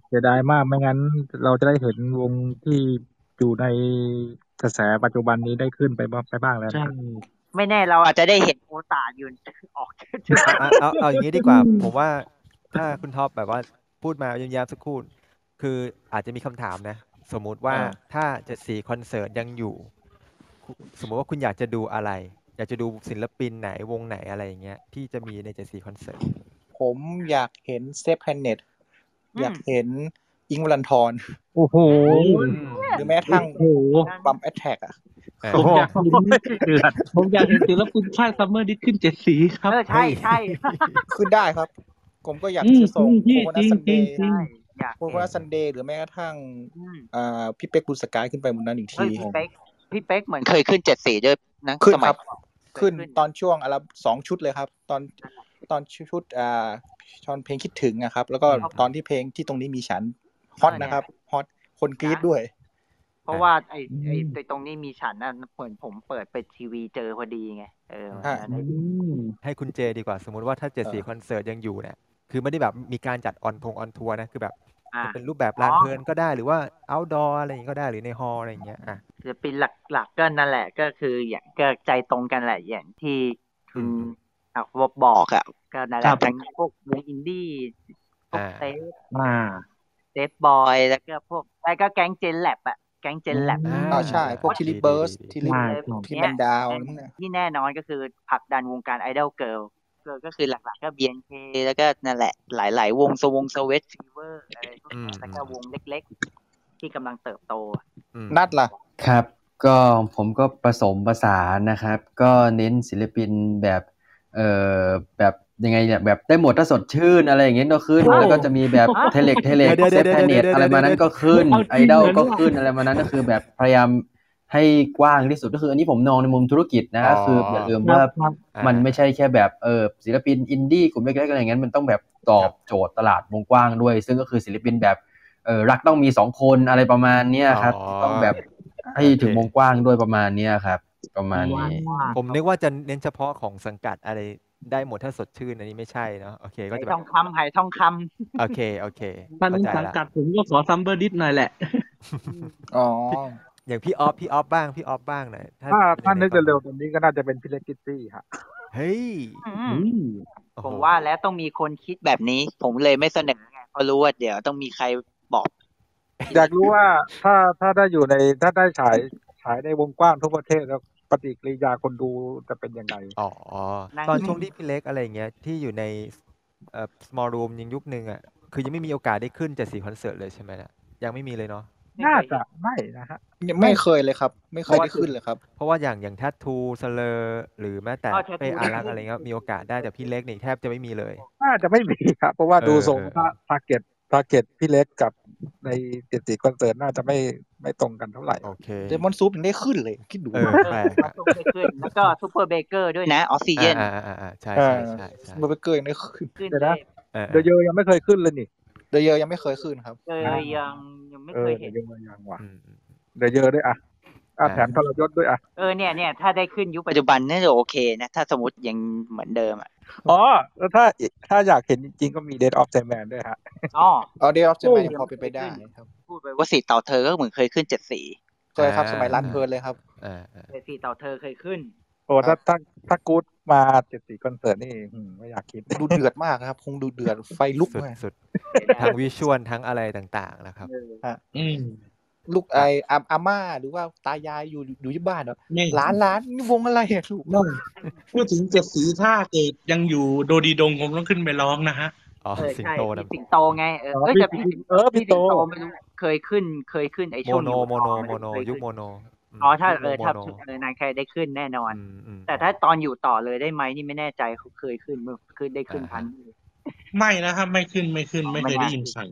Speaker 6: เสียดายมากไม่งั้น เราจะได้เห็นวงที่อยู่ในกระแสปัจจุบันนี้ได้ขึ้นไปบ้างไปบ้างแล้วนะ
Speaker 5: ไม่แน่เราอาจจะได้เห็นโอตาอยู่ออก
Speaker 4: เอาเอาเอาอย่างนี้ดีกว่า ผมว่าถ้าคุณท็อปแบบว่าพูดมายาวๆสักครู่ คืออาจจะมีคำถามนะ สมมุติว่า
Speaker 5: อ่า
Speaker 4: ถ้าเจ็ดสีคอนเสิร์ตยังอยู่คุณสมมุติว่าคุณอยากจะดูอะไร อยากจะดูศิลปินไหนวงไหนอะไรอย่างเงี้ยที่จะมีในเจ็ดสีคอนเสิร์ต
Speaker 3: ผมอยากเห็นเซฟแพนเน็ต
Speaker 4: อืม
Speaker 3: อยากเห็นอิงค์วลันทร
Speaker 6: โอ้โห
Speaker 3: หรือแม้กระทั่ง
Speaker 1: โอ้โห
Speaker 3: บัมแอทแทกอ่ะ
Speaker 1: ผมอยากเห็นผมอยากเห็นศิลปินค่ายซัมเมอร์ดิสขึ้นเจ็ดสีครับ
Speaker 5: เออใช่ใช่
Speaker 3: ขึ้นได้ครับ ผมก็อยาก
Speaker 1: อืม
Speaker 3: จะส่ง
Speaker 1: อืมพี่
Speaker 3: โคโคนัท
Speaker 1: จริง
Speaker 3: ซันเดย์
Speaker 1: จริงจริง
Speaker 3: โคโคนัทซันเดย์หรือแม้กระทั่งอ่าพี่เป๊กบุญสกายขึ้นไปบนนั้นอีก
Speaker 5: เฮ้
Speaker 3: ที
Speaker 5: ยพี่เป๊กพี่เป๊กเหมือนเคยขึ้นเจ็ดสีด้วยนะ
Speaker 3: ขึ้น
Speaker 5: ส
Speaker 3: ค
Speaker 5: มัย
Speaker 3: รับ ขึ้นตอนช่วงอะไรสองชุดเลยครับ ตอนตอนชุดอ่าตอนเพลงคิดถึงนะครับ แล้วก็ตอนที่เพลงที่ตรงนี้มีฉันฮอตนะครับฮอตคนกรี๊ดด้วย
Speaker 5: เพราะว่าไอ้ไอ้ไอ้ตรงนี้มีฉันน่ะเหมือนผมเปิดเปิดทีวีเจอพอดีไงเออ
Speaker 4: อ่า
Speaker 5: ได้
Speaker 4: ให้คุณเจดีกว่า สมมุติว่าถ้าเจ็ดสีคอนเสิร์ตยังอยู่เนี่ยคือไม่ได้แบบมีการจัดออนพงออนทัวร์นะคือแบบ
Speaker 5: อ่า
Speaker 4: จะเป็นรูปแบบลานเพลินก็ได้หรือว่า outdoor อะไรอย่างงี้ก็ได้หรือในฮอลล์อะไรอย่างเงี้ยอ่ะ
Speaker 5: ศิลปินหลักๆก็นั่นแหละก็คืออย่างก็ใจตรงกันแหละอย่างที่คุณอ่ะบอกอ่ะก็นั่นแห
Speaker 1: ครั
Speaker 5: ละ
Speaker 1: บ
Speaker 5: ทั้งพวกวงอินดี้พวกเซฟ
Speaker 1: อ่า
Speaker 5: เซฟบอยแล้วก็พวกแล้วก็แก๊งเจนแลบอ่ะแก๊งเจนแลบ
Speaker 3: อ่าใช่ พวกทีลิเบิร์สทีลิทีมันดาวน์อะไรพวกเนี้ย
Speaker 5: ที่แน่นอนก็คือผลักดันวงการไอดอลเกิร์ลก็คือหลักๆก็ BNK แล้วก็นั่นแหละ หลายๆ วงสวงสวทฟีเวอร์อะไรพวกนั้นแล้วก็วงเล็กๆ ที่กำลังเติบโต
Speaker 3: นัดล่ะ
Speaker 7: ครับ ก็ของผมก็ผสมผสานนะครับ ก็เน้นศิลปินแบบเอ่อแบบยังไงเนี่ยแบบได้หมดถ้าสดชื่นอะไรอย่างเงี้ยก็ขึ้น
Speaker 4: ว้าว
Speaker 7: แล้วก็จะมีแบบเทเล็กเทเล็ก
Speaker 4: เดี๋ยวๆๆๆ
Speaker 7: เซฟแพเน็ต
Speaker 4: เดี๋ยวๆๆๆ
Speaker 7: อะไรมานั้นก็ขึ้น
Speaker 4: เอาจริง
Speaker 7: ไอดอล
Speaker 4: เลย
Speaker 7: ก็
Speaker 4: เนี่ย
Speaker 7: ขึ้นอะไรมานั้นก็คือแบบพยายามให้กว้างที่สุดก็คืออันนี้ผมมองในมุมธุรกิจนะ
Speaker 4: อ๋อ
Speaker 7: คืออย่าลืมว่า
Speaker 4: ครับ
Speaker 7: มันไม่ใช่แค่แบบเออศิลปินอินดี้กลุ่มเล็กๆอะไรอย่างเงี้ยมันต้องแบบตอบโจทย์ตลาดวงกว้างด้วย ซึ่งก็คือศิลปินแบบเออรักต้องมีสองคนอะไรประมาณเนี้ยครับ
Speaker 4: อ๋อ
Speaker 7: ต้องแบบให้ถึงวงกว้างด้วยประมาณเนี้ยครับ ประมาณนี้
Speaker 4: ผมนึกว่าจะเน้นเฉพาะของสังกัดอะไรได้หมดถ้าสดชื่นอันนี้ไม่ใช่เนาะโอเคก็
Speaker 5: หาย
Speaker 4: จะแบ
Speaker 5: ท
Speaker 4: บ
Speaker 5: องคำหายทองคำ
Speaker 4: โอเคโอเค
Speaker 1: ท่าน
Speaker 4: เข้าใจ
Speaker 1: สัง
Speaker 4: ละ
Speaker 1: กัดผมก็ขอซัมเบอร์ดิสหน่อยแหละ
Speaker 6: อ๋อ
Speaker 4: อย่างพี่ออฟพี่ออฟบ้างพี่ออฟบ้างหน่อย
Speaker 6: ถ้าถ้านึกเร็วๆตอนนี้ก็น่าจะเป็นพิเลกิตซี่ฮะ
Speaker 4: เฮ้ย
Speaker 5: อืม ผมว่าแล้วต้องมีคนคิดแบบนี้ ผมเลยไม่เสนอไงเพราะรู้ว่าเดี๋ยวต้องมีใครบอก
Speaker 6: อยากรู้ว่าถ้าถ้าได้อยู่ในถ้าได้ฉายฉายในวงกว้างทั่วประเทศแล้วปฏิกิริยาคนดูจะเป็นยังไง
Speaker 4: อ๋อตอนช่วงที่พี่เล็กอะไรอย่างเงี้ยที่อยู่ในเอ่อ small room ยังยุคนึงอ่ะคือยังไม่มีโอกาสได้ขึ้นเจ็ดสีคอนเสิร์ตเลยใช่ไหมล่ะยังไม่มีเลยเนาะ
Speaker 6: น่าจะไม่นะฮะ
Speaker 11: ยังไม่เคยเลยครับ ไม่เคยได้ขึ้นเลยครับ
Speaker 4: เพราะว่าอย่างอย่างแท t ทูสเลอร์หรือแม้แต่
Speaker 11: อ๋อ Tattoo
Speaker 4: เป้อารัก
Speaker 11: ได้
Speaker 4: อะไรเงี้ยมีโอกาสได้แต่พี่เล็กนี่แทบจะไม่มีเลย
Speaker 6: น่าจะไม่มีครับ เพราะว่าดูทรง
Speaker 4: เออ
Speaker 6: ถ้าทาร์เก็ตทาร์เก็ตพี่เล็กกับในเจ็ดสี่คอนเสิร์ตน่าจะไม่ไม่ตรงกันเท่าไหร่
Speaker 4: โอเค
Speaker 11: เดมอนซูปยังได้ขึ้นเลย คิดดู
Speaker 4: เออแปลกอะ
Speaker 5: ขึ้นแล้วก็ซูเปอร์เบเกอร์ด้วยนะออกซิเจน
Speaker 4: อ่าอ่าอ่าใช่ใช่ใช่ใช่
Speaker 11: เบอร์เกอร์ยังได้ขึ้น
Speaker 5: ขึ้น
Speaker 6: เดี๋ยวนะ
Speaker 4: เออ
Speaker 6: เดยวเยอยังไม่เคยขึ้นเลยนี่
Speaker 11: เดยเยอยังไม่เคยขึ้นครับ
Speaker 5: เจอยังยังไม่เคยเห็น
Speaker 6: เดยวเยอยังว่ะเดยวเยอด้วยอ่ะอ่ะแถมทรยศด้วยอ่ะ
Speaker 5: เออเนี่ยเนี่ยถ้าได้ขึ้นยุคปัจจุบันน่าจะโอเคนะ ถ้าสมมติยังเหมือนเดิมอ่ะ
Speaker 6: อ๋อ แล้วถ้าถ้าอยากเห็นจริงๆก็มีเด a ออฟ t ซแมนด้วยฮะ
Speaker 5: อ๋อ
Speaker 11: เอาเดย์ออฟเจมพอเป็นไปได้ครับ
Speaker 5: พูดไปว่าสีเต่าเธอก็เหมือนเคยขึ้นเจ็ดสี
Speaker 11: ใช่ครับสมัยรันเพลินเลยครับ
Speaker 5: เจ็ดสีเต่าเธอเคยขึ้น
Speaker 6: โอ้ถ้าถ้าถ้ากู๊ดมาเจ็ดสี่คอนเสิร์ตนี่อืมไม่อยากคิด
Speaker 11: ดูเดือดมากครับ คงดูเดือดไฟลุก
Speaker 4: สุด
Speaker 11: มาก
Speaker 4: สุดทั้งวิชวลทั้งอะไรต่างๆนะครับ
Speaker 11: ฮะลูกไออาอาม่าหรือว่าตายายอยู่อยู่ที่บ้านเนาะ
Speaker 1: นี่
Speaker 3: (laughs)
Speaker 11: ร้านร้านนี่วงอะไรอะลูก
Speaker 1: พูดถึงเจ็ดสีถ้าเกิดยังอยู่โดดีดงคงต้องขึ้นไปร้องนะฮะ
Speaker 4: อ๋อ
Speaker 5: เออ
Speaker 4: สิง
Speaker 5: ใช่
Speaker 4: โต
Speaker 5: มี
Speaker 4: นะ
Speaker 5: สิงโตไงเออ
Speaker 1: อ๋อ
Speaker 5: เอ้ยแต่
Speaker 1: พี่
Speaker 5: พี่
Speaker 1: เออพี่
Speaker 5: พี่
Speaker 1: โต
Speaker 5: สิงโตไม่รู้เคยขึ้นเคยขึ้นไอ
Speaker 4: โม
Speaker 5: ช่วง
Speaker 4: โน
Speaker 5: อยู่
Speaker 4: โมโนโม
Speaker 5: ต่อ
Speaker 4: โน
Speaker 5: ไรู้
Speaker 4: ยุค
Speaker 5: เขึ้
Speaker 4: โมโน
Speaker 5: อ๋อถ้าเออ
Speaker 4: โม
Speaker 5: ถ้า
Speaker 4: โน
Speaker 5: เออนายใครได้ขึ้นแน่นอน
Speaker 4: อืม
Speaker 5: แต่ถ้าตอนอยู่ต่อเลยได้ไหมนี่ไม่แน่ใจเขาเคยขึ้นเมื่อขึ้นได้ขึ้นทัน
Speaker 1: ไม่นะฮะไม่ขึ้นไม่ขึ้นไม่เคยได้ยินใส่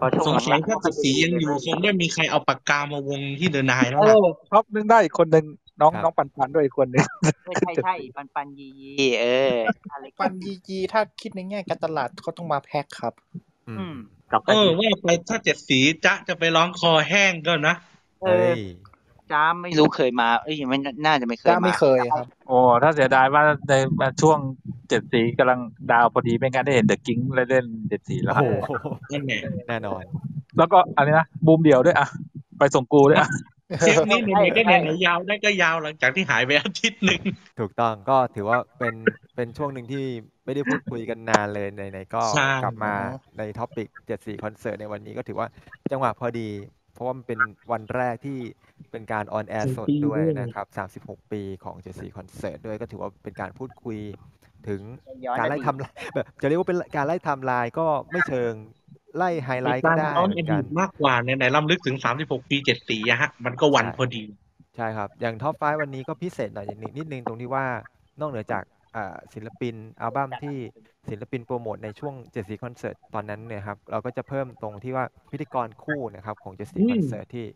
Speaker 5: พอช่วง
Speaker 1: สงสัย
Speaker 5: หลังๆ
Speaker 1: ถ้าเจ็ดสียังอยู่คงไม่มีใครเอาปากกามาวงที่เดอะนายแล้ว
Speaker 6: โอ้
Speaker 1: ล่ะ
Speaker 6: ท็อปนึงได้อีกคนหนึ่งน้อง
Speaker 1: ครับ
Speaker 6: น้องปันปันด้วยอีกคนหนึ่ง
Speaker 5: เออใช่ใช่ปันปันยียีเอออะไร
Speaker 11: ปันยีจีถ้าคิดในแง่การตลาดเขาต้องมาแพ็คครับ
Speaker 5: อืม
Speaker 1: เออว่าไปถ้าเจ็ดสีจะจะไปร้องคอแห้งก็นะ
Speaker 5: เออเฮ้ย จ้าไม่รู้เคยมาเอ้ยไม่น่าจะไม่เคย
Speaker 11: จ้าไม่เคยครับ
Speaker 6: โอ้ถ้าเสียดายว่าในช่วงเจ็ดสีกำลังดาวพอดีไม่งั้นได้เห็นเดอะกิ้งเล่นเจ็ดสีแล้ว
Speaker 4: โอ้โห
Speaker 1: นั่นแหละ
Speaker 4: แน่นอน
Speaker 6: แล้วก็อะไรนะบูมเดี่ยวด้วยอ่ะ ไปส่งกูด้วยอ่ะ
Speaker 1: เทปนี้หนูก็ไหนๆยาวได้ก็ยาวหลังจากที่หายไปอาทิตย์หนึ่ง
Speaker 4: ถูกต้องก็ถือว่าเป็นเป็นช่วงหนึ่งที่ไม่ได้พูดคุยกันนานเลยในในก็
Speaker 1: ใช่
Speaker 4: กลับมาในท็อปิก74คอนเสิร์ตในวันนี้ก็ถือว่าจังหวะพอดี เพราะว่ามันเป็นวันแรกที่เป็นการออนแอร์สดด้วยนะครับ 36 ปีของ74คอนเสิร์ตด้วยก็ถือว่าเป็นการพูดคุยถึงการไล่ไทำลายแบบจะเรียกว่าเป็นการไล่ไทำลายก็ไม่เชิงไล่ไฮไลท์ก็ได้
Speaker 1: ย้อน
Speaker 4: เหมื
Speaker 1: อ
Speaker 4: อน
Speaker 1: ดี
Speaker 4: กั
Speaker 1: ต
Speaker 4: น
Speaker 1: มากกว่าในไหนๆล้ำลึกถึง 36 ปี 74อะฮะ มันก็วันพอดี
Speaker 4: ใช่ครับ อย่างท็อปไฟวันนี้ก็พิเศษหน่อยนิดนิดนึงตรงที่ว่านอกเหนือจากอ่าศิลปินอัลบั้มที่ศิลปินโปรโมทในช่วงเจ็ดสีคอนเสิร์ตตอนนั้นเนี่ยครับ เราก็จะเพิ่มตรงที่ว่าพิธีกรคู่นะครับของเจ็ดสี
Speaker 1: อืม
Speaker 4: คอนเสิร์ตที่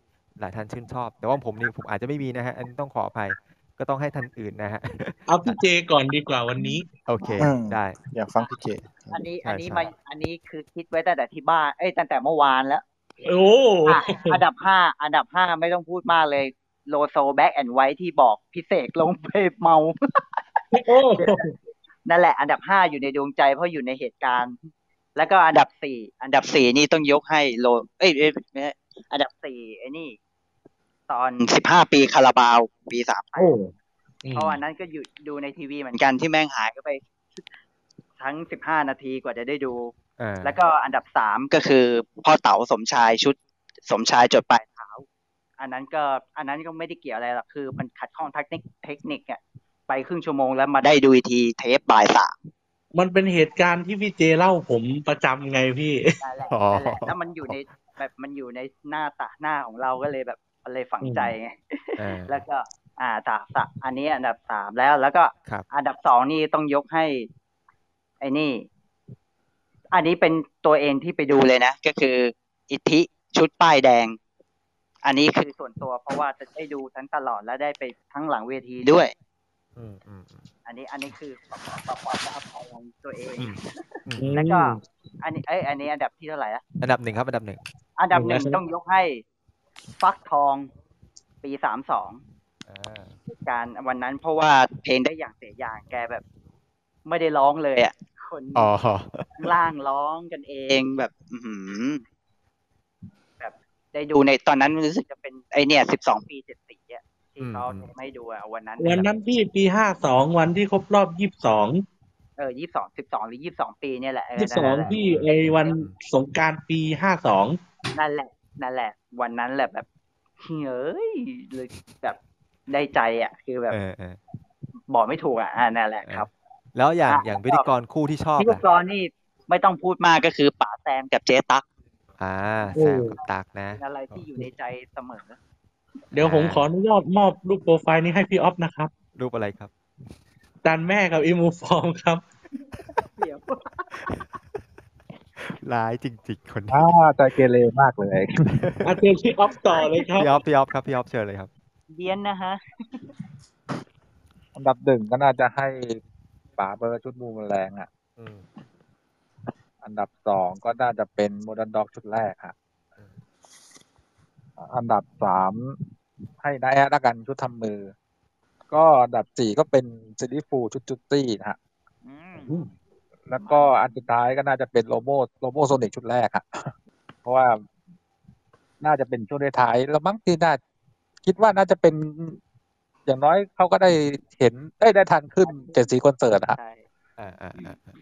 Speaker 4: หลายท่านชื่นชอบ แต่ว่าผมนี่ผมอาจจะไม่มีนะฮะ อันนี้ต้องขออภัยก็ต้องให้ท่านอื่นนะฮะ (laughs)
Speaker 1: เอาพี่เจก่อนดีกว่าวันนี้
Speaker 4: โอเค
Speaker 11: อืม
Speaker 4: ได้
Speaker 11: อยากฟังพี่เจ
Speaker 5: อันนี้
Speaker 4: ใช่
Speaker 5: อันนี้
Speaker 4: ใช่
Speaker 5: มาอันนี้คือคิดไว้ตั้งแต่ที่บ้านเอ้ยตั้งแต่เมื่อวานแล้ว
Speaker 1: โอ้
Speaker 5: ะอันดับห้าอันดับห้าไม่ต้องพูดมากเลยโลโซแบ็กแอนไวที่บอกพิเศษลงเพจเมา (laughs) นั่นแหละ อันดับห้าอยู่ในดวงใจเพราะอยู่ในเหตุการณ์ แล้วก็อันดับสี่อันดับสี่นี่ต้องยกให้โลเอ้ยเอ้ยไม่ใช่อันดับสี่ไอ้นี่ ตอนสิบห้าปีคาราบาวปีสาม
Speaker 1: โอ้
Speaker 5: เพราะวันนั้นก็อยู่ดูในทีวีเหมือนกันที่แม่งหายก็ไป ทั้งสิบห้านาทีกว่าจะได้ดู
Speaker 4: อ่า
Speaker 5: แล้วก็อันดับสามก็คือพ่อเต๋าสมชายชุดสมชายจดปลายเท้า อันนั้นก็อันนั้นก็ไม่ได้เกี่ยวอะไรหรอกคือมันขัดข้องเทคนิคเทคนิคอะไปครึ่งชั่วโมงแล้วมาได้ดูอีกทีเทปบ่ายสาม
Speaker 1: มันเป็นเหตุการณ์ที่พี่เจเล่าผมประจำไงพี่
Speaker 5: นั่นแหละนั่นแหละแล้วมันอยู่ในแบบมันอยู่ในหน้าตาหน้าของเราก็เลยแบบ มันเลยฝังใจไง
Speaker 4: เออ
Speaker 5: แล้วก็ อ่าตามตามอันนี้อันดับสามแล้วแล้วก็
Speaker 4: ครับ
Speaker 5: อันดับสองนี่ต้องยกให้ ไอ้นี่ อันนี้เป็นตัวเองที่ไปดูเลยนะ ก็คือ อิทธิชุดป้ายแดง อันนี้คือส่วนตัวเพราะว่าจะได้ดูทั้งตลอดและได้ไปทั้งหลังเวทีด้วย
Speaker 4: อืมอืม
Speaker 5: อันนี้อันนี้คือประความประทับใจของตัวเอง
Speaker 4: อืม
Speaker 5: แล้วก็ อันนี้เอ้ยอันนี้อันดับที่เท่าไหร่ละ
Speaker 4: อันดับหนึ่งครับ อันดับหนึ่ง
Speaker 5: อันดับหนึ่ง
Speaker 4: หนึ่งแล้วใช่ไหม
Speaker 5: ต้องยกให้ ฟักทองปีสามสองการวันนั้นเพราะว่าเพลงได้อย่างเสียอย่างแกแบบ ไม่ได้ร้องเลยอ่ะ คน
Speaker 4: อ๋อ
Speaker 5: ข้างล่างร้องกันเองแบบ อื้อหือ แบบได้ดูในตอนนั้นรู้สึกจะเป็นไอเนี่ยสิบสองปีเจ็ดสีอ่ะที่เขาไม่ดูอะวันนั้น
Speaker 1: วันนั้นที่ปีห้าสองวันที่ครบรอบยี่สิบสอง
Speaker 5: เออยี่สิบสองสิบสองหรือยี่สิบสองปีเนี่ยแหละเ
Speaker 1: ยี่สิบสอง
Speaker 5: นั่นแหละ
Speaker 1: ที่ไอวันสงกรารปีห้าสอง
Speaker 5: นั่นแหละ นั่นแหละ วันนั้นแหละแบบเฮ้ยเลยแบบได้ใจอ่ะ คือแบบ
Speaker 4: เออเออ
Speaker 5: บอกไม่ถูกอ่ะอ่านั่นแหละครับ
Speaker 4: แล้วอย่างอย่างพิธีกรคู่ที่ชอบ
Speaker 5: พิธี
Speaker 4: ล่ะ
Speaker 5: กรนี่ไม่ต้องพูดมากก็คือป๋าแซมกับเจ๊ตั๊ก
Speaker 4: อ่าแซมกับตากนะ
Speaker 5: เป็นอะไรที่อยู่ในใจเสมอ
Speaker 1: เดี๋ยวผมขออนุญาตมอบรูปโปรไฟล์นี้ให้พี่ออฟนะครับ
Speaker 4: รูปอะไรครับ
Speaker 1: จานแม่กับอีมูฟอร์มครับ
Speaker 5: เดี๋ยว
Speaker 4: ร้ายจริงๆคนนี้
Speaker 6: อ่าใจเกเรมากเลย
Speaker 1: อาเจนพี่ออฟต่อเลยครับ
Speaker 4: พี่ออฟพี่ออฟครับพี่ออฟเชิญเลยครับ
Speaker 5: เดียนนะฮะ
Speaker 6: อันดับหนึ่งก็น่าจะให้ป๋าเบอร์ชุดมูมแมลงอ่ะ
Speaker 4: อืม
Speaker 6: อันดับสองก็น่าจะเป็นโมเดิร์นด็อกชุดแรกฮะอันดับสามให้นายแอดละกันชุดทำมือ ก็อันดับสี่ก็เป็นซิลิฟูชุดจุตตี้นะฮะแล้วก็อันสุดท้ายก็น่าจะเป็นโลโมโลโมโซนิกชุดแรกฮะ (laughs) เพราะว่าน่าจะเป็นช่วงท้ายๆแล้วมั้งที่น่าคิดว่าน่าจะเป็น อย่างน้อยเขาก็ได้เห็นได้ยได้ทันขึ้นเจ็ดสีคอนเสิร์ตอะฮะ
Speaker 4: อ่าอ่าอ่าอ่า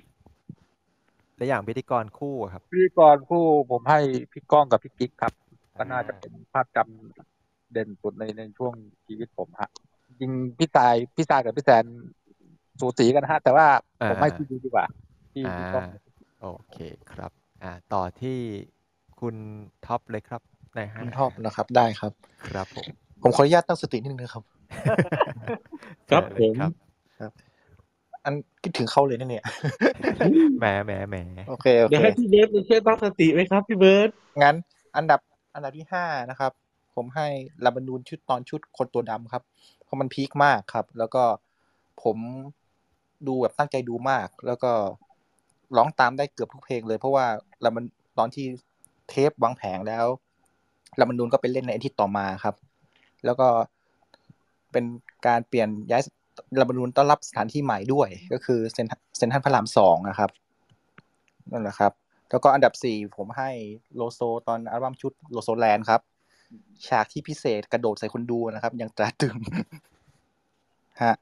Speaker 4: แล้วอย่างพิธีกรคู่อะครับ
Speaker 6: พิธีกรคู่ผมให้พี่ก้องกับพี่กิ๊กครับ ก็น่าจะเป็นภาพจำเด่นสุดในในช่วงชีวิตผมฮะจริงพี่ตายพี่ตายกับพี่แซนสูสีกันฮะ แต่ว่า
Speaker 4: อ่า
Speaker 6: ผมให้พี่ดีดีกว่าพี่
Speaker 4: อ่า
Speaker 6: พี่ก้อง
Speaker 4: โอเคครับ อ่า ต่อที่คุณท็อปเลยครับนะฮะ
Speaker 3: คุณท็อปนะครับ ได้ครับ
Speaker 4: ครับผม
Speaker 3: ผมขออนุญาตตั้งสตินิดนึงนะครับ
Speaker 1: ครับผม
Speaker 3: ครับ อันคิดถึงเขาเลยนะเนี่ย
Speaker 4: แหมแหมแหม
Speaker 3: โอเคโอ
Speaker 1: เดี๋ยว
Speaker 3: เค
Speaker 1: ให้พี่เบิร์ดเป็นช่วยตั้งสติไว้ครับพี่เบิร์ด
Speaker 3: งั้น อันดับอันดับที่ห้านะครับ ผมให้ลาบานูนชุดตอนชุดคนตัวดำครับ เพราะมันพีคมากครับ แล้วก็ผมดูแบบตั้งใจดูมาก แล้วก็ร้องตามได้เกือบทุกเพลงเลย เพราะว่าลาบานตอนที่เทปวางแผงแล้วลาบานูนก็ไปเล่นในอาทิตย์ต่อมาครับ แล้วก็เป็นการเปลี่ยนย้ายลาบานูนต้อนรับสถานที่ใหม่ด้วย ก็คือเซนทรัลเซนทรันพระรามสองนะครับนั่นแหละครับ แล้วก็อันดับสี่ผมให้โลโซตอนอัลบั้มชุดโลโซแลนด์ครับ ฉากที่พิเศษกระโดดใส่คนดูนะครับ ยังตราตรึง (laughs) ฮะ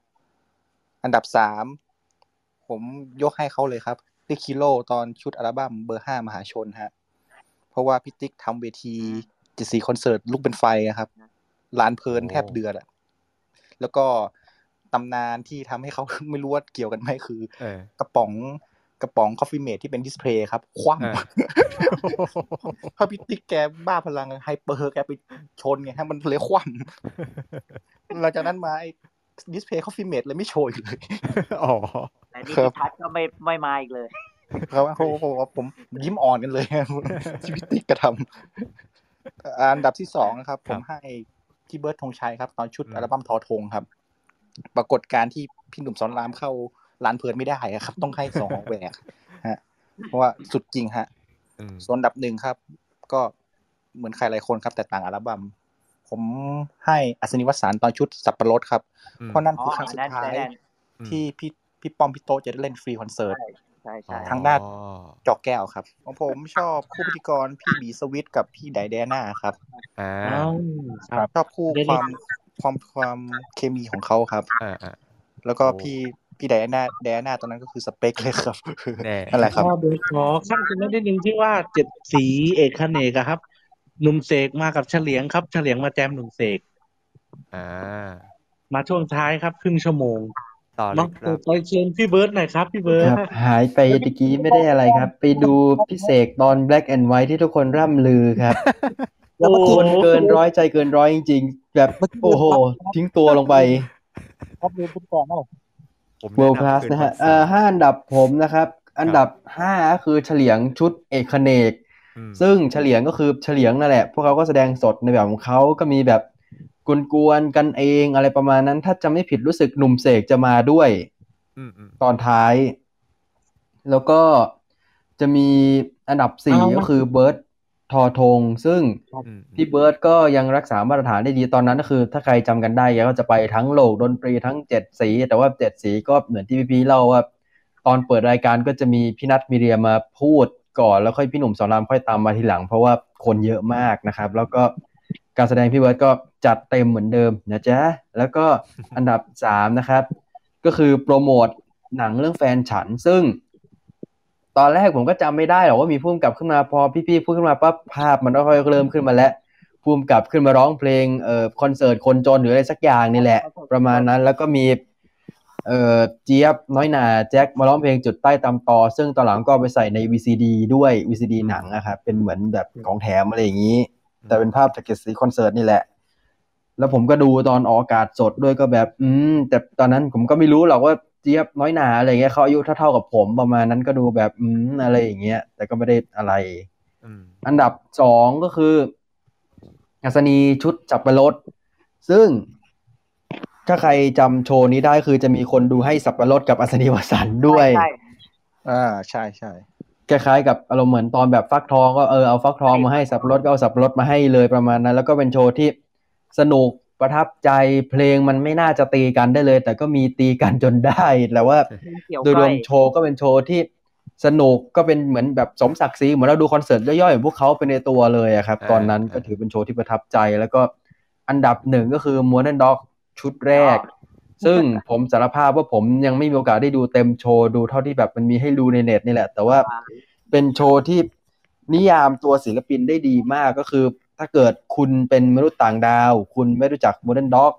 Speaker 3: อันดับสามผมยกให้เขาเลยครับติกคิโลตอนชุดอัลบั้มเบอร์ห้ามหาชนฮะ เพราะว่าพี่ติ๊กทำเวทีจิตสีคอนเสิร์ตลุกเป็นไฟอะครับลานเพลินแทบเดือดอะแล้วก็ตำนานที่ทำให้เขา (laughs) ไม่รู้ว่าเกี่ยวกันไหมคือ
Speaker 4: เออ
Speaker 3: กระป๋องกระป๋องคอฟฟี่เมทที่เป็นดิสเพลย์ครับ คว่
Speaker 4: อ่า
Speaker 3: ำ เพราะพิ (laughs) ติกแกบ้าพลังไฮเปอร์แกไปชนไงฮะมันเลยคว่ำ หลังจากนั้นมาไอ้ดิสเพลย์คอฟฟี่เมทเลยไม่โชยเลย (laughs)
Speaker 4: อ๋อ
Speaker 5: แต่นี่
Speaker 3: ครับ
Speaker 5: พิทัศน์ก็ไม่ไม่มาอีกเลย
Speaker 3: ครับเขาบอกว่าผมยิ้มอ่อนกันเลย (laughs) ชีวิตติกกระทำอันดับที่สองนะครับ ผมให้พี่เบิร์ดธงชัยครับ ตอนชุดอัลบั้มทอธงครับ ปรากฏการณ์ที่พี่หนุ่มสอนรามเข้าร้านเพลินไม่ได้อะครับ (laughs) ต้องให้สองออกแหวกฮะ เพราะว่าสุดจริงฮะ
Speaker 4: อืม
Speaker 3: ส่วนอันดับหนึ่งครับ ก็เหมือนใครหลายคนครับแต่ต่างอัลบั้มผมให้อัศนีวสารตอนชุดสับปะรดครับ
Speaker 4: อืม
Speaker 3: เพราะนั่นคือครั้งสุดท้าย
Speaker 5: อ๋ออันนั้น
Speaker 3: ที่พี่พี่ป้อมพี่โตะจะได้เล่นฟรีคอนเสิร์ต
Speaker 5: ใช่ใช่
Speaker 3: ทางด้านจอกแก้วครับของผมชอบคู่พิธีกรพี่บีสวิตกับพี่ไดแดน่าครับ
Speaker 4: อ่า
Speaker 3: ชอบคู่ความความความเคมีของเขาครับ
Speaker 4: อ่าอ่า
Speaker 3: แล้วก็
Speaker 4: โอ้
Speaker 3: พี่พี่ไดแอนนาไดแอนนาตอนนั้นก็คือสเปคเลยครับ
Speaker 4: แน่
Speaker 3: นั่นแหละครับ
Speaker 1: เดี๋ยวขอข้างตรงนั้นนิดนึงที่ว่าเจ็ดสีเอกขเนกอะครับหนุ่มเสกมากับเฉลียงครับ เฉลียงมาแจมหนุ่มเสก
Speaker 4: อ่า
Speaker 1: มาช่วงท้ายครับ ครึ่งชั่วโมง
Speaker 4: ต่อเล
Speaker 1: น้อย ง
Speaker 4: ครับ
Speaker 1: ไปเชิญพี่เบิร์ดหน่อยครับพี่เบิร์
Speaker 7: ค
Speaker 1: ด
Speaker 7: รับหายไปตะกี้ไม่ได้อะไรครับ ไปดูพิเศษตอน Black and White ที่ทุกคนร่ำลือครับ แล้วก็คนเกินร้อยใจเกินร้อยจริง ๆ แบบโอ้โห ทิ้งตัวลงไป
Speaker 6: ครับดูฟุตบอลเนาะ
Speaker 7: world class นะฮะเอ่อห้าอันดับผมนะครับ อันดับห้าคือเฉลียงชุดเอกเขนก ซึ่งเฉลียงก็คือเฉลียงนั่นแหละ พวกเขาก็แสดงสดในแบบของเขาก็มีแบบกวนๆกันเองอะไรประมาณนั้น ถ้าจำไม่ผิดรู้สึกหนุ่มเสกจะมาด้วย
Speaker 4: อืมอืม
Speaker 7: ตอนท้าย แล้วก็จะมีอันดับสี่
Speaker 4: อ้าว
Speaker 7: ก็คือเบิร์ดทอทง ซึ่งพี่เบิร์ดก็ยังรักษามาตรฐานได้ดีตอนนั้นก็คือ ถ้าใครจำกันได้แกก็จะไปทั้งโลกดนตรีทั้งเจ็ดสี แต่ว่าเจ็ดสีก็เหมือนที่พี่พีเล่าว่า ตอนเปิดรายการก็จะมีพี่นัทมีเรียมาพูดก่อน แล้วค่อยพี่หนุ่มสอนรามค่อยตามมาทีหลัง เพราะว่าคนเยอะมากนะครับ แล้วก็การแสดงพี่เบิร์ดก็จัดเต็มเหมือนเดิมนะจ๊ะแล้วก็อันดับสามนะครับ ก็คือโปรโมทหนังเรื่องแฟนฉัน ซึ่ง ตอนแรกผมก็จำไม่ได้หรอกว่ามีพุ่มกับขึ้นมาพอพี่ๆพูดขึ้นมาปั๊บภาพมันก็ค่อยเริ่มขึ้นมาแล้วพุ่มกับขึ้นมาร้องเพลงเอ่อคอนเสิร์ตคนจนหรืออะไรสักอย่างนี่แหละ ประมาณนั้นแล้วก็มี เอ่อเจี๊ยบน้อยหนาแจ็คมาร้องเพลงจุดใต้ตามตอ ซึ่งตอนหลังก็เอาไปใส่ใน VCD ด้วย VCD หนังนะครับเป็นเหมือนแบบของแถมอะไรอย่างนี้ แต่เป็นภาพจากเกตสีคอนเสิร์ตนี่แหละ แล้วผมก็ดูตอนออกอากาศสดด้วยก็แบบ อืม แต่ตอนนั้นผมก็ไม่รู้หรอกว่าเจี๊ยบน้อยหนาอะไรเงี้ยเขาอายุเท่าๆกับผมประมาณนั้นก็ดูแบบ อืม อะไรอย่างเงี้ย แต่ก็ไม่ได้อะไร
Speaker 4: อืม
Speaker 7: อันดับสองก็คืออัศนีชุดจับประรด ซึ่ง ถ้าใครจำโชว์นี้ได้คือจะมีคนดูให้สับประรดกับอัศนีวสันต์ด้วย
Speaker 11: อ่าใช่ใช่
Speaker 7: คล้ายๆกับอารมณ์เหมือนตอนแบบฟักทองก็เออเอาฟักทองมาให้สับปะรดก็เอาสับปะรดมาให้เลยประมาณนั้น แล้วก็เป็นโชว์ที่สนุกประทับใจเพลงมันไม่น่าจะตีกันได้เลย แต่ก็มีตีกันจนได้แต่ว่า
Speaker 5: เกี่ยว
Speaker 7: โดยรวม
Speaker 5: ก้อย
Speaker 7: โชว์ก็เป็นโชว์ที่สนุกก็เป็นเหมือนแบบสมศักดิ์ศรีเหมือนเราดูคอนเสิร์ตย่อยๆของพวกเขาเป็นในตัวเลยอะครับ ตอนนั้นก็ถือเป็นโชว์ที่ประทับใจ แล้วก็อันดับหนึ่งก็คือม o น e r n Dog ชุดแรก ซึ่งผมสารภาพว่าผมยังไม่มีโอกาสได้ดูเต็มโชว์ดูเท่าที่แบบมันมีให้ดูในเน็ตนี่แหละ แต่ว่าเป็นโชว์ที่นิยามตัวศิลปินได้ดีมากก็คือ ถ้าเกิดคุณเป็นมนุษย์ต่างดาว คุณไม่รู้จักโมเดิร์นด็อก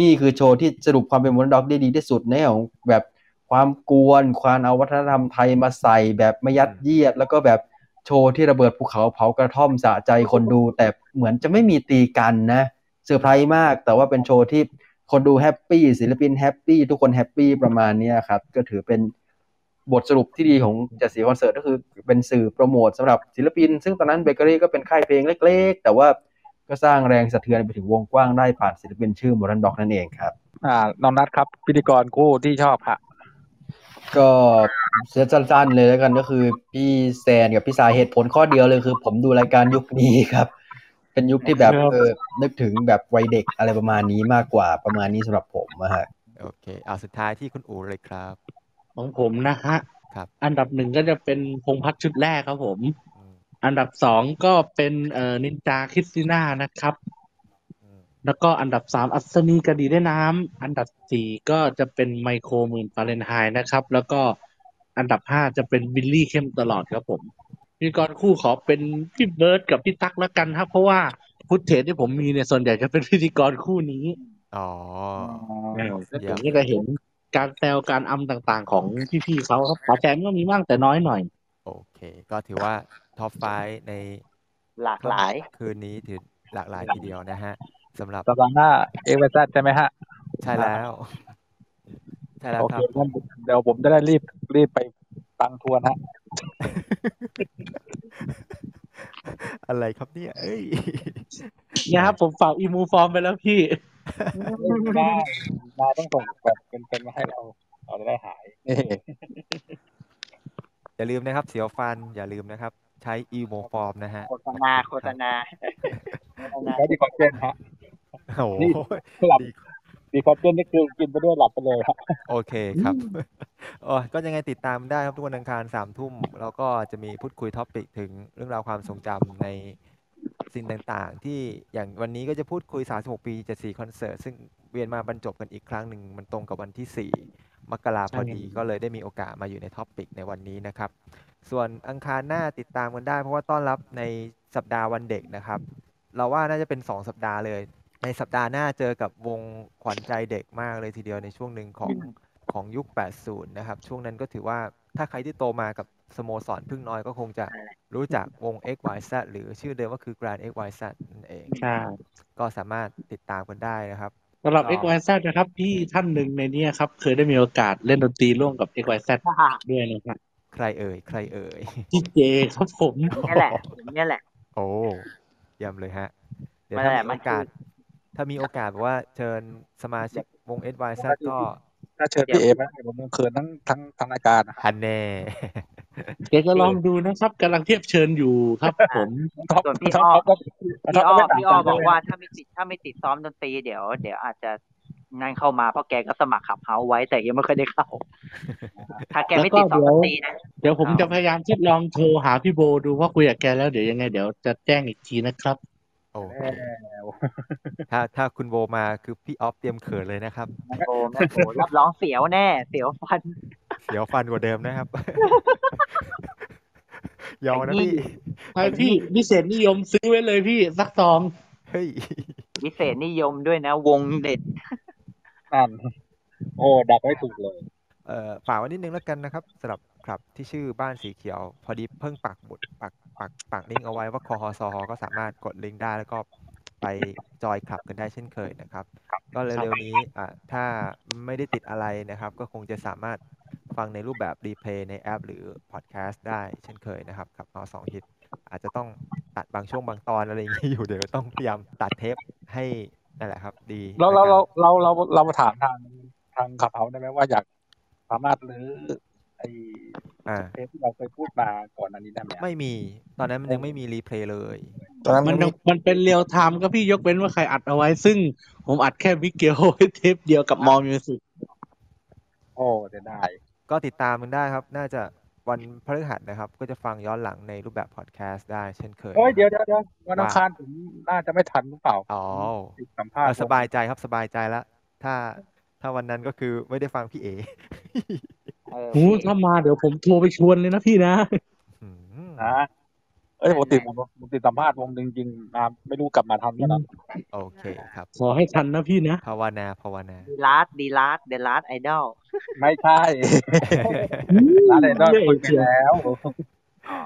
Speaker 7: นี่คือโชว์ที่สรุปความเป็นโมเดิร์นด็อกได้ดีที่สุดในแง่ของแบบความกวนความเอาวัฒนธรรมไทยมาใส่แบบไม่ยัดเยียด แล้วก็แบบโชว์ที่ระเบิดภูเขาเผากระท่อมสะใจคนดู แต่เหมือนจะไม่มีตีกันนะเซอร์ไพรส์มาก แต่ว่าเป็นโชว์ที่คนดูแฮปปี้ศิลปินแฮปปี้ทุกคนแฮปปี้ประมาณเนี้ยครับ ก็ถือเป็นบทสรุปที่ดีของจัดสีคอนเสิร์ตก็คือเป็นสื่อโปรโมทสำหรับศิลปิน ซึ่งตอนนั้นเบเกอรี่ก็เป็นค่ายเพลงเล็ก ๆ แต่ว่าก็สร้างแรงสะเทือนไปถึงวงกว้างได้ผ่านศิลปินชื่อมอรันด็อกนั่นเองครับ
Speaker 6: อ่าน้องนัทครับ พิธีกรคู่ที่ชอบฮะ
Speaker 7: ก็เสียสั้นๆเลยแล้วกันก็คือพี่แซนกับพี่สายเหตุผลข้อเดียวเลยคือ ผมดูรายการยุคนี้ครับ เป็นยุคที่แบบ
Speaker 4: ครับ
Speaker 7: เออนึกถึงแบบวัยเด็กอะไรประมาณนี้มากกว่าประมาณนี้สำหรับผมนะฮะ
Speaker 4: โอเคเอาสุดท้ายที่คุณอูเลยครับ
Speaker 1: ของผมนะฮะ
Speaker 4: ครับ
Speaker 1: อันดับหนึ่งก็จะเป็นพงษ์พัฒน์ชุดแรกครับผม อันดับสองก็เป็นเอ่อนินจาคริสติน่านะครับ แล้วก็อันดับสามอัศนีกระดีได้น้ำอันดับสี่ก็จะเป็นไมโครหมื่นฟาเรนไฮน์นะครับ แล้วก็อันดับห้าจะเป็นวิลลี่เข้มตลอดครับผมพธี่กรคู่ขอเป็นพี่เบิร์ดกับพี่ตั๊กละกันครับเพราะว่าพุทเทศที่ผมมีเนี่ยส่วนใหญ่จะเป็น (laughs) พิธีกรคู่นี้
Speaker 4: อ๋อ
Speaker 1: เออแล้วผมก็จะเห็นการแซวการอำต่างๆ ของพี่ๆเขาครับป๋าแจมก็มีบ้างแต่น้อยหน่อย
Speaker 4: โอเค ก็ถือว่าท็อปไฟใน
Speaker 5: หลากหลาย
Speaker 4: คืนนี้ถือหลากหลายทีเดียวนะฮะสำหรับ
Speaker 6: สัปดาห์หน้าเอเวอเรสต์ใช่ไหมฮะ
Speaker 4: ใช่แล้ว ใช่แล้ว
Speaker 6: โอ
Speaker 4: ค
Speaker 6: เครับ งั้นเดี๋ยวผมจะได้รีบรีบไปตังทวนฮะ
Speaker 4: (laughs) อะไรครับเนี่ยเอ้ย (laughs)
Speaker 1: เนี่ยครับผมฝากอีมูฟอร์มไปแล้วพี่
Speaker 6: ได้นายต้องส่งแบบเป็นๆมาให้เราเราจะได้หายนี่
Speaker 4: อย่าลืมนะครับเสียวฟันอย่าลืมนะครับ ใช้อีโมฟอร์มนะฮะ
Speaker 5: โฆษณาโฆษณา
Speaker 6: แล้วดีคอนเจนฮะ
Speaker 4: โอ้โห
Speaker 6: นี่หลับดีคอนเจนนี่คือกินไปด้วยหลับไปเลยฮะ
Speaker 4: โอเคครับโอ้ย (laughs) ก็ยังไงติดตามได้ครับทุกวันอังคารสามทุ่มแล้วก็จะมีพูดคุยท็อปิกถึงเรื่องราวความทรงจำในสิ่งต่างๆ ที่อย่างวันนี้ก็จะพูดคุย 36 ปี 74 คอนเสิร์ต ซึ่งเวียนมาบรรจบกันอีกครั้งหนึ่งมันตรงกับวันที่ 4 มกราพอดี
Speaker 1: ใช่
Speaker 4: ก็เลยได้มีโอกาสมาอยู่ในท็อปิกในวันนี้นะครับ ส่วนอังคารหน้าติดตามกันได้ เพราะว่าต้อนรับในสัปดาห์วันเด็กนะครับ เราว่าน่าจะเป็น 2 สัปดาห์เลย ในสัปดาห์หน้าเจอกับวงขวัญใจเด็กมากเลยทีเดียวในช่วงหนึ่งของของยุค 80 นะครับ ช่วงนั้นก็ถือว่าถ้าใครที่โตมากับสโมสรพึ่งน้อยก็คงจะรู้จักวง XYZ หรือชื่อเดิมก็คือ Grand XYZ เอง
Speaker 1: ใช่
Speaker 4: ก็สามารถติดตามกันได้นะครับ
Speaker 1: สำหรับ x y z นะครับพี่ท่านหนึ่งในเนี้ยครับ เคยได้มีโอกาสเล่นดนตรีร่วมกับ x y z ด้วยนะครับ
Speaker 4: ใครเอ่ยใครเอ่ย
Speaker 1: พี่เจครับผม
Speaker 5: นี่แหละนี่แหละ
Speaker 4: โอ้เยี่ยมเลยฮะ เดี๋ยว
Speaker 5: มา
Speaker 4: ถ้า
Speaker 5: แหละ
Speaker 4: มีโอกาส ถ้ามีโอกาสแบบว่าเชิญสมาชิกวงเอ็ดวายก็
Speaker 6: ถ้าเชิญพี่เอมาให้ผมยังเขินทั้งทั้งทั้งรายการ
Speaker 4: ฮันแน่
Speaker 1: เดี๋ยวจะลองดูนะครับกำลังเทียบเชิญอยู่ครับผม
Speaker 5: ส่วนพี่อ้อพี่อ้อพี่อ้อบอกว่าถ้าไม่ติดถ้าไม่ติดซ้อมดนตรีเดี๋ยวเดี๋ยวอาจจะนั่นเข้ามาเพราะแกก็สมัครขับเฮาไว้แต่ยังไม่เคอยได้เข้า ถ้าแกไม่ติดซ้อมดนตรีนะ
Speaker 1: เดี๋ยวผมจะพยายามทดลองโทรหาพี่โบดูว่าคุยกับแกแล้วเดี๋ยวยังไงเดี๋ยวจะแจ้งอีกทีนะครับ
Speaker 4: โอ้ (laughs) ถ้าถ้าคุณโบมาคือพี่ออฟเตรียมเขินเลยนะครับ
Speaker 5: โอ้แม่โหรับร้องเสียวแน่ เสียวฟัน
Speaker 4: เสียวฟันกว่าเดิม (laughs) นะครับ ยอมนะพี่
Speaker 1: ไอพี่พิเศษนิยมซื้อไว้เลยพี่สักซอง
Speaker 4: เฮ้ย
Speaker 5: วิเศษนิยมด้วยนะ วงเด็ด
Speaker 6: นั่นโอ้ดักไว้ถูกเลย
Speaker 4: เอ่อฝากไว้นิดนึงแล้วกันนะครับสำหรับครับที่ชื่อบ้านสีเขียว พอดีเพิ่งปักบุดปักปักปักลิงก์เอาไว้ว่าคอฮอซอฮอก็สามารถกดลิงก์ได้แล้วก็ไปจอยคลับกันได้เช่นเคยนะครับ ก็เร็วๆนี้อ่ะถ้าไม่ได้ติดอะไรนะครับ ก็คงจะสามารถฟังในรูปแบบรีเพลย์ในแอป หรือพอดแคสต์ได้เช่นเคยนะครับกับเอาสองฮิตอาจจะต้องตัดบางช่วงบางตอนอะไรอย่างนี้อยู่เดี๋ยวต้องพยายามตัดเทปให้นั่นแหละครับ ดี
Speaker 6: เรา
Speaker 4: ใน
Speaker 6: เรา
Speaker 4: การ
Speaker 6: เราเราเราเรามาถามทางทางขับเขาได้ไหมว่าอยากสามารถหรือไอ
Speaker 4: อ่า
Speaker 6: เทปที่เราเคยพูดมาก่อนอันนี้ได้ไหม
Speaker 4: ไม่มี ตอนนั้นมันยังไม่มีรีเพลย์เลย
Speaker 1: มันต้องมันเป็นเรียลไทม์ก็พี่ยกเว้นว่าใครอัดเอาไว้ซึ่งผมอัดแค่วิกเกลไว้เทปเดียวกับมอมิวสิก
Speaker 6: โอ้จะได้
Speaker 4: ก็ติดตามมันได้ครับ น่าจะวันพฤหัสนะครับ ก็จะฟังย้อนหลังในรูปแบบพอดแคสต์ได้เช่นเคย
Speaker 6: โอ้ย
Speaker 4: นะครับ
Speaker 6: เดี๋ยวเดี๋ยวเดี๋ยววันอังคารผมน่าจะไม่ทันหรือเปล่า
Speaker 4: อ๋อ
Speaker 6: สัมภาษณ์
Speaker 4: สบายใจครับสบายใจแล้ว ถ้าถ้าวันนั้นก็คือไม่ได้ฟังพี่เอ
Speaker 1: หูถ้ามาเดี๋ยวผมโทรไปชวนเลยนะพี่นะ
Speaker 6: นะเอ้ยปกติผมผมติดสัมภาษณ์วงหนึ่งจริงๆนะไม่รู้กลับมาทำหรือเปล่า
Speaker 4: โอเคครับ
Speaker 1: ขอให้ทันนะพี่นะ
Speaker 4: ภาวนาภาวนา
Speaker 5: ดีลาสดีลาสเดลาสไอดอล
Speaker 6: ไม่ใช่ร้านไหนต้องคุยไปแล้ว
Speaker 5: อ๋อ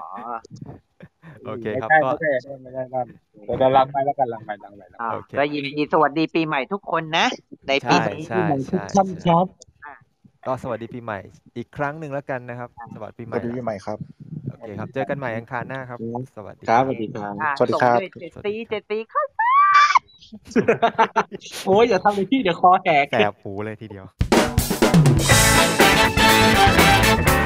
Speaker 4: โอเค
Speaker 6: ไม่
Speaker 4: ครับ
Speaker 6: ใช่
Speaker 4: ก็
Speaker 6: ไม่ใช่ไม่ใช่นั่นเดี๋ยวเดี๋ยวลังไปแล้วกันลังไปลังไปลังไป
Speaker 5: อ่า
Speaker 4: โอเค
Speaker 5: ก็ยินดีสวัสดีปีใหม่ทุกคนนะ ในปีนี้
Speaker 4: ใช่ใช่ใช่
Speaker 1: ครับ
Speaker 4: ก็สวัสดีปีใหม่ อีกครั้งหนึ่งแล้วกันนะครับ สวัสดีปีใหม่
Speaker 11: สวัสดีปีใหม่ครับ
Speaker 4: โอเคครับ เจอกันใหม่อังคารหน้าครับ สวัสดี
Speaker 1: ครับสวัสดีครับ
Speaker 5: อ่า
Speaker 11: สวัสดีครับ
Speaker 5: ส่งด้วยเจ็ดสีเจ็ดสีเข้า
Speaker 1: โอ้ยอย่าทำเลยพี่เดี๋ยวคอแตก
Speaker 4: แสบหูเลยทีเดียว
Speaker 16: Thank you.